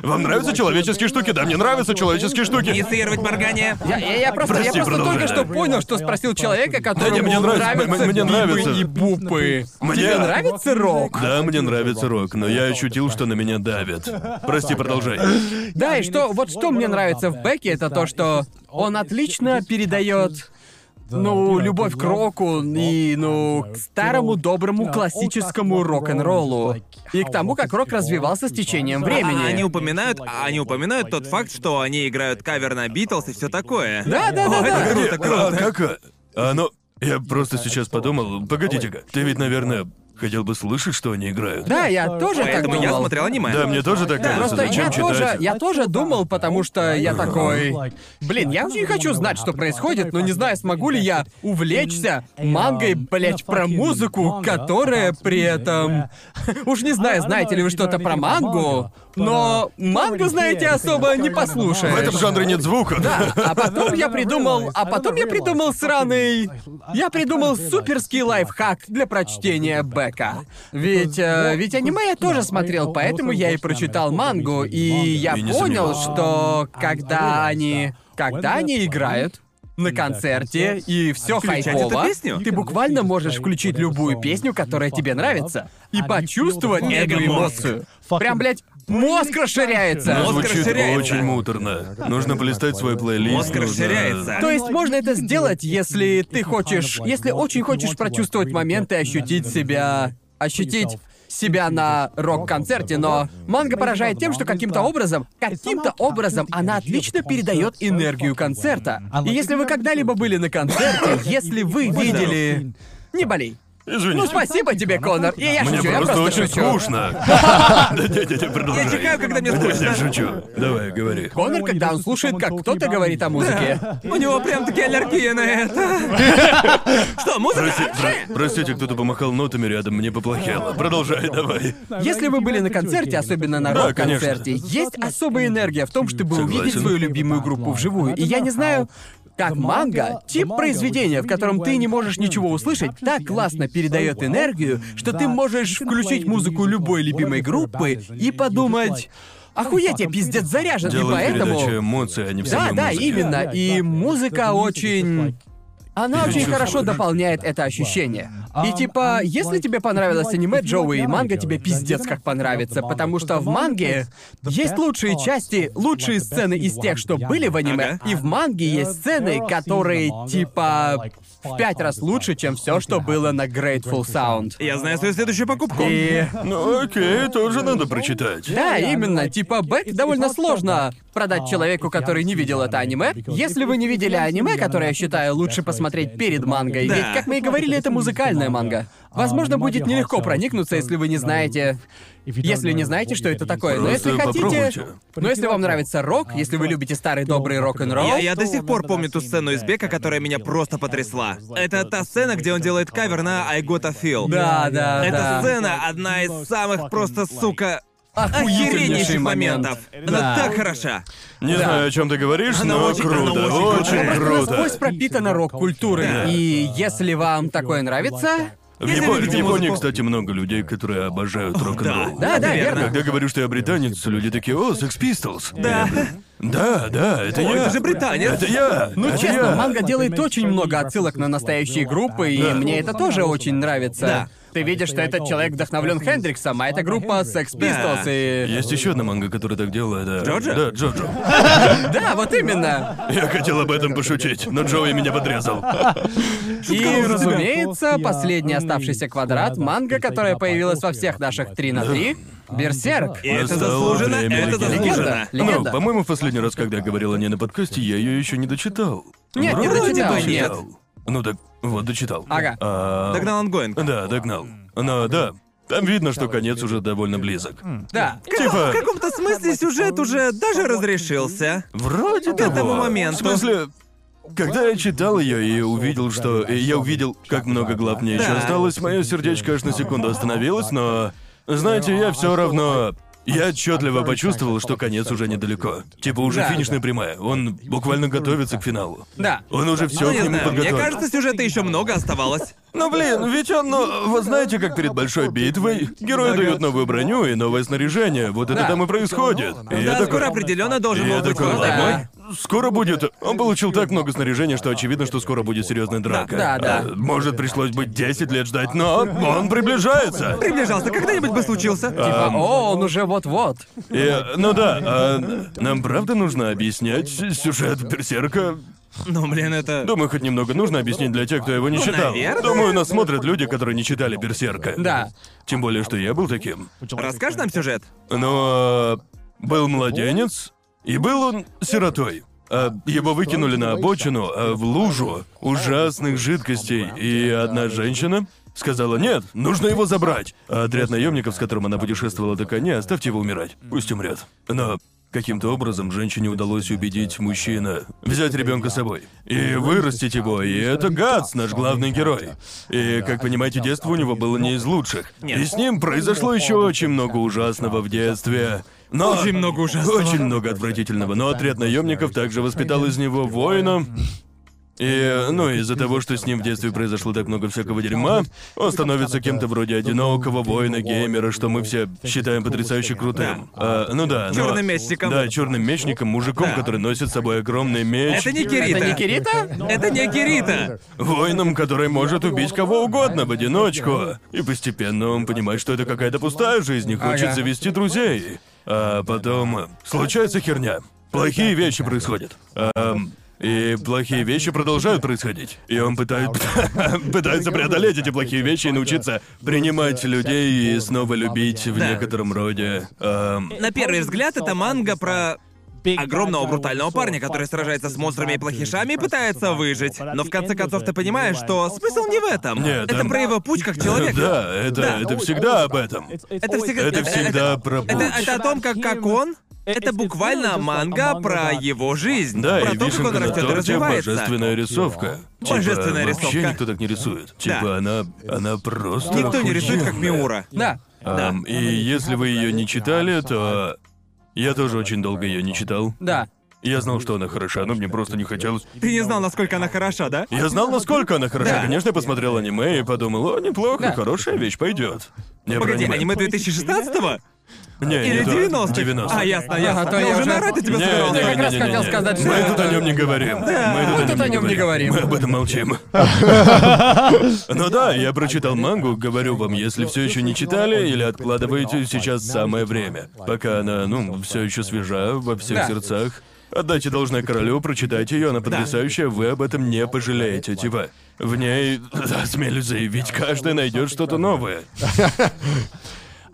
S3: Вам нравятся человеческие штуки? Да, мне нравятся человеческие штуки.
S2: Инициировать моргание.
S1: Я, я, я просто,
S3: Прости,
S1: я просто только что
S3: продолжай.
S1: понял, что спросил человека, которому
S3: мне нравится, м-
S1: нравятся
S3: мне нравится.
S1: бибы и бупы.
S3: Мне-
S1: Тебе нравится рок?
S3: Да, мне нравится рок, но я ощутил, что на меня давят. Прости, продолжай.
S1: Да, и что, вот что мне нравится в Беке, это то, что он отлично передает, ну, любовь к року и, ну, к старому доброму классическому рок-н-роллу. И к тому, как рок развивался с течением
S2: А они
S1: времени.
S2: упоминают, а они упоминают тот факт, что они играют кавер на Битлз и все такое.
S1: Да, да, да,
S2: О, это
S1: да.
S2: круто,
S3: Погоди,
S2: круто.
S3: а как? а? А Оно... Я просто сейчас подумал, погодите-ка, ты ведь, наверное, хотел бы слышать, что они играют.
S1: Да, я тоже так
S2: Поэтому
S1: думал.
S2: я смотрел аниме.
S3: Да, мне тоже так
S2: Да,
S3: кажется.
S1: Просто
S3: Зачем
S1: я
S3: читать?
S1: тоже, я тоже думал, потому что я такой... Блин, я очень хочу знать, что происходит, но не знаю, смогу ли я увлечься мангой, блять, про музыку, которая при этом... Уж не знаю, знаете ли вы что-то про мангу, но мангу, знаете, особо не
S3: В
S1: послушаешь.
S3: этом жанре нет звука.
S1: Да, а потом я придумал, а потом я придумал сраный... Я придумал суперский лайфхак для прочтения Бека. Ведь, э, ведь аниме я тоже смотрел, поэтому я и прочитал мангу, и я
S3: И не
S1: понял,
S3: сомневался.
S1: что когда они... Когда они играют, на концерте и все
S2: Включать эту
S1: хайпово.
S2: песню?
S1: Ты буквально можешь включить любую песню, которая тебе нравится, и почувствовать эту
S2: Эго-мозг.
S1: эмоцию. Прям, блядь, мозг расширяется.
S3: Но
S2: Мозг
S3: звучит
S2: расширяется.
S3: очень муторно. Нужно полистать свой плейлист.
S2: Мозг
S3: нужно-
S2: расширяется.
S3: А
S1: То есть можно это сделать, если ты хочешь, если очень хочешь прочувствовать момент и ощутить себя, ощутить себя на рок-концерте, но манга поражает тем,
S3: Ну
S1: что каким-то
S3: А
S1: образом, каким-то образом она отлично передает энергию концерта.
S3: А
S1: И если вы когда-либо были на концерте, если вы видели... Не болей. Ну,
S3: Извините.
S1: спасибо тебе, Конор. И я
S3: Мне
S1: шучу, я
S3: просто
S1: просто
S3: очень
S1: шучу.
S3: скучно. Да-да-да, продолжай.
S2: Я чихаю, когда мне
S3: Я
S2: скучно.
S3: шучу. Давай, говори.
S1: Конор, когда он слушает, как кто-то говорит о музыке.
S2: У него прям таки аллергия на это. Что,
S1: а
S2: музыка?
S3: Про- Простите, кто-то помахал нотами рядом, мне поплохело. Продолжай, давай.
S1: Если вы были на концерте, особенно на
S3: Да,
S1: рок-концерте, есть особая энергия в том, чтобы
S3: Согласен.
S1: увидеть свою любимую группу вживую. И я не знаю, как манга, тип произведения, в котором ты не можешь ничего услышать, так классно передает энергию, что ты можешь включить музыку любой любимой группы и подумать, охуеть, я пиздец заряжен, и
S3: Дело в передаче
S1: поэтому...
S3: эмоций, а не в
S1: Да,
S3: самой
S1: да,
S3: музыке.
S1: именно. И музыка очень... Она очень хорошо дополняет это ощущение. И типа, если тебе понравилось аниме Джоуи и манга, тебе пиздец как понравится, потому что в манге есть лучшие части, лучшие сцены из тех, что были в аниме,
S2: Ага.
S1: и в манге есть сцены, которые типа в пять раз лучше, чем все, что было на Grateful Sound.
S2: Я знаю свою следующую покупку.
S1: И
S3: Ну окей, тоже надо прочитать.
S1: Да, именно. Типа, бэк довольно сложно
S2: А,
S1: продать человеку, который не видел это аниме. Если вы не видели аниме, которое я считаю лучше посмотреть перед мангой,
S2: Да. А,
S1: ведь, как мы и говорили, это музыкальная манга. А, Возможно,
S2: ну,
S1: будет нелегко проникнуться, если вы не знаете... Если не знаете, что это такое. Но если
S3: Просто
S1: хотите...
S3: попробуйте.
S1: Но если вам нравится рок, если вы любите старый добрый рок-н-ролл...
S2: Я, я до сих пор помню ту сцену из Бека, которая меня просто потрясла. Это та сцена, где он делает кавер на I Gotta Feel.
S1: Да, да,
S2: Эта
S1: да.
S2: сцена одна из самых просто, сука,
S1: Охуительнейший
S2: охереннейших
S1: момент.
S2: моментов. Она так хороша.
S3: Не знаю, о чем ты говоришь,
S2: Она
S3: но
S2: очень-
S3: круто,
S2: она
S3: очень
S2: очень
S1: Она просто
S3: круто.
S1: насквозь пропитана рок-культурой.
S2: Да.
S1: И если вам такое нравится,
S3: В,
S2: Если
S3: Япо-
S2: любите
S3: в Японии,
S2: музыку.
S3: кстати, много людей, которые обожают рок-н-ролл.
S1: Да, да,
S2: верно.
S1: верно.
S3: Когда говорю, что я британец, люди такие, о, Sex Pistols.
S2: Да.
S3: Да, да, это
S2: Ой,
S3: я.
S2: ты же британец.
S3: Это я.
S1: Ну
S3: это
S1: честно,
S3: я.
S1: манга делает очень много отсылок на настоящие группы, и
S3: Да.
S2: Ну,
S1: мне это тоже очень нравится.
S2: Да.
S1: Ты видишь, что этот человек вдохновлен Хендриксом, а эта группа Sex Pistols
S2: Да.
S1: и...
S3: Есть еще одна манга, которая так делает. Да.
S2: Джоджо?
S3: Да, Джоджо.
S1: Да, вот именно.
S3: Я хотел об этом пошутить, но Джоуи меня подрезал.
S1: И,
S2: у тебя. а?
S1: разумеется, последний оставшийся квадрат манга, которая появилась во всех наших 3 на 3. Берсерк.
S2: И это
S3: Настало
S2: заслуженно,
S3: время
S2: это
S3: легенды.
S2: заслуженно.
S1: Легенда.
S3: Ну, по-моему, в последний раз, когда я говорил о ней на подкасте, я ее еще не дочитал.
S1: Нет, не
S3: Вроде
S1: дочитал,
S3: дочитал. Ну так, вот дочитал.
S1: Ага.
S3: А,
S2: Догнал ангоинг.
S3: Да, догнал. Но да, там видно, что конец уже довольно близок.
S1: Да.
S3: Типа,
S2: В каком-то смысле сюжет уже даже разрешился.
S3: вроде
S2: К
S3: того.
S2: этому
S3: В
S2: моменту.
S3: смысле, когда я читал ее и увидел, что... и я увидел, как много глав мне еще
S2: Да.
S3: осталось, мое сердечко аж на секунду остановилось, но... Знаете, я все равно... Я отчетливо почувствовал, что конец уже недалеко. Типа уже
S1: Да.
S3: финишная прямая. Он буквально готовится к финалу.
S1: Да.
S3: Он уже все
S2: Ну,
S3: к
S2: не
S3: нему
S2: знаю, мне
S3: подготовил.
S2: кажется, сюжета еще много оставалось.
S3: Ну блин, ведь он, ну, вы знаете, как перед большой битвой герою дают новую броню и новое снаряжение. Вот это
S1: Да.
S3: там и происходит. И я
S2: да,
S3: такой-
S2: скоро определенно
S3: и
S2: должен
S3: я
S2: был быть
S3: такой,
S1: ну
S2: квадрат.
S3: «Ой, скоро будет. Он получил так много снаряжения, что очевидно, что скоро будет серьезная драка.
S1: Да, да.
S3: А, может, пришлось быть 10 лет ждать, но он приближается.
S2: Приближался, когда-нибудь бы случился.
S1: Типа, о, он уже вот-вот.
S3: И, ну да, а нам правда нужно объяснять с- сюжет Берсерка?
S2: Ну, блин, это...
S3: Думаю, хоть немного нужно объяснить для тех, кто его не
S1: Ну,
S3: читал.
S2: наверное.
S3: Думаю, нас смотрят люди, которые не читали Берсерка.
S1: Да.
S3: Тем более, что я был таким.
S2: Расскажешь нам сюжет?
S3: Но э, был младенец, и был он сиротой. А его выкинули на обочину, а в лужу ужасных жидкостей, и одна женщина сказала, нет, нужно его забрать. А отряд наемников, с которым она путешествовала до коня, оставьте его умирать, пусть умрет. Но каким-то образом женщине удалось убедить мужчина взять ребенка с собой и вырастить его, и это Гац, наш главный герой. И, как понимаете, детство у него было не из лучших.
S2: Нет.
S3: И с ним произошло еще очень много ужасного в детстве. Но...
S2: Очень много ужасного.
S3: Очень много отвратительного. Но отряд наемников также воспитал из него воина. И, ну, из-за того, что с ним в детстве произошло так много всякого дерьма, он становится кем-то вроде одинокого воина-геймера, что мы все считаем потрясающе крутым. А, ну да, но-
S2: Чёрным мечником.
S3: Да, черным мечником, мужиком,
S2: Да.
S3: который носит с собой огромный меч.
S2: Это не Кирита.
S1: Это не Кирита?
S2: Это не Кирита.
S3: Воином, который может убить кого угодно в одиночку. И постепенно он понимает, что это какая-то пустая жизнь и хочет
S1: Ага.
S3: завести друзей. А потом э, случается херня. Плохие вещи происходят. Эм, и плохие вещи продолжают происходить. И он пытает, пытается преодолеть эти плохие вещи и научиться принимать людей и снова любить в
S2: Да.
S3: некотором роде. Эм,
S2: Ну, На первый взгляд, это манга про огромного брутального парня, который сражается с монстрами и плохишами и пытается выжить. Но в конце концов ты понимаешь, что смысл не в этом.
S3: Ну Нет,
S2: это
S3: там-
S2: про его путь как человека.
S3: Да, это,
S2: Да.
S3: это всегда об этом.
S2: Это всегда...
S3: Это всегда про
S2: Это,
S3: путь.
S2: это о том, как, как он...
S3: Э,
S2: Это буквально манга про его жизнь.
S3: Да,
S2: про
S3: и
S2: то, как
S3: вишенка
S2: он
S3: на
S2: растет и
S3: торте
S2: развивается.
S3: божественная рисовка. Типа,
S2: Божественная
S3: Вообще
S2: рисовка.
S3: никто так не рисует. Типа она, она просто.
S2: Никто не рисует, как
S3: охуенная.
S2: Миура.
S1: Да.
S3: Ам, и если вы ее не читали, то я тоже очень долго ее не читал.
S1: Да.
S3: Я знал, что она хороша, но мне просто не хотелось.
S2: Ты не знал, насколько она хороша, да?
S3: Я знал, насколько она хороша.
S2: Да.
S3: Конечно, я посмотрел аниме и подумал, о, неплохо,
S1: Да.
S3: хорошая вещь пойдет. Не про
S2: Погоди, аниме 2016-го?
S3: Не,
S2: Или
S3: не то.
S2: 90-х?
S3: 90-х.
S2: А, ясно, ясно.
S1: Ага, то
S2: я,
S1: я
S2: уже
S1: уже-
S2: на радио тебя
S3: Не,
S2: собирался.
S3: не,
S1: Я как
S3: не,
S1: раз
S3: не,
S1: хотел
S3: не, не.
S1: сказать,
S3: Мы
S1: что-
S3: тут о нем не говорим. Мы тут, о нем не говорим. Мы об этом молчим. Ну да, я прочитал мангу, говорю вам, если все еще не читали или откладываете, сейчас самое время. Пока она, ну, все еще свежа во всех
S1: Да.
S3: сердцах. Отдайте должное королю, прочитайте ее, она потрясающая, вы об этом не пожалеете, типа. В ней, смелюсь заявить, каждый найдет что-то новое.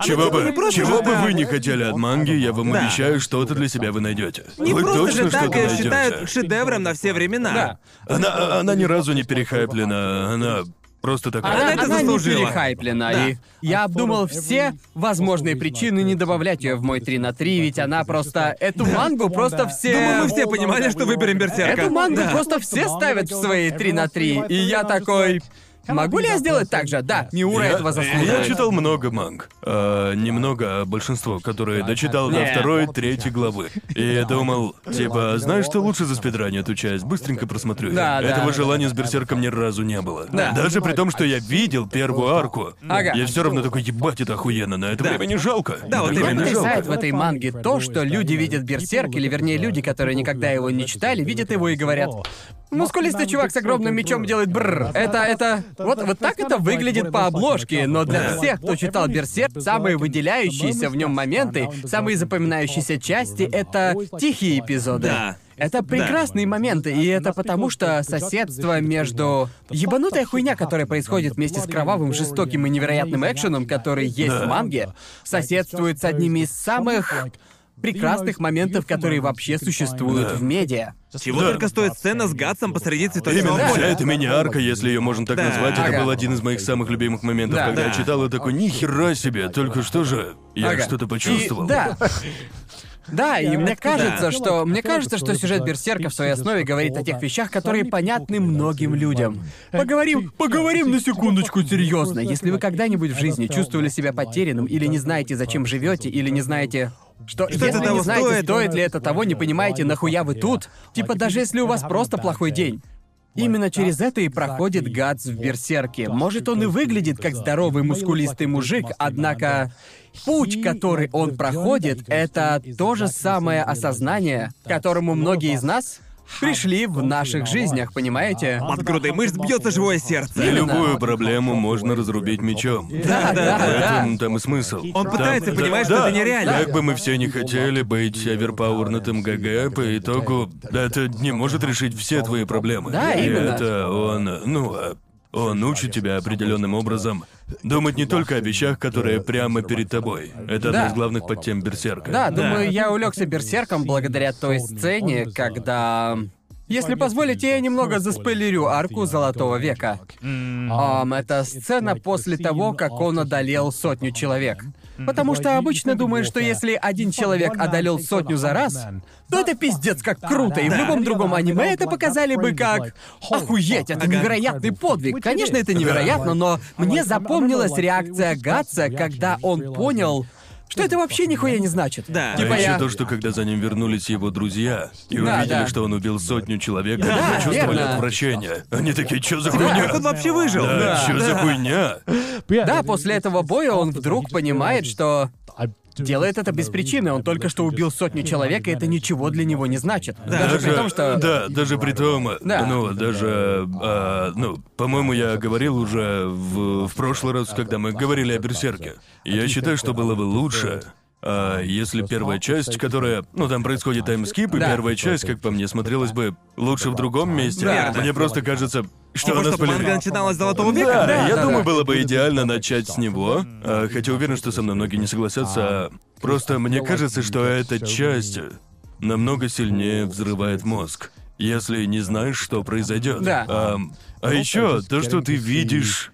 S3: Чего бы,
S2: просто
S3: чего
S2: же
S3: бы
S2: так.
S3: вы не хотели от манги, я вам
S2: Да.
S3: обещаю, что-то для себя вы найдете.
S2: Не
S3: вы
S2: просто
S3: точно
S2: же так
S3: что-то
S2: ее
S3: найдете.
S2: считают шедевром на все времена.
S1: Да.
S3: Она, она ни разу не перехайплена, она просто такая.
S1: Она,
S2: А это
S1: она не
S2: заслужила.
S1: перехайплена,
S2: Да.
S1: и я обдумал все возможные причины не добавлять ее в мой 3 на 3, ведь она просто... Эту мангу просто все...
S2: Думаю, мы все понимали, что выберем Берсерка.
S1: Эту мангу
S2: Да.
S1: просто все ставят в свои 3 на 3, и я такой... Могу ли я сделать так же? Да, Миура
S3: Я-
S1: этого
S3: Я
S1: заслуживает.
S3: читал много манг. А, немного, а большинство, которые дочитал до
S2: Не.
S3: второй, третьей главы. И я думал, типа, знаешь, что лучше заспидранить эту часть, быстренько просмотрю. её».
S1: Да, да.
S3: Этого желания с Берсерком ни разу не было.
S1: Да.
S3: Даже при том, что я видел первую арку.
S1: Ага.
S3: Я все равно такой, ебать, это охуенно, на это
S2: Да.
S3: время не жалко.
S2: Да, вот
S3: Время
S1: Меня
S2: именно.
S3: не жалко.
S1: потрясает в этой манге то, что люди видят Берсерк, или вернее люди, которые никогда его не читали, видят его и говорят... Мускулистый чувак с огромным мечом делает бррр. Это, это... Вот, вот так это выглядит по обложке, но для всех, кто читал Берсерк, самые выделяющиеся в нем моменты, самые запоминающиеся части — это тихие эпизоды.
S2: Да.
S1: Это прекрасные моменты, и это потому, что соседство между... Ебанутая хуйня, которая происходит вместе с кровавым, жестоким и невероятным экшеном, который есть в манге, соседствует с одними из самых прекрасных моментов, которые вообще существуют в медиа.
S2: Чего
S3: Да.
S2: только стоит сцена с Гатсом посреди цветочного
S3: Именно
S1: Да.
S3: вся
S2: поля.
S3: эта мини-арка, если ее можно так
S2: Да.
S3: назвать, это
S1: Ага.
S3: был один из моих самых любимых моментов,
S1: Да.
S3: когда я
S2: Да.
S3: читал и такой, нихера себе, только что же, я
S1: Ага.
S3: что-то
S1: И-
S3: почувствовал.
S1: да. Да, и мне кажется,
S2: Да.
S1: что мне кажется, что сюжет Берсерка в своей основе говорит о тех вещах, которые понятны многим людям. Поговорим, поговорим на секундочку серьезно. Если вы когда-нибудь в жизни чувствовали себя потерянным или не знаете, зачем живете, или не знаете, что,
S2: это
S1: если не
S2: того
S1: знаете,
S2: стоит?
S1: стоит ли это того, не понимаете, нахуя вы тут, типа даже если у вас просто плохой день. Именно через это и проходит Гадс в Берсерке. Может, он и выглядит как здоровый мускулистый мужик, однако путь, который он проходит, это то же самое осознание, к которому многие из нас пришли в наших жизнях, понимаете?
S2: Под грудой мышц бьется живое
S3: И
S2: сердце.
S1: Именно.
S3: любую проблему можно разрубить мечом.
S1: Да, да,
S3: В
S1: да.
S3: этом там и смысл.
S2: Он
S3: Там-
S2: пытается,
S3: да,
S2: понимает, что
S3: да.
S2: это нереально.
S3: Как бы мы все не хотели быть оверпауэрнутым ГГ, по итогу это не может решить все твои проблемы.
S1: Да,
S3: И
S1: именно.
S3: это он, ну, а, он учит тебя определенным образом думать не только о вещах, которые прямо перед тобой. Это одна
S1: Да.
S3: из главных подтем Берсерка.
S1: Да, думаю, я увлекся берсерком благодаря той сцене, когда... Если позволите, я немного заспойлерю арку Золотого века.
S5: А,
S1: Ам, А, это сцена после того, как он одолел сотню человек. Потому что обычно думаешь, что если один человек одолел сотню за раз, то это пиздец как круто, и в
S2: Да.
S1: любом другом аниме это показали бы как «Охуеть, это
S2: Ага.
S1: невероятный подвиг». Конечно, это невероятно, но мне запомнилась реакция Гатса, когда он понял, что это вообще нихуя не значит.
S2: Да.
S3: А
S1: Типа
S3: еще
S1: я-
S3: то, что когда за ним вернулись его друзья и
S1: Да,
S3: увидели,
S1: да.
S3: что он убил сотню человек, они
S1: Да,
S3: почувствовали
S1: верно.
S3: отвращение. Они такие, что за хуйня?
S2: Как Типа, он вообще выжил?
S3: Да,
S1: Да.
S3: чё за хуйня?
S1: Да, после этого боя он вдруг понимает, что делает это без причины. Он только что убил сотню человек, и это ничего для него не значит. Даже при том, что...
S3: Да, даже при том... э,
S1: Да.
S3: Ну, даже... э, ну, по-моему, я говорил уже в, в прошлый раз, когда мы говорили о Берсерке. Я считаю, что было бы лучше... э, если первая часть, которая... Ну, там происходит таймскип, и
S1: Да.
S3: первая часть, как по мне, смотрелась бы лучше в другом месте.
S1: Верно.
S3: Мне просто кажется, что
S2: Типа,
S3: она
S2: что манга
S3: спойлерит.
S2: начиналась с Золотого
S3: Да,
S2: века?
S3: я
S1: да,
S3: думаю,
S1: да.
S3: было бы идеально начать с него. а, хотя уверен, что со мной многие не согласятся. Просто мне кажется, что эта часть намного сильнее взрывает мозг. Если не знаешь, что произойдет.
S1: Да.
S3: А,
S1: Ну,
S3: еще то, что ты видишь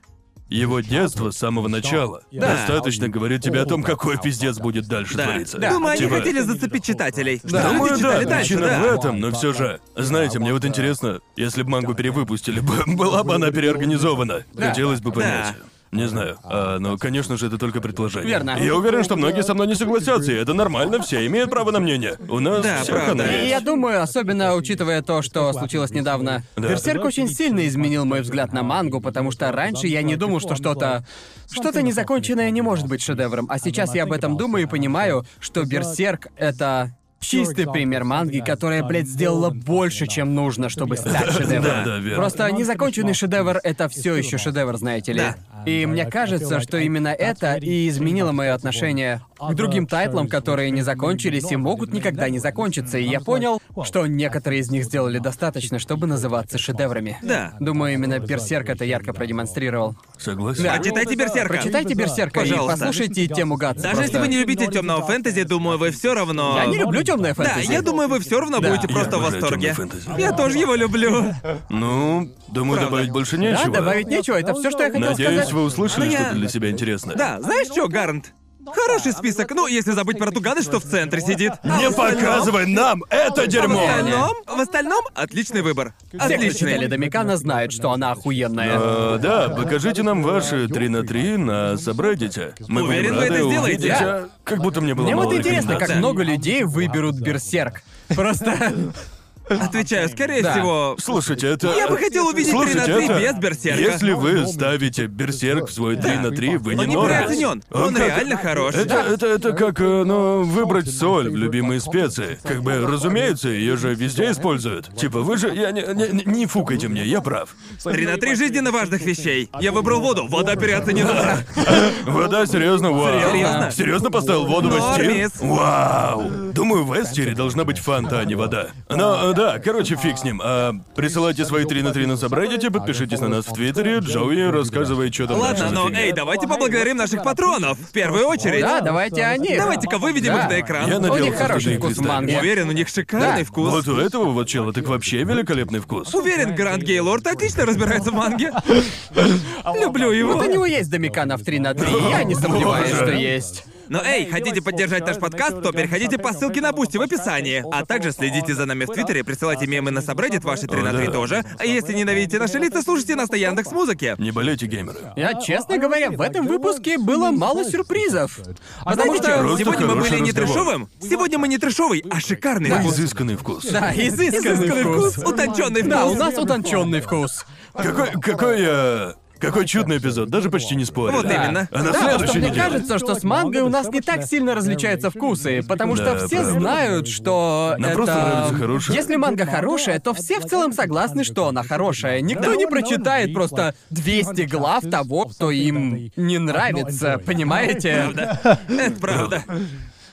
S3: его детство с самого начала.
S1: Да.
S3: Достаточно говорит тебе о том, какой пиздец будет дальше
S2: Да.
S3: твориться.
S1: Да.
S2: Думаю, они
S3: Типа-
S2: Ну, хотели зацепить читателей. Что
S1: Да.
S2: люди
S3: Думаю, да,
S2: читали дальше,
S3: причина
S2: да.
S3: в этом, но все же. Знаете, мне вот интересно, если бы мангу перевыпустили, бы- была бы она переорганизована. Хотелось бы понять. Не знаю, А, но, конечно же, это только предположение.
S1: Верно.
S3: Я уверен, что многие со мной не согласятся, и это нормально, все имеют право на мнение. У нас
S2: Да,
S3: все
S2: правда.
S3: хана
S1: И
S3: есть.
S1: я думаю, особенно учитывая то, что случилось недавно,
S3: Да.
S1: Берсерк очень сильно изменил мой взгляд на мангу, потому что раньше я не думал, что что-то... Что-то незаконченное не может быть шедевром, а сейчас я об этом думаю и понимаю, что Берсерк — это чистый пример манги, которая, блядь, сделала больше, чем нужно, чтобы стать шедевром.
S3: Да, да, верно.
S1: Просто незаконченный шедевр — это все еще шедевр, знаете ли.
S5: Да.
S1: И мне кажется, что именно это и изменило мое отношение к другим тайтлам, которые не закончились и могут никогда не закончиться. И я понял, что некоторые из них сделали достаточно, чтобы называться шедеврами.
S2: Да.
S1: Думаю, именно Берсерк это ярко продемонстрировал.
S3: Согласен.
S2: Да. Прочитайте А, Берсерка.
S1: Прочитайте Берсерка и
S2: Пожалуйста.
S1: послушайте тему Гатса.
S2: Даже если
S1: просто.
S2: вы не любите темного фэнтези, думаю, вы все равно.
S1: Я не люблю темное
S2: Да,
S1: фэнтези.
S2: я думаю, вы все равно
S1: Да.
S2: будете
S3: Я
S2: просто в
S3: обожаю
S2: восторге.
S3: тёмное фэнтези.
S2: Я тоже его люблю.
S3: Ну, думаю,
S2: Правда.
S3: добавить больше
S1: Да,
S3: нечего.
S1: добавить нечего, это все, что я хотел
S3: Надеюсь,
S1: сказать.
S3: вы услышали
S2: Ну, я-
S3: что-то для себя интересное.
S2: Да, знаешь что, Гарнт? Хороший список, ну, если забыть про Туганы, что в центре сидит. А
S3: Не
S2: в остальном-
S3: показывай нам это
S2: В
S3: дерьмо!
S2: остальном, в остальном, отличный выбор.
S1: Все, кто читали
S2: Отличный.
S1: Домикана, знают, что она охуенная.
S3: Э, да, покажите нам ваши 3 на 3 на собрадите. Мы будем
S2: Уверен, вы это
S3: рады
S2: сделаете.
S3: увидеть, а? Как будто мне было
S1: Мне
S3: мало
S1: вот интересно, как
S3: рекомендаций.
S1: много людей выберут Берсерк. Просто...
S2: А, Отвечаю, скорее
S1: Да.
S2: всего.
S3: Слушайте, это...
S2: Я бы хотел увидеть 3 на
S3: Слушайте,
S2: 3
S3: это...
S2: без берсерка.
S3: Если вы ставите берсерк в свой 3 на 3, вы не
S2: Он не
S3: норм.
S2: переоценен. Он
S3: как-
S2: реально хорош.
S3: Это, это, это как, э, ну, выбрать соль в любимые специи. Как бы, разумеется, ее же везде используют. Типа, вы же... Я не, не, не фукайте мне, я прав.
S2: 3 на 3 жизненно важных вещей. Я выбрал воду, вода переоценена.
S3: Вода, серьезно, вау.
S2: Серьезно?
S3: Серьезно поставил воду в Эстире?
S2: Нормис.
S3: Вау. Думаю, в Эстере должна быть фанта, а не вода. Но, э, да, короче, фиг с ним. А, присылайте свои 3 на 3 на собрадите, подпишитесь на нас в Твиттере, Джоуи рассказывает, что там
S2: Ладно,
S3: дальше за
S2: но
S3: фигня.
S2: эй, давайте поблагодарим наших патронов. В первую очередь.
S1: Да, давайте они.
S2: Давайте-ка выведем их
S1: Да.
S2: на экран.
S3: Я
S1: У
S3: наделал
S1: них хороший
S3: крутые
S1: вкус в
S3: кристаллы.
S1: манге.
S2: Уверен, у них шикарный
S1: Да.
S2: вкус.
S3: Вот у этого вот чела так вообще великолепный вкус.
S2: Уверен, Грант Гейлорд отлично разбирается в манге.
S3: А
S2: Люблю
S1: Вот у
S2: его.
S1: него есть Домикана в 3 на 3, я не сомневаюсь,
S3: Боже.
S1: что есть.
S2: Но Ну, эй, хотите поддержать наш подкаст, то переходите по ссылке на Бусти в описании. А также следите за нами в Твиттере, присылайте мемы на Сабреддит ваши 3 на 3
S3: да.
S2: тоже. А если ненавидите наши лица, слушайте нас на Яндекс Музыке.
S3: Не болейте, геймеры.
S1: Я, честно говоря, в этом выпуске было мало сюрпризов. Потому
S2: Потому что
S1: что...
S3: Просто
S2: сегодня мы
S3: хороший
S2: были не
S3: разговор.
S2: трешовым, сегодня мы не трешовый, а шикарный
S3: Да,
S2: вкус.
S3: изысканный вкус.
S1: Да, изысканный вкус.
S2: утонченный вкус.
S1: Да, у нас утонченный вкус.
S3: Какой, какой, э, какой чудный эпизод, даже почти не спорили.
S2: Вот именно.
S3: А на
S1: Да, потому что
S3: следующей
S1: мне
S3: неделе...
S1: кажется, что с мангой у нас не так сильно различаются вкусы, потому что
S3: Да,
S1: все
S3: правда.
S1: знают, что
S3: Нам
S1: это-
S3: просто нравится хорошее.
S1: Если манга хорошая, то все в целом согласны, что она хорошая. Никто
S5: Да.
S1: не прочитает просто 200 глав того, кто им не нравится,
S3: Ну
S1: понимаете?
S2: Это правда.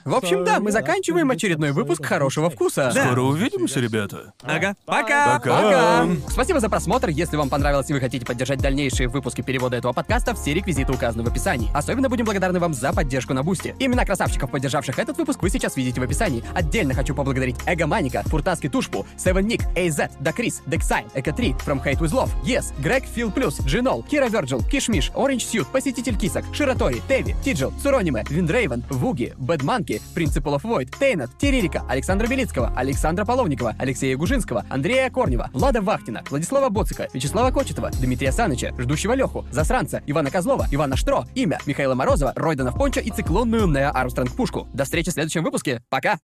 S1: В общем, да, мы заканчиваем очередной выпуск хорошего вкуса.
S3: Скоро увидимся, ребята.
S2: Ага. Пока.
S3: Пока.
S1: Пока! Спасибо за просмотр. Если вам понравилось и вы хотите поддержать дальнейшие выпуски перевода этого подкаста, все реквизиты указаны в описании. Особенно будем благодарны вам за поддержку на Бусти. Имена красавчиков, поддержавших этот выпуск, вы сейчас видите в описании. Отдельно хочу поблагодарить Эго Маника, Фуртаски Тушпу, Севен Ник, AZ, Дакрис, Дексай, Эко 3, From Hate With Love, Yes, Грег Фил Плюс, Джинол, Кира Верджил, Кишмиш, Оранж Сьют, Посетитель Кисок, Ширатори, Теви, Тиджил, Сурониме, Виндрейвен, Вуги, Бэдманки, Принципал оф Войд, Тейнат, Терерика, Александра Белицкого, Александра Половникова, Алексея Гужинского, Андрея Корнева, Влада Вахтина, Владислава Боцика, Вячеслава Кочетова, Дмитрия Саныча, Ждущего Леху, Засранца, Ивана Козлова, Ивана Штро, имя Михаила Морозова, Ройдана Понча и циклонную Нео Армстронг Пушку. До встречи в следующем выпуске. Пока!